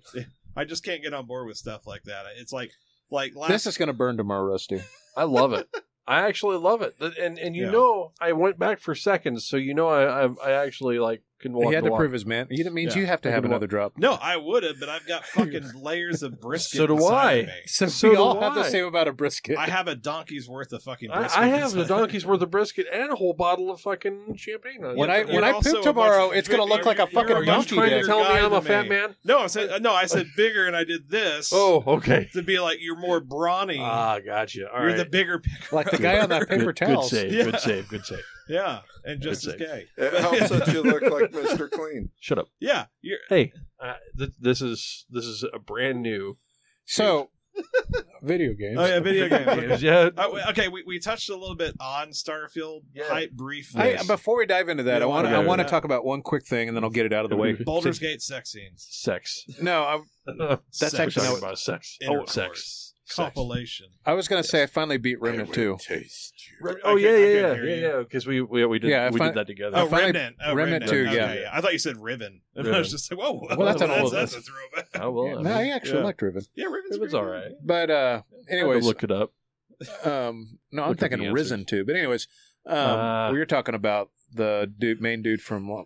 I just can't get on board with stuff like that. It's like like last
This is gonna burn tomorrow, Rusty.
I love it. I actually love it. Th- And and you
Yeah.
know, I went back for seconds, so you know, I I, I actually like can walk.
he had
the
to
walk.
prove his man. You means
Yeah.
you have to
I
have
could
another drop.
no, I would have, but I've got fucking layers of brisket.
So do
inside of
I.
me.
So,
So
we
do
all have the
I.
same amount of brisket.
I have a donkey's worth of fucking brisket.
I, I have the
inside.
donkey's worth of brisket and a whole bottle of fucking champagne. On
when
it.
I
you're
when I
also
poop
a
tomorrow,
bunch of-
it's gonna look
you're-
like a
you're-
fucking
you're
are
a
you
bunch
donkey.
of
trying to
Dick.
guys.
tell me
Guy
I'm
to
a fat
me.
man?
No, I said no. I said bigger, and I did this.
Oh, okay.
to be like you're more brawny.
Ah, gotcha. All
you're
right.
the bigger pick.
Like the guy on that
good,
paper
good
towels.
save.
Yeah.
Good save. Good save.
Yeah, and just as
Good
gay.
It helps that you look like Mr. Clean.
Shut up.
Yeah, you're
Hey, uh, th- this is this is a brand new
So, video games.
oh yeah, video game. Okay.
yeah.
Uh, w- okay, we, we touched a little bit on Starfield
Yeah.
hype briefly.
Hey, before we dive into that,
Yeah,
I want to
okay.
I want to talk about one quick thing, and then I'll get it out of the way.
Baldur's Gate sex scenes.
sex.
No, I,
Sex.
actually
talking
not-
about sex. Oh,
Intercourse.
sex.
Compilation.
I was gonna say I finally beat Remnant Two.
Taste you.
Re-
I
oh yeah,
couldn't- I
yeah,
couldn't
yeah,
hear
yeah,
you.
yeah. Because we we, we did
Yeah, I
we
finally-
did that together.
I
Oh,
finally-
Remnant. Oh,
Remnant
Remnant,
too,
Okay,
yeah.
I thought you said Riven. I
Riven.
was just like, whoa.
Well, that's an old-
that's, a throwback.
Oh, I will.
no, I actually
Yeah.
liked Riven,
Yeah, Riven's
It was
pretty
all
good.
right.
but uh, anyways,
look it up.
um, no, I'm
Look at the
thinking
answers.
Risen Two. But anyways, um,
Uh.
we were talking about the dude, main dude from uh,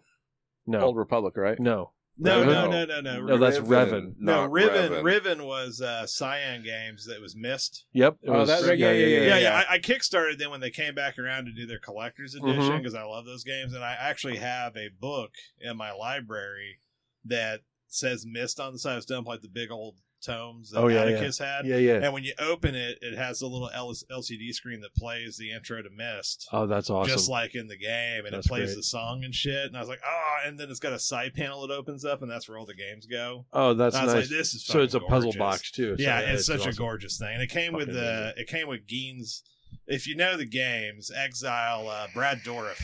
No,
Old Republic, right?
no,
No, no,
Riven?
no, no, no.
No, that's Revan.
No,
not
Riven. Riven was uh, Cyan Games that was missed.
Yep. it
Oh,
was-
that- yeah, yeah, yeah,
yeah, yeah. I, I kickstarted them when they came back around to do their collector's edition
Mhm.
because I love those games, and I actually have a book in my library that says "Mist" on the side. It's done like the big old tomes that
Oh, yeah,
Atticus had,
yeah, yeah.
and when you open it, it has a little L- LCD screen that plays the intro to Mist.
Oh, that's awesome.
Just like in the game, and
That's
it plays
great.
the song and shit. And I was like, oh, and then it's got a side panel that opens up, and that's where all the games go.
oh, that's
I
nice.
was like, this is
so it's a
fucking
puzzle
gorgeous
box too. so
yeah, it's such a
awesome.
gorgeous thing. And it came with
Fucking
the
amazing.
it came with Geens. If you know the games, Exile, uh, Brad Dorff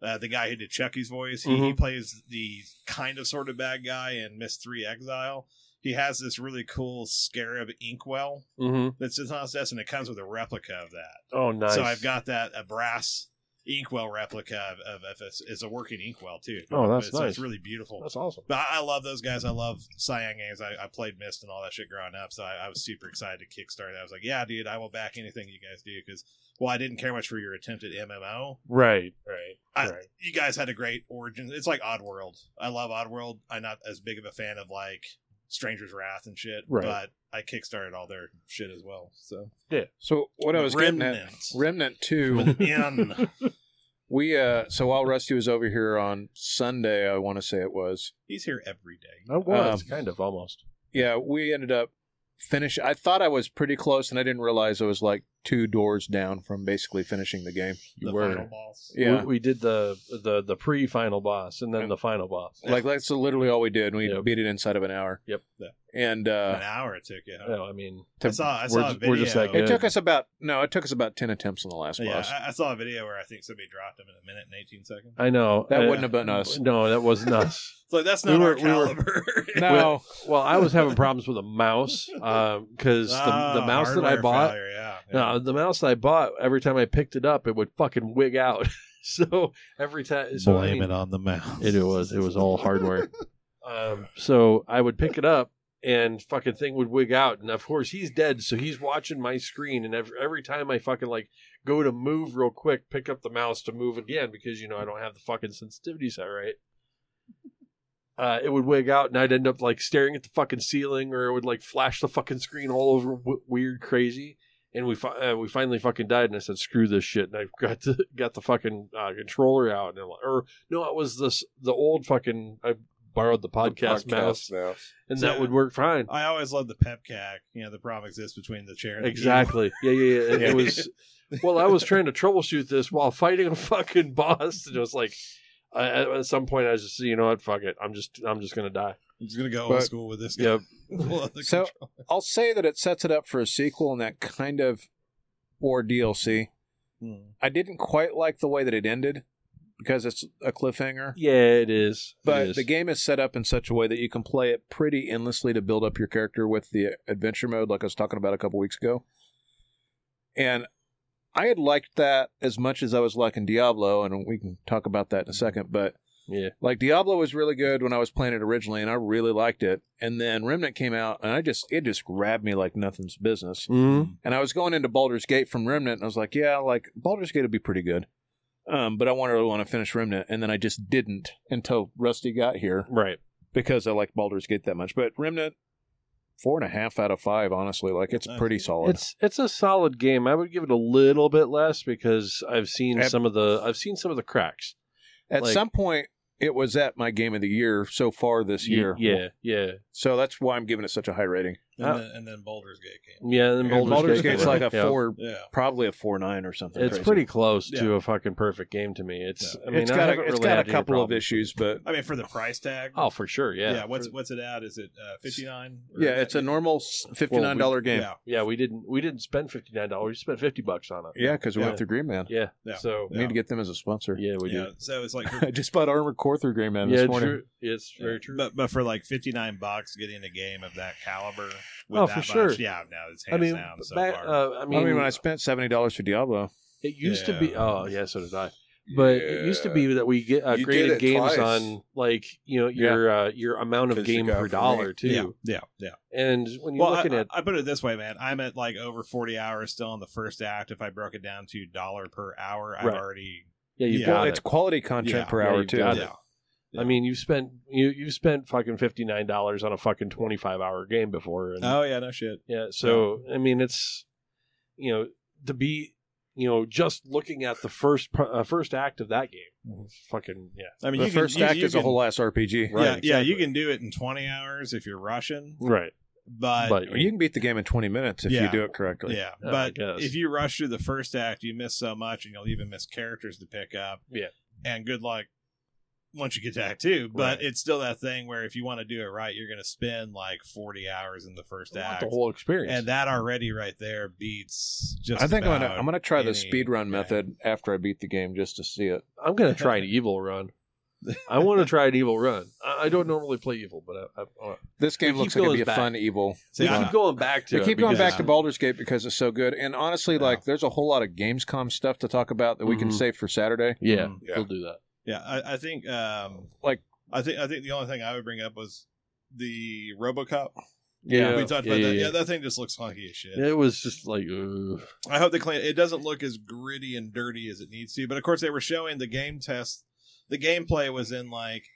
Uh, the guy who did Chucky's voice, he,
Mm-hmm.
he plays the kind of sort of bad guy in Miss Three Exile. He has this really cool scarab inkwell
Mm-hmm.
that's just on his desk, and it comes with a replica of that.
Oh, nice.
So I've got that a brass inkwell replica of, of FS. It's a working inkwell too.
Oh, that's
so
nice.
It's really beautiful.
That's awesome.
But I, I love those guys. I love Cyan games. I, I played Mist and all that shit growing up, so I, I was super excited to kickstart. it. I was like, "Yeah, dude, I will back anything you guys do." Because well, I didn't care much for your attempt at MMO.
Right. Right.
I-
right.
You guys had a great origin. It's like Oddworld. I love Oddworld. I'm not as big of a fan of like Stranger's Wrath and shit,
Right.
but I kickstarted all their shit as well. So
So what I was getting at,
Remnant.
Remnant Two.
with N.
We uh so while Rusty was over here on Sunday, I want to say it was.
He's here every day.
I was
Um,
kind of almost.
Yeah, we ended up finish I thought I was pretty close and I didn't realize I was like two doors down from basically finishing the game.
the
were.
final boss.
Yeah.
We, we did the the the pre final boss and then the final boss.
Like that's literally all we did. We
Yep.
beat it inside of an hour.
Yep.
Yeah.
And uh
An hour it took you. huh?
No, I mean,
to-
I saw. I
we're
saw a
ju- we're
video.
just that
it
good.
took us about no, it took us about ten attempts on the last
yeah,
boss.
I, I saw a video where I think somebody dropped him in a minute and eighteen seconds.
I know
that
Uh,
wouldn't have been us.
No, that wasn't us.
So that's
We
not
were-
our
we were-
caliber.
No.
Well, I was having problems with a mouse because the, the
Ah,
mouse that I
hardware
bought,
failure, yeah,
no, the mouse that I bought, every time I picked it up, it would fucking wig out. so every time, so, I mean,
on the mouse.
It, was it was all hardware. um, so I would pick it up and fucking thing would wig out, and of course he's dead, so he's watching my screen, and every, every time I fucking like go to move real quick, pick up the mouse to move again because you know I don't have the fucking sensitivity set right. Uh, it would wig out, and I'd end up like staring at the fucking ceiling, or it would like flash the fucking screen all over w- weird, crazy. And we fi- uh, we finally fucking died, and I said, "Screw this shit!" And I got the got the fucking uh, controller out, and I'm like- or no, it was this the old fucking. I borrowed the podcast, mouse, and that
Yeah.
would work fine.
I always love the pep cac. You know, the problem exists between the chair and the
Exactly. Yeah, yeah, yeah. It, it
Yeah.
was. Well, I was trying to troubleshoot this while fighting a fucking boss, and it was like, I, I- at some point, I was just, you know what, fuck it, I'm just, I'm just gonna die.
keyboard. I'm just gonna go
But-
old school with this guy.
Yep.
Well, the
So-
control-
I'll say that it sets it up for a sequel and that kind of or DLC.
Hmm.
I didn't quite like the way that it ended because it's a cliffhanger.
Yeah, it is.
But
It is.
the game is set up in such a way that you can play it pretty endlessly to build up your character with the adventure mode, like I was talking about a couple weeks ago. And I had liked that as much as I was liking Diablo, and we can talk about that in a second. But
Yeah.
like Diablo was really good when I was playing it originally, and I really liked it. And then Remnant came out, and I just it just grabbed me like nothing's business.
Hmm.
Mhm.
And I was going into Baldur's Gate from Remnant, and I was like, yeah, like Baldur's Gate would be pretty good. Um, but I wanted to want to finish Remnant, and then I just didn't until Rusty got here
Right.
because I like Baldur's Gate that much. But Remnant, four and a half out of five, honestly, like it's
Nice.
pretty solid.
It's it's a solid game. I would give it a little bit less because I've seen
Ab-
some of the I've seen some of the cracks
at
like-
some point, it was at my game of the year so far this year.
Yeah, yeah,
So that's why I'm giving it such a high rating.
and,
Uh,
then, and then Boulder's Gate came.
yeah. And
And
Baldur's,
Baldur's,
Gate
Gate's like a
yeah.
four,
Yeah.
probably a four nine or something.
It's
crazy.
pretty close to
Yeah.
a fucking perfect game to me. It's I mean
it's
I
got a,
haven't
it's
really
got a
had any
couple of
problems.
issues, but
I mean, for the price tag.
Oh, for sure.
yeah.
Yeah.
What's
For-
what's it at? Is it uh, fifty nine?
yeah, it's a normal s- fifty nine dollar game.
Yeah.
Yeah, we didn't we didn't spend fifty nine dollars. We spent fifty bucks on it.
Yeah, because we
Yeah.
went through Green Man.
Yeah.
Yeah.
So
We need to get them as a sponsor.
yeah, we
yeah.
do.
So it's like
I just bought Armored Core through Green Man
yeah,
this morning.
true. Yeah, It's very true.
But but for like fifty nine bucks, getting a game of that caliber. With
Oh,
that
for
much,
sure.
Yeah, no, it's
I
hands
mean,
down so
back,
far.
uh, I
I mean,
mean,
when I spent seventy dollars for Diablo,
it used to be.
Yeah.
Oh yeah, so did I. But it used to be that we get uh,
You did
graded
it
games
twice.
on like you know your uh, your amount of
'Cause you
game
got
per
it for
dollar too.
yeah, yeah, yeah.
And when you're
Well,
looking
I,
at
I put it this way, man. I'm at like over 40 hours still on the first act. If I broke it down to dollar per hour, I've
Right.
already.
yeah, you've
yeah,
well,
got
it's
it.
quality content
Yeah.
per
Yeah,
hour
you've
too.
got it.
yeah.
I mean, you spent you you spent fucking fifty nine dollars on a fucking twenty five hour game before. And,
Oh yeah, no shit.
Yeah. So I mean, it's you know to be you know just looking at the first pro- uh, first act of that game, fucking yeah,
I mean,
the
you
first
can, you-
act
you
is a
can-
whole ass RPG.
Yeah, yeah, you can do it in 20 hours if you're rushing,
right.
but,
But
Or you can beat the game in twenty minutes if you
Yeah.
do it correctly.
yeah,
Yeah, I
but
guess.
if you rush through the first act, you miss so much, and you'll even miss characters to pick up.
Yeah.
and good luck once you get that too, but it's still that thing where if you want to do it right, you're going to spend like 40 hours in the first
I want
act.
the whole experience.
And that already right there beats just
I think I'm gonna
about
I'm gonna try the
any
speed run
game.
method after I beat the game just to see it.
I'm gonna try an evil run. I want to try an evil run. I, I don't normally play evil, but I, I, I uh, want-
This game
keep
looks like it'd
going
be a
back.
fun evil.
See,
we
I'm-
keep going back to.
They
it
keep going
because-
back to Baldur's Gate because it's so good. And honestly,
Yeah.
like there's a whole lot of Gamescom stuff to talk about that we can
Mhm.
save for Saturday.
Yeah,
Mm.
Yeah.
we'll do that.
Yeah, I, I think um
Like-
I think I think the only thing I would bring up was the RoboCop.
Yeah.
we talked
Yeah,
about
yeah,
that.
yeah.
Yeah, that thing just looks clunky as shit.
It was just like, uh, ugh.
I hope they clean it. It doesn't look as gritty and dirty as it needs to, but of course they were showing the game test. The gameplay was in like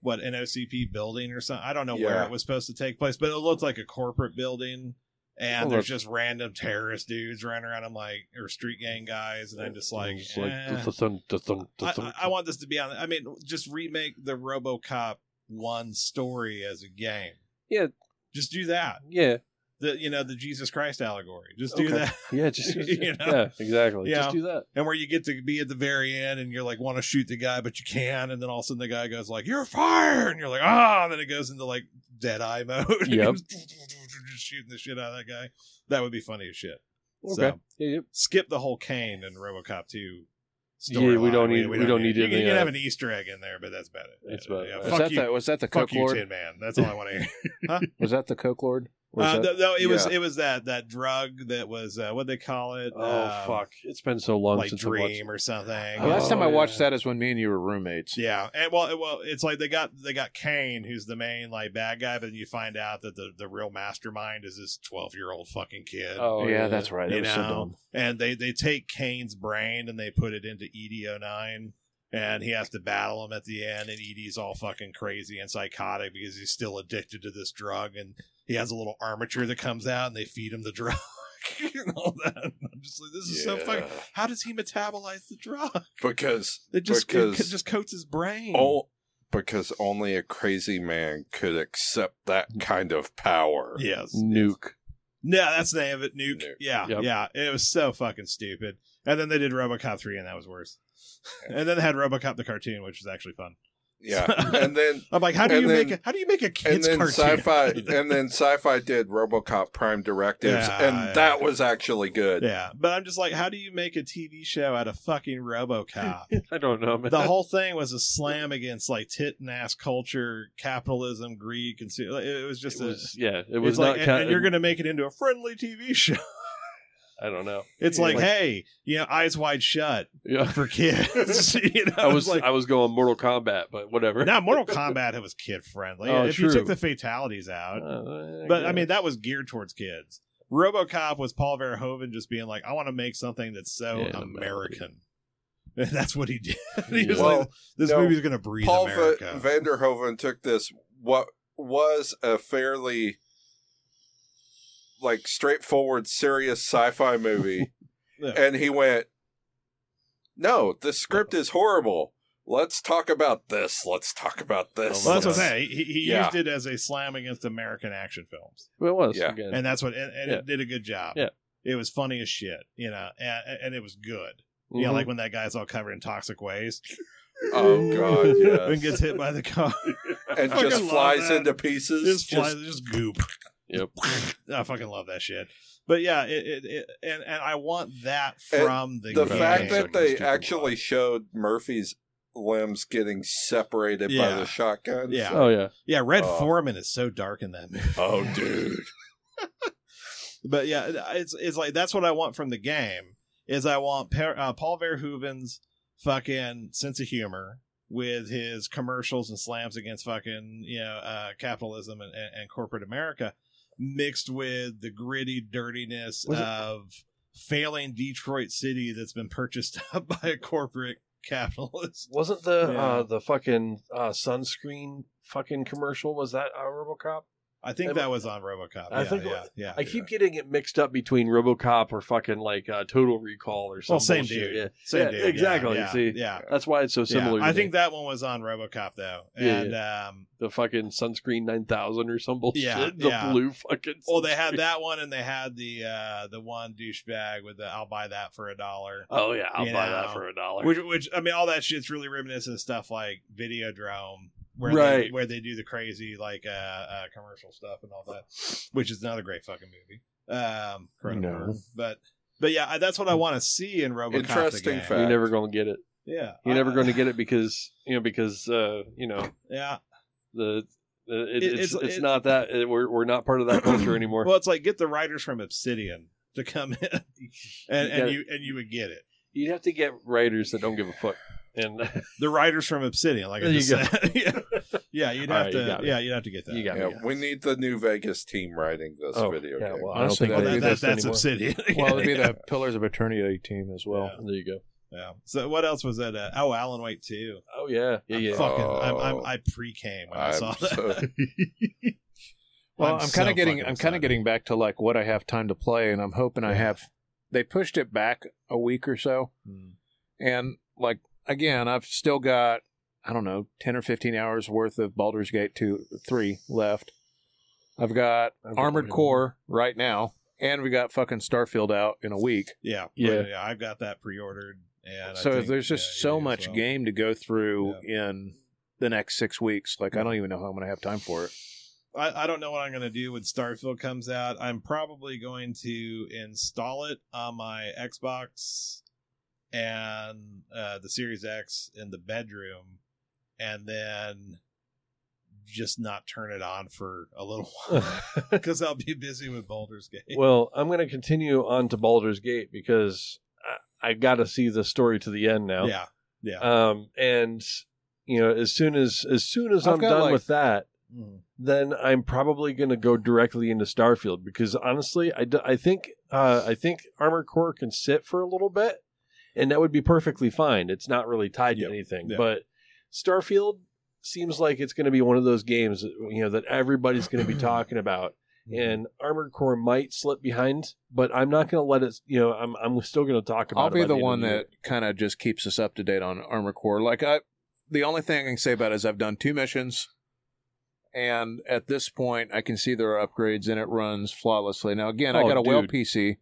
what an OCP building or something. I don't know where
Yeah.
it was supposed to take place, but it looked like a corporate building. And
Well,
there's just random terrorist dudes running around. I'm like, or street gang guys, and I'm just like,
It's
eh.
dun, dun, dun, dun,
I,
dun.
I- I want this to be on. I mean, just remake the RoboCop one story as a game.
Yeah.
just do that.
yeah,
The you know the Jesus Christ allegory. Just do
Okay.
that,
yeah, just
You know?
yeah, exactly.
Yeah.
Just do that.
and where you get to be at the very end, and you're like want to shoot the guy, but you can, and then all of a sudden the guy goes like, "You're fired," and you're like, "Ah," and then it goes into like dead eye mode.
Yep.
just shooting the shit out of that guy. That would be funny as shit.
Okay.
So
Yeah, yeah.
skip the whole Kane and RoboCop two.
Yeah, we don't
storyline.
need- we don't need any
You can, you
of
can
that.
have an Easter egg in there, but that's about it.
uh, That's about it.
Yeah,
Was
Was
fuck
that
you,
the was that the
fuck
Coke
you,
Lord?
Tin Man. That's all I want to hear.
Was that the Coke Lord? Or is
Uh,
that-
th- no, it was
Yeah.
it was that that drug that was uh, what they call it.
Oh
um,
fuck, it's been so long
like
since I
dream
watched.
or something.
The last time
Oh,
I watched
yeah.
that is when me and you were roommates.
Yeah, and well, it- well, it's like they got they got Kane, who's the main like bad guy, but then you find out that the the real mastermind is this twelve year old fucking kid.
Oh
yeah, that's right. That
you
was so dumb.
know, and they they take Kane's brain and they put it into E ED09, and he has to battle him at the end. And ED's all fucking crazy and psychotic because he's still addicted to this drug, and he has a little armature that comes out, and they feed him the drug. and all that. I'm just like, this is so fucking. How does he metabolize the drug?
Because
It just
Because-
it just coats his brain.
oh, because only a crazy man could accept that kind of power.
yes.
Nuke.
No, that's the name of it. Nuke.
Nuke.
Yeah,
Mm. Yep.
yeah. It was so fucking stupid. And then they did RoboCop three, and that was worse. and then they had RoboCop the cartoon, which was actually fun.
Yeah, and then
I'm like, how do
And
you
then-
make a how do you make a
and
kids
then
cartoon?
sci-fi and then sci-fi did RoboCop Prime Directives,
Yeah,
and
yeah.
that was actually good.
Yeah, but I'm just like, how do you make a TV show out of fucking RoboCop?
I don't know, man.
the whole thing was a slam against like tit and ass culture, capitalism, greed, consumer. It was just
it
a.
was, yeah, it
it
was
was
not.
like, and,
ca-
and you're gonna make it into a friendly TV show.
I don't know.
It's
Yeah.
like,
Like-
hey, you know, eyes wide shut
Yeah,
for kids. you know,
I was
like,
I was going Mortal Kombat, but whatever.
now Mortal Kombat it was kid friendly.
Oh,
if
true.
you took the fatalities out,
Uh,
but
yeah.
I mean that was geared towards kids. RoboCop was Paul Verhoeven just being like, I want to make something that's so
Yeah,
American. And that's what he did. he was
Well,
like, this
no,
movie's gonna breathe
Paul Va-
America.
Vanderhoven took this what was a fairly like straightforward, serious sci-fi movie,
Yeah.
and he went, "No, the script is horrible. Let's talk about this. Let's talk about this."
well, that's what I'm
Let's-
saying. He, he
Yeah.
used it as a slam against American action films.
Well, it was
Yeah.
again.
and that's what and, and
Yeah.
it did a good job.
Yeah.
it was funny as shit, you know, and, and it was good. Yeah, You know,
Mhm.
like when that guy's all covered in toxic waste
Oh God, yes.
and gets hit by the car,
and
I
just
fucking love
flies
that.
into pieces.
just flies,
Just-
just goop.
Yep.
I fucking love that shit. But yeah, it, it, it and and I want that
And
from the
the
game.
fact
Yeah.
that they
Stupid
actually showed Murphy's limbs getting separated by
Yeah.
the shotgun.
Yeah.
Oh yeah.
yeah, Red
uh,
Foreman is so dark in that movie.
Oh, dude.
But yeah, it- it's it's like that's what I want from the game. Is I want per, uh, Paul Verhoeven's fucking sense of humor with his commercials and slams against fucking you know uh, capitalism and, and, and corporate America, mixed with the gritty dirtiness
Was it-
of failing Detroit City that's been purchased up by a corporate capitalist.
Wasn't the
Yeah.
uh, the fucking uh, sunscreen fucking commercial? Was that uh, RoboCop?
I think
Am-
that was on RoboCop.
I
yeah,
think-
yeah, yeah.
I keep getting it mixed up between RoboCop or fucking like uh, Total Recall or something.
well, same dude.
Yeah.
Same
Yeah,
dude.
Exactly.
Yeah,
See,
yeah.
that's why it's so similar.
Yeah.
to
I
me.
think that one was on RoboCop though,
Yeah,
and um,
the fucking sunscreen nine thousand or some bullshit.
Yeah,
the
yeah.
blue fucking.
oh, they
sunscreen.
had that one, and they had the uh, the one douchebag with the "I'll buy that for a dollar,"
Oh yeah, I'll
You
buy
know,
that for a dollar.
which which I mean, all that shit's really reminiscent of stuff like Videodrome. Where they,
Right.
where they do the crazy like uh, uh commercial stuff and all that, which is another great fucking movie. Um, Cronenberg. but but yeah, I, that's what I want to see in RoboCop.
Interesting
again.
fact.
You're never gonna get it.
Yeah,
You're never
I-
gonna get it because you know because uh you know
Yeah,
the. the- It,
It-
it's,
it's-
it's
it-
not that it- we're, we're not part of that culture anymore.
Well, it's like get the writers from Obsidian to come in, and, and
gotta-
you and you would get it.
You'd have to get writers that don't give a fuck. And
The writers from Obsidian, like I
There you
just
go.
said. yeah. yeah, you'd
All
have
right, you
to.
got me.
yeah, you'd have to get that.
you got
Yeah,
me.
we need the New Vegas team writing this
Oh,
video
yeah,
game.
well, I don't
Honestly,
think
well,
well,
they
that,
Yeah,
do
that,
this
that's
anymore.
Obsidian.
Well, it'd be
yeah.
the Pillars of Eternity team as well.
There you go.
Yeah. So what else was that? Uh, oh, Alan Wake too.
Oh yeah, yeah, yeah.
Fucking, I'm, I'm,
Oh.
I pre came when i
I'm
saw that.
so-
Well, I'm, kind
so
of getting
fucking
I'm kind
excited.
of getting back to like what I have time to play, and I'm hoping I
Yeah.
have. They pushed it back a week or so,
Hmm.
and like again, I've still got I don't know ten or fifteen hours worth of Baldur's Gate two three left. I've got
I've got
Armored
one.
Core right now, and we got fucking Starfield out in a week.
Yeah,
Yeah.
but, yeah. I've got that pre ordered, and I
so
think-
there's
yeah,
just
you
so
do as
much
well.
game to go through in the next six weeks. Like I don't even know how I'm going to have time for it.
I, I don't know what I'm going to do when Starfield comes out. I'm probably going to install it on my Xbox and uh, the Series X in the bedroom, and then just not turn it on for a little while because I'll be busy with Baldur's Gate.
Well, I'm going to continue on to Baldur's Gate because I, I got to see the story to the end now.
yeah, yeah.
Um, and you know, as soon as as soon as
I've
I'm
got,
done
like- Hmm.
with that,
Mm.
then I'm probably going to go directly into Starfield because honestly, I, d- I think uh, I think Armored Core can sit for a little bit, and that would be perfectly fine. It's not really tied
Yeah,
to anything,
yeah.
but Starfield seems like it's going to be one of those games you know that everybody's going to be talking about. And Armored Core might slip behind, but I'm not going to let it. You know, I'm I'm still going to talk about.
I'll
it
be
by
the
end of
one
year.
that kind of just keeps us up to date on Armor Core. Like I, the only thing I can say about it is I've done two missions, and at this point I can see there are upgrades and it runs flawlessly. Now again, I
Oh,
got a well
dude.
PC.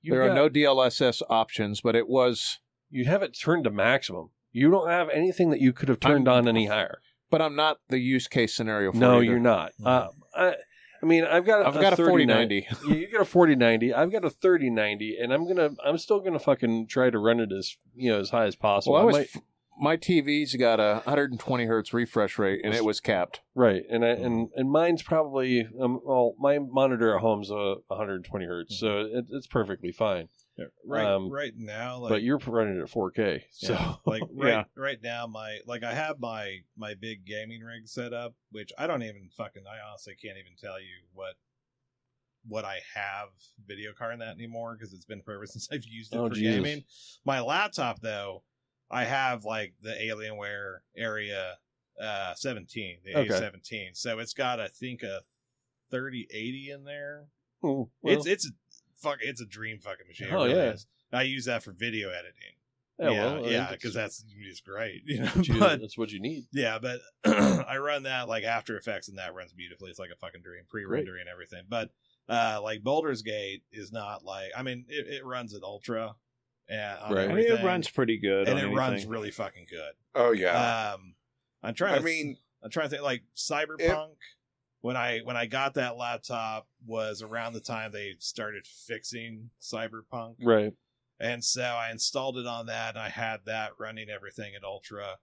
You
there
got-
are no DLSS options, but it was.
You have it turned to maximum. You don't have anything that you could have turned
I'm-
on any higher.
But I'm not the use case scenario. for
No,
either.
you're not.
Mhm.
Uh, I, I mean, I've got.
I've got a
30
forty ninety.
Yeah, you got a forty ninety. I've got a thirty ninety, and I'm gonna. I'm still gonna fucking try to run it as you know as high as possible.
Well, I
I
was.
might-
my TV's got a 120 hertz refresh rate, and it was capped.
right, and I and and mine's probably um, well, my monitor at home's uh, a 120 hertz, so it, it's perfectly fine.
Yeah. Right,
Um,
right now, like,
but you're running it at 4K, so
Yeah. like right
Yeah.
right now my like I have my my big gaming rig set up, which I don't even fucking I honestly can't even tell you what what I have video card in that anymore because it's been forever since I've used it
Oh,
for
Jesus.
gaming. My laptop though, I have like the Alienware area uh 17, the
Okay.
A17. So it's got I think a 3080 in there
Mm, well,
it's it's fuck. It's a dream fucking machine.
Oh,
Oh really
yeah.
is. I use that for video editing.
yeah,
Yeah,
Oh,
well, I think
yeah,
that's
because that's it's great. You know,
what you-
but
that's what you need.
yeah, but I run that like After Effects, and that runs beautifully. It's like a fucking dream, pre-rendering and everything. But uh, like Boulder's Gate is not like. I mean, it, it runs at ultra, and on
I
Right. I
mean, it
everything,
runs pretty good,
and it
on
runs
anything.
really fucking good.
oh
uh,
yeah.
Um, I'm trying.
I
to-
mean,
I'm trying to think like Cyberpunk when I when I got that laptop was around the time they started fixing Cyberpunk.
Right.
And so I installed it on that and I had that running everything at ultra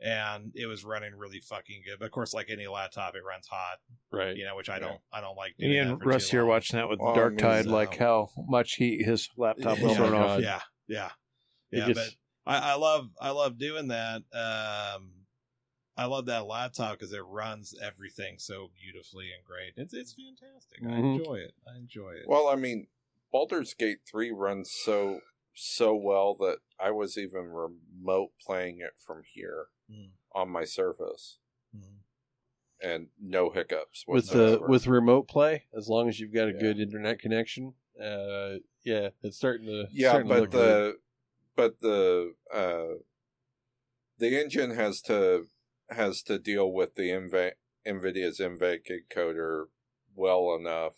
and it was running really fucking good. But of course like any laptop it runs hot,
Right.
you know, which I don't I don't like doing
Me
that
and
for
Russ
too
here
long.
watching that with
Long
Dark Tide,
is,
like
um,
how much heat his laptop
Yeah.
was throwing
Oh my
off.
God.
Yeah, yeah,
It
yeah.
just-
but I, I love I love doing that. Um, I love that laptop because it runs everything so beautifully and great. It's it's fantastic. I
Mhm.
enjoy it. I enjoy it.
well, I mean, Baldur's Gate 3 runs so so well that I was even
Hmm.
remote playing it from here
Mm,
on my Surface.
mm.
and no hiccups
with
whatsoever.
the with remote play as long as you've got a
Yeah.
good internet connection uh yeah it's starting to
yeah
starting to
but
look good.
the but the uh the engine has to has to deal with the NVA, nvidia's nvac encoder well enough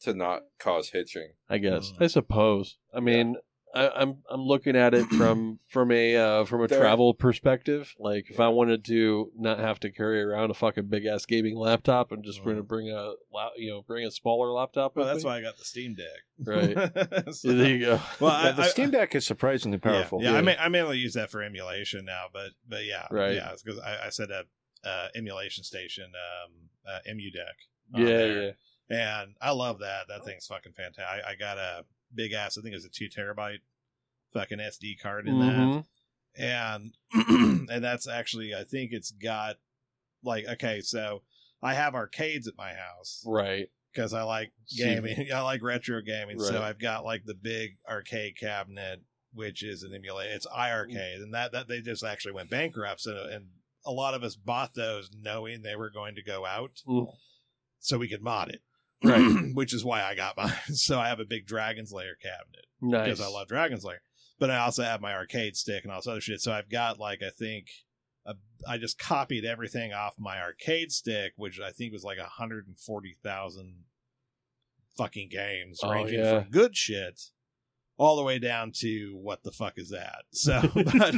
to not cause hitching
i guess
Mm.
i suppose i mean I, i'm i'm looking at it from from a uh from a
There-
travel perspective like if i wanted to not have to carry around a fucking big ass gaming laptop and just
Mm.
gonna bring a la- you know bring a smaller laptop
Well,
with
that's Oh,
me.
why I got the Steam Deck.
right
So-
Yeah, there you go
well,
Yeah,
I,
the
I-
Steam Deck is surprisingly powerful.
Yeah, yeah, I
Yeah.
may, I mainly use that for emulation now, but but yeah,
Right.
Yeah, because I, I set up uh, emulation station um, uh, MU Deck. on
yeah
there.
yeah
and I love that. That thing's fucking fantastic. I, I got a big ass. I think it was a two terabyte fucking SD card in that
Mhm.
and and that's actually I think it's got like okay, so I have arcades at my house
right
because I like
See.
gaming. I like retro gaming, so
Right.
I've got like the big arcade cabinet, which is an emulator. It's
Mm.
iArcade, and that that they just actually went bankrupt, so and a lot of us bought those knowing they were going to go out,
Mm.
so we could mod it.
Right.
which is why I got mine. So I have a big Dragon's Lair cabinet
nice
because I love Dragon's Lair. But I also have my arcade stick and all this other shit. So I've got like I think a, I just copied everything off my arcade stick, which I think was like hundred and forty thousand fucking games,
Oh,
ranging
yeah.
from good shit all the way down to what the fuck is that. So, but,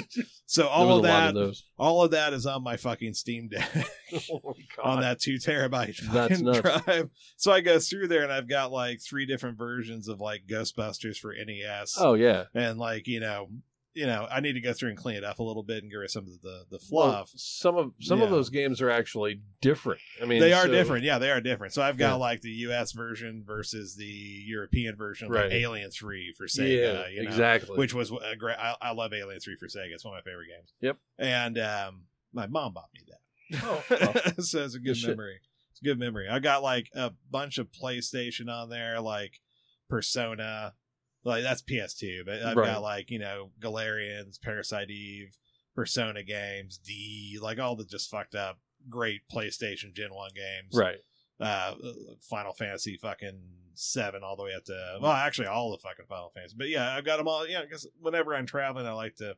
so
There was
all of
a lot of
that,
those.
all of that is on my fucking Steam Deck
oh my god
on that two terabyte
That's
fucking
nuts.
drive. So I go through there and I've got like three different versions of like Ghostbusters for E NES
oh yeah
and like you know you know i need to go through and clean it up a little bit and get rid of some of the the
Well,
fluff
some of some of
Yeah.
those games are actually different. I mean,
they are
so-
different yeah they are different so i've got
Yeah.
like the us version versus the european version of
Right.
like alien 3 for
Yeah,
sega you know?
exactly.
which was a great I, I love alien 3 for sega it's one of my favorite games
Yep.
and um my mom bought me that
oh, well,
so it's a good
shit.
memory. It's a good memory. I got like a bunch of PlayStation on there, like Persona. Like that's PS2, but I've
Right.
got like, you know, Galarians, Parasite Eve, Persona games, D, like all the just fucked up great PlayStation Gen 1 games.
right.
Uh Final Fantasy fucking 7 all the way up to well, actually all the fucking Final Fantasy. But yeah, I've got them all, yeah, cuz whenever I'm traveling, I like to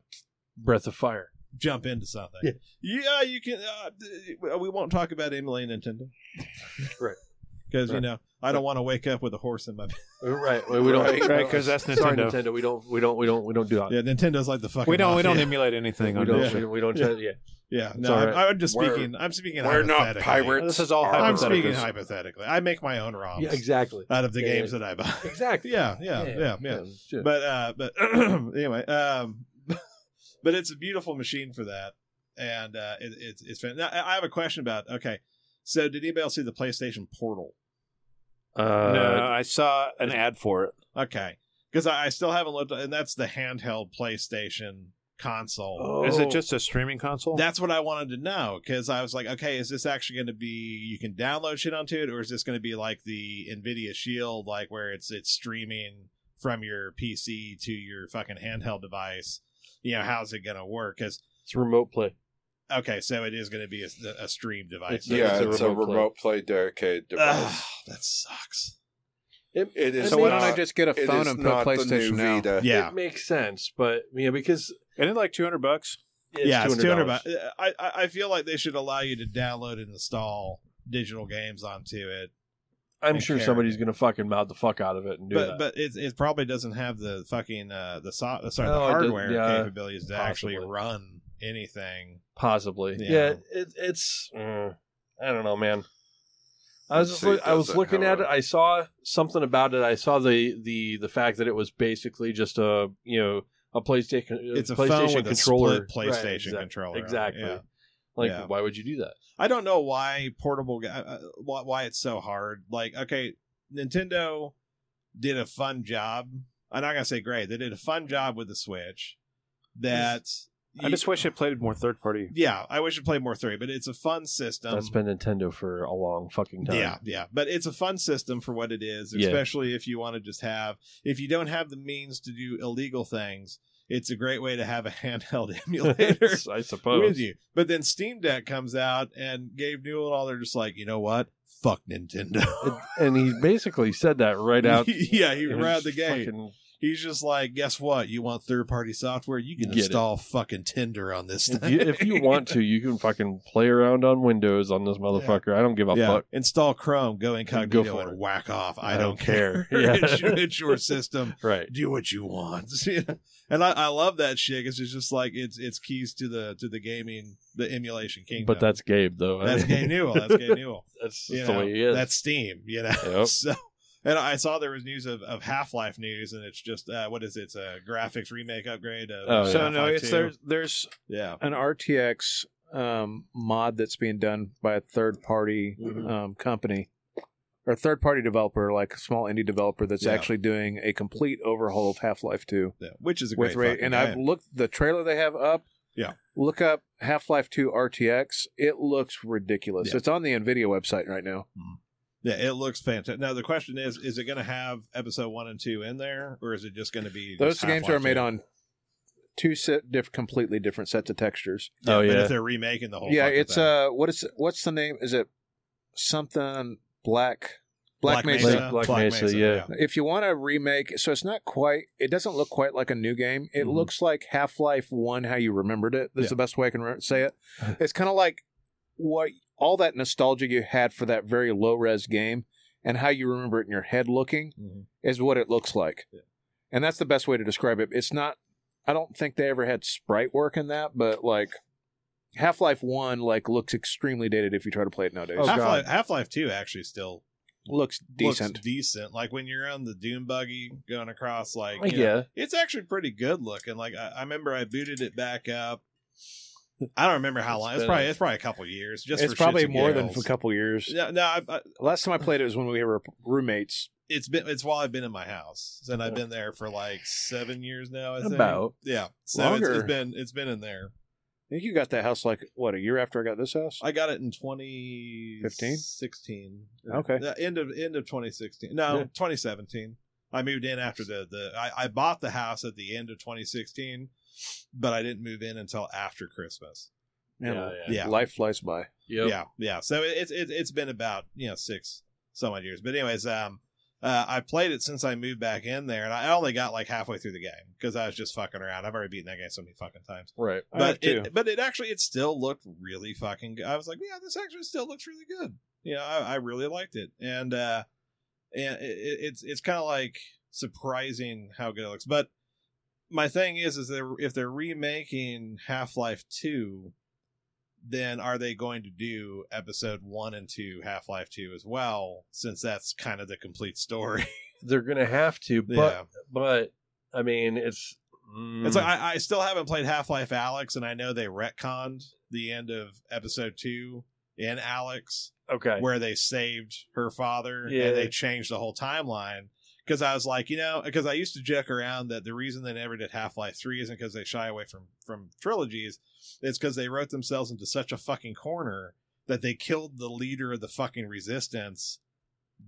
Breath of Fire.
jump into something.
Yeah.
Yeah, you can. Uh, d- we won't talk about emulating Nintendo,
Right.
Because you
Right.
know I don't want to wake up with a horse in my.
Right. We don't.
Right,
no,
'cause that's
Sorry,
Nintendo.
Nintendo. We don't. We don't. We don't. We don't do that.
Yeah, Nintendo's like the fucking.
We don't we don't
mafia.
emulate anything
We
on
don't.
this.
We
show.
don't. We don't
Yeah.
try- yeah.
Yeah,
It's
no,
all
I'm,
right.
I'm just
We're-
speaking. I'm speaking.
we're not
hypothetically.
pirates
This is all
are-
I'm
hypothetical.
speaking
hypotheticals.
hypothetically. I make my own ROMs
Yeah, exactly.
out of the
Yeah,
games
yeah.
that I buy.
Exactly.
yeah, yeah, yeah, yeah.
shit.
But uh, but anyway, um, but it's a beautiful machine for that, and uh, it, it's it's. Fan- now, I I have a question about. Okay, so did anybody else see the PlayStation Portal?
Uh,
no, I saw an ad for it.
Okay, because I, I still haven't looked, and that's the handheld PlayStation console.
Is
Oh.
it just a streaming console?
That's what I wanted to know because I was like, okay, is this actually going to be you can download shit onto it, or is this going to be like the Nvidia Shield, like where it's it's streaming from your PC to your fucking handheld device? You know, how's it going to work? Because
It's remote play.
okay, so it is going to be a, a stream device.
It's-
yeah
it's
it's,
a
a
remote play.
remote play, dedicated device
Ugh, that sucks.
it is
so why
not,
don't I just get a
it
phone
is
and put
not the
PlayStation
new
now?
Vita.
Yeah,
It makes sense, but yeah, because
Isn't it like two hundred bucks?
it's
yeah, it's two hundred
$200.
bucks. I I I feel like they should allow you to download and install digital games onto it
I'm
Take
sure
care.
somebody's gonna fucking mouth the fuck out of it and do
but
that.
but it, it probably doesn't have the fucking uh, the so- sorry
Oh, it
the
does-
hardware
yeah,
capabilities to actually
possibly.
run anything.
possibly.
Yeah.
Yeah, it, it's mm, I don't know, man. I
Let's
was just
see,
look, I was
does it
looking
have
at it.
a-
I saw something about it. I saw the the the fact that it was basically just a you know a PlayStation. uh,
It's a
PlayStation
phone with a
controller,
split PlayStation
Right, exact-
controller.
Exactly.
Yeah.
Like,
Yeah.
why would you do that?
I don't know why portable ga- uh, why why it's so hard. Like okay, Nintendo did a fun job. I'm not gonna say great. They did a fun job with the Switch. That
I just wish it played more third party.
yeah, I wish it played more three, but it's a fun system.
That's been Nintendo for a long fucking time.
Yeah, yeah. But it's a fun system for what it is,
Yeah.
especially if you want to just have if you don't have the means to do illegal things, it's a great way to have a handheld emulator
I
with
suppose.
you. But then Steam Deck comes out, and Gabe Newell and all they're just like, you know what? Fuck Nintendo.
And he basically said that right out.
yeah, he right out the gate.
Fucking-
He's just like, guess what? You want third party software? You can
Get it.
install fucking Tinder on this
If
thing.
you, if you want to, you can fucking play around on Windows on this motherfucker. I don't give a
yeah,
fuck.
install Chrome, go incognito,
for
and
it.
whack off. I,
I
don't
don't
care.
care. Yeah.
it's, your, it's your system.
Right.
Do what you want. and I, I love that shit 'cause it's just like it's it's keys to the to the gaming the emulation kingdom.
But that's Gabe, though. I
uh, that's
mean,
Gabe Newell. That's Gabe Newell.
That's
you
just the
know,
way he is.
That's Steam, you know.
Yep.
So, and I saw there was news of, of Half Life news, and it's just uh, what is it? It's a graphics remake upgrade. Of
Oh, yeah.
so
Half-Life
no, it's
2.
there's there's
Yeah,
an RTX um, mod that's being done by a third party
Mhm.
um, company or third party developer, like a small indie developer that's
Yeah.
actually doing a complete overhaul of Half Life Two.
yeah, which is a
with
great
Ray.
fucking
And I've
game.
looked the trailer they have up.
Yeah.
Look up Half Life 2 RTX. It looks ridiculous.
Yeah.
It's on the NVIDIA website right now.
yeah, it looks fantastic. Now the question is, is it going to have episode one and two in there, or is it just going to be
Those
just
games are
Half-Life
made
2?
on two set, diff- completely different sets of textures.
oh,
But
yeah.
if they're remaking the whole
yeah,
fucking
it's
thing.
uh, what is what's the name? Is it something Black Black, Mesa?
Mesa. Black Mesa, yeah.
If you want to remake, so it's not quite. It doesn't look quite like a new game. It
Mhm.
looks like Half Life One, how you remembered it. That's
Yeah.
the best way I can re- say it. It's kind of like what all that nostalgia you had for that very low res game and how you remember it in your head looking
Mhm.
is what it looks like. And that's the best way to describe it. It's not. I don't think they ever had sprite work in that, but like Half Life One, like looks extremely dated if you try to play it nowadays.
Oh, God.
Half-Life, Half-Life Two actually still
looks decent.
looks decent. Like when you're on the Doom buggy going across, like
Like,
you know,
yeah.
it's actually pretty good looking. Like I, I remember I booted it back up. I don't remember how
It's
long. It's
been
probably
a-
it's probably a couple years. Just
it's
for shits
probably
and
more than
giggles.
a couple years.
Yeah, no, I've, I,
Last time I played it was when we were roommates.
it's been it's while I've been in my house, and I've been there for like seven years now. I think.
About.
yeah, so it's,
Longer.
it's been it's been in there.
I think you got that house like what a year after I got this house.
I got it in twenty
15?
sixteen.
Okay.
the end of end of twenty sixteen. No,
Yeah.
twenty seventeen. I moved in after the the. I, I bought the house at the end of twenty sixteen, but I didn't move in until after Christmas.
Man,
Yeah,
yeah. Yeah.
life flies by.
Yep.
Yeah, yeah. So it- it's it, it's been about you know six some odd years, but anyways, um, uh, I played it since I moved back in there, and I only got like halfway through the game because I was just fucking around. I've already beaten that game so many fucking times,
Right.
I
but
have too.
it but it actually it still looked really fucking. good. I was like, yeah, this actually still looks really good. You know, I, I really liked it, and uh, and it, it- it's it's kind of like surprising how good it looks, but. My thing is, is they're, if they're remaking Half Life Two, then are they going to do episode one and two Half Life Two as well? Since that's kind of the complete story.
They're going to have to, but,
yeah,
but, I mean, it's. mm,
it's like I, I still haven't played Half Life Alex, and I know they retconned the end of episode two in Alex,
mm, okay.
where they saved her father
Yeah.
and they changed the whole timeline. Because I was like, you know, because I used to joke around that the reason they never did Half Life Three isn't because they shy away from from trilogies, it's because they wrote themselves into such a fucking corner that they killed the leader of the fucking resistance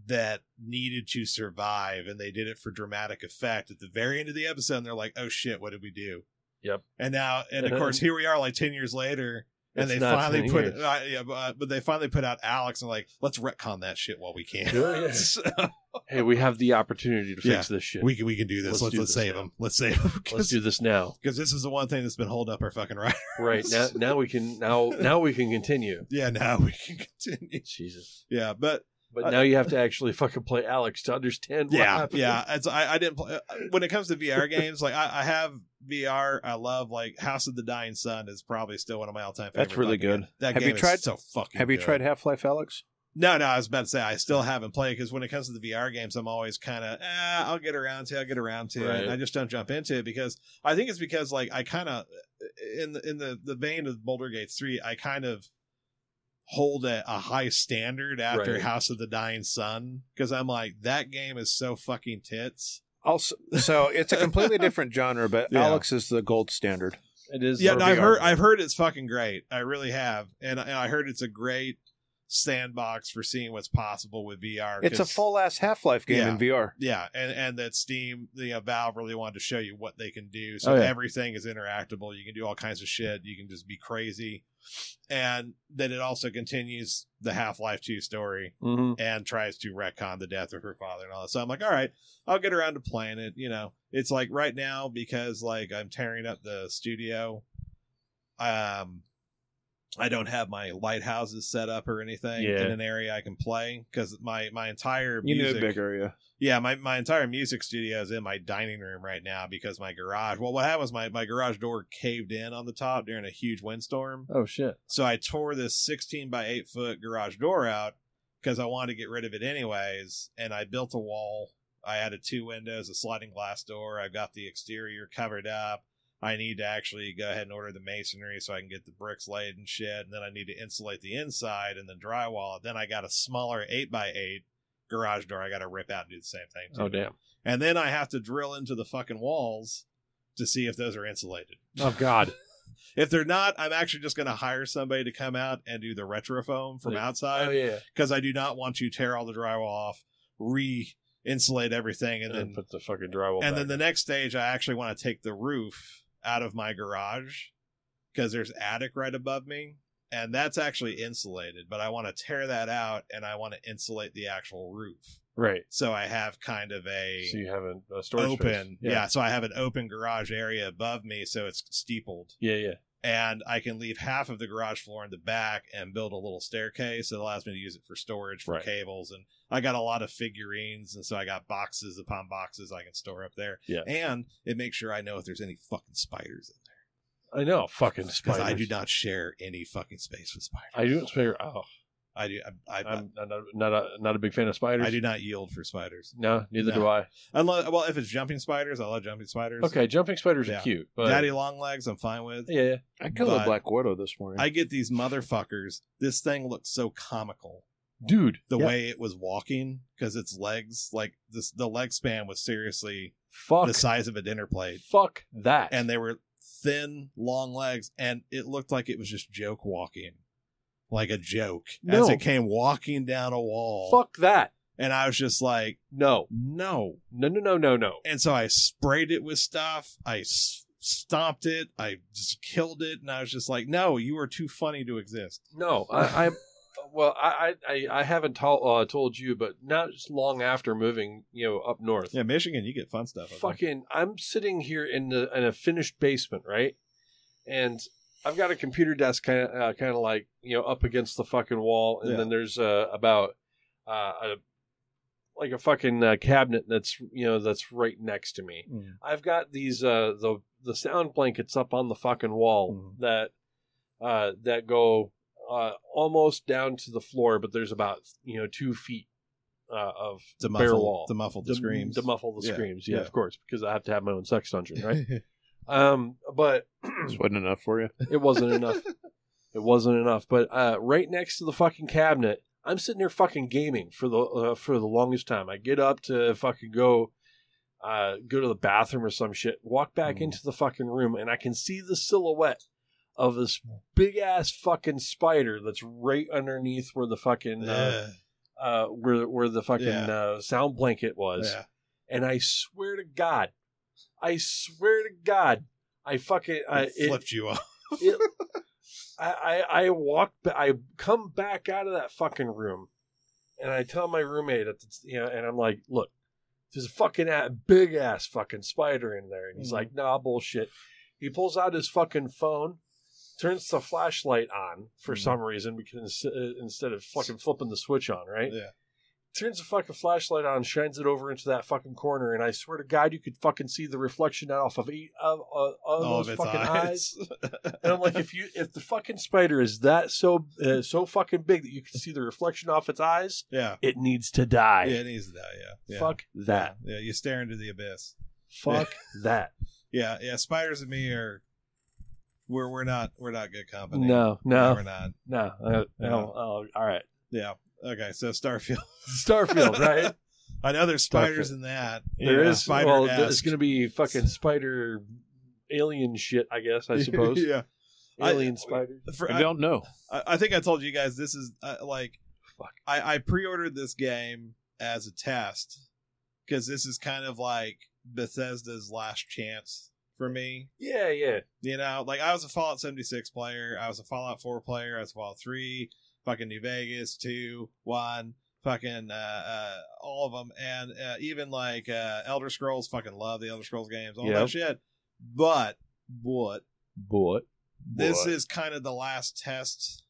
that needed to survive and they did it for dramatic effect at the very end of the episode and they're like oh shit what did we do
Yep. Uh-huh.
and now and of course here we are like 10 years later and
It's
they
not
finally
10
put
years.
uh, yeah, but, uh, but they finally put out alex and like let's retcon that shit while we can
Yeah, yeah.
So,
hey, we have the opportunity to fix this shit.
we can we can do this
Let's
let's let's,
do this
save
now.
him let's save him
Let's do this now.
because this is the one thing that's been holding up our fucking right
Right now, now we can now now we can continue.
yeah now we can continue
Jesus,
yeah but
but now you have to actually fucking play Alex to understand. What
yeah
happened.
yeah it's I, I didn't play uh, when it comes to vr games like I, I have vr i love like house of the dying sun is probably still one of my all-time favorite
That's really
fucking
good.
games. that
Have
game
you tried-
is so fucking
Have you
good.
tried Half Life Alex?
no no i was about to say i still haven't played because when it comes to the vr games i'm always kind of eh, i'll get around to it, i'll get around to it
Right.
and i just don't jump into it because i think it's because like i kind of in the in the the vein of boulder gate 3 i kind of hold a, a high standard after
Right.
house of the dying sun because i'm like that game is so fucking tits
Also, so it's a completely different genre, but
Yeah.
Alex is the gold standard.
it is.
yeah,
for
no, I've
VR.
heard I've heard it's fucking great. I really have, and, and I heard it's a great sandbox for seeing what's possible with VR.
It's a
'cause-
full ass Half Life game
Yeah.
in VR.
yeah, and and that Steam, the uh, Valve really wanted to show you what they can do. So
Oh, yeah.
everything is interactable. You can do all kinds of shit. You can just be crazy, and then it also continues the Half Life Two story
Mm-hmm.
and tries to retcon the death of her father and all that. So I'm like, all right, I'll get around to playing it. You know, it's like right now because like I'm tearing up the studio. Um, I don't have my lighthouses set up or anything
Yeah.
in an area I can play because my my entire
You
music,
need a big area.
yeah, my, my entire music studio is in my dining room right now because my garage. Well, what happened was my, my garage door caved in on the top during a huge windstorm.
Oh shit.
So I tore this 16 by 8 foot garage door out because I wanted to get rid of it anyways. And I built a wall. I added two windows, a sliding glass door. I've got the exterior covered up. I need to actually go ahead and order the masonry so I can get the bricks laid and shit. And then I need to insulate the inside and then drywall it. Then I got a smaller 8 by 8 garage door. I got to rip out and do the same thing. to.
Oh damn.
And then I have to drill into the fucking walls to see if those are insulated.
Oh God.
If they're not, I'm actually just going to hire somebody to come out and do the retrofoam from
Like-
outside
Oh yeah.
because I do not want to tear all the drywall off, re insulate everything, and then
put the fucking drywall.
and
back.
then the next stage, I actually want to take the roof out of my garage because there's attic right above me, and that's actually insulated. But I want to tear that out and I want to insulate the actual roof,
right.
so I have kind of a
So you have a, a storage space.
open, yeah. So I have an open garage area above me, so it's steepled
Yeah. Yeah.
and I can leave half of the garage floor in the back and build a little staircase that allows me to use it for storage for
Right.
cables. And I got a lot of figurines, and so I got boxes upon boxes I can store up there.
Yeah.
and it makes sure I know if there's any fucking spiders in there
I know. Fucking
because
spiders.
I do not share any fucking space with spiders.
I don't spare. Oh,
I do. I, I,
I'm I'm not not a, not a big fan of spiders.
I do not yield for spiders.
No, neither
No.
do I.
I love. Well, if it's jumping spiders, I love jumping spiders.
Okay, jumping spiders
Yeah.
are cute, but
Daddy long legs, I'm fine with.
yeah, yeah.
I killed
But-
a black widow this morning.
I get these motherfuckers. This thing looks so comical.
dude,
the
yeah.
way it was walking because its legs like this the leg span was seriously
fuck
the size of a dinner plate
fuck that,
and they were thin long legs and it looked like it was just joke walking like a joke as
No.
it came walking down a wall
fuck that.
and i was just like
No,
no
no, no, no, no, no.
and so i sprayed it with stuff i s- stomped it i just killed it and i was just like no you are too funny to exist
No, I, I well, I, I- I, I haven't tol- uh, told you, but not just long after moving, you know, up north.
yeah michigan you get fun stuff up there.
Fucking, I'm sitting here in the in a finished basement, right? And I've got a computer desk, kind of, uh, kind of like you know, up against the fucking wall, and
Yeah.
then there's uh, about uh, a like a fucking uh, cabinet that's you know that's right next to me.
Mm.
I've got these uh the the sound blankets up on the fucking wall
Mhm.
that uh that go uh almost down to the floor, but there's about you know two feet uh, of
to
bare
muffle
wall
to muffle the
dem-
screams
demuffle the
Yeah,
screams. Yeah,
yeah.
of course, because I have to have my own sex dungeon, right? um, but
this wasn't enough for you.
it wasn't enough. It wasn't enough. But uh, right next to the fucking cabinet, I'm sitting there fucking gaming for the uh, for the longest time. I get up to fucking go. Uh, go to the bathroom or some shit. Walk back
Mm.
into the fucking room, and I can see the silhouette of this big ass fucking spider that's right underneath where the fucking uh,
Ugh.
uh, where where the fucking
Yeah.
uh, sound blanket was.
Yeah.
and I swear to God, I swear to God, I fucking I
It
Uh, it,
flipped you off.
it- I, I I walked ba- I come back out of that fucking room, and I tell my roommate at the, you know, and I'm like, look, there's a fucking a- big ass fucking spider in there, and he's
Mhm.
like, nah, bullshit. He pulls out his fucking phone. Turns the flashlight on for
Mhm.
some reason because uh, instead of fucking flipping the switch on, right?
Yeah.
turns the fucking flashlight on, shines it over into that fucking corner, and I swear to God, you could fucking see the reflection out off of eight of, of, of
All
those
of its
fucking eyes.
eyes.
And I'm like, if you if the fucking spider is that so uh, so fucking big that you can see the reflection off its eyes,
yeah.
it needs to die.
Yeah, it needs that. Yeah. yeah.
Fuck that.
Yeah. yeah. You stare into the abyss.
Fuck that.
Yeah. Yeah. Spiders and me are. We're we're not we're not good company.
No, no,
We're not.
no. Uh,
No.
no. Oh, all right.
Yeah. Okay. So Starfield.
Starfield, right?
I know there's spiders in that.
There is.
spider.
well, there's going to be fucking spider alien shit, I guess. I suppose.
yeah. I-
Alien spiders.
For-
I don't know.
I, I think I told you guys this is uh, like
Fuck.
I, I pre-ordered this game as a test because this is kind of like Bethesda's last chance for me.
Yeah, yeah.
You know, like I was a Fallout 76 player, I was a Fallout 4 player, I was Fallout 3, fucking New Vegas 2, 1, fucking uh, uh all of them and uh, even like uh Elder Scrolls, fucking love the Elder Scrolls games, all
Yep.
that shit. But but
But
this is kind of the last test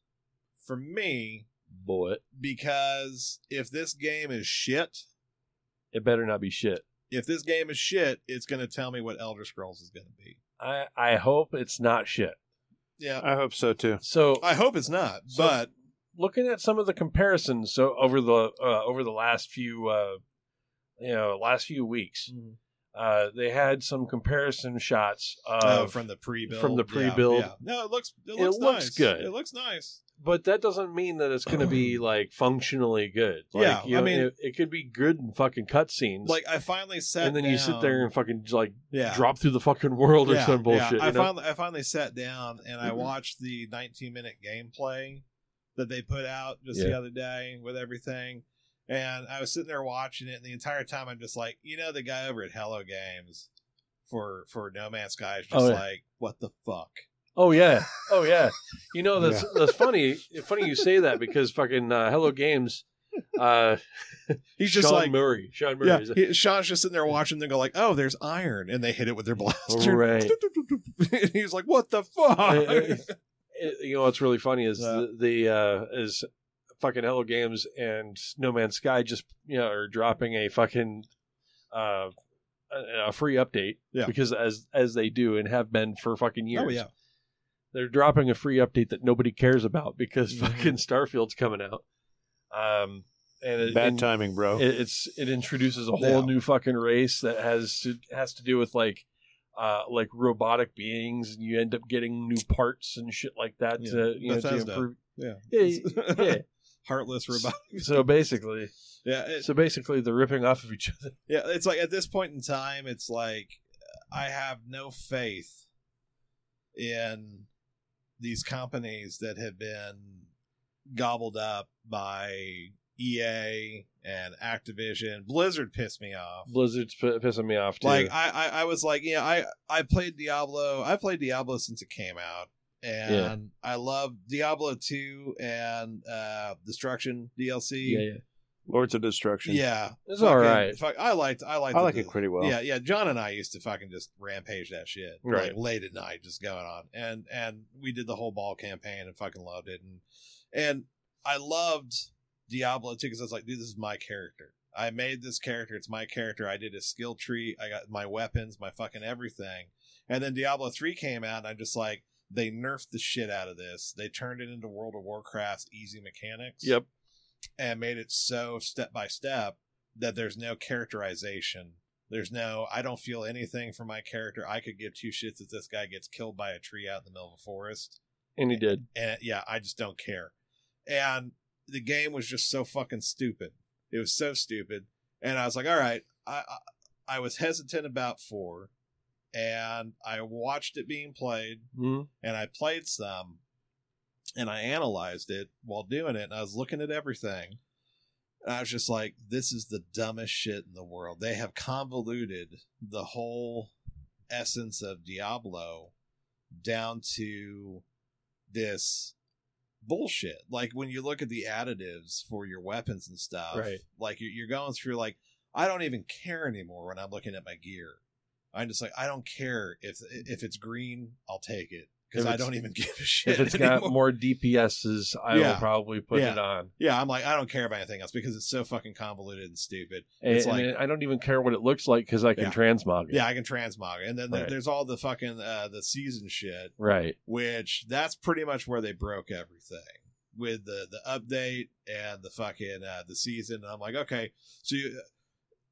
for me
but
because if this game is shit,
it better not be shit.
if this game is shit, it's going to tell me what Elder Scrolls is going to be.
I I hope it's not shit.
Yeah.
I hope so too.
So
I hope it's not,
So-
but
looking at some of the comparisons so over the uh, over the last few uh, you know last few weeks uh, they had some comparison shots of,
uh, from the pre-build,
from the
yeah,
pre-build.
yeah. No, it looks it
It
looks,
looks
nice.
good.
It looks nice.
but that doesn't mean that it's going to be like functionally good like,
Yeah,
you
I
know,
mean-
it, it could be good in fucking cutscenes
Like I finally sat,
and then you sit
down-
there and fucking like
yeah.
drop through the fucking world or some bullshit
I
you know?
finally I finally sat down and I
Mhm.
watched the 19 minute gameplay that they put out just the
Yeah.
other day with everything. And I was sitting there watching it, and the entire time I'm just like, you know, the guy over at Hello Games for for No Man's Sky is just
Oh, yeah.
like, what the fuck?
oh yeah oh yeah you know that's that's funny funny you say that because fucking uh, hello games uh
He's just
Sean
like,
Murray Sean Murray
yeah.
is-
he- Sean's just sitting there watching. They go like, oh, there's iron, and they hit it with their blaster.
Right.
and he's like, what the fuck?
It- it- it- you know what's really funny is
Yeah.
the, the uh is fucking Hello Games and No Man's Sky just you know are dropping a fucking uh a, a free update
Yeah.
because as as they do and have been for fucking years.
oh yeah.
They're dropping a free update that nobody cares about because
Mhm.
fucking Starfield's coming out. Um and it,
Bad
and
timing, bro.
it, it's it introduces a whole
Yeah.
new fucking race that has to has to do with like uh like robotic beings and you end up getting new parts and shit like that to you know, to
Bethesda.
improve
Yeah.
yeah, yeah.
Heartless robot.
so basically
Yeah, it,
so basically they're ripping off of each other
Yeah, it's like at this point in time, it's like uh, I have no faith in these companies that have been gobbled up by EA and Activision. Blizzard pissed me off.
blizzard's p- pissing me off too
Like I, I, I was like, yeah, I, I played Diablo. I played Diablo since it came out, and
Yeah.
I love Diablo two and uh, Destruction DLC.
yeah, yeah.
Lords of Destruction.
Yeah,
It's all
Fucking-
right.
Fuck, I liked. I liked.
I like
the-
it pretty well.
Yeah, yeah. John and I used to fucking just rampage that shit,
Right.
Like late at night, just going on, and and we did the whole ball campaign and fucking loved it, and and I loved Diablo too because I was like, dude, this is my character. I made this character. It's my character. I did a skill tree. I got my weapons, my fucking everything. And then Diablo three came out, and I'm just like, they nerfed the shit out of this. They turned it into World of Warcraft's easy mechanics
yep
and made it so step by step that there's no characterization. There's no, I don't feel anything for my character. I could give two shits if this guy gets killed by a tree out in the middle of a forest.
and he did
And yeah, I just don't care. And the game was just so fucking stupid. It was so stupid. And I was like, all right, I, I, I was hesitant about four and I watched it being played
hmm
and I played some and I analyzed it while doing it and I was looking at everything. And I was just like, this is the dumbest shit in the world. They have convoluted the whole essence of Diablo down to this bullshit. Like when you look at the additives for your weapons and stuff,
Right.
like you- you're going through like, I don't even care anymore when I'm looking at my gear. I'm just like, I don't care if if it's green, I'll take it because
If
I
it's-
don't even give a shit.
if it's
anymore.
got more dps's i will
Yeah.
probably put
Yeah.
it on
yeah, I'm like, I don't care about anything else because it's so fucking convoluted and stupid.
it's
It's
and,
like-
and i don't even care what it looks like because i can
Yeah.
transmog it
Yeah, I can transmog, it. and then there-
Right.
there's all the fucking uh, the season shit,
right
which that's pretty much where they broke everything with the the update and the fucking uh, the season. And I'm like, okay, so you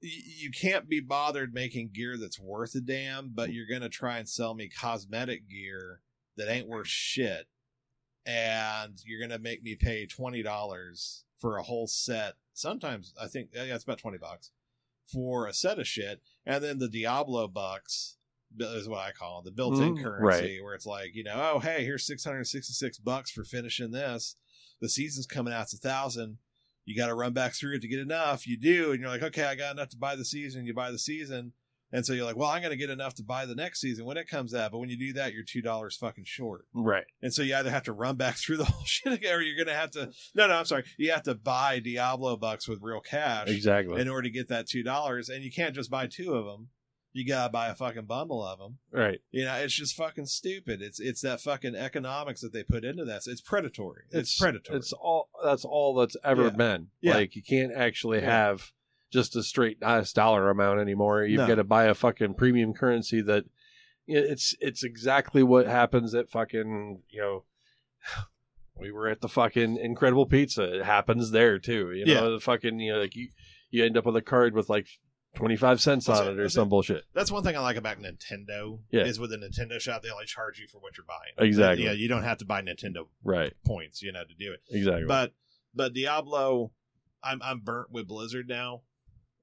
you you can't be bothered making gear that's worth a damn,
Mm.
but you're gonna try and sell me cosmetic gear that ain't worth shit, and you're gonna make me pay twenty dollars for a whole set. Sometimes I think yeah, it's about twenty bucks for a set of shit, and then the Diablo bucks bu- is what I call it, the built-in
Mhm.
currency, where it's like, you know, oh hey, here's six hundred sixty-six bucks for finishing this. The season's coming out, it's a thousand. You got to run back through it to get enough. You do, and you're like, okay, I got enough to buy the season. You buy the season, and so you're like, well, I'm going to get enough to buy the next season when it comes out. But when you do that, you're two dollars fucking short.
Right.
And so you either have to run back through the whole shit again, or you're gonna have to no no I'm sorry. You have to buy Diablo bucks with real cash
Exactly.
in order to get that two dollars. And you can't just buy two of them. You gotta buy a fucking bundle of them.
right.
You know, it's just fucking stupid. It's it's that fucking economics that they put into this. It's predatory. It's, predatory.
It's all that's all that's ever
Yeah.
been.
Yeah.
Like you can't actually
Yeah.
have just a straight US dollar amount anymore. You've
No.
got to buy a fucking premium currency that it's it's exactly what happens at fucking, you know, we were at the fucking incredible pizza. It happens there too. You know,
Yeah.
the fucking you know like you, you end up with a card with like 25 cents
That's
on
it.
it or
That's
some
it.
bullshit.
That's one thing I like about Nintendo
Yeah.
is with the Nintendo shop they only charge you for what you're buying.
Exactly.
Yeah, you don't have to buy Nintendo
Right.
points, you know, to do it.
Exactly.
but but Diablo, I'm I'm burnt with Blizzard now.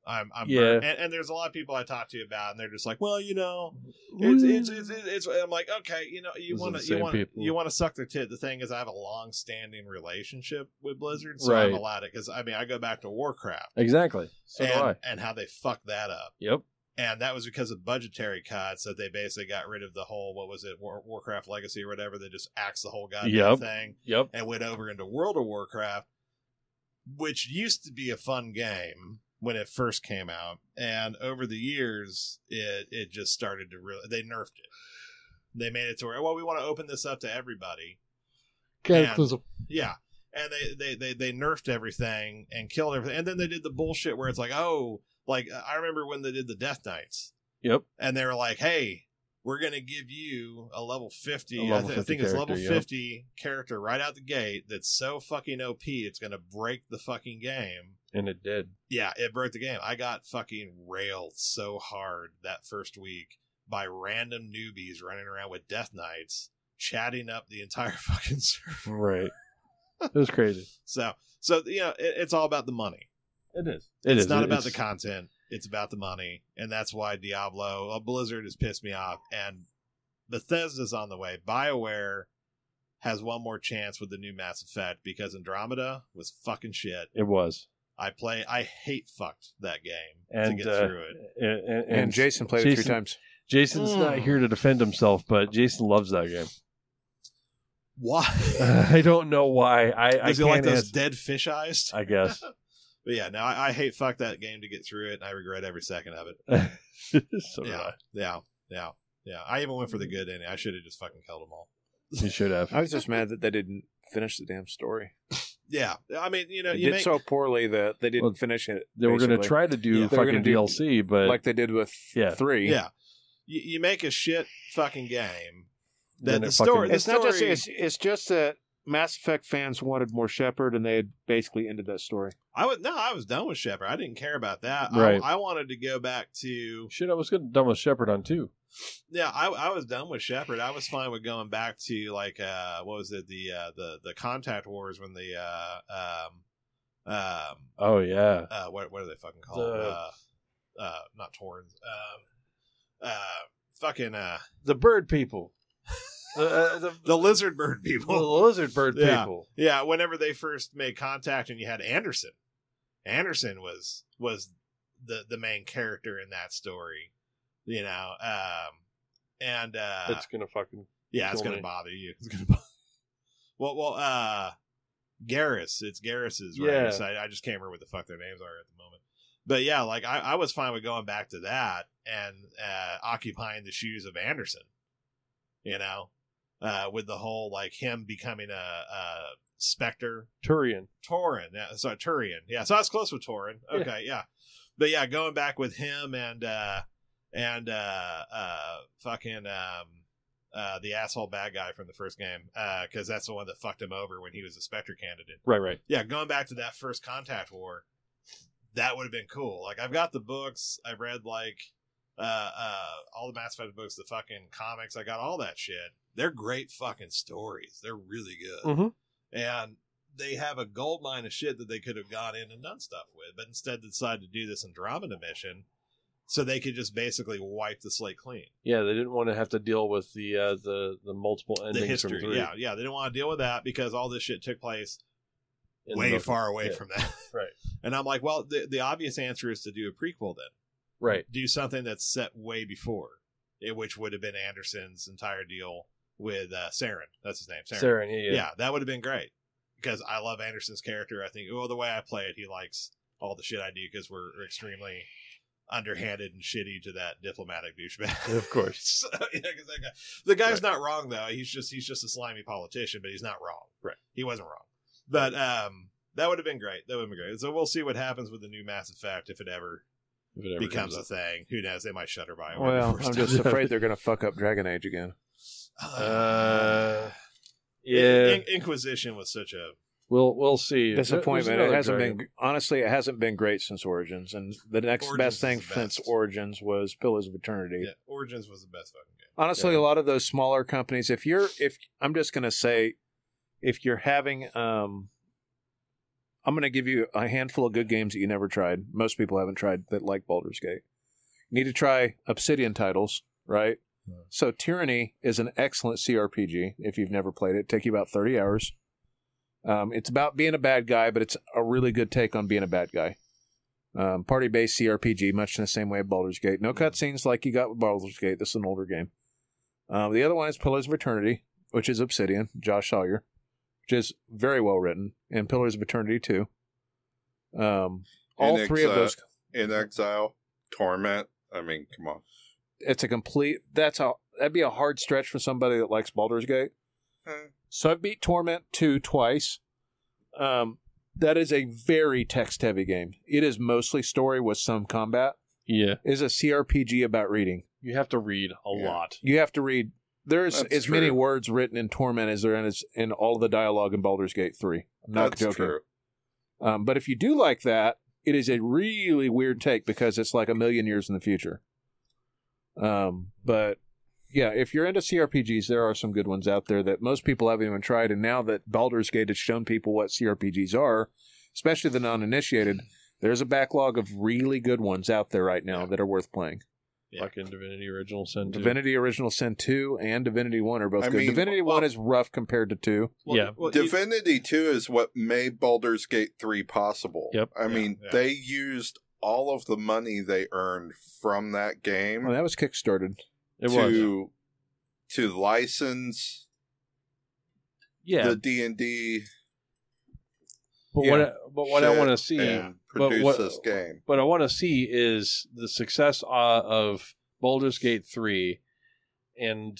I'm I'm
Yeah.
burnt. And, and there's a lot of people I talk to about, it, and they're just like, well, you know, it's it's it's, it's, it's I'm like, okay, you know,
Mm.
you
Those are
want
the
to you
same
want to
people.
you want to suck their tit. The thing is, I have a long standing relationship with Blizzard, so I'm
Right.
allowed it because I mean, I go back to Warcraft
exactly. So do I.
and and how they fucked that up
Yep.
and that was because of budgetary cuts that they basically got rid of the whole what was it War, Warcraft Legacy or whatever. They just axed the whole goddamn
Yep.
thing,
Yep.
and went over into World of Warcraft, which used to be a fun game when it first came out, and over the years it it just started to really they nerfed it. They made it to where well we want to open this up to everybody,
Cataclysm.
yeah. And they, they, they, they nerfed everything and killed everything. And then they did the bullshit where it's like, oh, like I remember when they did the Death Knights
Yep.
and they were like, "Hey, we're gonna give you a level fifty.
A
I
level
thi- I,
50
think it's level
character, yeah.
fifty character right out the gate that's so fucking OP it's gonna break the fucking game."
And it did.
Yeah, it broke the game. I got fucking railed so hard that first week by random newbies running around with death knights, chatting up the entire fucking server.
Right. it was crazy.
So, so you know, it, it's all about the money.
It is.
it's not about the content it's about the money and that's why diablo uh, blizzard has pissed me off and bethesda's on the way bioware has one more chance with the new mass effect because andromeda was fucking shit
It was.
i play i hate fucked that game
And,
to get
uh,
through it
And, and,
And, Jason played it three
Jason-
times.
Jason's not here to defend himself, but Jason loves that game.
why
I don't know why. I I
does
can't
he like those
answer-
dead fish eyes
I guess.
but yeah no I, I hate fuck that game to get through it and i regret every second of it
so
yeah yeah yeah yeah i even went for the good ending i should have just fucking killed them all
You should have.
I was just mad that they didn't finish the damn story.
yeah i mean you know
It
you
did
make,
so poorly that they didn't
Well,
finish it.
They were going to
basically,
try to do
Yeah.
They were gonna
fucking
do-
DLC, but
like they did with
Yeah.
three.
Yeah. You, you make a shit fucking game.
then
the
it
story-
fucking-
the
it's not just
story-
it's, it's just that Mass Effect fans wanted more Shepard, and they had basically ended that story.
I was no, I was done with Shepard. I didn't care about that. I-
Right.
I, wanted to go back to
shit. I was going to done with Shepard on two.
yeah. I, I was done with Shepard. I was fine with going back to like uh what was it the uh the the contact wars when the uh um um
Oh yeah.
uh what what are they fucking called uh
The-
uh not Torrens um uh fucking uh
The bird people. the, uh, the,
the lizard bird
the
people
lizard bird
Yeah.
people.
Yeah, whenever they first made contact and you had Anderson. Anderson was was the the main character in that story, you know. Um and uh
That's going to fucking.
yeah, it's
kill
going to
me.
bother you. It's going to bother. Well, well, uh Garrus, it's Garrus's
Yeah.
race. I, I just can't remember what the fuck their names are at the moment. But yeah, like I, I was fine with going back to that and uh occupying the shoes of Anderson. You know, uh with the whole like him becoming a uh specter
Turian.
Torin. Yeah, sorry, Turian. Yeah, so I was close with Torin. Okay, yeah. But yeah, going back with him and uh and uh uh fucking um uh the asshole bad guy from the first game, uh, because that's the one that fucked him over when he was a Spectre candidate.
Right. Right.
Yeah, going back to that first contact war, that would have been cool. Like I've got the books, I've read like uh uh all the Mass Effect books, the fucking comics, I got all that shit. They're great fucking stories. They're really good
Mhm.
and they have a gold mine of shit that they could have gone in and done stuff with, but instead decided to do this Andromeda mission, so they could just basically wipe the slate clean.
Yeah, they didn't want to have to deal with the uh, the the multiple endings
the
from
history,
three.
yeah, yeah, they didn't want to deal with that because all this shit took place
in
way
the-
far away
yeah.
from that,
Right.
And I'm like, well, the the obvious answer is to do a prequel then.
Right.
do something that's set way before, eh, which would have been Anderson's entire deal with uh, Saren. That's his name, Saren.
Saren, yeah,
yeah.
yeah.
that would have been great because I love Anderson's character. I think, well, the way I play it, he likes all the shit I do because we're extremely underhanded and shitty to that diplomatic douchebag.
Of course.
so, yeah, 'cause that guy, the guy's not wrong though. He's just he's just a slimy politician, but he's not wrong.
Right.
He wasn't wrong, but um. That would have been great. That would have been great. So we'll see what happens with the new Mass Effect if it ever
If it ever
becomes
comes
a
up.
thing. Who knows? They might shutter by. it when
Well,
it first
I'm just
comes out.
afraid they're going to fuck up Dragon Age again.
Uh,
In-
yeah.
In- Inquisition was such a
we'll we'll see.
Disappointment. It hasn't been honestly. It hasn't been great since Origins, and the next
Origins
best
is
thing
the
since
best.
Origins was Pillars of Eternity.
yeah, Origins was the best fucking game.
honestly
Yeah.
a lot of those smaller companies if you're if i'm just going to say if you're having um i'm going to give you a handful of good games that you never tried most people haven't tried that like Baldur's Gate you need to try obsidian titles right
Hmm.
so tyranny is an excellent crpg if you've never played it take you about 30 hours um, it's about being a bad guy but it's a really good take on being a bad guy um, party based CRPG, much in the same way of Baldur's Gate. No cutscenes like you got with Baldur's Gate. This is an older game. Um, the other one is Pillars of Eternity, which is Obsidian, Josh Sawyer, which is very well written, and Pillars of Eternity too. Um, all
And
three of
Exile-
those.
in exile, torment. I mean, come on.
It's a complete. That's how that'd be a hard stretch for somebody that likes Baldur's Gate.
Hmm.
So I've beat Torment two twice. Um, that is a very text heavy game. It is mostly story with some combat.
Yeah,
It Is a CRPG about reading.
you have to read a
Yeah.
lot.
You have to read. There's
That's
as many
true.
words written in Torment as there is in all the dialogue in Baldur's Gate 3. I'm not
That's
joking.
true.
Um, but if you do like that, it is a really weird take because it's like a million years in the future. Um, but yeah, if you're into CRPGs, there are some good ones out there that most people haven't even tried. And now that Baldur's Gate has shown people what CRPGs are, especially the non-initiated, there's a backlog of really good ones out there right now that are worth playing.
Yeah.
Fucking Divinity Original Sin. too.
Divinity Original Sin 2 and Divinity 1 are both
I
good.
mean,
Divinity
well-
1 is rough compared to 2.
Yeah.
well, you-
Divinity 2 is what made Baldur's Gate 3 possible.
Yep.
I mean,
yeah.
they used all of the money they earned from that game
Well, that was kickstarted.
It was.
to to license
Yeah,
the D&D
but
yeah.
what I, but what I
shit
want to see,
and
but
produce
what-
this game.
what I want to see is the success uh, of Baldur's Gate three, and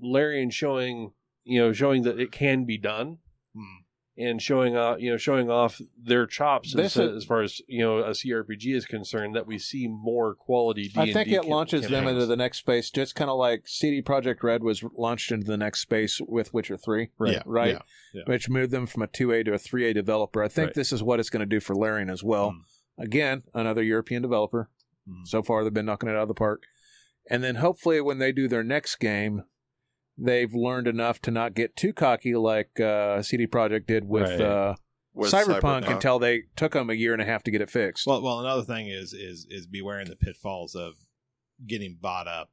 Larian showing you know showing that it can be done.
Hmm.
and showing off you know showing off their chops
This
as,
is-
as far as you know a CRPG is concerned that we see more quality D&D
I think it
ca-
launches them
campaigns.
into the next space, just kind of like CD Projekt Red was launched into the next space with Witcher 3,
right.
yeah,
right?
yeah. yeah.
Which moved them from a 2A to a 3A developer. I think
Right.
this is what it's going to do for Larian as well.
Mm.
Again, another European developer.
Mm.
So far, they've been knocking it out of the park. And then hopefully, when they do their next game, they've learned enough to not get too cocky like uh, CD Projekt did with.
Right.
Uh,
with
Cyberpunk, until they took them a year and a half to get it fixed.
Well, well, another thing is is is beware in the pitfalls of getting bought up.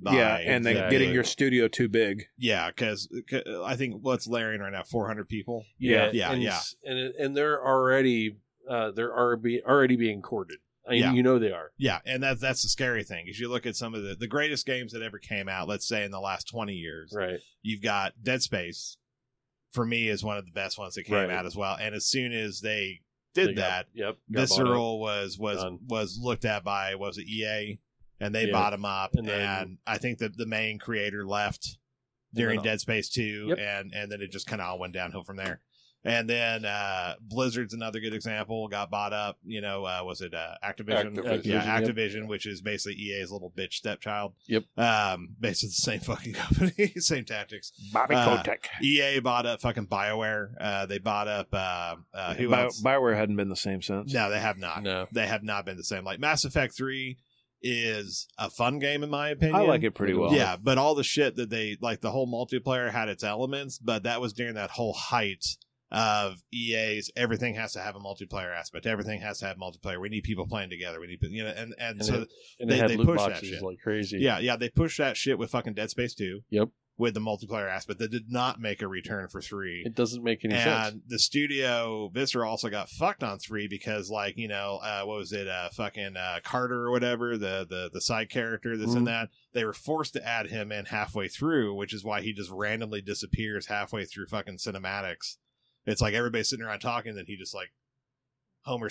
By
yeah, and then
Exactly.
getting your studio too big.
yeah, because I think what's Larian right now four hundred people.
yeah
yeah,
and,
yeah.
and it- and they're already uh they're already already being courted I mean,
Yeah.
you know they are
Yeah, and that's that's the scary thing is you look at some of the the greatest games that ever came out. Let's say in the last twenty years,
right
you've got Dead Space. For me, is one of the best ones that came
Right.
out as well. And as soon as they did
They got-
that,
yep got bought up.
Visceral was was
Done.
was looked at by what was it EA, and they
Yeah.
bought him up.
And
And,
then-
I think that the main creator left
And
during
then-
Dead Space Two,
Yep.
and and then it just kind of all went downhill from there. And then uh, Blizzard's another good example. Got bought up. You know, uh, was it uh, Activision?
Activision.
Yeah,
Activision, yep.
Activision, which is basically EA's little bitch stepchild.
Yep.
Um, basically the same fucking company, same tactics.
Bobby
Uh,
Kotick.
EA bought up fucking Bioware. Uh, they bought up uh, uh, who
Bio-
else?
Bioware hadn't been the same since.
no, they have not
no
they have not been the same. Like Mass Effect Three is a fun game in my opinion.
I like it pretty well.
Yeah, but all the shit that they like the whole multiplayer had its elements, but that was during that whole height of EA's everything has to have a multiplayer aspect. Everything has to have multiplayer. We need people playing together. We need people, you know, and and,
And
so
it- and
They-
they, had
they
loot
pushed that
boxes
shit.
like crazy.
yeah, yeah, they pushed that shit with fucking Dead Space 2
Yep.
with the multiplayer aspect that did not make a return for 3.
It doesn't make any sense.
and the studio Visceral also got fucked on three because like you know uh, what was it uh, fucking uh, Carter or whatever the the the side character this
Mm-hmm.
and that they were forced to add him in halfway through which is why he just randomly disappears halfway through fucking cinematics it's like everybody's sitting around talking then he just like Homer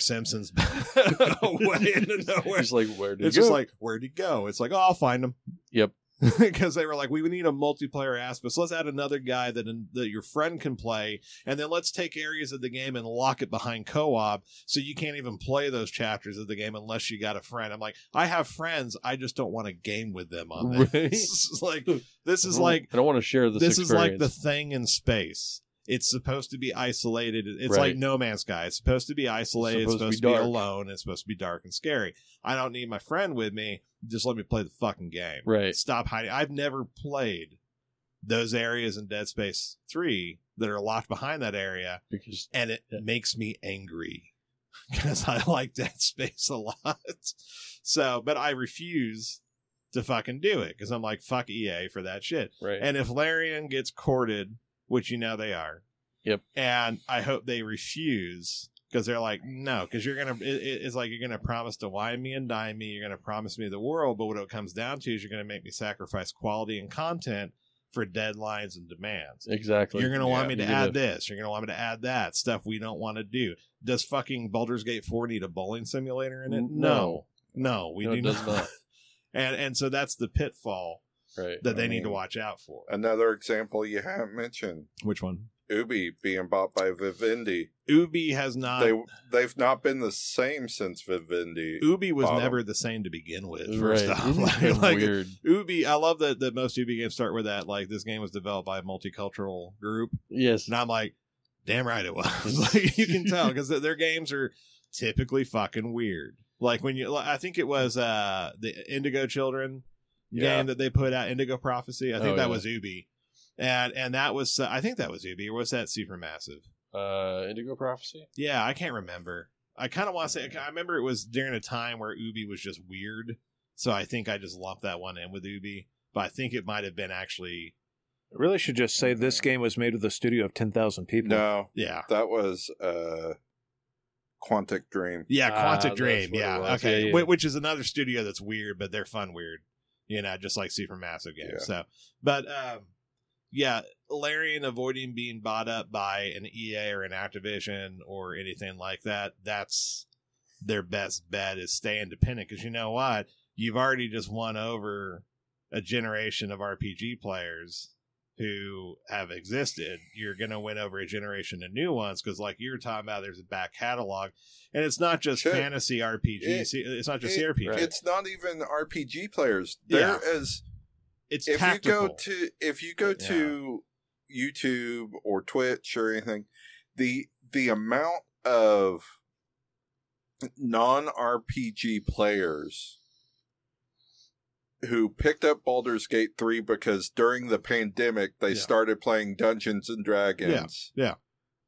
Simpson's away into nowhere
He's like, where did
it's
you
just
go?
like where'd he go it's like oh I'll find him
Yep.
because they were like, we need a multiplayer aspect. So let's add another guy that that your friend can play, and then let's take areas of the game and lock it behind co-op, so you can't even play those chapters of the game unless you got a friend. I'm like, I have friends, I just don't want to game with them on this.
Right.
This is like this
I
is
don't-
like
I don't want to share this.
this is like
experience.
the thing in space. It's supposed to be isolated. It's
Right.
like No Man's Sky. It's supposed to be isolated. It's supposed,
Supposed to
to
be
be
dark.
alone. It's supposed to be dark and scary. I don't need my friend with me. Just let me play the fucking game
right.
stop hiding. I've never played those areas in Dead Space 3 that are locked behind that area,
Because
and it
Yeah.
makes me angry because I like Dead Space a lot. So, but I refuse to fucking do it because I'm like, fuck EA for that shit.
right.
And if Larian gets courted, which you know they are,
Yep.
And I hope they refuse because they're like, no, because you're gonna. It, it- it's like you're gonna promise to wine me and dine me. You're gonna promise me the world, but what it comes down to is you're gonna make me sacrifice quality and content for deadlines and demands.
exactly.
You're gonna want me to
You're
add
gonna-
this. You're gonna want me to add that stuff we don't want to do. Does fucking Baldur's Gate 4 need a bowling simulator in it? No, no, we
No, it
do
does
not.
not.
and and so that's the pitfall
Right.
that they
I
need to
mean-
watch out for.
Another example you haven't mentioned
Which one?
Ubi being bought by Vivendi.
Ubi has
Uh,
not.
they they've not been the same since Vivendi.
Ubi was
bottom.
never the same to begin with. First
right.
off,
It's
like,
been
like,
weird.
Ubi, I love that that most Ubi games start with that. Like this game was developed by a multicultural group,
Yes.
and I'm like, damn right it was. like you can tell because their games are typically fucking weird. Like when you, like, I think it was uh the Indigo Children
Yeah.
game that they put out, Indigo Prophecy. I think
Oh,
that
yeah.
was Ubi, and and that was uh, I think that was Ubi or was that Supermassive?
Uh, Indigo Prophecy.
Yeah, I can't remember. I kind of want to say I remember it was during a time where Ubi was just weird, so I think I just lumped that one in with Ubi. But I think it might have been actually
really should just
Uh,
say this game was made with a studio of 10,000 people.
No,
yeah,
that was uh Quantic Dream.
yeah,
Ah,
Quantic
that's
Dream,
what it
yeah,
was.
okay,
Yeah, yeah.
Whi- which is another studio that's weird, but they're fun weird, you know, just like Supermassive games.
Yeah.
So, but um, yeah, Larian avoiding being bought up by an EA or an Activision or anything like that. That's their best bet is stay independent because you know what you've already just won over a generation of RPG players who have existed. You're going to win over a generation of new ones because, like you were talking about, there's a back catalog, and it's not just
Sure.
fantasy RPGs. it's not just
it-
RPG.
Right.
It's not even RPG players. There is
It's
if
tactical.
you go to if you go to YouTube or Twitch or anything, the the amount of non RPG players who picked up Baldur's Gate 3 because during the pandemic they
Yeah.
started playing Dungeons and Dragons.
yeah.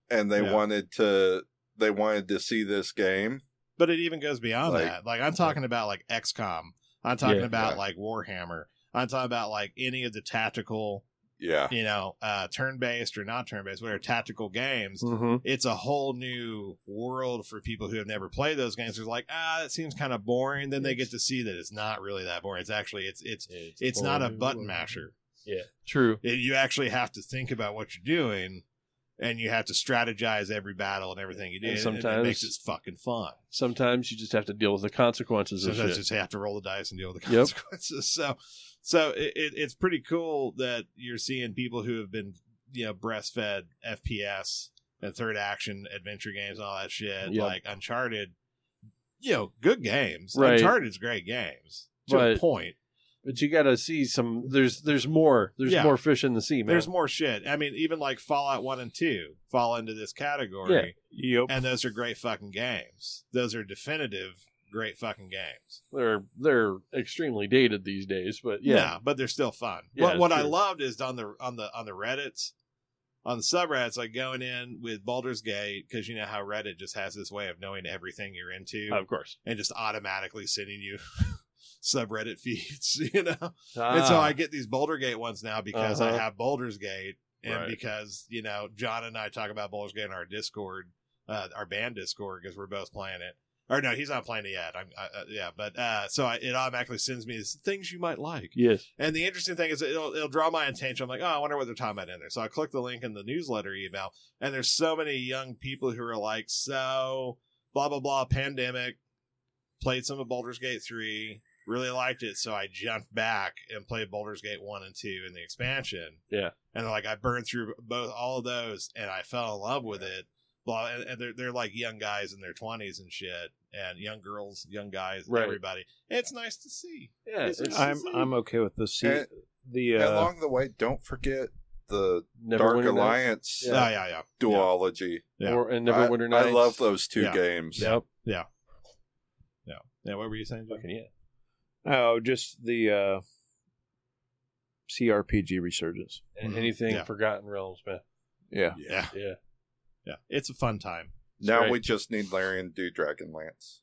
And they
Yeah.
wanted to they wanted to see this game.
but it even goes beyond
Like-
that. Like I'm talking about like XCOM. I'm talking
Yeah,
about
yeah.
like Warhammer. I'm talking about like any of the tactical,
Yeah.
you know, uh, turn-based or not turn-based, whatever tactical games.
Mm-hmm.
it's a whole new world for people who have never played those games. They're like, ah, that seems kind of boring. Then they get to see that it's not really that boring. It's actually it's it's
It's,
it's not a button masher.
True.
It, you actually have to think about what you're doing, and you have to strategize every battle and everything you do.
And
and it
sometimes-
makes it fucking fun.
Sometimes you just have to deal with the consequences of
Sometimes
shit.
you just have to roll the dice and deal with the
Yep.
consequences. So, so it, it, it's pretty cool that you're seeing people who have been, you know, breastfed FPS and third action adventure games and all that shit,
Yep.
like Uncharted. You know, good games.
Right.
Uncharted's great games to a
But
point.
but you gotta see some. There's there's more. There's
Yeah.
more fish in the sea, man.
There's more shit. I mean, even like Fallout One and Two fall into this category,
Yeah.
Yep.
and those are great fucking games. Those are definitive great fucking games.
they're they're extremely dated these days, but yeah,
No, but they're still fun.
Yeah,
what what I
true.
loved is on the on the on the Reddits, on the subreddits, like going in with Baldur's Gate, because you know how Reddit just has this way of knowing everything you're into
Of course.
and just automatically sending you subreddit feeds, you know? And so I get these Boulder Gate ones now because I
Ah. Uh-huh.
have Boulder's Gate and
Right.
because, you know, John and I talk about Boulder's Gate in our Discord, uh, our band Discord, because we're both playing it. Or no, he's not playing it yet. I'm, I, uh, yeah, but uh, so I, it automatically sends me as things you might like.
yes.
And the interesting thing is, it'll, it'll draw my attention. I'm like, oh, I wonder what they're talking about in there. So I click the link in the newsletter email, and there's so many young people who are like, so blah, blah, blah, pandemic, played some of Baldur's Gate 3, really liked it. So I jumped back and played Baldur's Gate 1 and 2 in the expansion.
Yeah.
And they're like, I burned through both all of those, and I fell in love with it. Blah, and, and they're, they're like young guys in their 20s and shit, and young girls, young guys,
Right.
everybody. It's nice to see.
Yeah.
It's-
it's-
I'm I'm okay with the se-
And-
the
And
uh,
Along the way, don't forget the
Never
Dark
Winter Night.
Alliance
Yeah, Oh, yeah, yeah.
duology.
Yeah.
Or, and
I,
Neverwinter Nights.
I love those two
Yeah.
games.
Yep.
Yeah, what were you saying? Joe?
Fucking yeah.
oh just the uh, CRPG resurgence.
And anything
Yeah.
Forgotten Realms, man.
Yeah,
Yeah.
Yeah.
Yeah. It's a fun time.
Now
Right.
we just need Larry and do Dragonlance.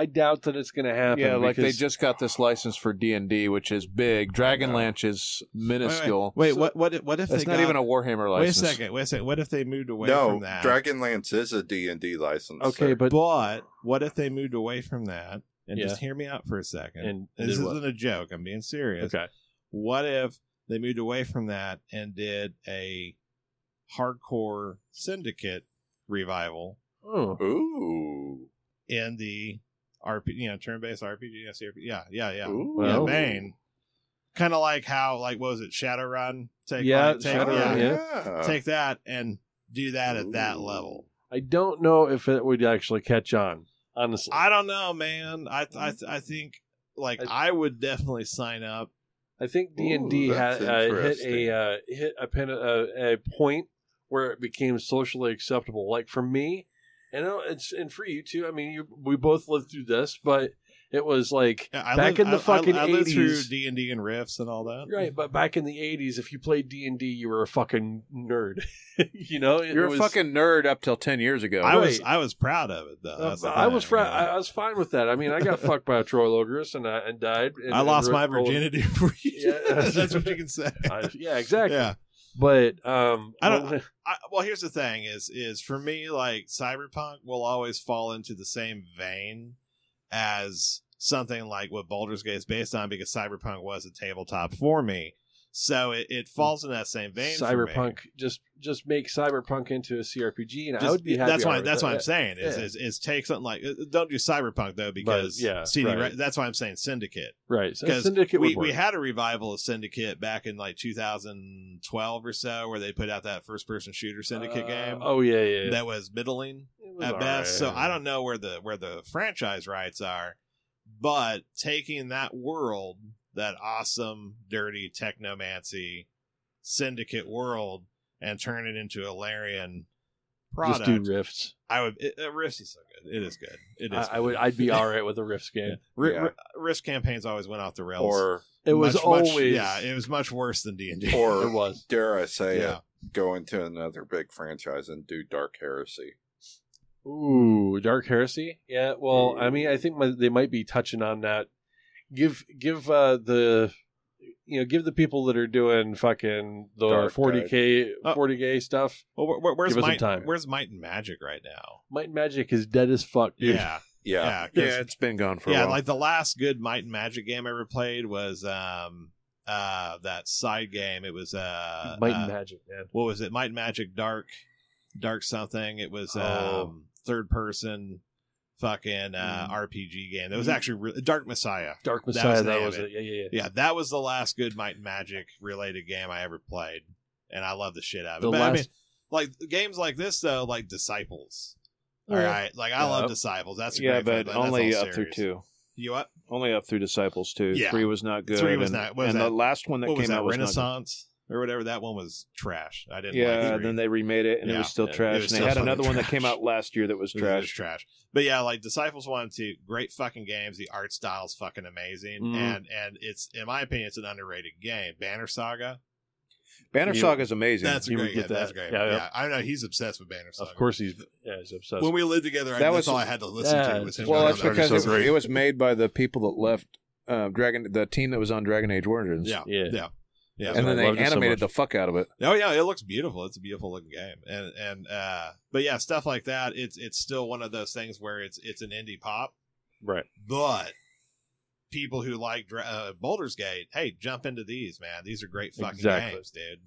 I doubt that it's going to happen.
yeah, like they
because-
just got this license for D and D, which is big. Dragonlance is minuscule.
Wait, what what what if
That's
they
not
got-
even a Warhammer
Wait a
license.
second. Wait a second. What if they moved away
no,
from that?
Dragonlance is a D and D license.
Okay,
sir.
but
but what if they moved away from that? And
Yeah.
just hear me out for a second.
and
this
did
isn't
what?
a joke. I'm being serious.
okay.
What if they moved away from that and did a hardcore syndicate revival
Oh,
ooh,
in the RP, you know, turn-based RPG, you know, CRPG? Yeah, yeah, yeah.
ooh.
Well-
yeah, vein. Kind of like how, like, what was it, Shadowrun? Take,
Yeah,
take,
Shadowrun, yeah.
Uh.
take that and do that at that
Ooh.
level.
I don't know if it would actually catch on. Honestly,
I don't know, man. I th- I, th- I think like I, would definitely sign up.
I think D and D
Ooh,
had
that's
uh, hit a
interesting.
uh, hit a, pen, a a point where it became socially acceptable. Like for me, and I know it's and for you too. I mean, you, we both lived through this, but it was like
I
Back in the
I- I-
fucking
I, lived through
80s.
D and D and riffs and all that.
right. But back in the eighties, if you played D and D, you were a fucking nerd. you know, It
You're a
was-
fucking nerd up till ten years ago.
I was
Right.
I was proud of it though.
Uh,
That's the
I was
thing,
fr-
you know.
I, I was fine with that. I mean, I got fucked by a Troy Logris and I and died. and-
I
and
lost
ro-
my
rolled-
virginity for you.
Yeah.
That's what you can say.
I- yeah, exactly.
Yeah.
But um,
I don't- I, well, here's the thing: is is for me like cyberpunk will always fall into the same vein as something like what Baldur's Gate is based on because cyberpunk was a tabletop for me, so it, it falls in that same vein. for me.
Hmm. cyberpunk just just make cyberpunk into a crpg and i
Just-
would be happy
that's why
with
that's
that.
why I'm saying is,
Yeah.
is is take something like uh, don't do cyberpunk though because
yeah,
CD
right.
Re- that's why I'm saying syndicate
right so
because
syndicate
we,
would
we
work.
had a revival of syndicate back in like 2012 or so where they put out that first person shooter syndicate
Uh,
game
oh yeah yeah yeah.
that was middling
It was
at
all
best.
right.
So I don't know where the where the franchise rights are, but taking that world, that awesome, dirty technomancy syndicate world, and turn it into a Larian
just
product,
do rifts
I would. It, it, Rift is so good. It is good. It is.
I, I would i'd be all right with a rifts game
Ri-
Yeah.
ri- Rift campaigns always went off the rails.
or
it was
Much, much-
always
yeah. It was much worse than D and D.
it
or
was
dare I say
Yeah.
it, go into another big franchise and do Dark Heresy.
ooh dark heresy yeah well i mean i think my, they might be touching on that give give uh the you know give the people that are doing fucking the
Dark
40k
Oh.
40k stuff
Well, where- where- where's
Give us some
might,
time.
Where's Might and Magic right now?
might and magic is dead as fuck dude.
Yeah,
Yeah.
yeah, 'cause-
Yeah, it's been gone for
yeah,
a while.
like the last good Might and Magic game I ever played was um uh that side game. It was uh,
might
uh,
and magic man
what was it? Might and Magic Dark Dark something. It was
Oh.
um third person fucking uh,
Mm.
RPG game. That was actually re- Dark Messiah.
Dark
was
Messiah. That
the
was,
name
it. Yeah, yeah, yeah.
Yeah, that was the last good Might and Magic related game I ever played. And I love the shit out of it.
The
but I
last-
mean like games like this though, like Disciples. All
Yeah.
right, like I love
Yeah.
Disciples. That's a
yeah,
great
but
franchise. That's
only
all
up through
serious.
two.
You what?
Only up through Disciples two.
Yeah.
Three was not good.
Three was
and,
not- what was
and
that?
the last one that
what
came
was that
out was not good.
Renaissance or whatever? That one was trash. I didn't.
Yeah,
like
then they remade it and it
Yeah.
was still
Yeah, it
trash.
was
and
still
they had
fucking
another one that came
trash.
out last year that was
It was- it was
trash.
trash. But yeah, like Disciples One and Two, great fucking games. The art style's
Mm-hmm.
fucking amazing,
Mhm.
and and it's in my opinion, it's an underrated game. Banner Saga,
Banner
You-
Saga is amazing.
That's a
You would
great.
get
Yeah, that's
that.
great.
Yeah,
Yeah,
yeah.
I know he's obsessed with Banner Saga.
Of course, he's yeah, he's obsessed.
When we lived together, I,
That
that's
was-
all I had to listen
Yeah,
to was him.
well,
going
that's
on
because
there.
it, it was made by the people that left uh, Dragon, the team that was on Dragon Age Origins.
yeah,
yeah.
yeah, yeah.
and
I
then they
loved it so
animated the
much.
fuck out of it.
Oh yeah, it looks beautiful. It's a beautiful looking game, and and uh, but yeah, stuff like that. It's it's still one of those things where it's it's an indie pop,
right.
but people who like Dra- uh, Boulder's Gate, hey, jump into these, man. These are great fucking
Exactly.
games, dude.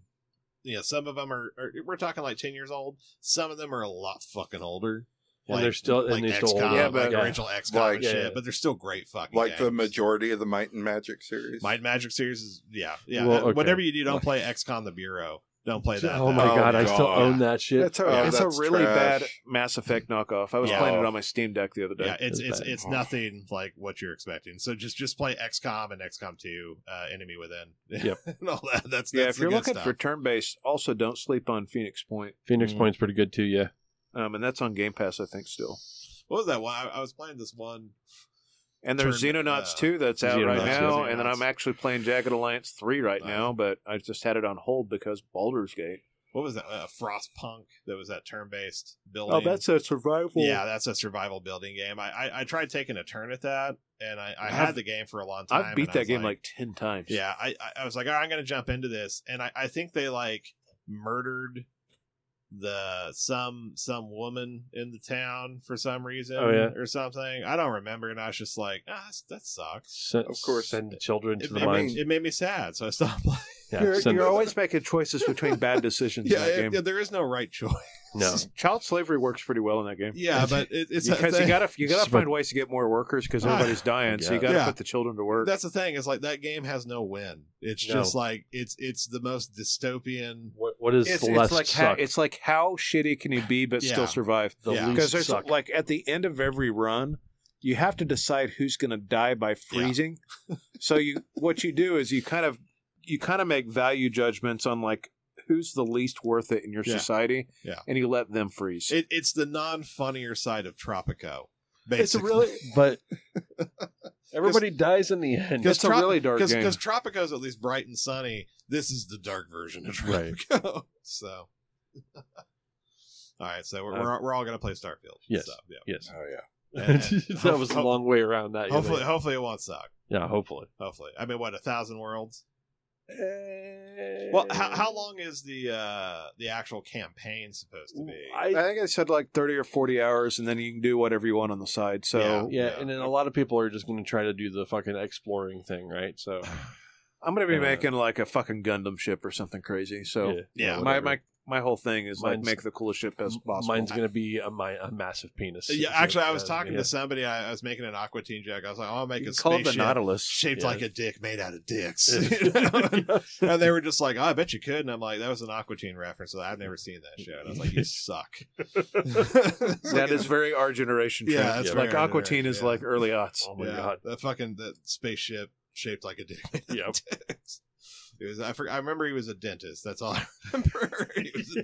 You know, some of them are, are we're talking like ten years old. Some of them are a lot fucking older.
And they're still- and
like
they still
XCOM,
hold
up. Yeah,
like
but-
original XCOM
Like-
and
yeah,
shit,
yeah.
but they're still great fucking.
like the
games.
majority of the Might and Magic series.
Mind Magic series is yeah, yeah.
Well, okay.
Whatever you do, don't play XCOM the Bureau. Don't play that.
oh my
Oh,
god, I still
God.
own that shit.
That's a,
Yeah,
it's a
that's
really
trash.
bad Mass Effect knockoff. I was
Yeah.
playing it on my Steam Deck the other day.
Yeah, it's
It's
it's
bad.
it's nothing like what you're expecting. So just just play XCOM and XCOM Two, uh, Enemy Within.
Yep.
and all that. That's, that's
Yeah, if
the
you're
good
looking
stuff.
for turn based, also don't sleep on Phoenix Point.
Phoenix
Mm.
Point's pretty good too. Yeah.
Um, and that's on Game Pass, I think, still.
what was that one? I, I was playing this one.
And there's
Turn-
Xenonauts
uh,
2 that's out
Xenonauts,
right
yeah.
now. And then
Xenonauts.
I'm actually playing Jagged Alliance 3 right
Nice.
now, but I just had it on hold because Baldur's Gate.
What was that? Uh, Frostpunk. That was that turn based building.
Oh, that's a survival.
yeah, that's a survival building game. I I, I tried taking a turn at that, and I, I had
I've-
the game for a long time.
I've
and
beat
I
that
was
game like, 10 times.
Yeah, I I- I was like, all right, I'm gonna jump into this, and I I think they like murdered the some some woman in the town for some reason
Oh, yeah.
or something. I don't remember, and I was just like, ah, s- that sucks.
Sen-
Of course.
send the children to
It,
the
it
mines.
made, it made me sad, so I stopped playing.
yeah,
You're,
send-
you're always making choices between bad decisions
Yeah,
in that
it-
game.
yeah, there is no right choice.
no.
Child slavery works pretty well in that game.
Yeah, but it, it's that
because you
thing-
gotta you gotta
Just about-
find ways to get more workers because
Ah,
everybody's dying, so you
yeah.
gotta
Yeah.
put the children to work.
That's the thing. It's like that game has no win. It's
No.
just like it's it's the most dystopian.
What what is
it's,
the
it's
less
like how,
suck?
it's like how shitty can you be but
Yeah.
still survive?
the
yeah.
least
Because there's
suck.
like at the end of every run, you have to decide who's gonna die by freezing. so you what you do is you kind of you kind of make value judgments on like who's the least worth it in your
Yeah.
society,
Yeah.
and you let them freeze.
It, it's the non-funnier side of Tropico. Basically.
it's a really
but everybody dies in the end.
it's a
Trop-
really dark game.
because Tropico's at least bright and sunny. This is the dark version of Tropico. so, all right, so we're, we're, we're all gonna play Starfield.
Yes.
So, yeah.
Yes.
Oh yeah.
And-
that was a long way around that. you
Hopefully,
know.
hopefully it won't suck.
yeah, hopefully.
Hopefully, I mean, what a thousand worlds.
Eh.
Well, how, how long is the uh the actual campaign supposed to be?
I,
I think I said like 30 or 40 hours, and then you can do whatever you want on the side. So
Yeah.
yeah, and then a lot of people are just going to try to do the fucking exploring thing, right? So
I'm going to be
Uh,
making like a fucking Gundam ship or something crazy. So
yeah,
my,
whatever.
my my whole thing is
Mine's-
like make the coolest ship as possible.
mine's going to be a, mi- a massive penis.
yeah, actually, I was talking
Yeah.
to somebody. I, I was making an Aqua Teen joke. I was like, "I'll make
you
a
can call it the
spaceship
Nautilus.
shaped
Yeah.
like a dick, made out of dicks." You know?
Yeah.
and they were just like, oh, "I bet you could," and I'm like, "That was an Aquatine reference. I've never seen that show." And I was like, "You suck."
That is very our generation.
Yeah,
trend.
that's
like
very our
Aquatine
generation,
is
yeah.
like early aughts.
oh my god.
That fucking that spaceship shaped like a dick.
Yep.
It was. I, forgot, I remember he was a dentist. That's all I remember. he, was a,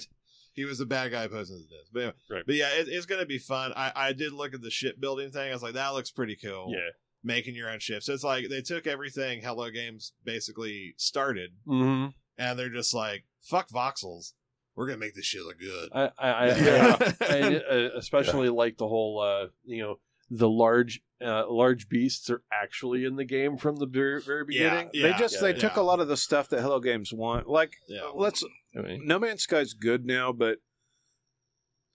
he was a bad guy posing as a dentist. But, anyway,
Right.
but yeah, it, it's gonna be fun. I I did look at the shipbuilding thing. I was like, that looks pretty cool.
Yeah.
Making your own ships. It's like they took everything Hello Games basically started
hmm
and they're just like, "Fuck voxels, we're gonna make this shit look good."
I, I, I,
Yeah.
I, I uh, especially like the whole, uh, you know, the large, uh, large beasts are actually in the game from the very, very beginning.
Yeah,
they just
yeah,
they
yeah.
took a lot of the stuff that Hello Games want. Like
Yeah.
let's
I mean,
No Man's Sky's good now, but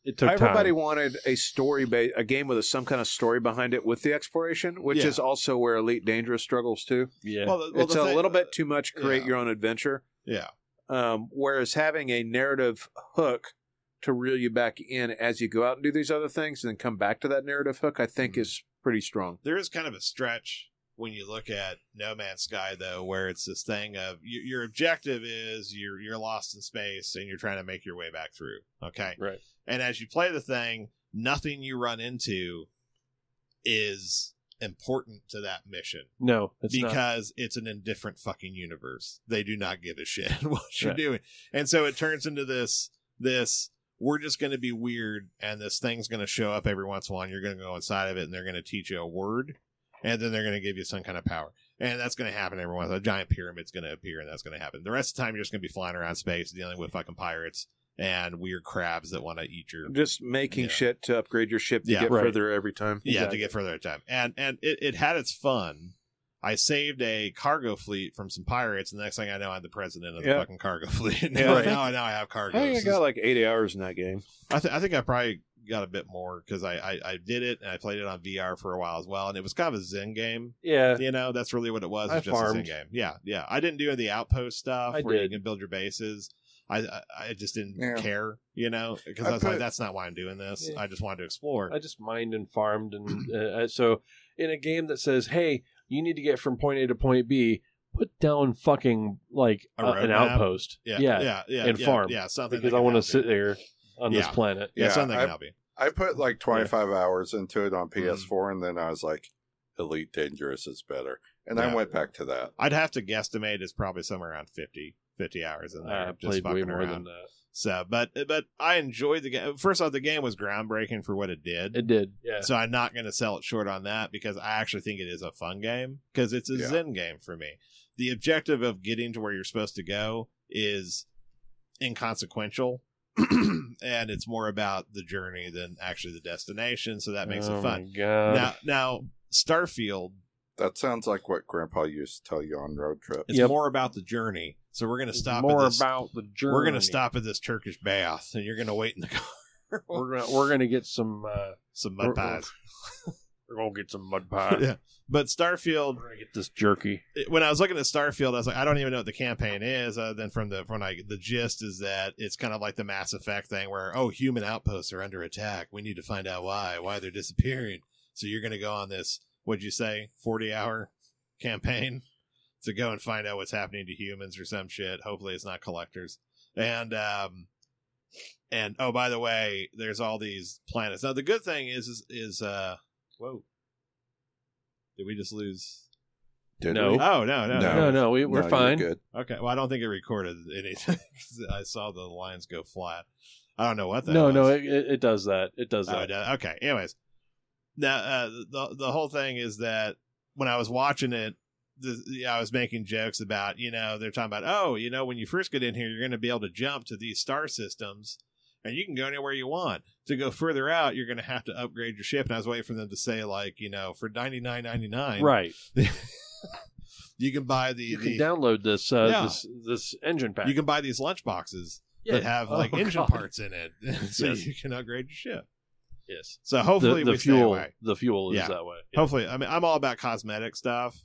it took
Everybody
time.
wanted a story, ba- a game with some kind of story behind it with the exploration, which
Yeah.
is also where Elite Dangerous struggles too.
Yeah.
Well, the- well,
it's
the
a
thing- uh,
little bit too much create
yeah.
your own adventure.
Yeah.
Um, whereas having a narrative hook to reel you back in as you go out and do these other things and then come back to that narrative hook, I think
Mhm.
is pretty strong.
There is kind of a stretch when you look at No Man's Sky, though, where it's this thing of your, your objective is you're you're lost in space and you're trying to make your way back through. Okay,
Right.
And as you play the thing, nothing you run into is important to that mission.
no, it's not.
because it's an indifferent fucking universe. They do not give a shit what you're
Right.
doing. And so it turns into this this we're just going to be weird and this thing's going to show up every once in a while and you're going to go inside of it and they're going to teach you a word and then they're going to give you some kind of power. And that's going to happen every once. in A while. A giant pyramid's going to appear, and that's going to happen. The rest of the time, you're just going to be flying around space, dealing with fucking pirates and weird crabs that want to eat your
Just making
Yeah.
shit to upgrade your ship to
Yeah,
get
right.
further every time.
yeah
Exactly.
to get further at a time and and it, it had its fun i saved a cargo fleet from some pirates and the next thing i know i'm the president of the
Yeah.
fucking cargo fleet now,
Right.
now, now i have cargo
I think I got like 80 hours in that game.
I, th- I think i probably got a bit more because I, I i did it and i played it on vr for a while as well and it was kind of a zen game
Yeah.
you know that's really what it was
I
it's just a zen
farmed.
game yeah yeah i didn't do any of the outpost stuff
I
where
did.
you can build your bases I, I I just didn't
Yeah.
care, you know, because
I
I, was like,
put-
that's not why I'm doing this.
Yeah.
I just wanted to explore.
I just mined and farmed, and uh, so in a game that says, "Hey, you need to get from point A to point B," put down fucking like
A
uh, an
roadmap?
outpost.
yeah,
yeah,
yeah, yeah,
and
yeah,
farm,
yeah, something
because
that
I
can
want to
help you.
sit there on this
Yeah.
planet.
Yeah,
Yeah,
something
I-
can help you.
I put like 25 hours into it on PS4, and then I was like, Elite Dangerous is better. And
Yeah.
I went back to that.
I'd have to guesstimate it's probably somewhere around 50, 50 hours in there,
I
just
played way
fucking
more
around.
than that.
So, but but I enjoyed the game. First off, the game was groundbreaking for what it did.
It did. Yeah.
So I'm not going to sell it short on that because I actually think it is a fun game because it's a
Yeah.
Zen game for me. The objective of getting to where you're supposed to go is inconsequential. and it's more about the journey than actually the destination, so that makes
oh
it fun.
My God.
Now, now Starfield
That sounds like what Grandpa used to tell you on road trip.
It's
Yep.
more about the journey. So we're gonna
It's
stop.
more
at this,
about the journey.
We're gonna stop at this Turkish bath, and you're gonna wait in the car.
We're gonna we're gonna get some. Uh,
Some mud
we're-
pies.
we're gonna get some mud pie.
Yeah. But Starfield,
We're gonna get this jerky.
it- when I was looking at Starfield, I was like, I don't even know what the campaign is. Other than from the from like the gist is that it's kind of like the Mass Effect thing, where oh, human outposts are under attack. We need to find out why why they're disappearing. So you're gonna go on this. What'd you say? Forty hour campaign to go and find out what's happening to humans or some shit. Hopefully, it's not collectors. And um, and oh, by the way, there's all these planets. Now the good thing is is, is uh, whoa, did we just lose?
Did
No.
we?
Oh no no
No.
No, no, we,
No,
we're
you're
fine.
Good.
Okay. Well, I don't think it recorded anything. I saw the lines go flat. I don't know what that
No,
was.
no, it, it it does that. It does
Oh,
that.
it does. okay. Anyways, now uh, the the whole thing is that when I was watching it, the, the- I was making jokes about you know they're talking about oh you know when you first get in here you're going to be able to jump to these star systems and you can go anywhere you want. To go further out, you're going to have to upgrade your ship. And I was waiting for them to say like you know for ninety nine ninety nine,
Right.
You can buy the,
You
the
can download this uh,
Yeah.
this this engine pack.
you can buy these lunch boxes that have
Oh,
like engine
God.
parts in it, so
Yes.
you can upgrade your ship.
Yes.
So
The,
hopefully
the
we stay
fuel
away.
the fuel is
Yeah.
that way.
Hopefully, I mean, I'm all about cosmetic stuff,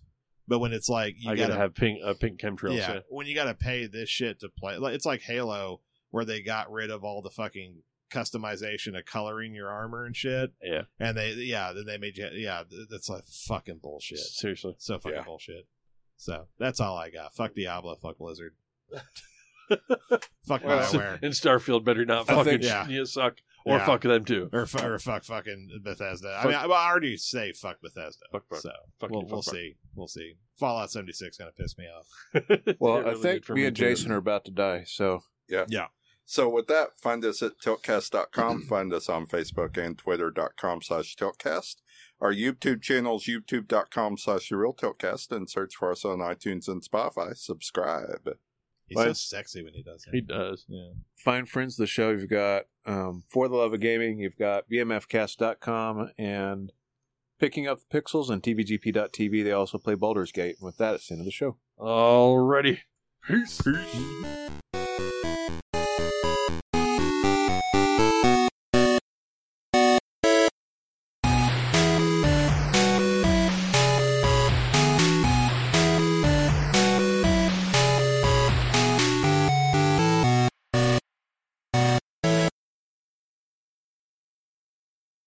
but when it's like you
I
gotta,
gotta have pink uh, pink chemtrails.
yeah,
yeah.
when you gotta pay this shit to play, like, it's like Halo where they got rid of all the fucking customization of coloring your armor and shit,
Yeah.
and they yeah, then they made you yeah, th- that's like fucking bullshit,
Seriously.
so fucking
Yeah.
bullshit. So that's all I got. Fuck Diablo, fuck Blizzard, fuck
Well,
Bioware.
And Starfield better not
I
fucking
think-
Yeah.
you suck or
Yeah.
fuck them too.
or, fu- or fuck fucking Bethesda. I
Fuck-
mean, I, well, I already say fuck Bethesda.
Fuck, fuck.
So
Fuck
we'll,
you, fuck,
we'll
fuck.
see. We'll see. Fallout 76 gonna piss me off.
Well,
It really
I
did
think
for
me
me,
and
too.
Jason are about to die. So
So with that, find us at tiltcast.com. find us on Facebook and twitter.com slash tiltcast. Our YouTube channel's youtube.com slash the real tiltcast and search for us on iTunes and Spotify. Subscribe.
He's so
Right.
sexy when he does
He
that.
does.
find friends of the show. You've got um, For the Love of Gaming, you've got BMFcast.com, and Picking Up the Pixels and TVGP.tv. They also play Baldur's Gate. And with that, it's the end of the show.
Alrighty. Peace.